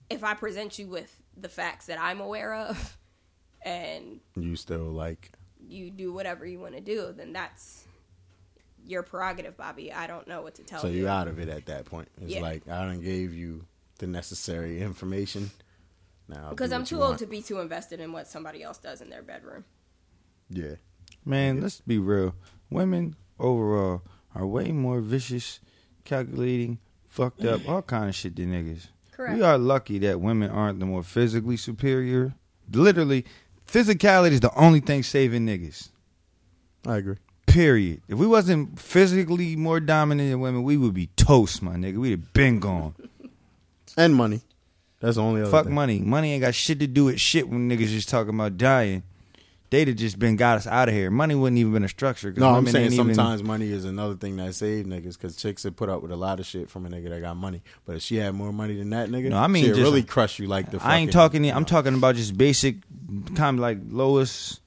[SPEAKER 11] if I present you with the facts that I'm aware of, and
[SPEAKER 8] You still like
[SPEAKER 11] you do whatever you want to do, then that's your prerogative, Bobby. I don't know what to tell
[SPEAKER 8] so
[SPEAKER 11] you.
[SPEAKER 8] you out of it at that point. It's
[SPEAKER 11] Oh, Yeah.
[SPEAKER 8] like I done gave you the necessary information. Now
[SPEAKER 11] Because I'm too old to be too invested in what somebody else does in their bedroom.
[SPEAKER 8] Yeah.
[SPEAKER 5] Man, let's be real. Women overall are way more vicious, calculating, fucked up, all kind of shit than niggas.
[SPEAKER 11] Correct.
[SPEAKER 5] We are lucky that women aren't the more physically superior. Literally, physicality is the only thing saving niggas.
[SPEAKER 8] I agree.
[SPEAKER 5] Period. If we wasn't physically more dominant than women, we would be toast, my nigga. We'd have been gone.
[SPEAKER 8] And money. That's the only other
[SPEAKER 5] Fuck
[SPEAKER 8] thing.
[SPEAKER 5] money. Money ain't got shit to do with shit when niggas just talking about dying. They'd have just been got us out of here. Money wouldn't even been a structure. 'cause
[SPEAKER 8] No, I'm
[SPEAKER 5] women
[SPEAKER 8] saying
[SPEAKER 5] ain't even-
[SPEAKER 8] sometimes money is another thing that saved niggas because chicks have put up with a lot of shit from a nigga that got money. But if she had more money than that nigga,
[SPEAKER 5] No, I mean
[SPEAKER 8] she'd
[SPEAKER 5] just-
[SPEAKER 8] really crush you like the.
[SPEAKER 5] I ain't
[SPEAKER 8] fucking-
[SPEAKER 5] talking. I'm talking about just basic, kind of like lowest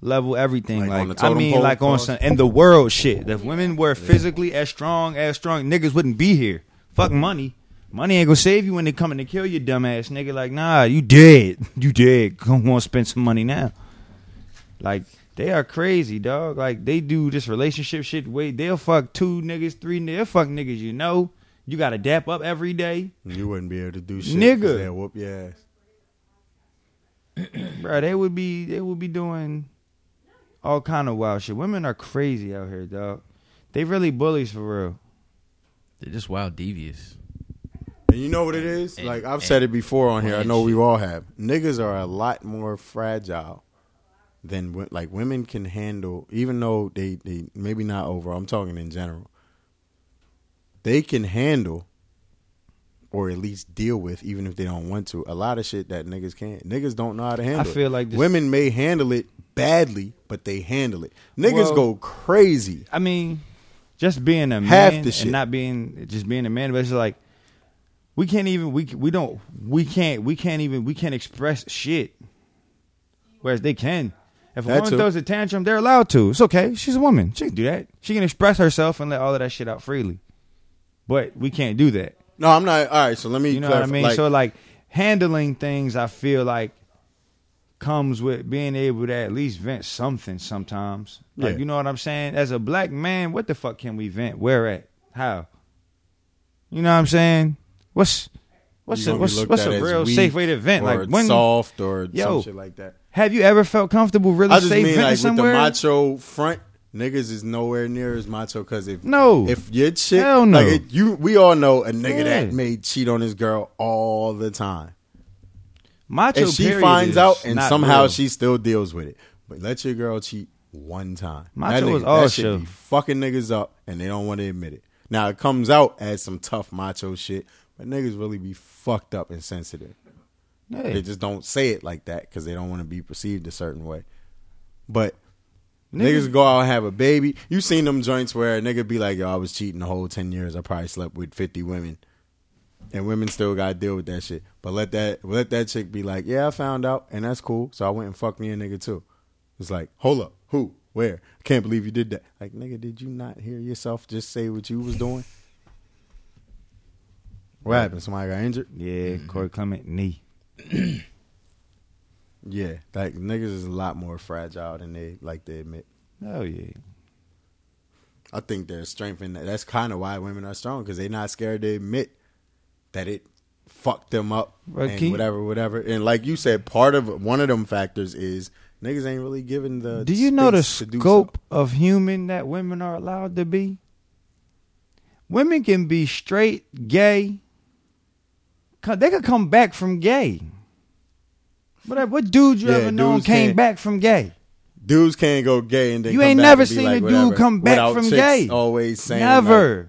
[SPEAKER 5] level everything. Like,
[SPEAKER 8] on the
[SPEAKER 5] I
[SPEAKER 8] totem
[SPEAKER 5] mean,
[SPEAKER 8] pole
[SPEAKER 5] like on
[SPEAKER 8] cost?
[SPEAKER 5] some in the world shit. If women were physically as strong as strong, niggas wouldn't be here. Fuck money. Money ain't gonna save you when they coming to kill you, dumbass nigga. Like, nah, you dead. You dead. Come on, spend some money now. Like they are crazy, dog. Like they do this relationship shit. Wait, they'll fuck two niggas, three. niggas. They'll fuck niggas. You know, you gotta dap up every day.
[SPEAKER 8] You wouldn't be able to do shit,
[SPEAKER 5] Nigga.
[SPEAKER 8] 'cause they'd Whoop your ass.
[SPEAKER 5] bro. They would be they would be doing all kind of wild shit. Women are crazy out here, dog. They really bullies for real.
[SPEAKER 6] They're just wild devious.
[SPEAKER 8] And you know what it is?
[SPEAKER 6] And-
[SPEAKER 8] like I've
[SPEAKER 6] and-
[SPEAKER 8] said it before on here. I
[SPEAKER 6] and
[SPEAKER 8] know we
[SPEAKER 6] shit.
[SPEAKER 8] all have. Niggas are a lot more fragile than wo- like women can handle. Even though they they maybe not overall. I'm talking in general. They can handle, or at least deal with, even if they don't want to. A lot of shit that niggas can't. Niggas don't know how to handle. it.
[SPEAKER 5] feel like this-
[SPEAKER 8] women may handle it badly, but they handle it. Niggas
[SPEAKER 5] Well-
[SPEAKER 8] go crazy.
[SPEAKER 5] I mean, just being a
[SPEAKER 8] Half
[SPEAKER 5] man
[SPEAKER 8] the shit.
[SPEAKER 5] and not being just being a man, but it's like we can't even we we don't we can't we can't even we can't express shit. Whereas they can. If a
[SPEAKER 8] That
[SPEAKER 5] woman
[SPEAKER 8] too.
[SPEAKER 5] throws a tantrum, they're allowed to. It's okay. She's a woman. She can do that. She can express herself and let all of that shit out freely. But we can't do that.
[SPEAKER 8] No, I'm not. All right, so let me.
[SPEAKER 5] You know
[SPEAKER 8] clarify.
[SPEAKER 5] what I mean?
[SPEAKER 8] Like,
[SPEAKER 5] so like handling things, I feel like comes with being able to at least vent something sometimes. Like
[SPEAKER 8] Yeah.
[SPEAKER 5] you know what I'm saying? As a black man, what the fuck can we vent? Where at? How? You know what I'm saying? What's what's a,
[SPEAKER 8] you gonna be
[SPEAKER 5] what's,
[SPEAKER 8] looked
[SPEAKER 5] what's
[SPEAKER 8] at
[SPEAKER 5] a
[SPEAKER 8] as
[SPEAKER 5] real
[SPEAKER 8] weak
[SPEAKER 5] safe way to vent?
[SPEAKER 8] or
[SPEAKER 5] Like when
[SPEAKER 8] soft or
[SPEAKER 5] Yo.
[SPEAKER 8] some shit like that.
[SPEAKER 5] have you ever felt comfortable really
[SPEAKER 8] I just
[SPEAKER 5] safe
[SPEAKER 8] mean
[SPEAKER 5] venting
[SPEAKER 8] like
[SPEAKER 5] somewhere?
[SPEAKER 8] with the macho front, niggas is nowhere near as macho because if
[SPEAKER 5] No.
[SPEAKER 8] if your chick,
[SPEAKER 5] Hell no.
[SPEAKER 8] like it, you, we all know a nigga
[SPEAKER 5] Yeah.
[SPEAKER 8] that may cheat on his girl all the time,
[SPEAKER 5] macho
[SPEAKER 8] and she
[SPEAKER 5] period
[SPEAKER 8] finds
[SPEAKER 5] is
[SPEAKER 8] out, and
[SPEAKER 5] not
[SPEAKER 8] somehow
[SPEAKER 5] real.
[SPEAKER 8] she still deals with it. But let your girl cheat one time.
[SPEAKER 5] Macho
[SPEAKER 8] that nigga,
[SPEAKER 5] is all
[SPEAKER 8] that shit
[SPEAKER 5] show.
[SPEAKER 8] be fucking niggas up, and they don't want to admit it. Now it comes out as some tough macho shit, but niggas really be fucked up and sensitive.
[SPEAKER 5] Yeah.
[SPEAKER 8] They just don't say it like that because they don't want to be perceived a certain way. But niggas go out and have a baby. You seen them joints where a nigga be like, "Yo, I was cheating the whole ten years. I probably slept with fifty women, and women still got to deal with that shit." But let that let that chick be like, "Yeah, I found out, and that's cool. So I went and fucked me a nigga too." It's like, hold up, who, where? I can't believe you did that. Like, nigga, did you not hear yourself just say what you was doing? What happened? Somebody got injured?
[SPEAKER 5] yeah,
[SPEAKER 8] Mm-hmm.
[SPEAKER 5] Corey Clement knee.
[SPEAKER 8] Yeah, like niggas is a lot more fragile than they like they admit.
[SPEAKER 5] Oh yeah.
[SPEAKER 8] I think their strength in that. That's kind of why women are strong because they're not scared to admit that it fucked them up
[SPEAKER 5] Right,
[SPEAKER 8] and
[SPEAKER 5] can you-
[SPEAKER 8] whatever, whatever. And like you said, part of one of them factors is niggas ain't really given the.
[SPEAKER 5] Do you know the
[SPEAKER 8] space to do
[SPEAKER 5] scope of human that women are allowed to be? Women can be straight, gay. Co- They could come back from gay. What, what dude you
[SPEAKER 8] Yeah,
[SPEAKER 5] ever known
[SPEAKER 8] dudes
[SPEAKER 5] came
[SPEAKER 8] can't-
[SPEAKER 5] back from gay?
[SPEAKER 8] so. Dudes can't go gay and then
[SPEAKER 5] You
[SPEAKER 8] come
[SPEAKER 5] ain't
[SPEAKER 8] back
[SPEAKER 5] never
[SPEAKER 8] and be
[SPEAKER 5] seen
[SPEAKER 8] like
[SPEAKER 5] a dude
[SPEAKER 8] whatever,
[SPEAKER 5] come back
[SPEAKER 8] without
[SPEAKER 5] from
[SPEAKER 8] chicks
[SPEAKER 5] gay.
[SPEAKER 8] Always saying
[SPEAKER 5] Never.
[SPEAKER 8] like,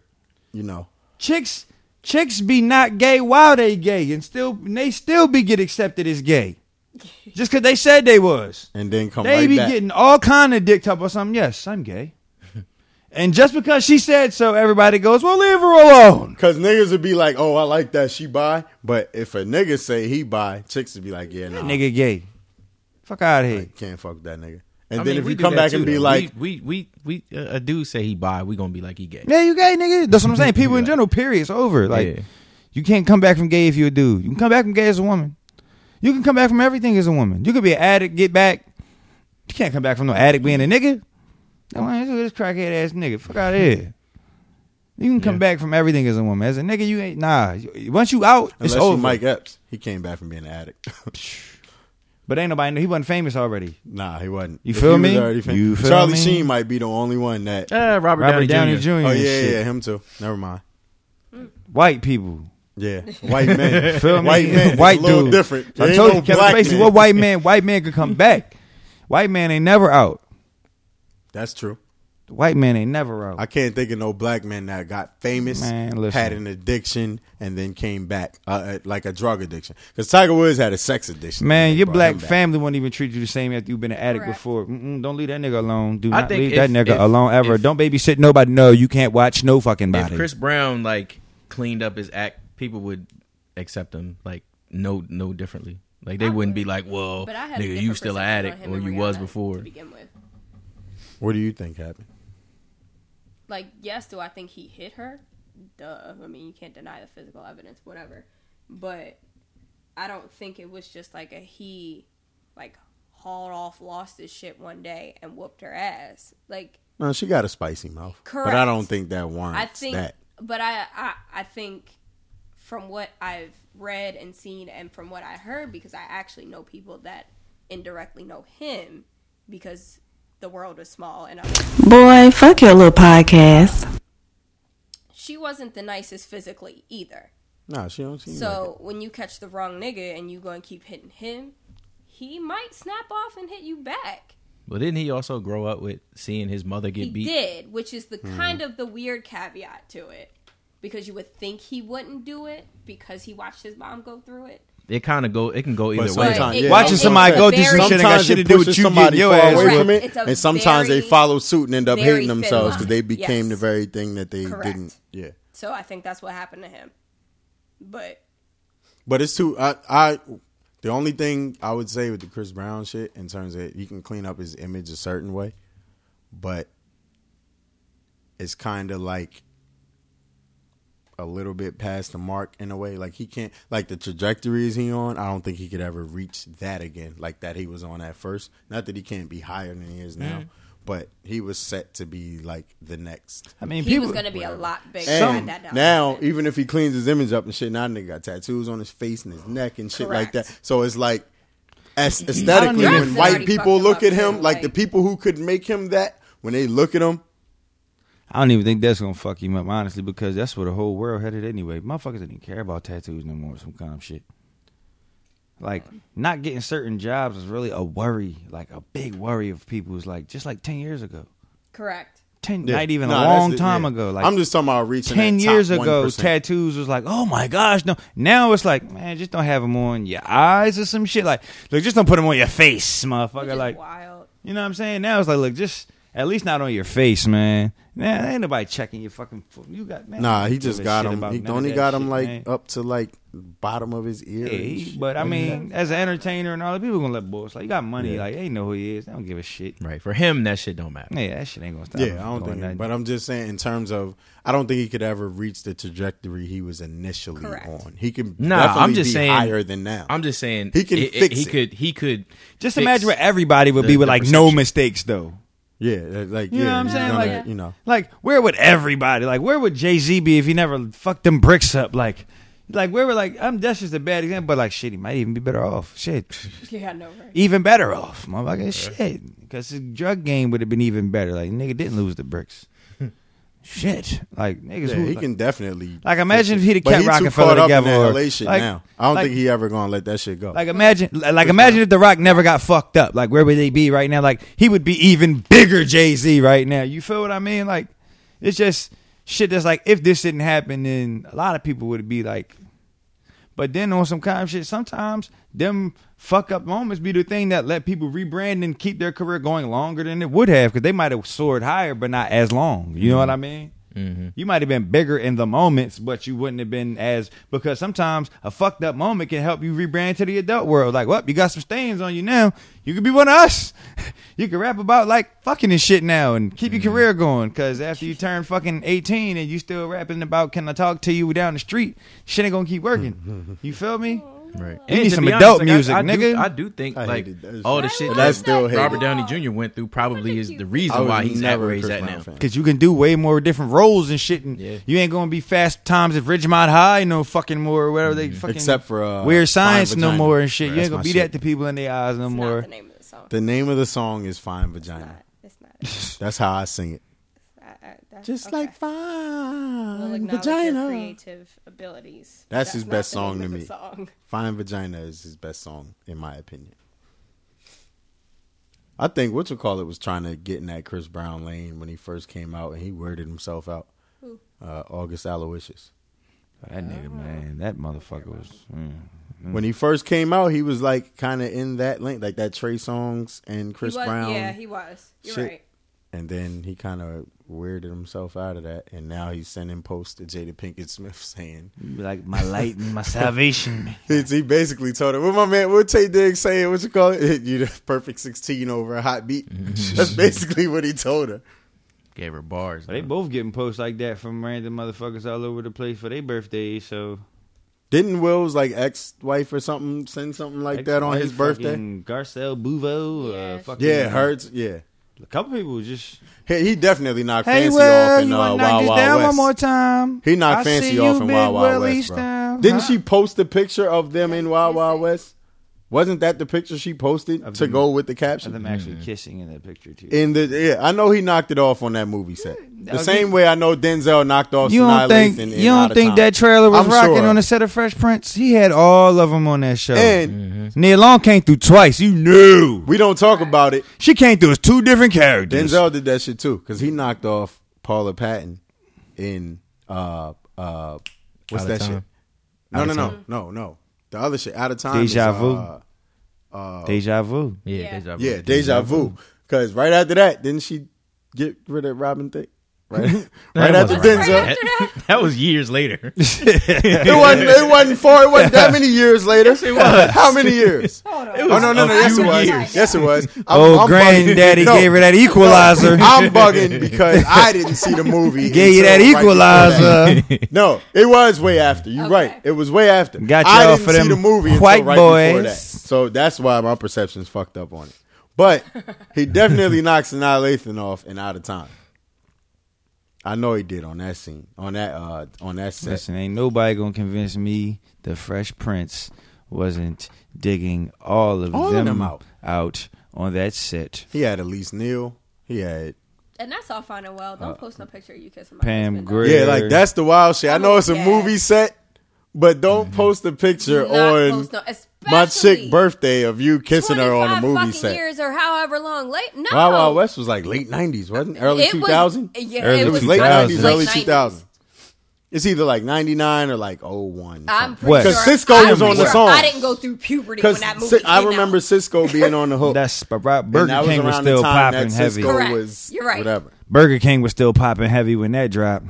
[SPEAKER 8] you know.
[SPEAKER 5] chicks chicks be not gay while they gay and still and they still be get accepted as gay just because they said they was
[SPEAKER 8] and then come
[SPEAKER 5] they
[SPEAKER 8] right
[SPEAKER 5] be
[SPEAKER 8] back.
[SPEAKER 5] getting all kind of dick up or something yes i'm gay and just because she said so everybody goes well leave her alone
[SPEAKER 8] Cause niggas would be like, "Oh, I like that she bi," but if a nigga say he bi, chicks would be like, "Yeah, nah,
[SPEAKER 5] nigga gay, fuck out here,
[SPEAKER 8] can't fuck with that nigga." And
[SPEAKER 6] I
[SPEAKER 8] then
[SPEAKER 6] mean,
[SPEAKER 8] if
[SPEAKER 6] we
[SPEAKER 8] you
[SPEAKER 6] do
[SPEAKER 8] come
[SPEAKER 6] that
[SPEAKER 8] back and
[SPEAKER 6] too,
[SPEAKER 8] be
[SPEAKER 6] though.
[SPEAKER 8] like,
[SPEAKER 6] we we we, we uh, a dude say he bi, we gonna be like he gay.
[SPEAKER 5] yeah you gay nigga that's what i'm saying people in general period it's over like
[SPEAKER 6] Yeah.
[SPEAKER 5] you can't come back from gay if you're a dude you can come back from gay as a woman you can come back from everything as a woman you could be an addict get back you can't come back from no addict being a nigga no man this this crackhead ass nigga fuck out of here you can come back from everything as a woman. As a nigga, you ain't nah. you- Once you out,
[SPEAKER 8] unless
[SPEAKER 5] it's over.
[SPEAKER 8] you Mike Epps, he came back from being an addict.
[SPEAKER 5] But ain't nobody. know He wasn't famous already.
[SPEAKER 8] Nah, he wasn't.
[SPEAKER 5] You
[SPEAKER 8] If
[SPEAKER 5] feel
[SPEAKER 8] he was
[SPEAKER 5] me?
[SPEAKER 8] already fam-
[SPEAKER 5] You feel
[SPEAKER 8] Charlie
[SPEAKER 5] me?
[SPEAKER 8] Sheen might be the only one that.
[SPEAKER 6] Uh, Robert Robert Downey Downey Jr. Jr.
[SPEAKER 8] Oh yeah,
[SPEAKER 6] and
[SPEAKER 8] yeah,
[SPEAKER 6] shit.
[SPEAKER 8] yeah, him too. Never mind.
[SPEAKER 5] White people.
[SPEAKER 8] Yeah, white men.
[SPEAKER 5] Feel me?
[SPEAKER 8] White men.
[SPEAKER 5] White
[SPEAKER 8] It's a little
[SPEAKER 5] dude.
[SPEAKER 8] different. There
[SPEAKER 5] I
[SPEAKER 8] ain't
[SPEAKER 5] told
[SPEAKER 8] no
[SPEAKER 5] you, Kevin
[SPEAKER 8] black
[SPEAKER 5] Spacey.
[SPEAKER 8] man.
[SPEAKER 5] What white man? White man could come back. White man ain't never out.
[SPEAKER 8] That's true.
[SPEAKER 5] The white man ain't never out.
[SPEAKER 8] I can't think of no black man that got famous,
[SPEAKER 5] Man, listen.
[SPEAKER 8] had an addiction, and then came back uh, uh, like a drug addiction. Because Tiger Woods had a sex addiction.
[SPEAKER 5] Man,
[SPEAKER 8] They
[SPEAKER 5] your
[SPEAKER 8] brought
[SPEAKER 5] black
[SPEAKER 8] him back.
[SPEAKER 5] family won't even treat you the same after you've been an addict before. Mm-mm, don't leave that nigga alone. Do
[SPEAKER 6] I
[SPEAKER 5] not
[SPEAKER 6] think
[SPEAKER 5] leave
[SPEAKER 6] if-
[SPEAKER 5] that nigga
[SPEAKER 6] if-
[SPEAKER 5] alone ever. don't babysit nobody. No, you can't watch no fucking
[SPEAKER 6] If
[SPEAKER 5] body.
[SPEAKER 6] Chris Brown like cleaned up his act, people would accept him like no no differently. Like they wouldn't be like, well,
[SPEAKER 9] But I had a
[SPEAKER 6] Oh, nigga, you
[SPEAKER 9] different
[SPEAKER 6] still an
[SPEAKER 9] perception on
[SPEAKER 6] addict
[SPEAKER 9] him
[SPEAKER 6] or
[SPEAKER 9] and
[SPEAKER 6] you
[SPEAKER 9] Rihanna
[SPEAKER 6] was
[SPEAKER 9] to
[SPEAKER 6] before.
[SPEAKER 9] begin with.
[SPEAKER 8] What do you think happened?
[SPEAKER 9] Like, yes, do I think he hit her? Duh. I mean, you can't deny the physical evidence, whatever. But I don't think it was just like a he, like, hauled off, lost his shit one day and whooped her ass. Like,
[SPEAKER 8] No, she got a spicy mouth. But I
[SPEAKER 9] Correct.
[SPEAKER 8] don't think that warrants
[SPEAKER 9] I think,
[SPEAKER 8] that.
[SPEAKER 9] but I, I I think from what I've read and seen, and from what I heard, because I actually know people that indirectly know him, because the world is small, and I,
[SPEAKER 2] Boy, fuck your little podcast.
[SPEAKER 9] she wasn't the nicest physically either.
[SPEAKER 8] No, she don't seem like it.
[SPEAKER 9] So when you catch the wrong nigga and you going to keep hitting him, he might snap off and hit you back.
[SPEAKER 6] But didn't he also grow up with seeing his mother get
[SPEAKER 9] he
[SPEAKER 6] beat?
[SPEAKER 9] did, which is the
[SPEAKER 6] Mhm.
[SPEAKER 9] kind of the weird caveat to it, because you would think he wouldn't do it because he watched his mom go through it.
[SPEAKER 6] It kind of go. It can go either
[SPEAKER 8] But
[SPEAKER 6] way.
[SPEAKER 8] sometimes- yeah,
[SPEAKER 5] Watching
[SPEAKER 8] that's
[SPEAKER 5] somebody
[SPEAKER 8] what I'm
[SPEAKER 5] go
[SPEAKER 8] saying.
[SPEAKER 5] through some shit ain't got
[SPEAKER 8] Sometimes
[SPEAKER 5] shit to
[SPEAKER 8] it
[SPEAKER 5] do with
[SPEAKER 8] pushes
[SPEAKER 5] you getting
[SPEAKER 8] somebody
[SPEAKER 5] your
[SPEAKER 8] far
[SPEAKER 5] ass
[SPEAKER 8] away from
[SPEAKER 5] whooped.
[SPEAKER 8] it,
[SPEAKER 5] It's a
[SPEAKER 8] and sometimes they
[SPEAKER 9] very,
[SPEAKER 8] follow suit and end up
[SPEAKER 9] very
[SPEAKER 8] hating
[SPEAKER 9] thin
[SPEAKER 8] themselves
[SPEAKER 9] line.
[SPEAKER 8] because they became
[SPEAKER 9] Yes.
[SPEAKER 8] the very thing that they
[SPEAKER 9] Correct.
[SPEAKER 8] didn't. Yeah,
[SPEAKER 9] So I think that's what happened to him. But
[SPEAKER 8] but it's too. I, I the only thing I would say with the Chris Brown shit in terms of he can clean up his image a certain way, but it's kind of like a little bit past the mark in a way. Like he can't like the trajectory is he on, I don't think he could ever reach that again, like that he was on at first. Not that he can't be higher than he is now,
[SPEAKER 9] Mhm.
[SPEAKER 8] but he was set to be like the next.
[SPEAKER 5] I mean,
[SPEAKER 9] He was people- gonna be a lot bigger
[SPEAKER 8] And
[SPEAKER 9] than that now.
[SPEAKER 8] now, e- even if he cleans his image up and shit, now nigga got tattoos on his face and his neck and shit like that. So it's like as aesthetically,
[SPEAKER 5] I don't
[SPEAKER 8] when
[SPEAKER 5] know.
[SPEAKER 8] white people look at him,
[SPEAKER 5] too,
[SPEAKER 8] like the people who could make him that, when they look at him,
[SPEAKER 5] I don't even think that's gonna fuck him up, honestly, because that's where the whole world headed anyway. Motherfuckers didn't care about tattoos no more, some kind of shit. Like not getting certain jobs is really a worry, like a big worry of people. It's like just like ten years ago,
[SPEAKER 9] correct.
[SPEAKER 5] ten,
[SPEAKER 8] Yeah.
[SPEAKER 5] not even
[SPEAKER 8] Nah,
[SPEAKER 5] a
[SPEAKER 8] that's
[SPEAKER 5] long
[SPEAKER 8] it,
[SPEAKER 5] time
[SPEAKER 8] yeah.
[SPEAKER 5] ago. Like
[SPEAKER 8] I'm just talking about reaching
[SPEAKER 5] ten
[SPEAKER 8] that top
[SPEAKER 5] years ago,
[SPEAKER 8] 1%.
[SPEAKER 5] tattoos was like, oh my gosh, no. Now it's like, man, just don't have them on your eyes or some shit. Like, look, just don't put them on your face, motherfucker. Like, you know what I'm saying? Now it's like, look, just at least not on your face, man. Nah, ain't nobody checking your fucking. Foot. You got man.
[SPEAKER 8] nah,
[SPEAKER 5] I
[SPEAKER 8] he
[SPEAKER 5] don't
[SPEAKER 8] just
[SPEAKER 5] give a
[SPEAKER 8] got
[SPEAKER 5] shit
[SPEAKER 8] him.
[SPEAKER 5] about
[SPEAKER 8] He
[SPEAKER 5] none of
[SPEAKER 8] only
[SPEAKER 5] that
[SPEAKER 8] got him
[SPEAKER 5] shit,
[SPEAKER 8] like
[SPEAKER 5] man.
[SPEAKER 8] up to like bottom of his ear.
[SPEAKER 5] Yeah,
[SPEAKER 8] and
[SPEAKER 5] he-
[SPEAKER 8] shit
[SPEAKER 5] but I
[SPEAKER 8] like
[SPEAKER 5] mean,
[SPEAKER 8] that.
[SPEAKER 5] as an entertainer and all that, people gonna let bullshit. Like, you got money,
[SPEAKER 8] Yeah.
[SPEAKER 5] like they know who he is. They don't give a shit.
[SPEAKER 6] Right for him, that shit don't matter.
[SPEAKER 5] Yeah, that shit ain't gonna stop. him
[SPEAKER 8] yeah, I
[SPEAKER 5] from
[SPEAKER 8] don't
[SPEAKER 5] doing
[SPEAKER 8] think.
[SPEAKER 5] nothing.
[SPEAKER 8] But I'm just saying, in terms of, I don't think he could ever reach the trajectory he was initially on. He can
[SPEAKER 6] No,
[SPEAKER 8] definitely
[SPEAKER 6] I'm just
[SPEAKER 8] be
[SPEAKER 6] saying
[SPEAKER 8] higher than now.
[SPEAKER 6] I'm just saying
[SPEAKER 8] He can
[SPEAKER 6] it- it-
[SPEAKER 8] fix
[SPEAKER 6] He
[SPEAKER 8] it.
[SPEAKER 6] could. He could.
[SPEAKER 5] Just
[SPEAKER 6] fix
[SPEAKER 5] imagine where everybody would
[SPEAKER 6] the-
[SPEAKER 5] be with
[SPEAKER 6] the
[SPEAKER 5] like no
[SPEAKER 6] perception.
[SPEAKER 5] mistakes though.
[SPEAKER 8] Yeah, that- like
[SPEAKER 5] You know
[SPEAKER 8] yeah,
[SPEAKER 5] what I'm
[SPEAKER 8] he's
[SPEAKER 5] saying?
[SPEAKER 8] gonna,
[SPEAKER 5] Like-
[SPEAKER 8] you know,
[SPEAKER 5] Like, where would everybody like? Where would Jay Z be if he never fucked them bricks up? Like, like where would like? I'm that's just a bad example, but like, shit, he might even be better off. Shit,
[SPEAKER 9] Yeah, no right.
[SPEAKER 5] even better off, motherfucker. Shit, because his drug game would have been even better. Like, nigga didn't lose the bricks. shit. Like niggas,
[SPEAKER 8] Yeah,
[SPEAKER 5] who,
[SPEAKER 8] he
[SPEAKER 5] like-
[SPEAKER 8] can definitely.
[SPEAKER 5] Like imagine if he'd have
[SPEAKER 8] But
[SPEAKER 5] kept
[SPEAKER 8] he too
[SPEAKER 5] Rockefeller
[SPEAKER 8] caught up in
[SPEAKER 5] together.
[SPEAKER 8] that
[SPEAKER 5] or-
[SPEAKER 8] LA shit
[SPEAKER 5] like-
[SPEAKER 8] now. I don't
[SPEAKER 5] like-
[SPEAKER 8] think he ever gonna let that shit go.
[SPEAKER 5] Like imagine, like imagine if The Rock never got fucked up. Like where would they be right now? Like he would be even bigger Jay Z right now. You feel what I mean? Like it's just shit. That's like if this didn't happen, then a lot of people would be like. But then on some kind of shit, sometimes them fuck up moments be the thing that let people rebrand and keep their career going longer than it would have because they might have soared higher, but not as long. You know what I mean?
[SPEAKER 6] Mhm.
[SPEAKER 5] You might have been bigger in the moments, but you wouldn't have been as because sometimes a fucked up moment can help you rebrand to the adult world. Like, what? You got some stains on you now. You could be one of us. You could rap about like fucking and shit now and keep your
[SPEAKER 8] Mm-hmm.
[SPEAKER 5] career going. Cause after you turn fucking 18 and you still rapping about can I talk to you down the street, shit ain't gonna keep working. You feel me?
[SPEAKER 6] Right.
[SPEAKER 5] You need
[SPEAKER 6] to
[SPEAKER 5] some
[SPEAKER 6] be
[SPEAKER 5] adult
[SPEAKER 6] honest, like, I-
[SPEAKER 5] music, nigga.
[SPEAKER 6] I, Do, I do think
[SPEAKER 8] I
[SPEAKER 6] like
[SPEAKER 8] hated that shit.
[SPEAKER 6] all the
[SPEAKER 8] I
[SPEAKER 6] shit
[SPEAKER 8] love
[SPEAKER 6] that
[SPEAKER 8] that still hated.
[SPEAKER 6] Robert Downey Jr. went through probably is the
[SPEAKER 8] I
[SPEAKER 6] reason
[SPEAKER 8] would
[SPEAKER 6] why he's at
[SPEAKER 8] never
[SPEAKER 6] where he's
[SPEAKER 8] curse
[SPEAKER 6] at
[SPEAKER 8] my
[SPEAKER 6] now.
[SPEAKER 8] fan.
[SPEAKER 5] Cause you can do way more different roles and shit, and you ain't gonna be fast times at Ridgemont High no fucking more, or whatever they fucking
[SPEAKER 8] Except for, uh,
[SPEAKER 5] weird
[SPEAKER 8] Fine
[SPEAKER 5] science no
[SPEAKER 8] Vagina.
[SPEAKER 5] more and shit.
[SPEAKER 8] Right,
[SPEAKER 5] you
[SPEAKER 8] that's
[SPEAKER 5] ain't gonna
[SPEAKER 8] my
[SPEAKER 5] be
[SPEAKER 8] shit.
[SPEAKER 5] that to people in their eyes no more.
[SPEAKER 9] the name of the song.
[SPEAKER 8] The name of the song is "Fine Vagina."
[SPEAKER 9] It's not.
[SPEAKER 8] That's how I sing it.
[SPEAKER 9] I, I, that's,
[SPEAKER 8] Just
[SPEAKER 9] okay.
[SPEAKER 8] like fine
[SPEAKER 9] We'll acknowledge
[SPEAKER 8] vagina.
[SPEAKER 9] Your creative abilities.
[SPEAKER 8] That's, his
[SPEAKER 9] not
[SPEAKER 8] best
[SPEAKER 9] the name
[SPEAKER 8] song to
[SPEAKER 9] of the
[SPEAKER 8] me.
[SPEAKER 9] song.
[SPEAKER 8] Fine Vagina is his best song, in my opinion. I think what you call it was trying to get in that Chris Brown lane when he first came out, and he worded himself out.
[SPEAKER 9] Who?
[SPEAKER 8] Uh, August Aloysius.
[SPEAKER 5] That nigga, man, that motherfucker was. mm, mm.
[SPEAKER 8] When he first came out, he was like kind of in that lane, like that Trey Songs and Chris
[SPEAKER 9] he was,
[SPEAKER 8] Brown.
[SPEAKER 9] Yeah, he was. You're
[SPEAKER 8] shit.
[SPEAKER 9] right.
[SPEAKER 8] And then he kind of weirded himself out of that, and now he's sending posts to Jada Pinkett Smith saying,
[SPEAKER 5] like my light and my salvation.
[SPEAKER 8] It's, he basically told her, "What my man, what Tay Diggs saying? What you call it? You the perfect sixteen over a hot beat." That's basically what he told her.
[SPEAKER 6] Gave her bars.
[SPEAKER 5] But they both getting posts like that from random motherfuckers all over the place for their birthdays. So
[SPEAKER 8] Didn't Will's like ex-wife or something send something like that on his birthday?
[SPEAKER 5] Fucking Garcelle Bouveau, uh, fucking,
[SPEAKER 8] Yeah, hers. Yeah,
[SPEAKER 5] A couple people just
[SPEAKER 8] he, he definitely knocked
[SPEAKER 5] Hey,
[SPEAKER 8] Fancy
[SPEAKER 5] Will,
[SPEAKER 8] off in
[SPEAKER 5] you wanna
[SPEAKER 8] uh,
[SPEAKER 5] knock
[SPEAKER 8] Wild
[SPEAKER 5] this
[SPEAKER 8] Wild
[SPEAKER 5] down
[SPEAKER 8] West.
[SPEAKER 5] one more time?
[SPEAKER 8] He knocked
[SPEAKER 5] I see
[SPEAKER 8] Fancy
[SPEAKER 5] you,
[SPEAKER 8] off in Wild
[SPEAKER 5] Big
[SPEAKER 8] Wild
[SPEAKER 5] Willie
[SPEAKER 8] West, bro.
[SPEAKER 5] style.
[SPEAKER 8] Didn't
[SPEAKER 5] Huh?
[SPEAKER 8] she post the picture of them in Wild Wild West? Wasn't that the picture she posted
[SPEAKER 5] Of
[SPEAKER 8] to
[SPEAKER 5] them-
[SPEAKER 8] go with the
[SPEAKER 5] of
[SPEAKER 8] caption?
[SPEAKER 5] them actually kissing in that picture too.
[SPEAKER 8] Mm-hmm. In the yeah, I know he knocked it off on that movie set. The
[SPEAKER 5] Okay.
[SPEAKER 8] same way I know Denzel knocked off.
[SPEAKER 5] you
[SPEAKER 8] Sinai
[SPEAKER 5] don't think
[SPEAKER 8] Lathan in
[SPEAKER 5] you
[SPEAKER 8] Out
[SPEAKER 5] don't
[SPEAKER 8] of
[SPEAKER 5] think
[SPEAKER 8] Time.
[SPEAKER 5] that trailer was
[SPEAKER 8] I'm
[SPEAKER 5] rocking
[SPEAKER 8] sure.
[SPEAKER 5] on the set of Fresh Prince? He had all of them on that show.
[SPEAKER 6] Mm.
[SPEAKER 8] And-
[SPEAKER 5] Neil Long came through twice. You knew.
[SPEAKER 8] We don't talk about it.
[SPEAKER 5] She came through as two different characters.
[SPEAKER 8] Denzel did that shit too because he knocked off Paula Patton in uh uh what's
[SPEAKER 6] Out of
[SPEAKER 8] that
[SPEAKER 6] Time.
[SPEAKER 8] shit? No
[SPEAKER 6] Out
[SPEAKER 8] no
[SPEAKER 6] of
[SPEAKER 8] no
[SPEAKER 6] Time.
[SPEAKER 8] no no the other shit out of time. is,
[SPEAKER 5] Deja Vu.
[SPEAKER 8] uh, uh,
[SPEAKER 5] Deja vu.
[SPEAKER 6] Yeah, deja vu.
[SPEAKER 8] Yeah, deja vu. Because right after that, didn't she get rid of Robin Thicke? Right,
[SPEAKER 6] That
[SPEAKER 8] right after
[SPEAKER 6] wasn't right
[SPEAKER 8] Denzel.
[SPEAKER 6] after that. That was years later.
[SPEAKER 8] It wasn't. It wasn't four. It wasn't that many years later.
[SPEAKER 6] it was.
[SPEAKER 8] How many years?
[SPEAKER 6] It
[SPEAKER 8] oh no, no,
[SPEAKER 6] a
[SPEAKER 8] no. Yes, it
[SPEAKER 6] few
[SPEAKER 8] was.
[SPEAKER 6] years.
[SPEAKER 8] Yes, it was. I'm,
[SPEAKER 5] Oh,
[SPEAKER 8] I'm bugging.
[SPEAKER 5] granddaddy
[SPEAKER 8] No,
[SPEAKER 5] gave her that equalizer.
[SPEAKER 8] I'm bugging because I didn't see the movie.
[SPEAKER 5] Gave you
[SPEAKER 8] until
[SPEAKER 5] that
[SPEAKER 8] right
[SPEAKER 5] equalizer.
[SPEAKER 8] before that. no, it was way after. You're right. It was way after.
[SPEAKER 5] Got
[SPEAKER 8] I
[SPEAKER 5] y'all
[SPEAKER 8] didn't
[SPEAKER 5] for
[SPEAKER 8] see
[SPEAKER 5] them
[SPEAKER 8] the movie until
[SPEAKER 5] white
[SPEAKER 8] right
[SPEAKER 5] boys.
[SPEAKER 8] before that. So that's why my perception's fucked up on it. But he definitely knocks Annihilation off and out of time. I know he did on that scene, on that, uh, on that set.
[SPEAKER 5] Listen, ain't nobody gonna convince me the Fresh Prince wasn't digging all of
[SPEAKER 8] All of
[SPEAKER 5] them,
[SPEAKER 8] them out.
[SPEAKER 5] out on that set.
[SPEAKER 8] He had at least Neil. He had
[SPEAKER 9] And that's all fine and well. Don't post no picture of you kissing my
[SPEAKER 5] Pam
[SPEAKER 9] husband.
[SPEAKER 5] Grier.
[SPEAKER 8] Yeah, like that's the wild shit. I know it's a
[SPEAKER 9] Yeah.
[SPEAKER 8] movie set, but don't post a picture
[SPEAKER 9] Do not
[SPEAKER 8] on
[SPEAKER 9] post no-
[SPEAKER 8] my
[SPEAKER 9] especially
[SPEAKER 8] chick birthday of you kissing her on a
[SPEAKER 9] 25
[SPEAKER 8] movie
[SPEAKER 9] fucking
[SPEAKER 8] set.
[SPEAKER 9] years or however long late. No.
[SPEAKER 8] Wild Wild West was like late nineties, wasn't it? Early
[SPEAKER 9] It
[SPEAKER 8] two
[SPEAKER 9] was-
[SPEAKER 8] thousand.
[SPEAKER 9] yeah,
[SPEAKER 8] early
[SPEAKER 9] it
[SPEAKER 8] it
[SPEAKER 9] was
[SPEAKER 8] was late
[SPEAKER 9] 90s,
[SPEAKER 8] nineties,
[SPEAKER 9] late
[SPEAKER 8] early
[SPEAKER 9] 90s.
[SPEAKER 8] two thousand. It's either like ninety nine or like 01.
[SPEAKER 9] I'm pretty
[SPEAKER 5] What?
[SPEAKER 9] sure.
[SPEAKER 8] 'Cause Cisco
[SPEAKER 9] I'm
[SPEAKER 8] was
[SPEAKER 9] pretty
[SPEAKER 8] on the
[SPEAKER 9] sure
[SPEAKER 8] song.
[SPEAKER 9] I didn't go through puberty when
[SPEAKER 8] Because
[SPEAKER 9] that movie came
[SPEAKER 8] I
[SPEAKER 9] out.
[SPEAKER 8] remember Cisco being on the hook.
[SPEAKER 5] That's but Rob-
[SPEAKER 8] And
[SPEAKER 5] Burger
[SPEAKER 8] that
[SPEAKER 5] King was,
[SPEAKER 8] around the
[SPEAKER 5] still
[SPEAKER 8] time
[SPEAKER 5] popping
[SPEAKER 8] that
[SPEAKER 5] heavy.
[SPEAKER 8] Cisco
[SPEAKER 9] Correct.
[SPEAKER 8] was
[SPEAKER 9] You're right.
[SPEAKER 8] Whatever.
[SPEAKER 5] Burger King was still popping heavy when that dropped.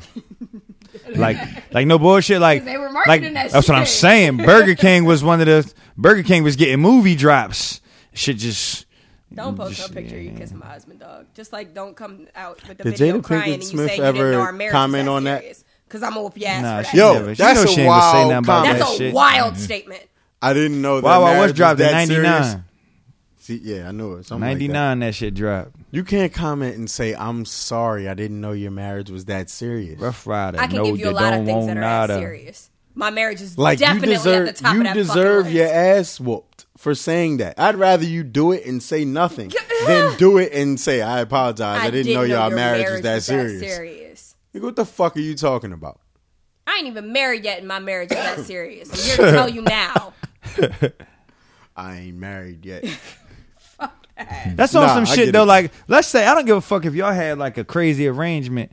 [SPEAKER 5] like, like no bullshit. Like
[SPEAKER 9] They were
[SPEAKER 5] like
[SPEAKER 9] marketing that
[SPEAKER 5] that's what I'm
[SPEAKER 9] shit.
[SPEAKER 5] saying. Burger King was one of the Burger King was getting movie drops. Shit just
[SPEAKER 9] Don't post
[SPEAKER 5] Just-
[SPEAKER 9] no picture of you kissing my husband, dog. Just like don't come out with the
[SPEAKER 8] Did
[SPEAKER 9] video
[SPEAKER 8] Jada Pinkett
[SPEAKER 9] crying and you
[SPEAKER 8] Smith
[SPEAKER 9] saying you didn't know
[SPEAKER 8] ever
[SPEAKER 9] our marriage
[SPEAKER 8] comment
[SPEAKER 9] was
[SPEAKER 8] on that?
[SPEAKER 9] serious. Because I'm gonna whoop your ass
[SPEAKER 5] nah.
[SPEAKER 9] for
[SPEAKER 5] She
[SPEAKER 9] that.
[SPEAKER 8] Yo,
[SPEAKER 5] never, she
[SPEAKER 8] that's
[SPEAKER 5] know
[SPEAKER 8] a
[SPEAKER 5] she ain't gonna say
[SPEAKER 8] wild
[SPEAKER 5] nothing about
[SPEAKER 8] comment.
[SPEAKER 9] That's
[SPEAKER 5] that
[SPEAKER 9] a
[SPEAKER 5] shit.
[SPEAKER 8] Mm-hmm.
[SPEAKER 9] wild statement.
[SPEAKER 8] I didn't know that.
[SPEAKER 5] Wild Wild
[SPEAKER 8] marriage
[SPEAKER 5] West dropped in
[SPEAKER 8] that serious.
[SPEAKER 5] '99.
[SPEAKER 8] See, yeah, I knew it. Something like that.
[SPEAKER 5] '99 that shit dropped.
[SPEAKER 8] You can't comment and say, I'm sorry, I didn't know your marriage was that serious.
[SPEAKER 5] Rough Rider.
[SPEAKER 9] I can
[SPEAKER 5] no,
[SPEAKER 9] give you
[SPEAKER 5] they
[SPEAKER 9] a lot of
[SPEAKER 5] don't
[SPEAKER 9] things
[SPEAKER 5] want
[SPEAKER 9] that are ass
[SPEAKER 5] nada.
[SPEAKER 9] serious. My marriage is
[SPEAKER 8] Like
[SPEAKER 9] definitely
[SPEAKER 8] you deserve,
[SPEAKER 9] at the top
[SPEAKER 8] you
[SPEAKER 9] of that fucking
[SPEAKER 8] deserve your
[SPEAKER 9] list.
[SPEAKER 8] ass whooped for saying that. I'd rather you do it and say nothing than do it and say, I apologize, I, didn't know
[SPEAKER 9] your
[SPEAKER 8] y'all marriage, was that
[SPEAKER 9] was
[SPEAKER 8] serious.
[SPEAKER 9] serious.
[SPEAKER 8] Nigga, what the fuck are you talking about?
[SPEAKER 9] I ain't even married yet, and my marriage is that serious. I'm here to tell you now.
[SPEAKER 8] I ain't married yet.
[SPEAKER 5] That's on
[SPEAKER 8] Nah,
[SPEAKER 5] some
[SPEAKER 8] I get
[SPEAKER 5] shit though.
[SPEAKER 8] it.
[SPEAKER 5] Like, let's say I don't give a fuck if y'all had like a crazy arrangement.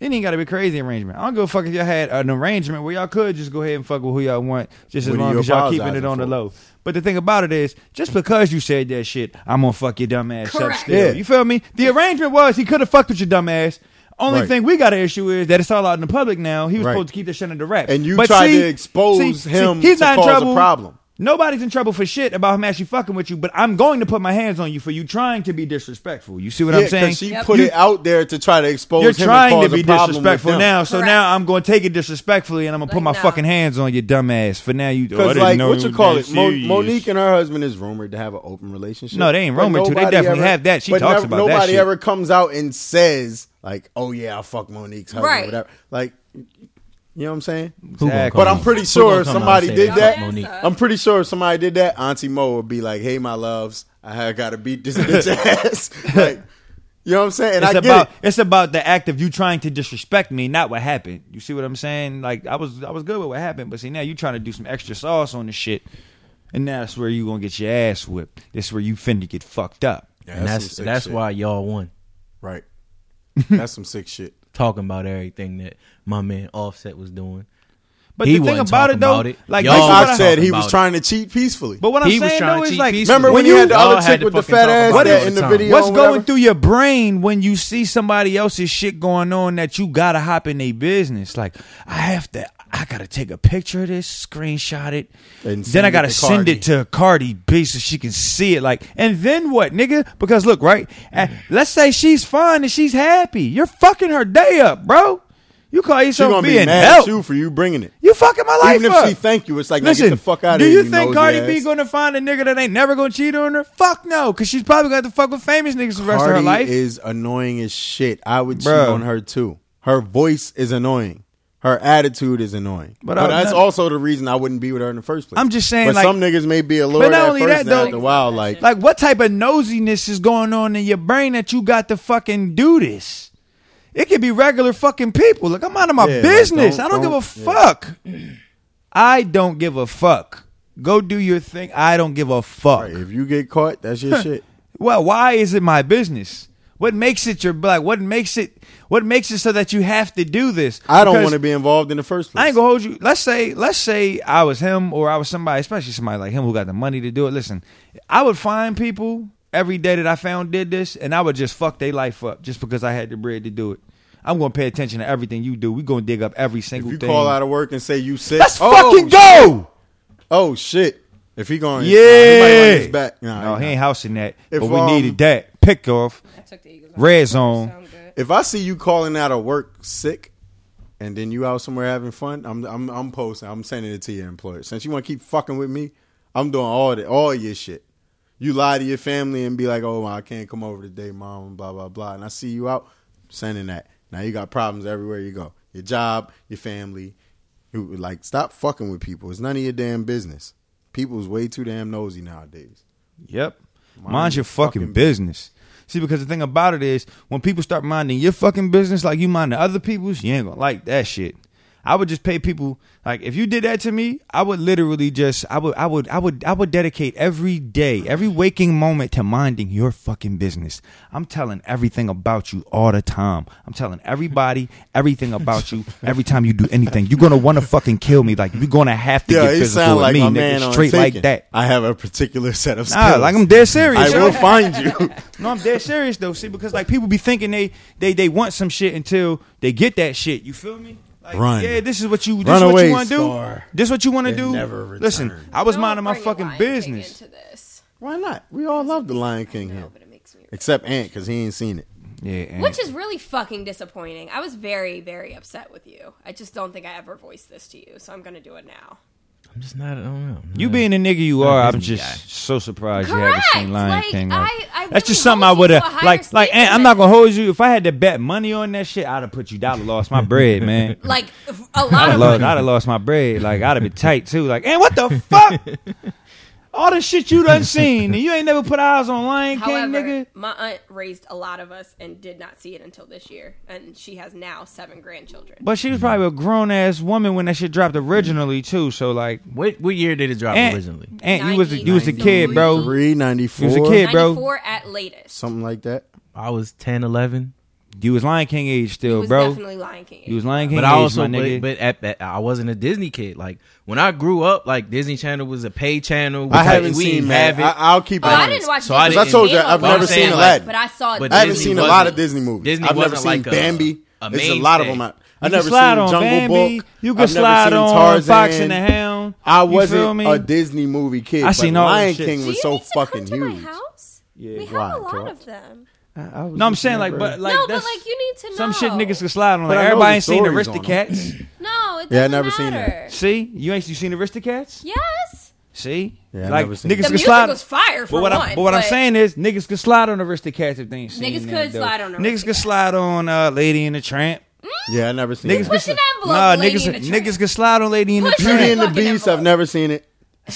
[SPEAKER 5] It ain't got to be crazy arrangement. I don't give a fuck if y'all had an arrangement where y'all could just go ahead and fuck with who y'all want, just as
[SPEAKER 8] What are
[SPEAKER 5] long
[SPEAKER 8] you
[SPEAKER 5] as y'all keeping it
[SPEAKER 8] apologizing
[SPEAKER 5] on the
[SPEAKER 8] for?
[SPEAKER 5] low. But the thing about it is, just because you said that shit, I'm gonna fuck your dumb ass up
[SPEAKER 8] Correct.
[SPEAKER 5] still.
[SPEAKER 8] Yeah.
[SPEAKER 5] You feel me? The arrangement was he could have fucked with your dumb ass. Only
[SPEAKER 8] Right.
[SPEAKER 5] thing we got an issue is that it's all out in the public now. He was
[SPEAKER 8] Right.
[SPEAKER 5] supposed to keep that shit under wraps.
[SPEAKER 8] And you
[SPEAKER 5] But
[SPEAKER 8] tried
[SPEAKER 5] see-
[SPEAKER 8] to expose
[SPEAKER 5] see- see,
[SPEAKER 8] him
[SPEAKER 5] he's
[SPEAKER 8] to
[SPEAKER 5] not in
[SPEAKER 8] cause
[SPEAKER 5] trouble.
[SPEAKER 8] a problem.
[SPEAKER 5] Nobody's in trouble for shit about him actually fucking with you, but I'm going to put my hands on you for you trying to be disrespectful. You see what
[SPEAKER 8] Yeah,
[SPEAKER 5] I'm
[SPEAKER 8] 'cause
[SPEAKER 5] saying?
[SPEAKER 8] She put it out there to try to expose
[SPEAKER 5] You're
[SPEAKER 8] him and
[SPEAKER 5] trying to
[SPEAKER 8] cause a
[SPEAKER 5] be
[SPEAKER 8] problem with
[SPEAKER 5] disrespectful
[SPEAKER 8] them.
[SPEAKER 5] now, so now I'm going to take it disrespectfully and I'm going to put my fucking hands on your dumb ass. For now, you. Oh, I
[SPEAKER 8] Because
[SPEAKER 5] didn't
[SPEAKER 8] like
[SPEAKER 5] know
[SPEAKER 8] what you call
[SPEAKER 5] that
[SPEAKER 8] it, Mo-
[SPEAKER 5] serious.
[SPEAKER 8] Monique and her husband is rumored to have an open relationship.
[SPEAKER 5] No, they ain't
[SPEAKER 8] But
[SPEAKER 5] rumored to. They
[SPEAKER 8] nobody
[SPEAKER 5] definitely
[SPEAKER 8] ever-
[SPEAKER 5] have that. She
[SPEAKER 8] but
[SPEAKER 5] talks
[SPEAKER 8] never-
[SPEAKER 5] about that
[SPEAKER 8] Nobody
[SPEAKER 5] shit.
[SPEAKER 8] ever comes out and says like, "Oh yeah, I fuck Monique's husband."
[SPEAKER 9] Right.
[SPEAKER 8] Or whatever. Like, you know what I'm saying?
[SPEAKER 6] Who gonna come
[SPEAKER 8] But I'm
[SPEAKER 6] out-
[SPEAKER 8] pretty
[SPEAKER 6] who
[SPEAKER 8] sure
[SPEAKER 6] gonna
[SPEAKER 8] if
[SPEAKER 6] come out and
[SPEAKER 8] somebody
[SPEAKER 6] say
[SPEAKER 8] did
[SPEAKER 6] fuck
[SPEAKER 8] that.
[SPEAKER 6] Monique?
[SPEAKER 8] I'm pretty sure if somebody did that, Auntie Mo would be like, "Hey, my loves, I had got to beat this bitch ass." like, you know what I'm saying? And
[SPEAKER 5] it's
[SPEAKER 8] I get
[SPEAKER 5] about
[SPEAKER 8] it.
[SPEAKER 5] it's about the act of you trying to disrespect me, not what happened. You see what I'm saying? Like I was I was good with what happened, but see now you trying to do some extra sauce on the shit, and now that's where you gonna get your ass whipped. That's where you finna get fucked up.
[SPEAKER 8] Yeah, that's some sick
[SPEAKER 6] that's
[SPEAKER 8] shit.
[SPEAKER 6] why y'all won.
[SPEAKER 8] Right. That's some sick shit.
[SPEAKER 6] Talking about everything that my man Offset was doing.
[SPEAKER 5] But
[SPEAKER 6] He
[SPEAKER 5] the thing
[SPEAKER 6] wasn't
[SPEAKER 5] about it
[SPEAKER 6] talking
[SPEAKER 5] though,
[SPEAKER 6] about it.
[SPEAKER 5] like
[SPEAKER 6] Y'all
[SPEAKER 5] this is
[SPEAKER 6] was
[SPEAKER 5] what I-
[SPEAKER 8] I said he was trying to cheat peacefully.
[SPEAKER 5] But what I'm
[SPEAKER 6] He was
[SPEAKER 5] saying
[SPEAKER 6] trying
[SPEAKER 5] though
[SPEAKER 6] to
[SPEAKER 5] is
[SPEAKER 6] cheat
[SPEAKER 5] like,
[SPEAKER 6] peacefully.
[SPEAKER 8] Remember when you had the
[SPEAKER 6] Y'all
[SPEAKER 8] other
[SPEAKER 6] had
[SPEAKER 8] chick
[SPEAKER 6] to
[SPEAKER 8] with the
[SPEAKER 6] fucking
[SPEAKER 8] fat
[SPEAKER 6] talk
[SPEAKER 8] ass
[SPEAKER 6] about
[SPEAKER 8] that
[SPEAKER 6] it
[SPEAKER 8] in the
[SPEAKER 6] all the
[SPEAKER 8] video?
[SPEAKER 5] what's
[SPEAKER 8] and
[SPEAKER 5] going
[SPEAKER 8] whatever?
[SPEAKER 5] through your brain when you see somebody else's shit going on that you gotta hop in their business? Like I have to, I gotta take a picture of this, screenshot it,
[SPEAKER 8] And
[SPEAKER 5] then
[SPEAKER 8] send
[SPEAKER 5] I
[SPEAKER 8] it
[SPEAKER 5] gotta
[SPEAKER 8] to
[SPEAKER 5] send
[SPEAKER 8] Cardi.
[SPEAKER 5] it to Cardi B so she can see it. Like, and then what, nigga? Because look, right? Uh, let's say she's fine and she's happy. You're fucking her day up, bro. You call
[SPEAKER 8] She
[SPEAKER 5] yourself
[SPEAKER 8] gonna be
[SPEAKER 5] being
[SPEAKER 8] mad
[SPEAKER 5] helped.
[SPEAKER 8] at you for you bringing it.
[SPEAKER 5] You fucking my life
[SPEAKER 8] Even
[SPEAKER 5] up.
[SPEAKER 8] if she thank you, it's like, now
[SPEAKER 5] Listen,
[SPEAKER 8] get the fuck out
[SPEAKER 5] do
[SPEAKER 8] of
[SPEAKER 5] you
[SPEAKER 8] here.
[SPEAKER 5] think
[SPEAKER 8] nosy
[SPEAKER 5] Cardi B
[SPEAKER 8] ass.
[SPEAKER 5] gonna find a nigga that ain't never gonna cheat on her? Fuck no, because she's probably gonna have to fuck with famous niggas the rest of her
[SPEAKER 8] Cardi
[SPEAKER 5] life.
[SPEAKER 8] is annoying as shit. I would cheat
[SPEAKER 5] Bruh.
[SPEAKER 8] on her too. Her voice is annoying. Her attitude is annoying.
[SPEAKER 5] But
[SPEAKER 8] But,
[SPEAKER 5] I-
[SPEAKER 8] that's
[SPEAKER 5] no-
[SPEAKER 8] also the reason I wouldn't be with her in the first place.
[SPEAKER 5] I'm just saying,
[SPEAKER 8] But
[SPEAKER 5] like-
[SPEAKER 8] some niggas may be a lord
[SPEAKER 5] But not
[SPEAKER 8] at
[SPEAKER 5] only
[SPEAKER 8] first,
[SPEAKER 5] that,
[SPEAKER 8] and
[SPEAKER 5] though-
[SPEAKER 8] after a while, like,
[SPEAKER 5] like, what type of nosiness is going on in your brain that you got to fucking do this? It could be regular fucking people. Like, I'm out of my
[SPEAKER 8] Yeah, like,
[SPEAKER 5] business.
[SPEAKER 8] don't-
[SPEAKER 5] I don't,
[SPEAKER 8] don't-
[SPEAKER 5] give a
[SPEAKER 8] yeah.
[SPEAKER 5] fuck. I don't give a fuck. Go do your thing. I don't give a fuck.
[SPEAKER 8] right, if you get caught, that's your shit.
[SPEAKER 5] Well, why is it my business? What makes it your like? What makes it? What makes it so that you have to do this?
[SPEAKER 8] I don't
[SPEAKER 5] Because
[SPEAKER 8] want to be involved in the first place.
[SPEAKER 5] I ain't gonna hold you. Let's say, let's say I was him or I was somebody, especially somebody like him who got the money to do it. Listen, I would find people every day that I found did this, and I would just fuck their life up just because I had the bread to do it. I'm gonna pay attention to everything you do. We gonna dig up every single
[SPEAKER 8] if you
[SPEAKER 5] thing.
[SPEAKER 8] call out of work and say you sick,
[SPEAKER 5] Let's
[SPEAKER 8] oh,
[SPEAKER 5] fucking
[SPEAKER 8] shit.
[SPEAKER 5] go.
[SPEAKER 8] Oh shit! If he going, he might want
[SPEAKER 5] Yeah.
[SPEAKER 8] his back. Nah,
[SPEAKER 5] no,
[SPEAKER 8] he
[SPEAKER 5] he
[SPEAKER 8] not.
[SPEAKER 5] ain't housing that.
[SPEAKER 8] If,
[SPEAKER 5] but we
[SPEAKER 8] um,
[SPEAKER 5] needed that pick off, red zone.
[SPEAKER 8] If I see you calling out of work sick, and then you out somewhere having fun, I'm I'm, I'm posting. I'm sending it to your employer. Since you want to keep fucking with me, I'm doing all the all your shit. You lie to your family and be like, "Oh, I can't come over today, mom," and blah blah blah. And I see you out sending that. Now you got problems everywhere you go. Your job, your family. You- Like, stop fucking with people. It's none of your damn business. People's way too damn nosy nowadays.
[SPEAKER 5] Yep. Mind, your fucking, business. See, because the thing about it is, when people start minding your fucking business like you mind the other people's, you ain't gonna like that shit. I would just pay people like if you did that to me, I would literally just I would I would I would I would dedicate every day, every waking moment to minding your fucking business. I'm telling everything about you all the time. I'm telling everybody everything about you every time you do anything. You're gonna want to fucking kill me. Like you're gonna have to
[SPEAKER 8] Yeah,
[SPEAKER 5] get
[SPEAKER 8] it
[SPEAKER 5] physical
[SPEAKER 8] sound
[SPEAKER 5] with
[SPEAKER 8] like
[SPEAKER 5] me,
[SPEAKER 8] my
[SPEAKER 5] nigga,
[SPEAKER 8] man on
[SPEAKER 5] straight like
[SPEAKER 8] Taken.
[SPEAKER 5] that.
[SPEAKER 8] I have a particular set of
[SPEAKER 5] Nah,
[SPEAKER 8] skills.
[SPEAKER 5] Ah, like I'm dead serious.
[SPEAKER 8] I will find you.
[SPEAKER 5] No, I'm dead serious though. See, because like people be thinking they they they want some shit until they get that shit. You feel me? Like,
[SPEAKER 8] Run.
[SPEAKER 5] Yeah, this is what you this
[SPEAKER 8] Run
[SPEAKER 5] is what
[SPEAKER 8] away,
[SPEAKER 5] you want to do.
[SPEAKER 8] Star.
[SPEAKER 5] This what you want to
[SPEAKER 8] It
[SPEAKER 5] do.
[SPEAKER 8] never returns.
[SPEAKER 5] Listen, I was minding my
[SPEAKER 12] bring a
[SPEAKER 5] fucking
[SPEAKER 12] Lion King
[SPEAKER 5] business.
[SPEAKER 12] into this.
[SPEAKER 8] Why not? We all love the Lion King here, except Ant because he ain't seen it.
[SPEAKER 5] Yeah,
[SPEAKER 9] Which is really fucking disappointing. I was very, very upset with you. I just don't think I ever voiced this to you, so I'm gonna do it now.
[SPEAKER 6] I'm just not. I don't know.
[SPEAKER 5] you being the nigga you
[SPEAKER 6] Not a
[SPEAKER 5] are, I'm
[SPEAKER 6] Disney
[SPEAKER 5] just
[SPEAKER 6] guy.
[SPEAKER 5] so surprised you haven't
[SPEAKER 9] Correct.
[SPEAKER 5] seen Lion
[SPEAKER 9] Like,
[SPEAKER 5] King. Like,
[SPEAKER 9] I- I
[SPEAKER 5] that's just
[SPEAKER 9] really
[SPEAKER 5] something I
[SPEAKER 9] hold you
[SPEAKER 5] would
[SPEAKER 9] to
[SPEAKER 5] have
[SPEAKER 9] a higher
[SPEAKER 5] like like.
[SPEAKER 9] standard.
[SPEAKER 5] And I'm not gonna hold you. If I had to bet money on that shit, I'd have put you. I'd have lost my bread, man.
[SPEAKER 9] Like a
[SPEAKER 5] I'd
[SPEAKER 9] lot
[SPEAKER 5] have
[SPEAKER 9] of
[SPEAKER 5] lost, I'd have lost my bread. Like I'd have been tight too. Like, and what the fuck? all the shit you done seen, and you ain't never put eyes on Lion King,
[SPEAKER 9] However,
[SPEAKER 5] nigga.
[SPEAKER 9] my aunt raised a lot of us and did not see it until this year, and she has now seven grandchildren.
[SPEAKER 5] But she was probably a grown ass woman when that shit dropped originally too. So like,
[SPEAKER 6] what what year did it drop originally?
[SPEAKER 5] And you was a, you was a kid, bro.
[SPEAKER 8] Three ninety four.
[SPEAKER 5] You was a kid, bro.
[SPEAKER 9] Four at latest.
[SPEAKER 8] Something like that.
[SPEAKER 6] I was 10, 11.
[SPEAKER 5] You was Lion King age still,
[SPEAKER 9] was bro. definitely Lion King
[SPEAKER 5] You was Lion King
[SPEAKER 6] But
[SPEAKER 5] age,
[SPEAKER 6] I also,
[SPEAKER 5] my nigga.
[SPEAKER 6] but, but at, at, I wasn't a Disney kid. Like when I grew up, like Disney Channel was a pay channel. We
[SPEAKER 8] I
[SPEAKER 6] had-
[SPEAKER 8] haven't
[SPEAKER 6] we
[SPEAKER 8] seen
[SPEAKER 6] didn't
[SPEAKER 8] that.
[SPEAKER 6] have it.
[SPEAKER 8] I- I'll keep
[SPEAKER 9] Oh,
[SPEAKER 8] it
[SPEAKER 9] I
[SPEAKER 8] honest.
[SPEAKER 9] didn't watch
[SPEAKER 8] So I,
[SPEAKER 6] Disney
[SPEAKER 8] didn't- I told you
[SPEAKER 9] Channel,
[SPEAKER 8] I've
[SPEAKER 9] but
[SPEAKER 8] never
[SPEAKER 9] I'm
[SPEAKER 8] seen
[SPEAKER 9] saying, like,
[SPEAKER 8] Aladdin,
[SPEAKER 9] but I saw it.
[SPEAKER 8] I haven't
[SPEAKER 9] Disney
[SPEAKER 8] seen a lot of
[SPEAKER 9] wasn't-
[SPEAKER 8] Disney movies.
[SPEAKER 6] Disney
[SPEAKER 8] I've never
[SPEAKER 6] wasn't
[SPEAKER 8] seen
[SPEAKER 6] like
[SPEAKER 9] uh,
[SPEAKER 6] a-
[SPEAKER 8] Bambi.
[SPEAKER 6] a
[SPEAKER 8] There's a lot of them.
[SPEAKER 6] mainstay.
[SPEAKER 8] I, I
[SPEAKER 5] You can
[SPEAKER 8] never seen
[SPEAKER 5] slide on
[SPEAKER 8] Jungle
[SPEAKER 5] Bambi.
[SPEAKER 8] Book.
[SPEAKER 5] You can
[SPEAKER 8] I've never
[SPEAKER 5] slide
[SPEAKER 8] seen
[SPEAKER 5] on
[SPEAKER 8] Tarzan.
[SPEAKER 5] Fox and the Hound.
[SPEAKER 8] I
[SPEAKER 5] You feel
[SPEAKER 8] wasn't
[SPEAKER 5] me?
[SPEAKER 8] a Disney movie kid.
[SPEAKER 5] I
[SPEAKER 8] but
[SPEAKER 5] seen all that
[SPEAKER 8] Lion
[SPEAKER 5] shit.
[SPEAKER 8] King
[SPEAKER 5] Do
[SPEAKER 8] was
[SPEAKER 5] you
[SPEAKER 8] so
[SPEAKER 9] need to come
[SPEAKER 8] fucking
[SPEAKER 9] to my
[SPEAKER 8] huge.
[SPEAKER 9] house?
[SPEAKER 8] Yeah,
[SPEAKER 9] we have
[SPEAKER 8] why?
[SPEAKER 9] a lot
[SPEAKER 8] Talk.
[SPEAKER 9] of them.
[SPEAKER 5] no, I'm saying like, but like,
[SPEAKER 9] no, but
[SPEAKER 5] that's
[SPEAKER 9] like you need to know.
[SPEAKER 5] some shit niggas can slide on.
[SPEAKER 8] But
[SPEAKER 5] Like,
[SPEAKER 8] I know
[SPEAKER 5] everybody
[SPEAKER 8] the
[SPEAKER 5] ain't seen
[SPEAKER 8] stories on 'em.
[SPEAKER 5] Aristocats.
[SPEAKER 9] No, it doesn't
[SPEAKER 8] Yeah, I never seen that.
[SPEAKER 9] matter.
[SPEAKER 5] See, you ain't you seen Aristocats?
[SPEAKER 9] Yes.
[SPEAKER 5] See,
[SPEAKER 8] Yeah, I
[SPEAKER 5] like
[SPEAKER 8] never seen
[SPEAKER 5] niggas
[SPEAKER 9] The
[SPEAKER 5] can
[SPEAKER 9] music
[SPEAKER 5] slide.
[SPEAKER 9] was fire for
[SPEAKER 5] but what,
[SPEAKER 9] one,
[SPEAKER 5] I'm, but what I'm
[SPEAKER 9] but-
[SPEAKER 5] saying is, niggas can slide on Aristocats if they ain't seen
[SPEAKER 9] Niggas
[SPEAKER 5] that,
[SPEAKER 9] could
[SPEAKER 5] though.
[SPEAKER 9] slide on
[SPEAKER 5] Niggas could slide on uh, Lady and the Tramp.
[SPEAKER 8] Yeah, I never seen
[SPEAKER 5] Niggas
[SPEAKER 8] it.
[SPEAKER 9] Push
[SPEAKER 5] can,
[SPEAKER 9] an
[SPEAKER 5] sli-
[SPEAKER 9] envelope,
[SPEAKER 5] nah,
[SPEAKER 9] Lady
[SPEAKER 5] niggas,
[SPEAKER 9] and the Tramp.
[SPEAKER 5] niggas can slide on Lady and the
[SPEAKER 9] Push
[SPEAKER 5] Tramp.
[SPEAKER 8] Beauty and the
[SPEAKER 9] Fucking
[SPEAKER 8] Beast. I've never seen it.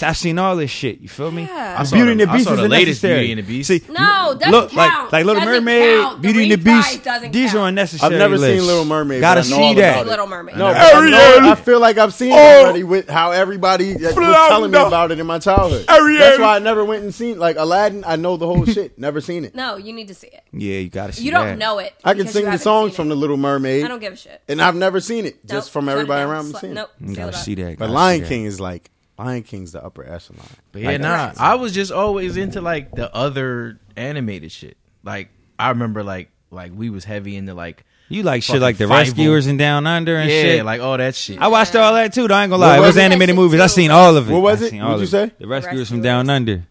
[SPEAKER 5] I've seen all this shit. You feel me?
[SPEAKER 9] Yeah.
[SPEAKER 6] I saw
[SPEAKER 5] Beauty and
[SPEAKER 6] the-
[SPEAKER 5] the
[SPEAKER 6] I
[SPEAKER 5] Beast
[SPEAKER 6] saw
[SPEAKER 5] is
[SPEAKER 6] the latest
[SPEAKER 5] unnecessary.
[SPEAKER 6] Beauty and the Beast.
[SPEAKER 5] See,
[SPEAKER 9] No, doesn't
[SPEAKER 5] look
[SPEAKER 9] count.
[SPEAKER 5] like like Little
[SPEAKER 9] Doesn't
[SPEAKER 5] Mermaid,
[SPEAKER 9] count. The
[SPEAKER 5] Beauty and the
[SPEAKER 9] reprise
[SPEAKER 5] Beast.
[SPEAKER 9] doesn't
[SPEAKER 5] These
[SPEAKER 9] count.
[SPEAKER 5] are unnecessary.
[SPEAKER 8] I've never
[SPEAKER 5] lists.
[SPEAKER 8] seen Little Mermaid,
[SPEAKER 5] Gotta
[SPEAKER 8] but I know
[SPEAKER 5] see
[SPEAKER 8] all
[SPEAKER 5] that.
[SPEAKER 8] about it.
[SPEAKER 9] Little Mermaid.
[SPEAKER 8] No,
[SPEAKER 5] Ariel! Oh.
[SPEAKER 8] I, know- I feel like I've seen it already with how everybody that was telling me
[SPEAKER 5] Flounder.
[SPEAKER 8] about it in my childhood.
[SPEAKER 5] Ariel!
[SPEAKER 8] That's why I never went and seen like Aladdin. I know the whole shit. Never seen it.
[SPEAKER 9] No, you need to see it.
[SPEAKER 5] Yeah, you gotta see.
[SPEAKER 9] You don't
[SPEAKER 5] that.
[SPEAKER 9] know it.
[SPEAKER 8] I can
[SPEAKER 9] because you
[SPEAKER 8] sing the
[SPEAKER 9] haven't
[SPEAKER 8] songs
[SPEAKER 9] seen
[SPEAKER 8] from
[SPEAKER 9] it.
[SPEAKER 8] The Little Mermaid,
[SPEAKER 9] I don't give a shit.
[SPEAKER 8] and I've never seen it
[SPEAKER 9] Nope,
[SPEAKER 8] just from
[SPEAKER 9] shut it
[SPEAKER 8] everybody
[SPEAKER 9] down.
[SPEAKER 8] awn me
[SPEAKER 9] Slut-
[SPEAKER 8] seeing it.
[SPEAKER 9] Nope.
[SPEAKER 5] You gotta see that.
[SPEAKER 8] But
[SPEAKER 5] gotta
[SPEAKER 8] Lion
[SPEAKER 5] see
[SPEAKER 8] King is like Lion King's the upper echelon.
[SPEAKER 6] But yeah, nah. I was just always into like the other animated shit. Like I remember, like like we was heavy into like
[SPEAKER 5] That. You like shit
[SPEAKER 6] fucking
[SPEAKER 5] like the
[SPEAKER 6] Fievel.
[SPEAKER 5] Rescuers and Down Under
[SPEAKER 6] yeah,
[SPEAKER 5] and shit.
[SPEAKER 6] like all that shit.
[SPEAKER 5] I watched all that too. Though, I ain't gonna lie.
[SPEAKER 8] What
[SPEAKER 5] It
[SPEAKER 8] was
[SPEAKER 5] was
[SPEAKER 8] it?
[SPEAKER 5] animated movies. I seen all of it.
[SPEAKER 8] What was
[SPEAKER 5] I
[SPEAKER 8] it?
[SPEAKER 5] seen
[SPEAKER 8] What'd
[SPEAKER 5] all
[SPEAKER 8] you
[SPEAKER 5] of
[SPEAKER 8] say?
[SPEAKER 5] it. The Rescuers from
[SPEAKER 9] Rescuers.
[SPEAKER 5] Down Under.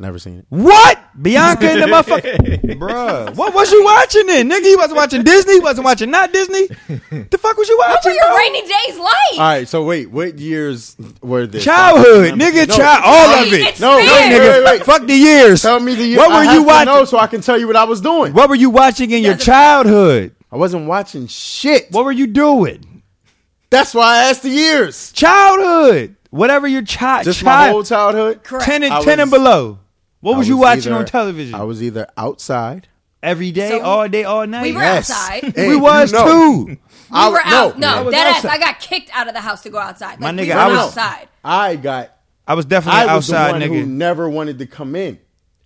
[SPEAKER 8] Never seen it.
[SPEAKER 5] What? Bianca and the motherfucker, bruh. What was you watching then, nigga? You wasn't watching Disney. You wasn't watching not Disney. The fuck was you
[SPEAKER 9] What were
[SPEAKER 5] watching?
[SPEAKER 9] your
[SPEAKER 5] bro?
[SPEAKER 9] rainy days
[SPEAKER 8] All
[SPEAKER 9] like?
[SPEAKER 8] right, so wait, what years were this?
[SPEAKER 5] Childhood, nigga, child, all of it.
[SPEAKER 9] It's No, no, fair.
[SPEAKER 5] nigga,
[SPEAKER 8] wait, wait.
[SPEAKER 5] fuck the years.
[SPEAKER 8] Tell me the year.
[SPEAKER 5] What were
[SPEAKER 8] I
[SPEAKER 5] you
[SPEAKER 8] have to
[SPEAKER 5] watching?
[SPEAKER 8] know so I can tell you what I was doing.
[SPEAKER 5] What were you watching in your
[SPEAKER 9] Doesn't-
[SPEAKER 5] childhood?
[SPEAKER 8] I wasn't watching shit.
[SPEAKER 5] What were you doing?
[SPEAKER 8] That's why I asked the years.
[SPEAKER 5] Childhood, whatever your child,
[SPEAKER 8] Just my whole
[SPEAKER 5] child,
[SPEAKER 8] childhood.
[SPEAKER 5] ten and
[SPEAKER 8] I
[SPEAKER 5] ten and
[SPEAKER 8] was-
[SPEAKER 5] below. What
[SPEAKER 8] I
[SPEAKER 5] was, you
[SPEAKER 8] was
[SPEAKER 5] watching on
[SPEAKER 8] either-
[SPEAKER 5] television
[SPEAKER 8] I was either outside.
[SPEAKER 5] every day,
[SPEAKER 9] So-
[SPEAKER 5] all day, all night?
[SPEAKER 9] We were
[SPEAKER 8] Yes.
[SPEAKER 9] outside.
[SPEAKER 8] Hey,
[SPEAKER 5] we
[SPEAKER 8] you
[SPEAKER 5] was
[SPEAKER 8] know.
[SPEAKER 5] too.
[SPEAKER 8] I
[SPEAKER 9] we were out.
[SPEAKER 5] I
[SPEAKER 9] No,
[SPEAKER 5] was
[SPEAKER 9] dead ass.
[SPEAKER 5] outside.
[SPEAKER 9] I got kicked out of the house to go outside.
[SPEAKER 5] My
[SPEAKER 9] Like, we
[SPEAKER 5] nigga,
[SPEAKER 9] were
[SPEAKER 5] I was-
[SPEAKER 9] outside.
[SPEAKER 8] I got.
[SPEAKER 5] I was definitely
[SPEAKER 8] I was
[SPEAKER 5] outside,
[SPEAKER 8] the one
[SPEAKER 5] nigga.
[SPEAKER 8] who never wanted to come in,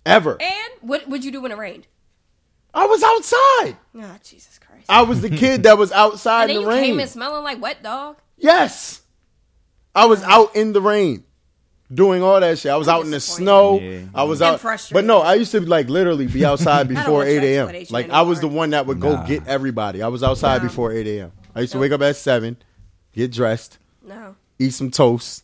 [SPEAKER 8] ever.
[SPEAKER 9] And what would you do when it rained?
[SPEAKER 8] I was outside.
[SPEAKER 9] Oh, Jesus Christ.
[SPEAKER 8] I was the kid that was outside
[SPEAKER 9] and then
[SPEAKER 8] in
[SPEAKER 9] you
[SPEAKER 8] the rain.
[SPEAKER 9] came in smelling like wet dog.
[SPEAKER 8] Yes. I was out in the rain doing all that shit. I was out in the snow.
[SPEAKER 5] Yeah.
[SPEAKER 8] I was
[SPEAKER 9] I'm
[SPEAKER 8] out.
[SPEAKER 9] frustrated.
[SPEAKER 8] But no, I used to like literally be outside before
[SPEAKER 9] want your
[SPEAKER 8] 8 a.m.
[SPEAKER 9] explanation
[SPEAKER 8] Like I was the
[SPEAKER 9] anymore.
[SPEAKER 8] one that would go get everybody. I was outside before 8 a.m. I used to wake up at 7, get dressed,
[SPEAKER 9] No.
[SPEAKER 8] eat some toast,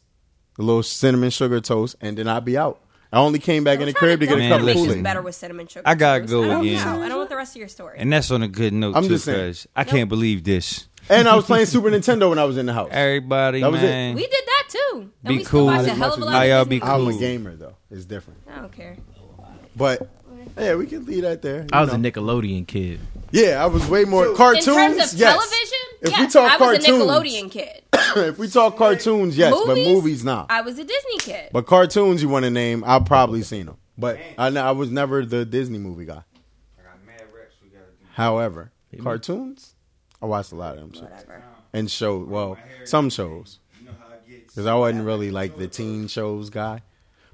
[SPEAKER 8] a little cinnamon sugar toast, and then I'd be out. I only came back in the crib to get a
[SPEAKER 5] Man,
[SPEAKER 8] cup of
[SPEAKER 5] listen.
[SPEAKER 8] Kool
[SPEAKER 9] It's
[SPEAKER 8] Aid.
[SPEAKER 9] better with cinnamon sugar.
[SPEAKER 5] I gotta
[SPEAKER 9] toast.
[SPEAKER 5] go
[SPEAKER 9] I don't
[SPEAKER 5] again.
[SPEAKER 9] know. I don't want the rest of your story.
[SPEAKER 5] And that's on a good note
[SPEAKER 8] I'm
[SPEAKER 5] too,
[SPEAKER 8] just saying.
[SPEAKER 5] cuz I can't believe this.
[SPEAKER 8] And I was playing Super Nintendo when I was in the house.
[SPEAKER 5] Everybody,
[SPEAKER 8] That was it.
[SPEAKER 5] man.
[SPEAKER 9] we did that too. And
[SPEAKER 5] Be
[SPEAKER 9] we still
[SPEAKER 5] cool.
[SPEAKER 9] watched a
[SPEAKER 5] As
[SPEAKER 9] hell
[SPEAKER 8] much
[SPEAKER 9] of a
[SPEAKER 8] as
[SPEAKER 9] lot
[SPEAKER 5] I-
[SPEAKER 9] of
[SPEAKER 5] y'all
[SPEAKER 9] Disney
[SPEAKER 5] be
[SPEAKER 8] I'm
[SPEAKER 9] movies.
[SPEAKER 8] a gamer though. It's different.
[SPEAKER 9] I don't care.
[SPEAKER 8] But yeah, we can leave that there.
[SPEAKER 6] I was
[SPEAKER 8] You know.
[SPEAKER 6] a Nickelodeon kid.
[SPEAKER 8] Yeah, I was way more cartoons.
[SPEAKER 9] In terms of
[SPEAKER 8] yes.
[SPEAKER 9] television,
[SPEAKER 8] If
[SPEAKER 9] yes,
[SPEAKER 8] we talk
[SPEAKER 9] I was
[SPEAKER 8] cartoons,
[SPEAKER 9] a Nickelodeon kid.
[SPEAKER 8] if we talk cartoons, yes, but movies not.
[SPEAKER 9] I was a Disney kid.
[SPEAKER 8] but cartoons, you want to name? I've probably seen them, but I, ne- I was never the Disney movie guy. However, cartoons, I watched a lot of them shit
[SPEAKER 9] Whatever.
[SPEAKER 8] and shows. Well, some shows because I wasn't really like the teen shows guy.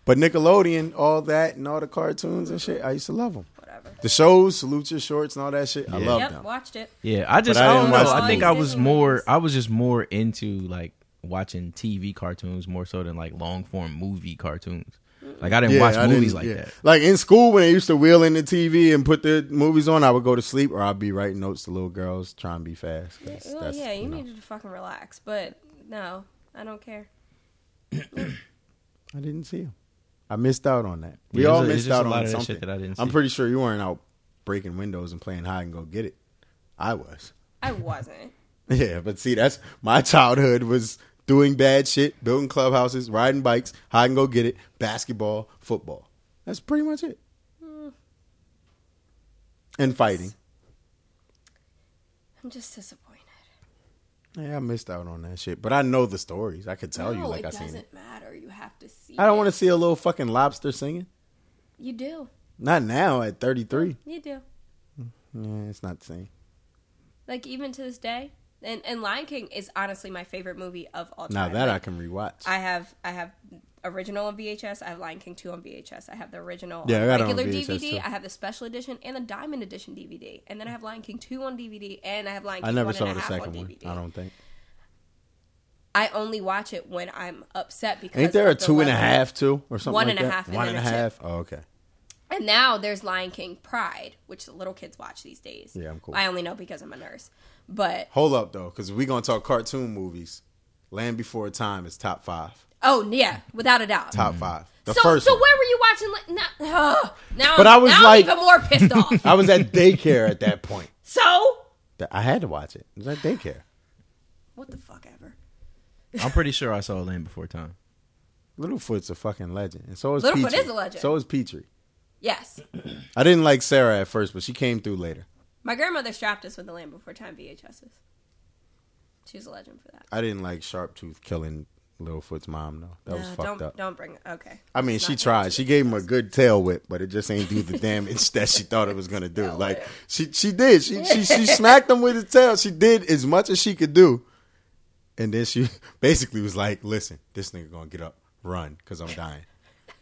[SPEAKER 8] But Nickelodeon, all that and all the cartoons and shit, I used to love them.
[SPEAKER 9] Whatever.
[SPEAKER 8] The shows, salute your shorts and all that shit, I love
[SPEAKER 9] Yep,
[SPEAKER 8] them.
[SPEAKER 9] watched it.
[SPEAKER 6] Yeah, I just
[SPEAKER 8] But I
[SPEAKER 6] I, don't
[SPEAKER 8] didn't
[SPEAKER 6] know.
[SPEAKER 8] watch
[SPEAKER 6] I
[SPEAKER 8] the
[SPEAKER 6] think I
[SPEAKER 9] movies.
[SPEAKER 6] was more I was just more into like watching TV cartoons more so than like long form movie cartoons. Like I didn't watch
[SPEAKER 8] I
[SPEAKER 6] movies
[SPEAKER 8] didn't-
[SPEAKER 6] like
[SPEAKER 8] yeah.
[SPEAKER 6] that.
[SPEAKER 8] Like in school, when they used to wheel in the TV and put the movies on, I would go to sleep or I'd be writing notes to little girls trying to be fast. 'cause
[SPEAKER 9] Well,
[SPEAKER 8] that's,
[SPEAKER 9] yeah, you,
[SPEAKER 8] know.
[SPEAKER 9] needed to fucking relax. But no, I don't care.
[SPEAKER 8] I didn't see 'em. I missed out on that.
[SPEAKER 6] Yeah,
[SPEAKER 8] We
[SPEAKER 6] it's
[SPEAKER 8] all
[SPEAKER 6] a- it's
[SPEAKER 8] missed
[SPEAKER 6] just
[SPEAKER 8] out
[SPEAKER 6] a lot
[SPEAKER 8] on
[SPEAKER 6] of that shit
[SPEAKER 8] something.
[SPEAKER 6] that I didn't
[SPEAKER 8] I'm
[SPEAKER 6] see.
[SPEAKER 8] pretty sure you weren't out breaking windows and playing hide and go get it. I was.
[SPEAKER 9] I wasn't.
[SPEAKER 8] Yeah, but see, that's my childhood was doing bad shit, building clubhouses, riding bikes, hide and go get it, basketball, football. That's pretty much it.
[SPEAKER 9] Hmm.
[SPEAKER 8] And fighting.
[SPEAKER 9] I'm just disappointed.
[SPEAKER 8] Yeah, I missed out on that shit, but I know the stories. I could tell you
[SPEAKER 9] No,
[SPEAKER 8] like
[SPEAKER 9] it
[SPEAKER 8] I
[SPEAKER 9] doesn't
[SPEAKER 8] seen it.
[SPEAKER 9] matter. You have to see.
[SPEAKER 8] I don't want to see a little fucking lobster singing.
[SPEAKER 9] You do.
[SPEAKER 8] Not now at 33.
[SPEAKER 9] You do.
[SPEAKER 8] Yeah, it's not the same.
[SPEAKER 9] Like even to this day, and and Lion King is honestly my favorite movie of all time.
[SPEAKER 8] Now that I
[SPEAKER 9] Like,
[SPEAKER 8] can rewatch.
[SPEAKER 9] I have I have original on VHS. I have Lion King two on VHS. I have the original
[SPEAKER 8] Yeah,
[SPEAKER 9] on
[SPEAKER 8] I got it on
[SPEAKER 9] regular
[SPEAKER 8] VHS
[SPEAKER 9] DVD.
[SPEAKER 8] too.
[SPEAKER 9] I have the special edition and the diamond edition DVD. And then I have Lion King two on DVD. And I have Lion King
[SPEAKER 8] I never
[SPEAKER 9] one
[SPEAKER 8] saw
[SPEAKER 9] and a
[SPEAKER 8] the
[SPEAKER 9] half
[SPEAKER 8] second
[SPEAKER 9] on
[SPEAKER 8] one.
[SPEAKER 9] DVD.
[SPEAKER 8] I don't think.
[SPEAKER 9] I only watch it when I'm upset because
[SPEAKER 8] Ain't there a
[SPEAKER 9] of the
[SPEAKER 8] two and a
[SPEAKER 9] level.
[SPEAKER 8] half too, or something
[SPEAKER 9] One
[SPEAKER 8] like
[SPEAKER 9] and a
[SPEAKER 8] that?
[SPEAKER 9] half and
[SPEAKER 8] One
[SPEAKER 9] then
[SPEAKER 8] and a
[SPEAKER 9] a two.
[SPEAKER 8] half. Oh, okay.
[SPEAKER 9] And now there's Lion King Pride, which the little kids watch these days.
[SPEAKER 8] Yeah, I'm cool.
[SPEAKER 9] I only know because I'm a nurse. But
[SPEAKER 8] Hold up though, because we gonna talk cartoon movies. Land Before Time is top five.
[SPEAKER 9] oh yeah, without a doubt.
[SPEAKER 8] Top five. The
[SPEAKER 9] so
[SPEAKER 8] first.
[SPEAKER 9] so
[SPEAKER 8] one.
[SPEAKER 9] where were you watching? Li- Not, ugh. now,
[SPEAKER 8] But
[SPEAKER 9] I'm,
[SPEAKER 8] I was
[SPEAKER 9] now I'm
[SPEAKER 8] like-
[SPEAKER 9] even more pissed off.
[SPEAKER 8] I was at daycare at that point.
[SPEAKER 9] So
[SPEAKER 8] That- I had to watch it. It was at daycare.
[SPEAKER 9] what the fuck ever?
[SPEAKER 6] I'm pretty sure I saw Land Before Time.
[SPEAKER 8] Littlefoot's a fucking legend, and so is
[SPEAKER 9] Littlefoot
[SPEAKER 8] Petrie.
[SPEAKER 9] is a legend.
[SPEAKER 8] So is Petrie.
[SPEAKER 9] Yes,
[SPEAKER 8] I didn't like Sarah at first, but she came through later.
[SPEAKER 9] my grandmother strapped us with the Land Before Time VHSs. She's a legend for that.
[SPEAKER 8] I didn't like Sharptooth killing Littlefoot's mom though. That was
[SPEAKER 9] No,
[SPEAKER 8] fucked
[SPEAKER 9] don't
[SPEAKER 8] up.
[SPEAKER 9] don't bring. Okay.
[SPEAKER 8] I mean,
[SPEAKER 9] It's
[SPEAKER 8] she
[SPEAKER 9] not-
[SPEAKER 8] tried. She gave him a good tail whip, but it just ain't do the damage that she thought it was gonna do. Like she, she did. She, she, she smacked him with his tail. She did as much as she could do, and then she basically was like, "Listen, this nigga gonna get up, run, cause I'm dying."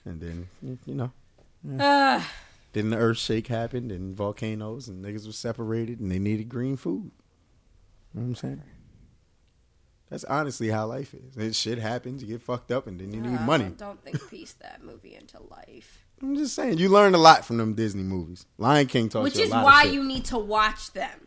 [SPEAKER 8] And then you know,
[SPEAKER 9] Ugh.
[SPEAKER 8] then the earth shake happened, and volcanoes, and niggas was separated, and they needed green food. You know what I'm saying? That's honestly how life is. It shit happens. You get fucked up, and then you need
[SPEAKER 9] Uh,
[SPEAKER 8] money.
[SPEAKER 9] Don't, don't think piece that movie into life.
[SPEAKER 8] I'm just saying, you learned a lot from them Disney movies. Lion King taught
[SPEAKER 9] Which
[SPEAKER 8] you a
[SPEAKER 9] is
[SPEAKER 8] lot of
[SPEAKER 9] why
[SPEAKER 8] shit,
[SPEAKER 9] you need to watch them.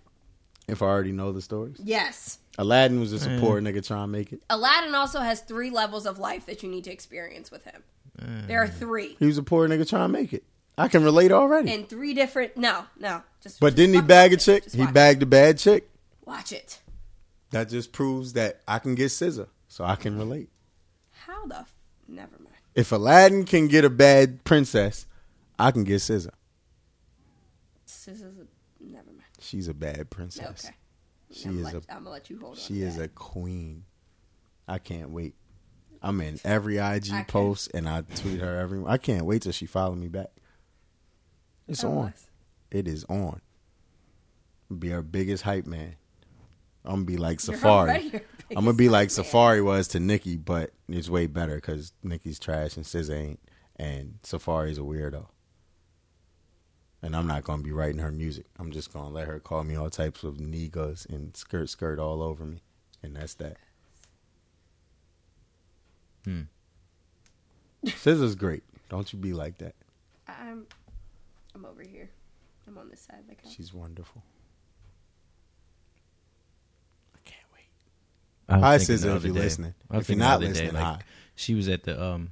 [SPEAKER 8] If I already know the stories,
[SPEAKER 9] Yes.
[SPEAKER 8] Aladdin was just a poor nigga trying to make it.
[SPEAKER 9] Aladdin also has three levels of life that you need to experience with him.
[SPEAKER 8] Mm.
[SPEAKER 9] There are three.
[SPEAKER 8] He was a poor nigga trying to make it. I can relate already.
[SPEAKER 9] And three different. No, no. Just
[SPEAKER 8] but didn't he bag a chick? He bagged a bad chick.
[SPEAKER 9] watch it.
[SPEAKER 8] That just proves that I can get scissor, so I can relate.
[SPEAKER 9] How the. F- Never mind.
[SPEAKER 8] If Aladdin can get a bad princess, I can get scissor.
[SPEAKER 9] This is a, never mind.
[SPEAKER 8] She's a bad princess.
[SPEAKER 9] Okay.
[SPEAKER 8] She
[SPEAKER 9] I'm
[SPEAKER 8] is
[SPEAKER 9] let-
[SPEAKER 8] a.
[SPEAKER 9] I'ma let you hold on
[SPEAKER 8] She
[SPEAKER 9] to
[SPEAKER 8] is a queen. I can't wait. I'm in every IG
[SPEAKER 9] I can't-
[SPEAKER 8] post and I tweet her every. I can't wait till she follow me back. It's
[SPEAKER 9] Oh,
[SPEAKER 8] on.
[SPEAKER 9] nice.
[SPEAKER 8] It is on. Be her biggest hype man. I'm gonna be like
[SPEAKER 9] You're
[SPEAKER 8] Safari.
[SPEAKER 9] already her
[SPEAKER 8] I'm gonna be like Safari was to Nikki, but it's way better because Nikki's trash and SZA ain't, and Safari's a weirdo. And I'm not gonna be writing her music. I'm just gonna let her call me all types of niggas and skirt skirt all over me, and that's that.
[SPEAKER 6] Hmm.
[SPEAKER 8] SZA's great. Don't you be like that.
[SPEAKER 9] I'm, I'm over here. I'm on this side uh, of the couch.
[SPEAKER 8] She's wonderful.
[SPEAKER 6] I was
[SPEAKER 8] Hi,
[SPEAKER 6] thinking the
[SPEAKER 8] SZA, if
[SPEAKER 6] other
[SPEAKER 8] you're
[SPEAKER 6] day- I
[SPEAKER 8] listening.
[SPEAKER 6] was
[SPEAKER 8] If you're
[SPEAKER 6] thinking the
[SPEAKER 8] not
[SPEAKER 6] other
[SPEAKER 8] listening, hi.
[SPEAKER 6] she was at the um,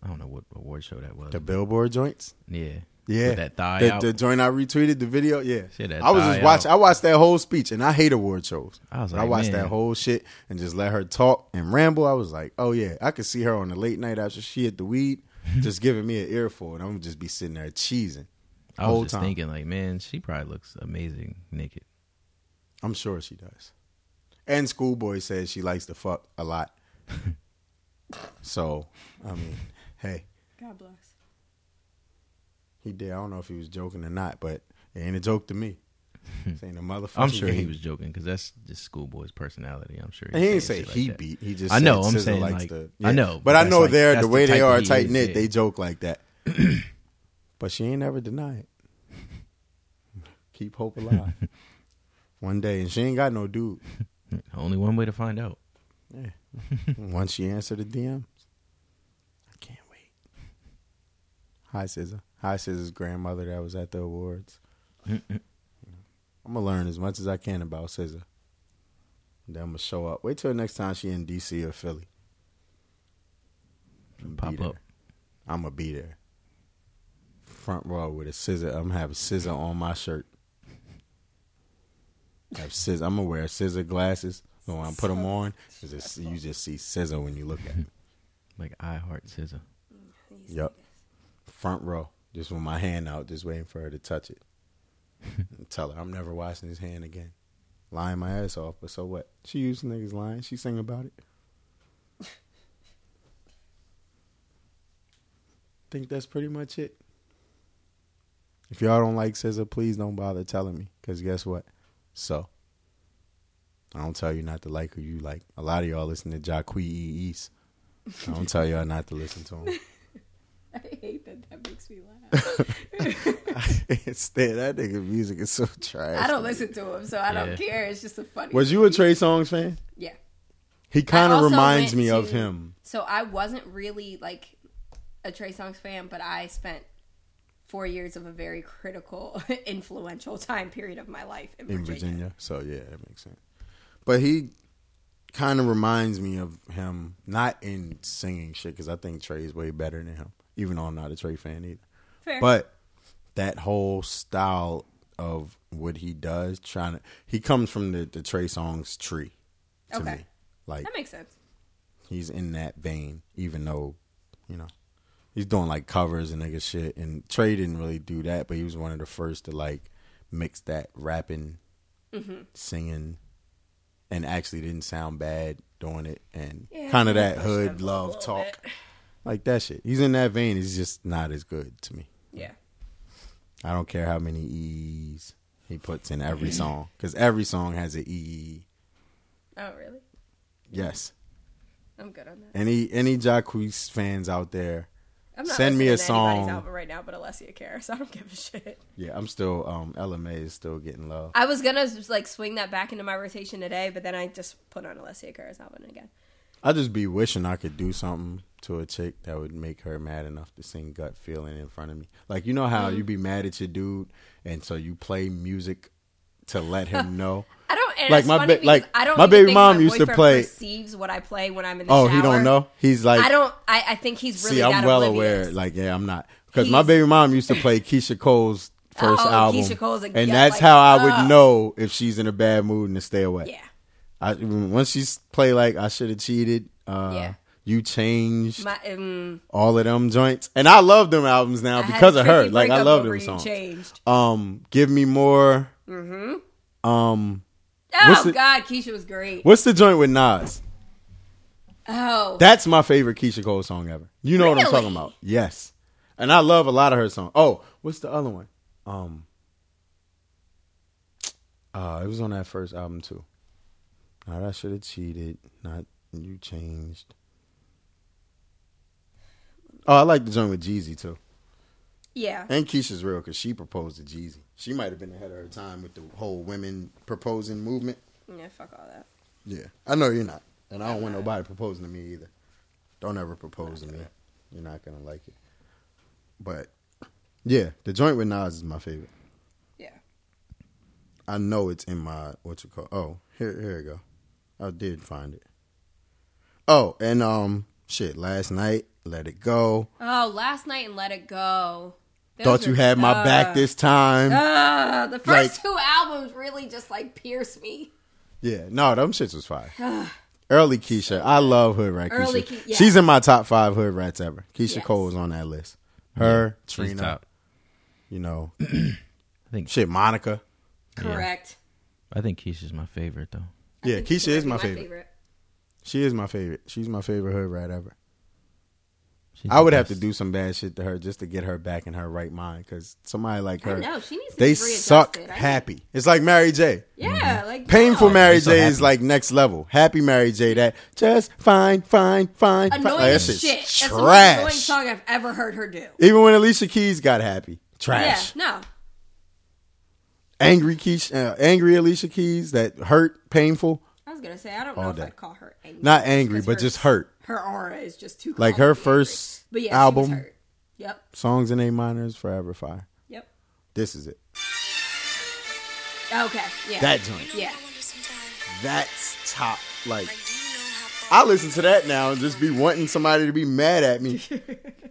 [SPEAKER 6] I don't know what award show that was.
[SPEAKER 8] The Billboard joints.
[SPEAKER 6] Yeah,
[SPEAKER 8] Yeah,
[SPEAKER 6] With that thigh
[SPEAKER 8] The,
[SPEAKER 6] out.
[SPEAKER 8] the joint I retweeted the video. Yeah,
[SPEAKER 6] Shit, that
[SPEAKER 8] I was
[SPEAKER 6] thigh
[SPEAKER 8] just watching. I watched that whole speech, and I hate award shows.
[SPEAKER 6] I was
[SPEAKER 8] And I
[SPEAKER 6] like,
[SPEAKER 8] watched
[SPEAKER 6] man.
[SPEAKER 8] that whole shit and just let her talk and ramble. I was like, oh yeah, I could see her on the late night after she hit the weed, just giving me an earful, and I'm just be sitting there cheesing.
[SPEAKER 6] I
[SPEAKER 8] whole
[SPEAKER 6] was just
[SPEAKER 8] time.
[SPEAKER 6] thinking, like, man, she probably looks amazing naked.
[SPEAKER 8] I'm sure she does. And Schoolboy says she likes to fuck a lot. so I mean, hey,
[SPEAKER 9] God bless.
[SPEAKER 8] he did. I don't know if he was joking or not, but it ain't a joke to me. This ain't a motherfucker.
[SPEAKER 6] I'm sure he was joking because that's just schoolboy's personality. I'm sure.
[SPEAKER 8] And he didn't
[SPEAKER 6] saying shit
[SPEAKER 8] say
[SPEAKER 6] like
[SPEAKER 8] he
[SPEAKER 6] that.
[SPEAKER 8] beat. He just
[SPEAKER 6] I know.
[SPEAKER 8] Said
[SPEAKER 6] I'm
[SPEAKER 8] SZA
[SPEAKER 6] saying
[SPEAKER 8] likes
[SPEAKER 6] like
[SPEAKER 8] to-
[SPEAKER 6] I
[SPEAKER 8] yeah.
[SPEAKER 6] know,
[SPEAKER 8] but I
[SPEAKER 6] that's
[SPEAKER 8] know
[SPEAKER 6] like-
[SPEAKER 8] they're
[SPEAKER 6] that's
[SPEAKER 8] the way they
[SPEAKER 6] type
[SPEAKER 8] are
[SPEAKER 6] he
[SPEAKER 8] tight
[SPEAKER 6] is,
[SPEAKER 8] knit.
[SPEAKER 6] yeah.
[SPEAKER 8] They joke like that. but she ain't ever denied. Keep hope alive. One day, and she ain't got no dude.
[SPEAKER 6] Only one way to find out.
[SPEAKER 8] Yeah. Once she answered the DMs, I can't wait. Hi, SZA. Hi, SZA's grandmother that was at the awards. I'm gonna learn as much as I can about SZA. Then I'm gonna show up. Wait till next time she in DC or Philly. Pop up. I'm gonna be there. Front row with a scissor. I'm gonna have a scissor on my shirt. Have scissor. I'm gonna wear scissor glasses. So when I put them on, it's just- you just see scissor when you look at it.
[SPEAKER 6] Like I heart scissor.
[SPEAKER 8] Yep. Front row, just with my hand out, just waiting for her to touch it. And tell her I'm never washing his hand again. lying my ass off, but so what? She used to niggas lying. She sing about it. Think that's pretty much it. If y'all don't like Scissor, please don't bother telling me. Cause guess what? So I don't tell you not to like who you like. A lot of y'all listen to Jacque East. I don't tell y'all not to listen to him.
[SPEAKER 9] I hate that. That makes me laugh.
[SPEAKER 8] I can't stand that nigga music is so trash.
[SPEAKER 9] I don't listen to him, so I don't
[SPEAKER 8] Yeah.
[SPEAKER 9] care. It's just a funny.
[SPEAKER 8] Was you a Trey Songz fan?
[SPEAKER 9] Yeah.
[SPEAKER 8] He kind
[SPEAKER 9] I
[SPEAKER 8] of
[SPEAKER 9] also
[SPEAKER 8] reminds
[SPEAKER 9] went
[SPEAKER 8] me of
[SPEAKER 9] to-
[SPEAKER 8] him.
[SPEAKER 9] So I wasn't really like a Trey Songz fan, but I spent four years of a very critical, influential time period of my life in,
[SPEAKER 8] in
[SPEAKER 9] Virginia.
[SPEAKER 8] Virginia. So yeah, that makes sense. But he kind of reminds me of him, not in singing shit, because I think Trey's way better than him, even though I'm not a Trey fan either.
[SPEAKER 9] Fair.
[SPEAKER 8] But that whole style of what he does, trying to, he comes from the, the Trey Songs tree to
[SPEAKER 9] Okay.
[SPEAKER 8] me. Like
[SPEAKER 9] that makes sense.
[SPEAKER 8] he's in that vein, even though, you know, he's doing like covers and nigga shit. And Trey didn't really do that, but he was one of the first to like mix that rapping,
[SPEAKER 9] Mhm.
[SPEAKER 8] singing, and actually didn't sound bad doing it and
[SPEAKER 9] Yeah,
[SPEAKER 8] kind of
[SPEAKER 9] he
[SPEAKER 8] that
[SPEAKER 9] pushed
[SPEAKER 8] hood
[SPEAKER 9] them a
[SPEAKER 8] love
[SPEAKER 9] little
[SPEAKER 8] talk. Like that shit. He's in that vein. He's just not as good to me.
[SPEAKER 9] Yeah.
[SPEAKER 8] I don't care how many E's he puts in every
[SPEAKER 9] Mm-hmm.
[SPEAKER 8] song because every song has an E.
[SPEAKER 9] Oh, really?
[SPEAKER 8] Yes.
[SPEAKER 9] I'm good on that.
[SPEAKER 8] Any any Jacquees fans out there,
[SPEAKER 9] I'm not
[SPEAKER 8] send me a
[SPEAKER 9] listening to anybody's
[SPEAKER 8] song.
[SPEAKER 9] album right now, but Alessia cares. I don't give a shit.
[SPEAKER 8] Yeah, I'm still um LMA is still getting love.
[SPEAKER 9] I was gonna like swing that back into my rotation today, but then I just put on Alessia Cara album again.
[SPEAKER 8] I just be wishing I could do something to a chick that would make her mad enough to sing gut feeling in front of me. Like you know how you be mad at your dude and so you play music to let him know.
[SPEAKER 9] I don't. And
[SPEAKER 8] Like
[SPEAKER 9] it's
[SPEAKER 8] my
[SPEAKER 9] funny
[SPEAKER 8] ba-
[SPEAKER 9] because
[SPEAKER 8] like,
[SPEAKER 9] I don't.
[SPEAKER 8] my
[SPEAKER 9] even
[SPEAKER 8] baby
[SPEAKER 9] think
[SPEAKER 8] mom
[SPEAKER 9] my
[SPEAKER 8] used to
[SPEAKER 9] boyfriend
[SPEAKER 8] play-
[SPEAKER 9] Perceives what I play when I'm in the
[SPEAKER 8] Oh,
[SPEAKER 9] shower.
[SPEAKER 8] he don't know? He's like-
[SPEAKER 9] I don't. I, I think he's really.
[SPEAKER 8] See, I'm
[SPEAKER 9] that
[SPEAKER 8] well
[SPEAKER 9] oblivious.
[SPEAKER 8] aware. Like yeah, I'm not because my baby mom used to play Keisha Cole's first
[SPEAKER 9] Oh,
[SPEAKER 8] album,
[SPEAKER 9] Keisha Cole's a-
[SPEAKER 8] and
[SPEAKER 9] yeah,
[SPEAKER 8] that's
[SPEAKER 9] like,
[SPEAKER 8] how I would
[SPEAKER 9] ugh.
[SPEAKER 8] know if she's in a bad mood and to stay away.
[SPEAKER 9] Yeah.
[SPEAKER 8] I once she's play like I should have cheated. Uh,
[SPEAKER 9] Yeah.
[SPEAKER 8] You changed.
[SPEAKER 9] My, um,
[SPEAKER 8] all of them joints, and I love them albums now
[SPEAKER 9] I had
[SPEAKER 8] Uh, because
[SPEAKER 9] a
[SPEAKER 8] of her.
[SPEAKER 9] tricky
[SPEAKER 8] Like I
[SPEAKER 9] breakup
[SPEAKER 8] love
[SPEAKER 9] over
[SPEAKER 8] them
[SPEAKER 9] You
[SPEAKER 8] songs.
[SPEAKER 9] Changed.
[SPEAKER 8] Um, give me more.
[SPEAKER 9] Mhm.
[SPEAKER 8] Um,
[SPEAKER 9] Oh
[SPEAKER 8] what's the,
[SPEAKER 9] God, Keisha was great.
[SPEAKER 8] what's the joint with Nas?
[SPEAKER 9] Oh,
[SPEAKER 8] That's my favorite Keisha Cole song ever. You know what I'm talking
[SPEAKER 9] Really?
[SPEAKER 8] about? Yes, and I love a lot of her songs. Oh, what's the other one? Um, uh, it was on that first album too. Not I should have cheated. Not you changed. Oh, I like the joint with Jeezy too.
[SPEAKER 9] yeah.
[SPEAKER 8] And Keisha's real because she proposed to Jeezy. She might have been ahead of her time with the whole women proposing movement.
[SPEAKER 9] Yeah, fuck all that.
[SPEAKER 8] Yeah, I know you're not, and I don't want nobody proposing to me either. Don't ever propose to me. You're not gonna like it. But yeah, the joint with Nas is my favorite.
[SPEAKER 9] Yeah.
[SPEAKER 8] I know it's in my what you call. Oh, here here we go. I did find it. Oh, and um, shit. Last night, let it go.
[SPEAKER 9] Oh, last night and Let It Go. Those
[SPEAKER 8] Thought you
[SPEAKER 9] were-
[SPEAKER 8] had my back
[SPEAKER 9] uh,
[SPEAKER 8] this time.
[SPEAKER 9] uh, the
[SPEAKER 8] Like-
[SPEAKER 9] first two albums really just like pierce me.
[SPEAKER 8] Yeah, no, them shits was fire.
[SPEAKER 9] Ugh.
[SPEAKER 8] Early Keisha, I love hood rat.
[SPEAKER 9] Early
[SPEAKER 8] Keisha.
[SPEAKER 9] Ke- yeah.
[SPEAKER 8] She's in my top five hood rats ever. Keisha
[SPEAKER 9] Yes.
[SPEAKER 8] Cole is on that list. Her,
[SPEAKER 6] she's
[SPEAKER 8] Trina,
[SPEAKER 6] top.
[SPEAKER 8] you know, I think shit, Monica.
[SPEAKER 9] Correct.
[SPEAKER 6] I think Keisha's my favorite though.
[SPEAKER 8] Yeah, Keisha is my,
[SPEAKER 9] My
[SPEAKER 8] favorite.
[SPEAKER 9] favorite.
[SPEAKER 8] She is my favorite. She's my favorite hood rat ever.
[SPEAKER 6] She's
[SPEAKER 8] I
[SPEAKER 6] the
[SPEAKER 8] would have to do some bad shit to her just to get her back in her right mind because somebody like
[SPEAKER 9] I
[SPEAKER 8] her,
[SPEAKER 9] know, she needs to
[SPEAKER 8] they
[SPEAKER 9] be
[SPEAKER 8] suck
[SPEAKER 9] readjusted. I-
[SPEAKER 8] happy. It's like Mary J.
[SPEAKER 9] Yeah, like
[SPEAKER 8] Mm-hmm. Painful
[SPEAKER 9] no.
[SPEAKER 8] Mary
[SPEAKER 6] She's Oh, so
[SPEAKER 8] J is
[SPEAKER 6] happy.
[SPEAKER 8] like next level. Happy Mary J that just fine, fine, fine. fine.
[SPEAKER 9] Annoying
[SPEAKER 8] Like, that
[SPEAKER 9] as
[SPEAKER 8] shit's
[SPEAKER 9] shit. That's the most annoying
[SPEAKER 8] Trash.
[SPEAKER 9] song I've ever heard her do.
[SPEAKER 8] Even when Alicia Keys got happy, trash.
[SPEAKER 9] Yeah, no.
[SPEAKER 8] Angry Keys, uh, angry Alicia Keys that hurt, painful.
[SPEAKER 9] I was gonna say I don't know
[SPEAKER 8] All
[SPEAKER 9] if
[SPEAKER 8] day.
[SPEAKER 9] I'd call her angry.
[SPEAKER 8] Not angry, but just hurt.
[SPEAKER 9] Her aura is just too
[SPEAKER 8] Like her first
[SPEAKER 9] But yeah, she was
[SPEAKER 8] album,
[SPEAKER 9] hurt. Yep.
[SPEAKER 8] songs in A minor is forever fire.
[SPEAKER 9] Yep.
[SPEAKER 8] This is it.
[SPEAKER 9] Okay. Yeah.
[SPEAKER 8] That joint.
[SPEAKER 9] Yeah.
[SPEAKER 8] That's top. Like I listen to that now and just be wanting somebody to be mad at me.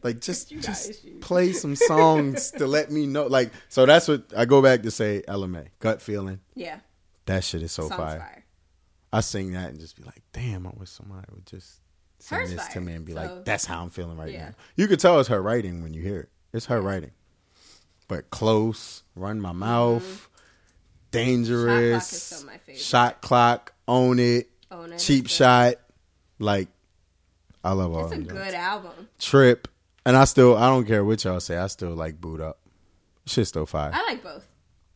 [SPEAKER 8] Like just just play some songs to let me know. Like so that's what I go back to say. LMA, gut feeling.
[SPEAKER 9] Yeah.
[SPEAKER 8] That shit is so
[SPEAKER 9] Song's
[SPEAKER 8] fire.
[SPEAKER 9] fire.
[SPEAKER 8] I sing that and just be like, damn, I wish somebody would just send
[SPEAKER 9] Hers
[SPEAKER 8] this to
[SPEAKER 9] fire,
[SPEAKER 8] me and be
[SPEAKER 9] so-
[SPEAKER 8] like, that's how I'm feeling right
[SPEAKER 9] Yeah.
[SPEAKER 8] now. You could tell it's her writing when you hear it. It's her writing. But close, run my mouth, dangerous.
[SPEAKER 11] still my favorite.
[SPEAKER 8] Shot clock, own it,
[SPEAKER 11] Own It is
[SPEAKER 8] cheap
[SPEAKER 11] good.
[SPEAKER 8] shot. Oh, Like, I love all.
[SPEAKER 11] It's a
[SPEAKER 8] them joints.
[SPEAKER 11] good album.
[SPEAKER 8] Trip, and I still I don't care what y'all say. I still like boot up. Shit, still fire.
[SPEAKER 11] I like both.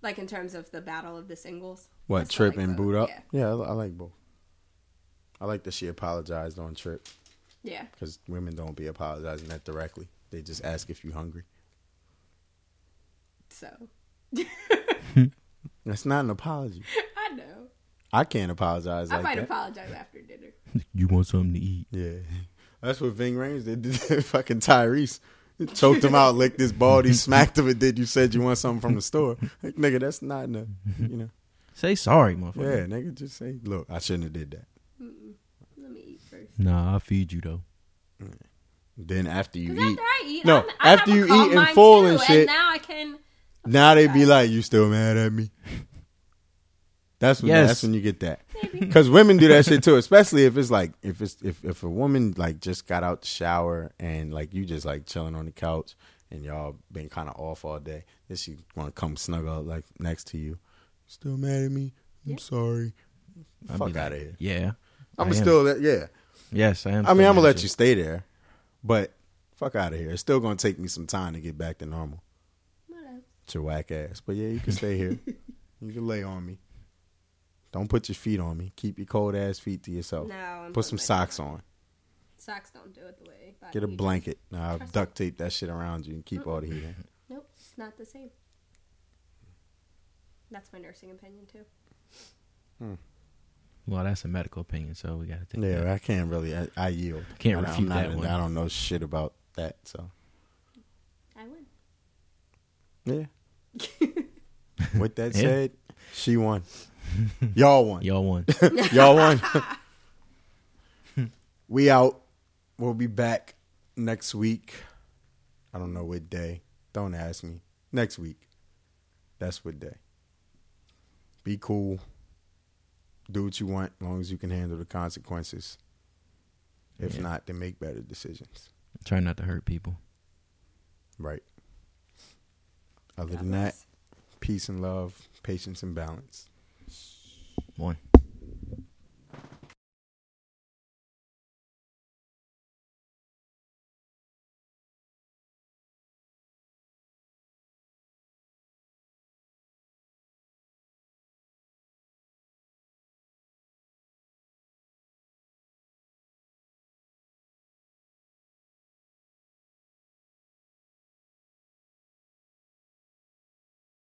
[SPEAKER 11] Like in terms of the battle of the singles. I
[SPEAKER 8] What
[SPEAKER 11] still
[SPEAKER 8] trip
[SPEAKER 11] like
[SPEAKER 8] and
[SPEAKER 11] both.
[SPEAKER 8] boot up?
[SPEAKER 11] Yeah.
[SPEAKER 8] Yeah, I, I like both. I like that she apologized on trip.
[SPEAKER 11] Yeah.
[SPEAKER 8] because women don't be apologizing that directly. They just ask if you hungry.
[SPEAKER 11] So
[SPEAKER 8] That's not an apology.
[SPEAKER 11] I know.
[SPEAKER 8] I can't apologize
[SPEAKER 11] I
[SPEAKER 8] like
[SPEAKER 11] might
[SPEAKER 8] that.
[SPEAKER 11] apologize after dinner.
[SPEAKER 6] You want something to eat?
[SPEAKER 8] Yeah. That's what Ving Rhames did. to Fucking Tyrese choked him out, licked his baldy, smacked him, and did you said you want something from the store? Like nigga, that's not enough. You know.
[SPEAKER 6] Say sorry, motherfucker.
[SPEAKER 8] Yeah, nigga, just say, look, I shouldn't have did that.
[SPEAKER 11] Mm-mm. Let me eat first.
[SPEAKER 6] Nah, I feed you though.
[SPEAKER 8] Then after you
[SPEAKER 11] 'Cause
[SPEAKER 8] eat,
[SPEAKER 11] after I eat,
[SPEAKER 8] no,
[SPEAKER 11] I'm, I
[SPEAKER 8] after
[SPEAKER 11] have
[SPEAKER 8] you
[SPEAKER 11] a calm
[SPEAKER 8] eat in
[SPEAKER 11] mind
[SPEAKER 8] full
[SPEAKER 11] too,
[SPEAKER 8] and shit,
[SPEAKER 11] now I can.
[SPEAKER 8] now they be like, you still mad at me. That's when
[SPEAKER 6] Yes.
[SPEAKER 8] that's when you get that. Because women do that shit too, especially if it's like if it's if if a woman like just got out the shower and like you just like chilling on the couch and y'all been kind of off all day, then she want to come snuggle up like next to you. Still mad at me? I'm sorry.
[SPEAKER 6] I'd
[SPEAKER 8] Fuck
[SPEAKER 6] be like,
[SPEAKER 8] out of here.
[SPEAKER 6] Yeah.
[SPEAKER 8] I'm
[SPEAKER 6] I am.
[SPEAKER 8] still that. Yeah.
[SPEAKER 6] Yes, I am. still
[SPEAKER 8] I mean, I'm
[SPEAKER 6] mad
[SPEAKER 8] gonna
[SPEAKER 6] at
[SPEAKER 8] let you stay there, but fuck out of here. It's still gonna take me some time to get back to normal. It's your whack ass. But yeah, you can stay here. you can lay on me. Don't put your feet on me. Keep your cold ass feet to yourself.
[SPEAKER 11] No, I'm
[SPEAKER 8] put
[SPEAKER 11] putting
[SPEAKER 8] some
[SPEAKER 11] my-
[SPEAKER 8] socks on.
[SPEAKER 11] Socks don't do it the way. I
[SPEAKER 8] Get a
[SPEAKER 11] do.
[SPEAKER 8] blanket. Now I'll duct tape that shit around you and keep all the heat in.
[SPEAKER 11] Nope, it's not the same. That's my nursing opinion too.
[SPEAKER 6] Well, that's a medical opinion, so we gotta take that.
[SPEAKER 8] Yeah, I can't really. I, I yield.
[SPEAKER 6] Can't
[SPEAKER 8] I, I'm
[SPEAKER 6] refute
[SPEAKER 8] not
[SPEAKER 6] that
[SPEAKER 8] in-
[SPEAKER 6] one.
[SPEAKER 8] I don't know shit about that. So
[SPEAKER 11] I would.
[SPEAKER 8] yeah. With that
[SPEAKER 6] Yeah.
[SPEAKER 8] said, she won. Y'all won.
[SPEAKER 6] Y'all won.
[SPEAKER 8] Y'all won. we out. We'll be back next week. I don't know what day. Don't ask me. Next week. That's what day. Be cool. Do what you want as long as you can handle the consequences. If
[SPEAKER 6] Yeah.
[SPEAKER 8] not, then make better decisions.
[SPEAKER 6] Try not to hurt people.
[SPEAKER 8] Right. Other than that, peace and love, patience and balance.
[SPEAKER 6] One.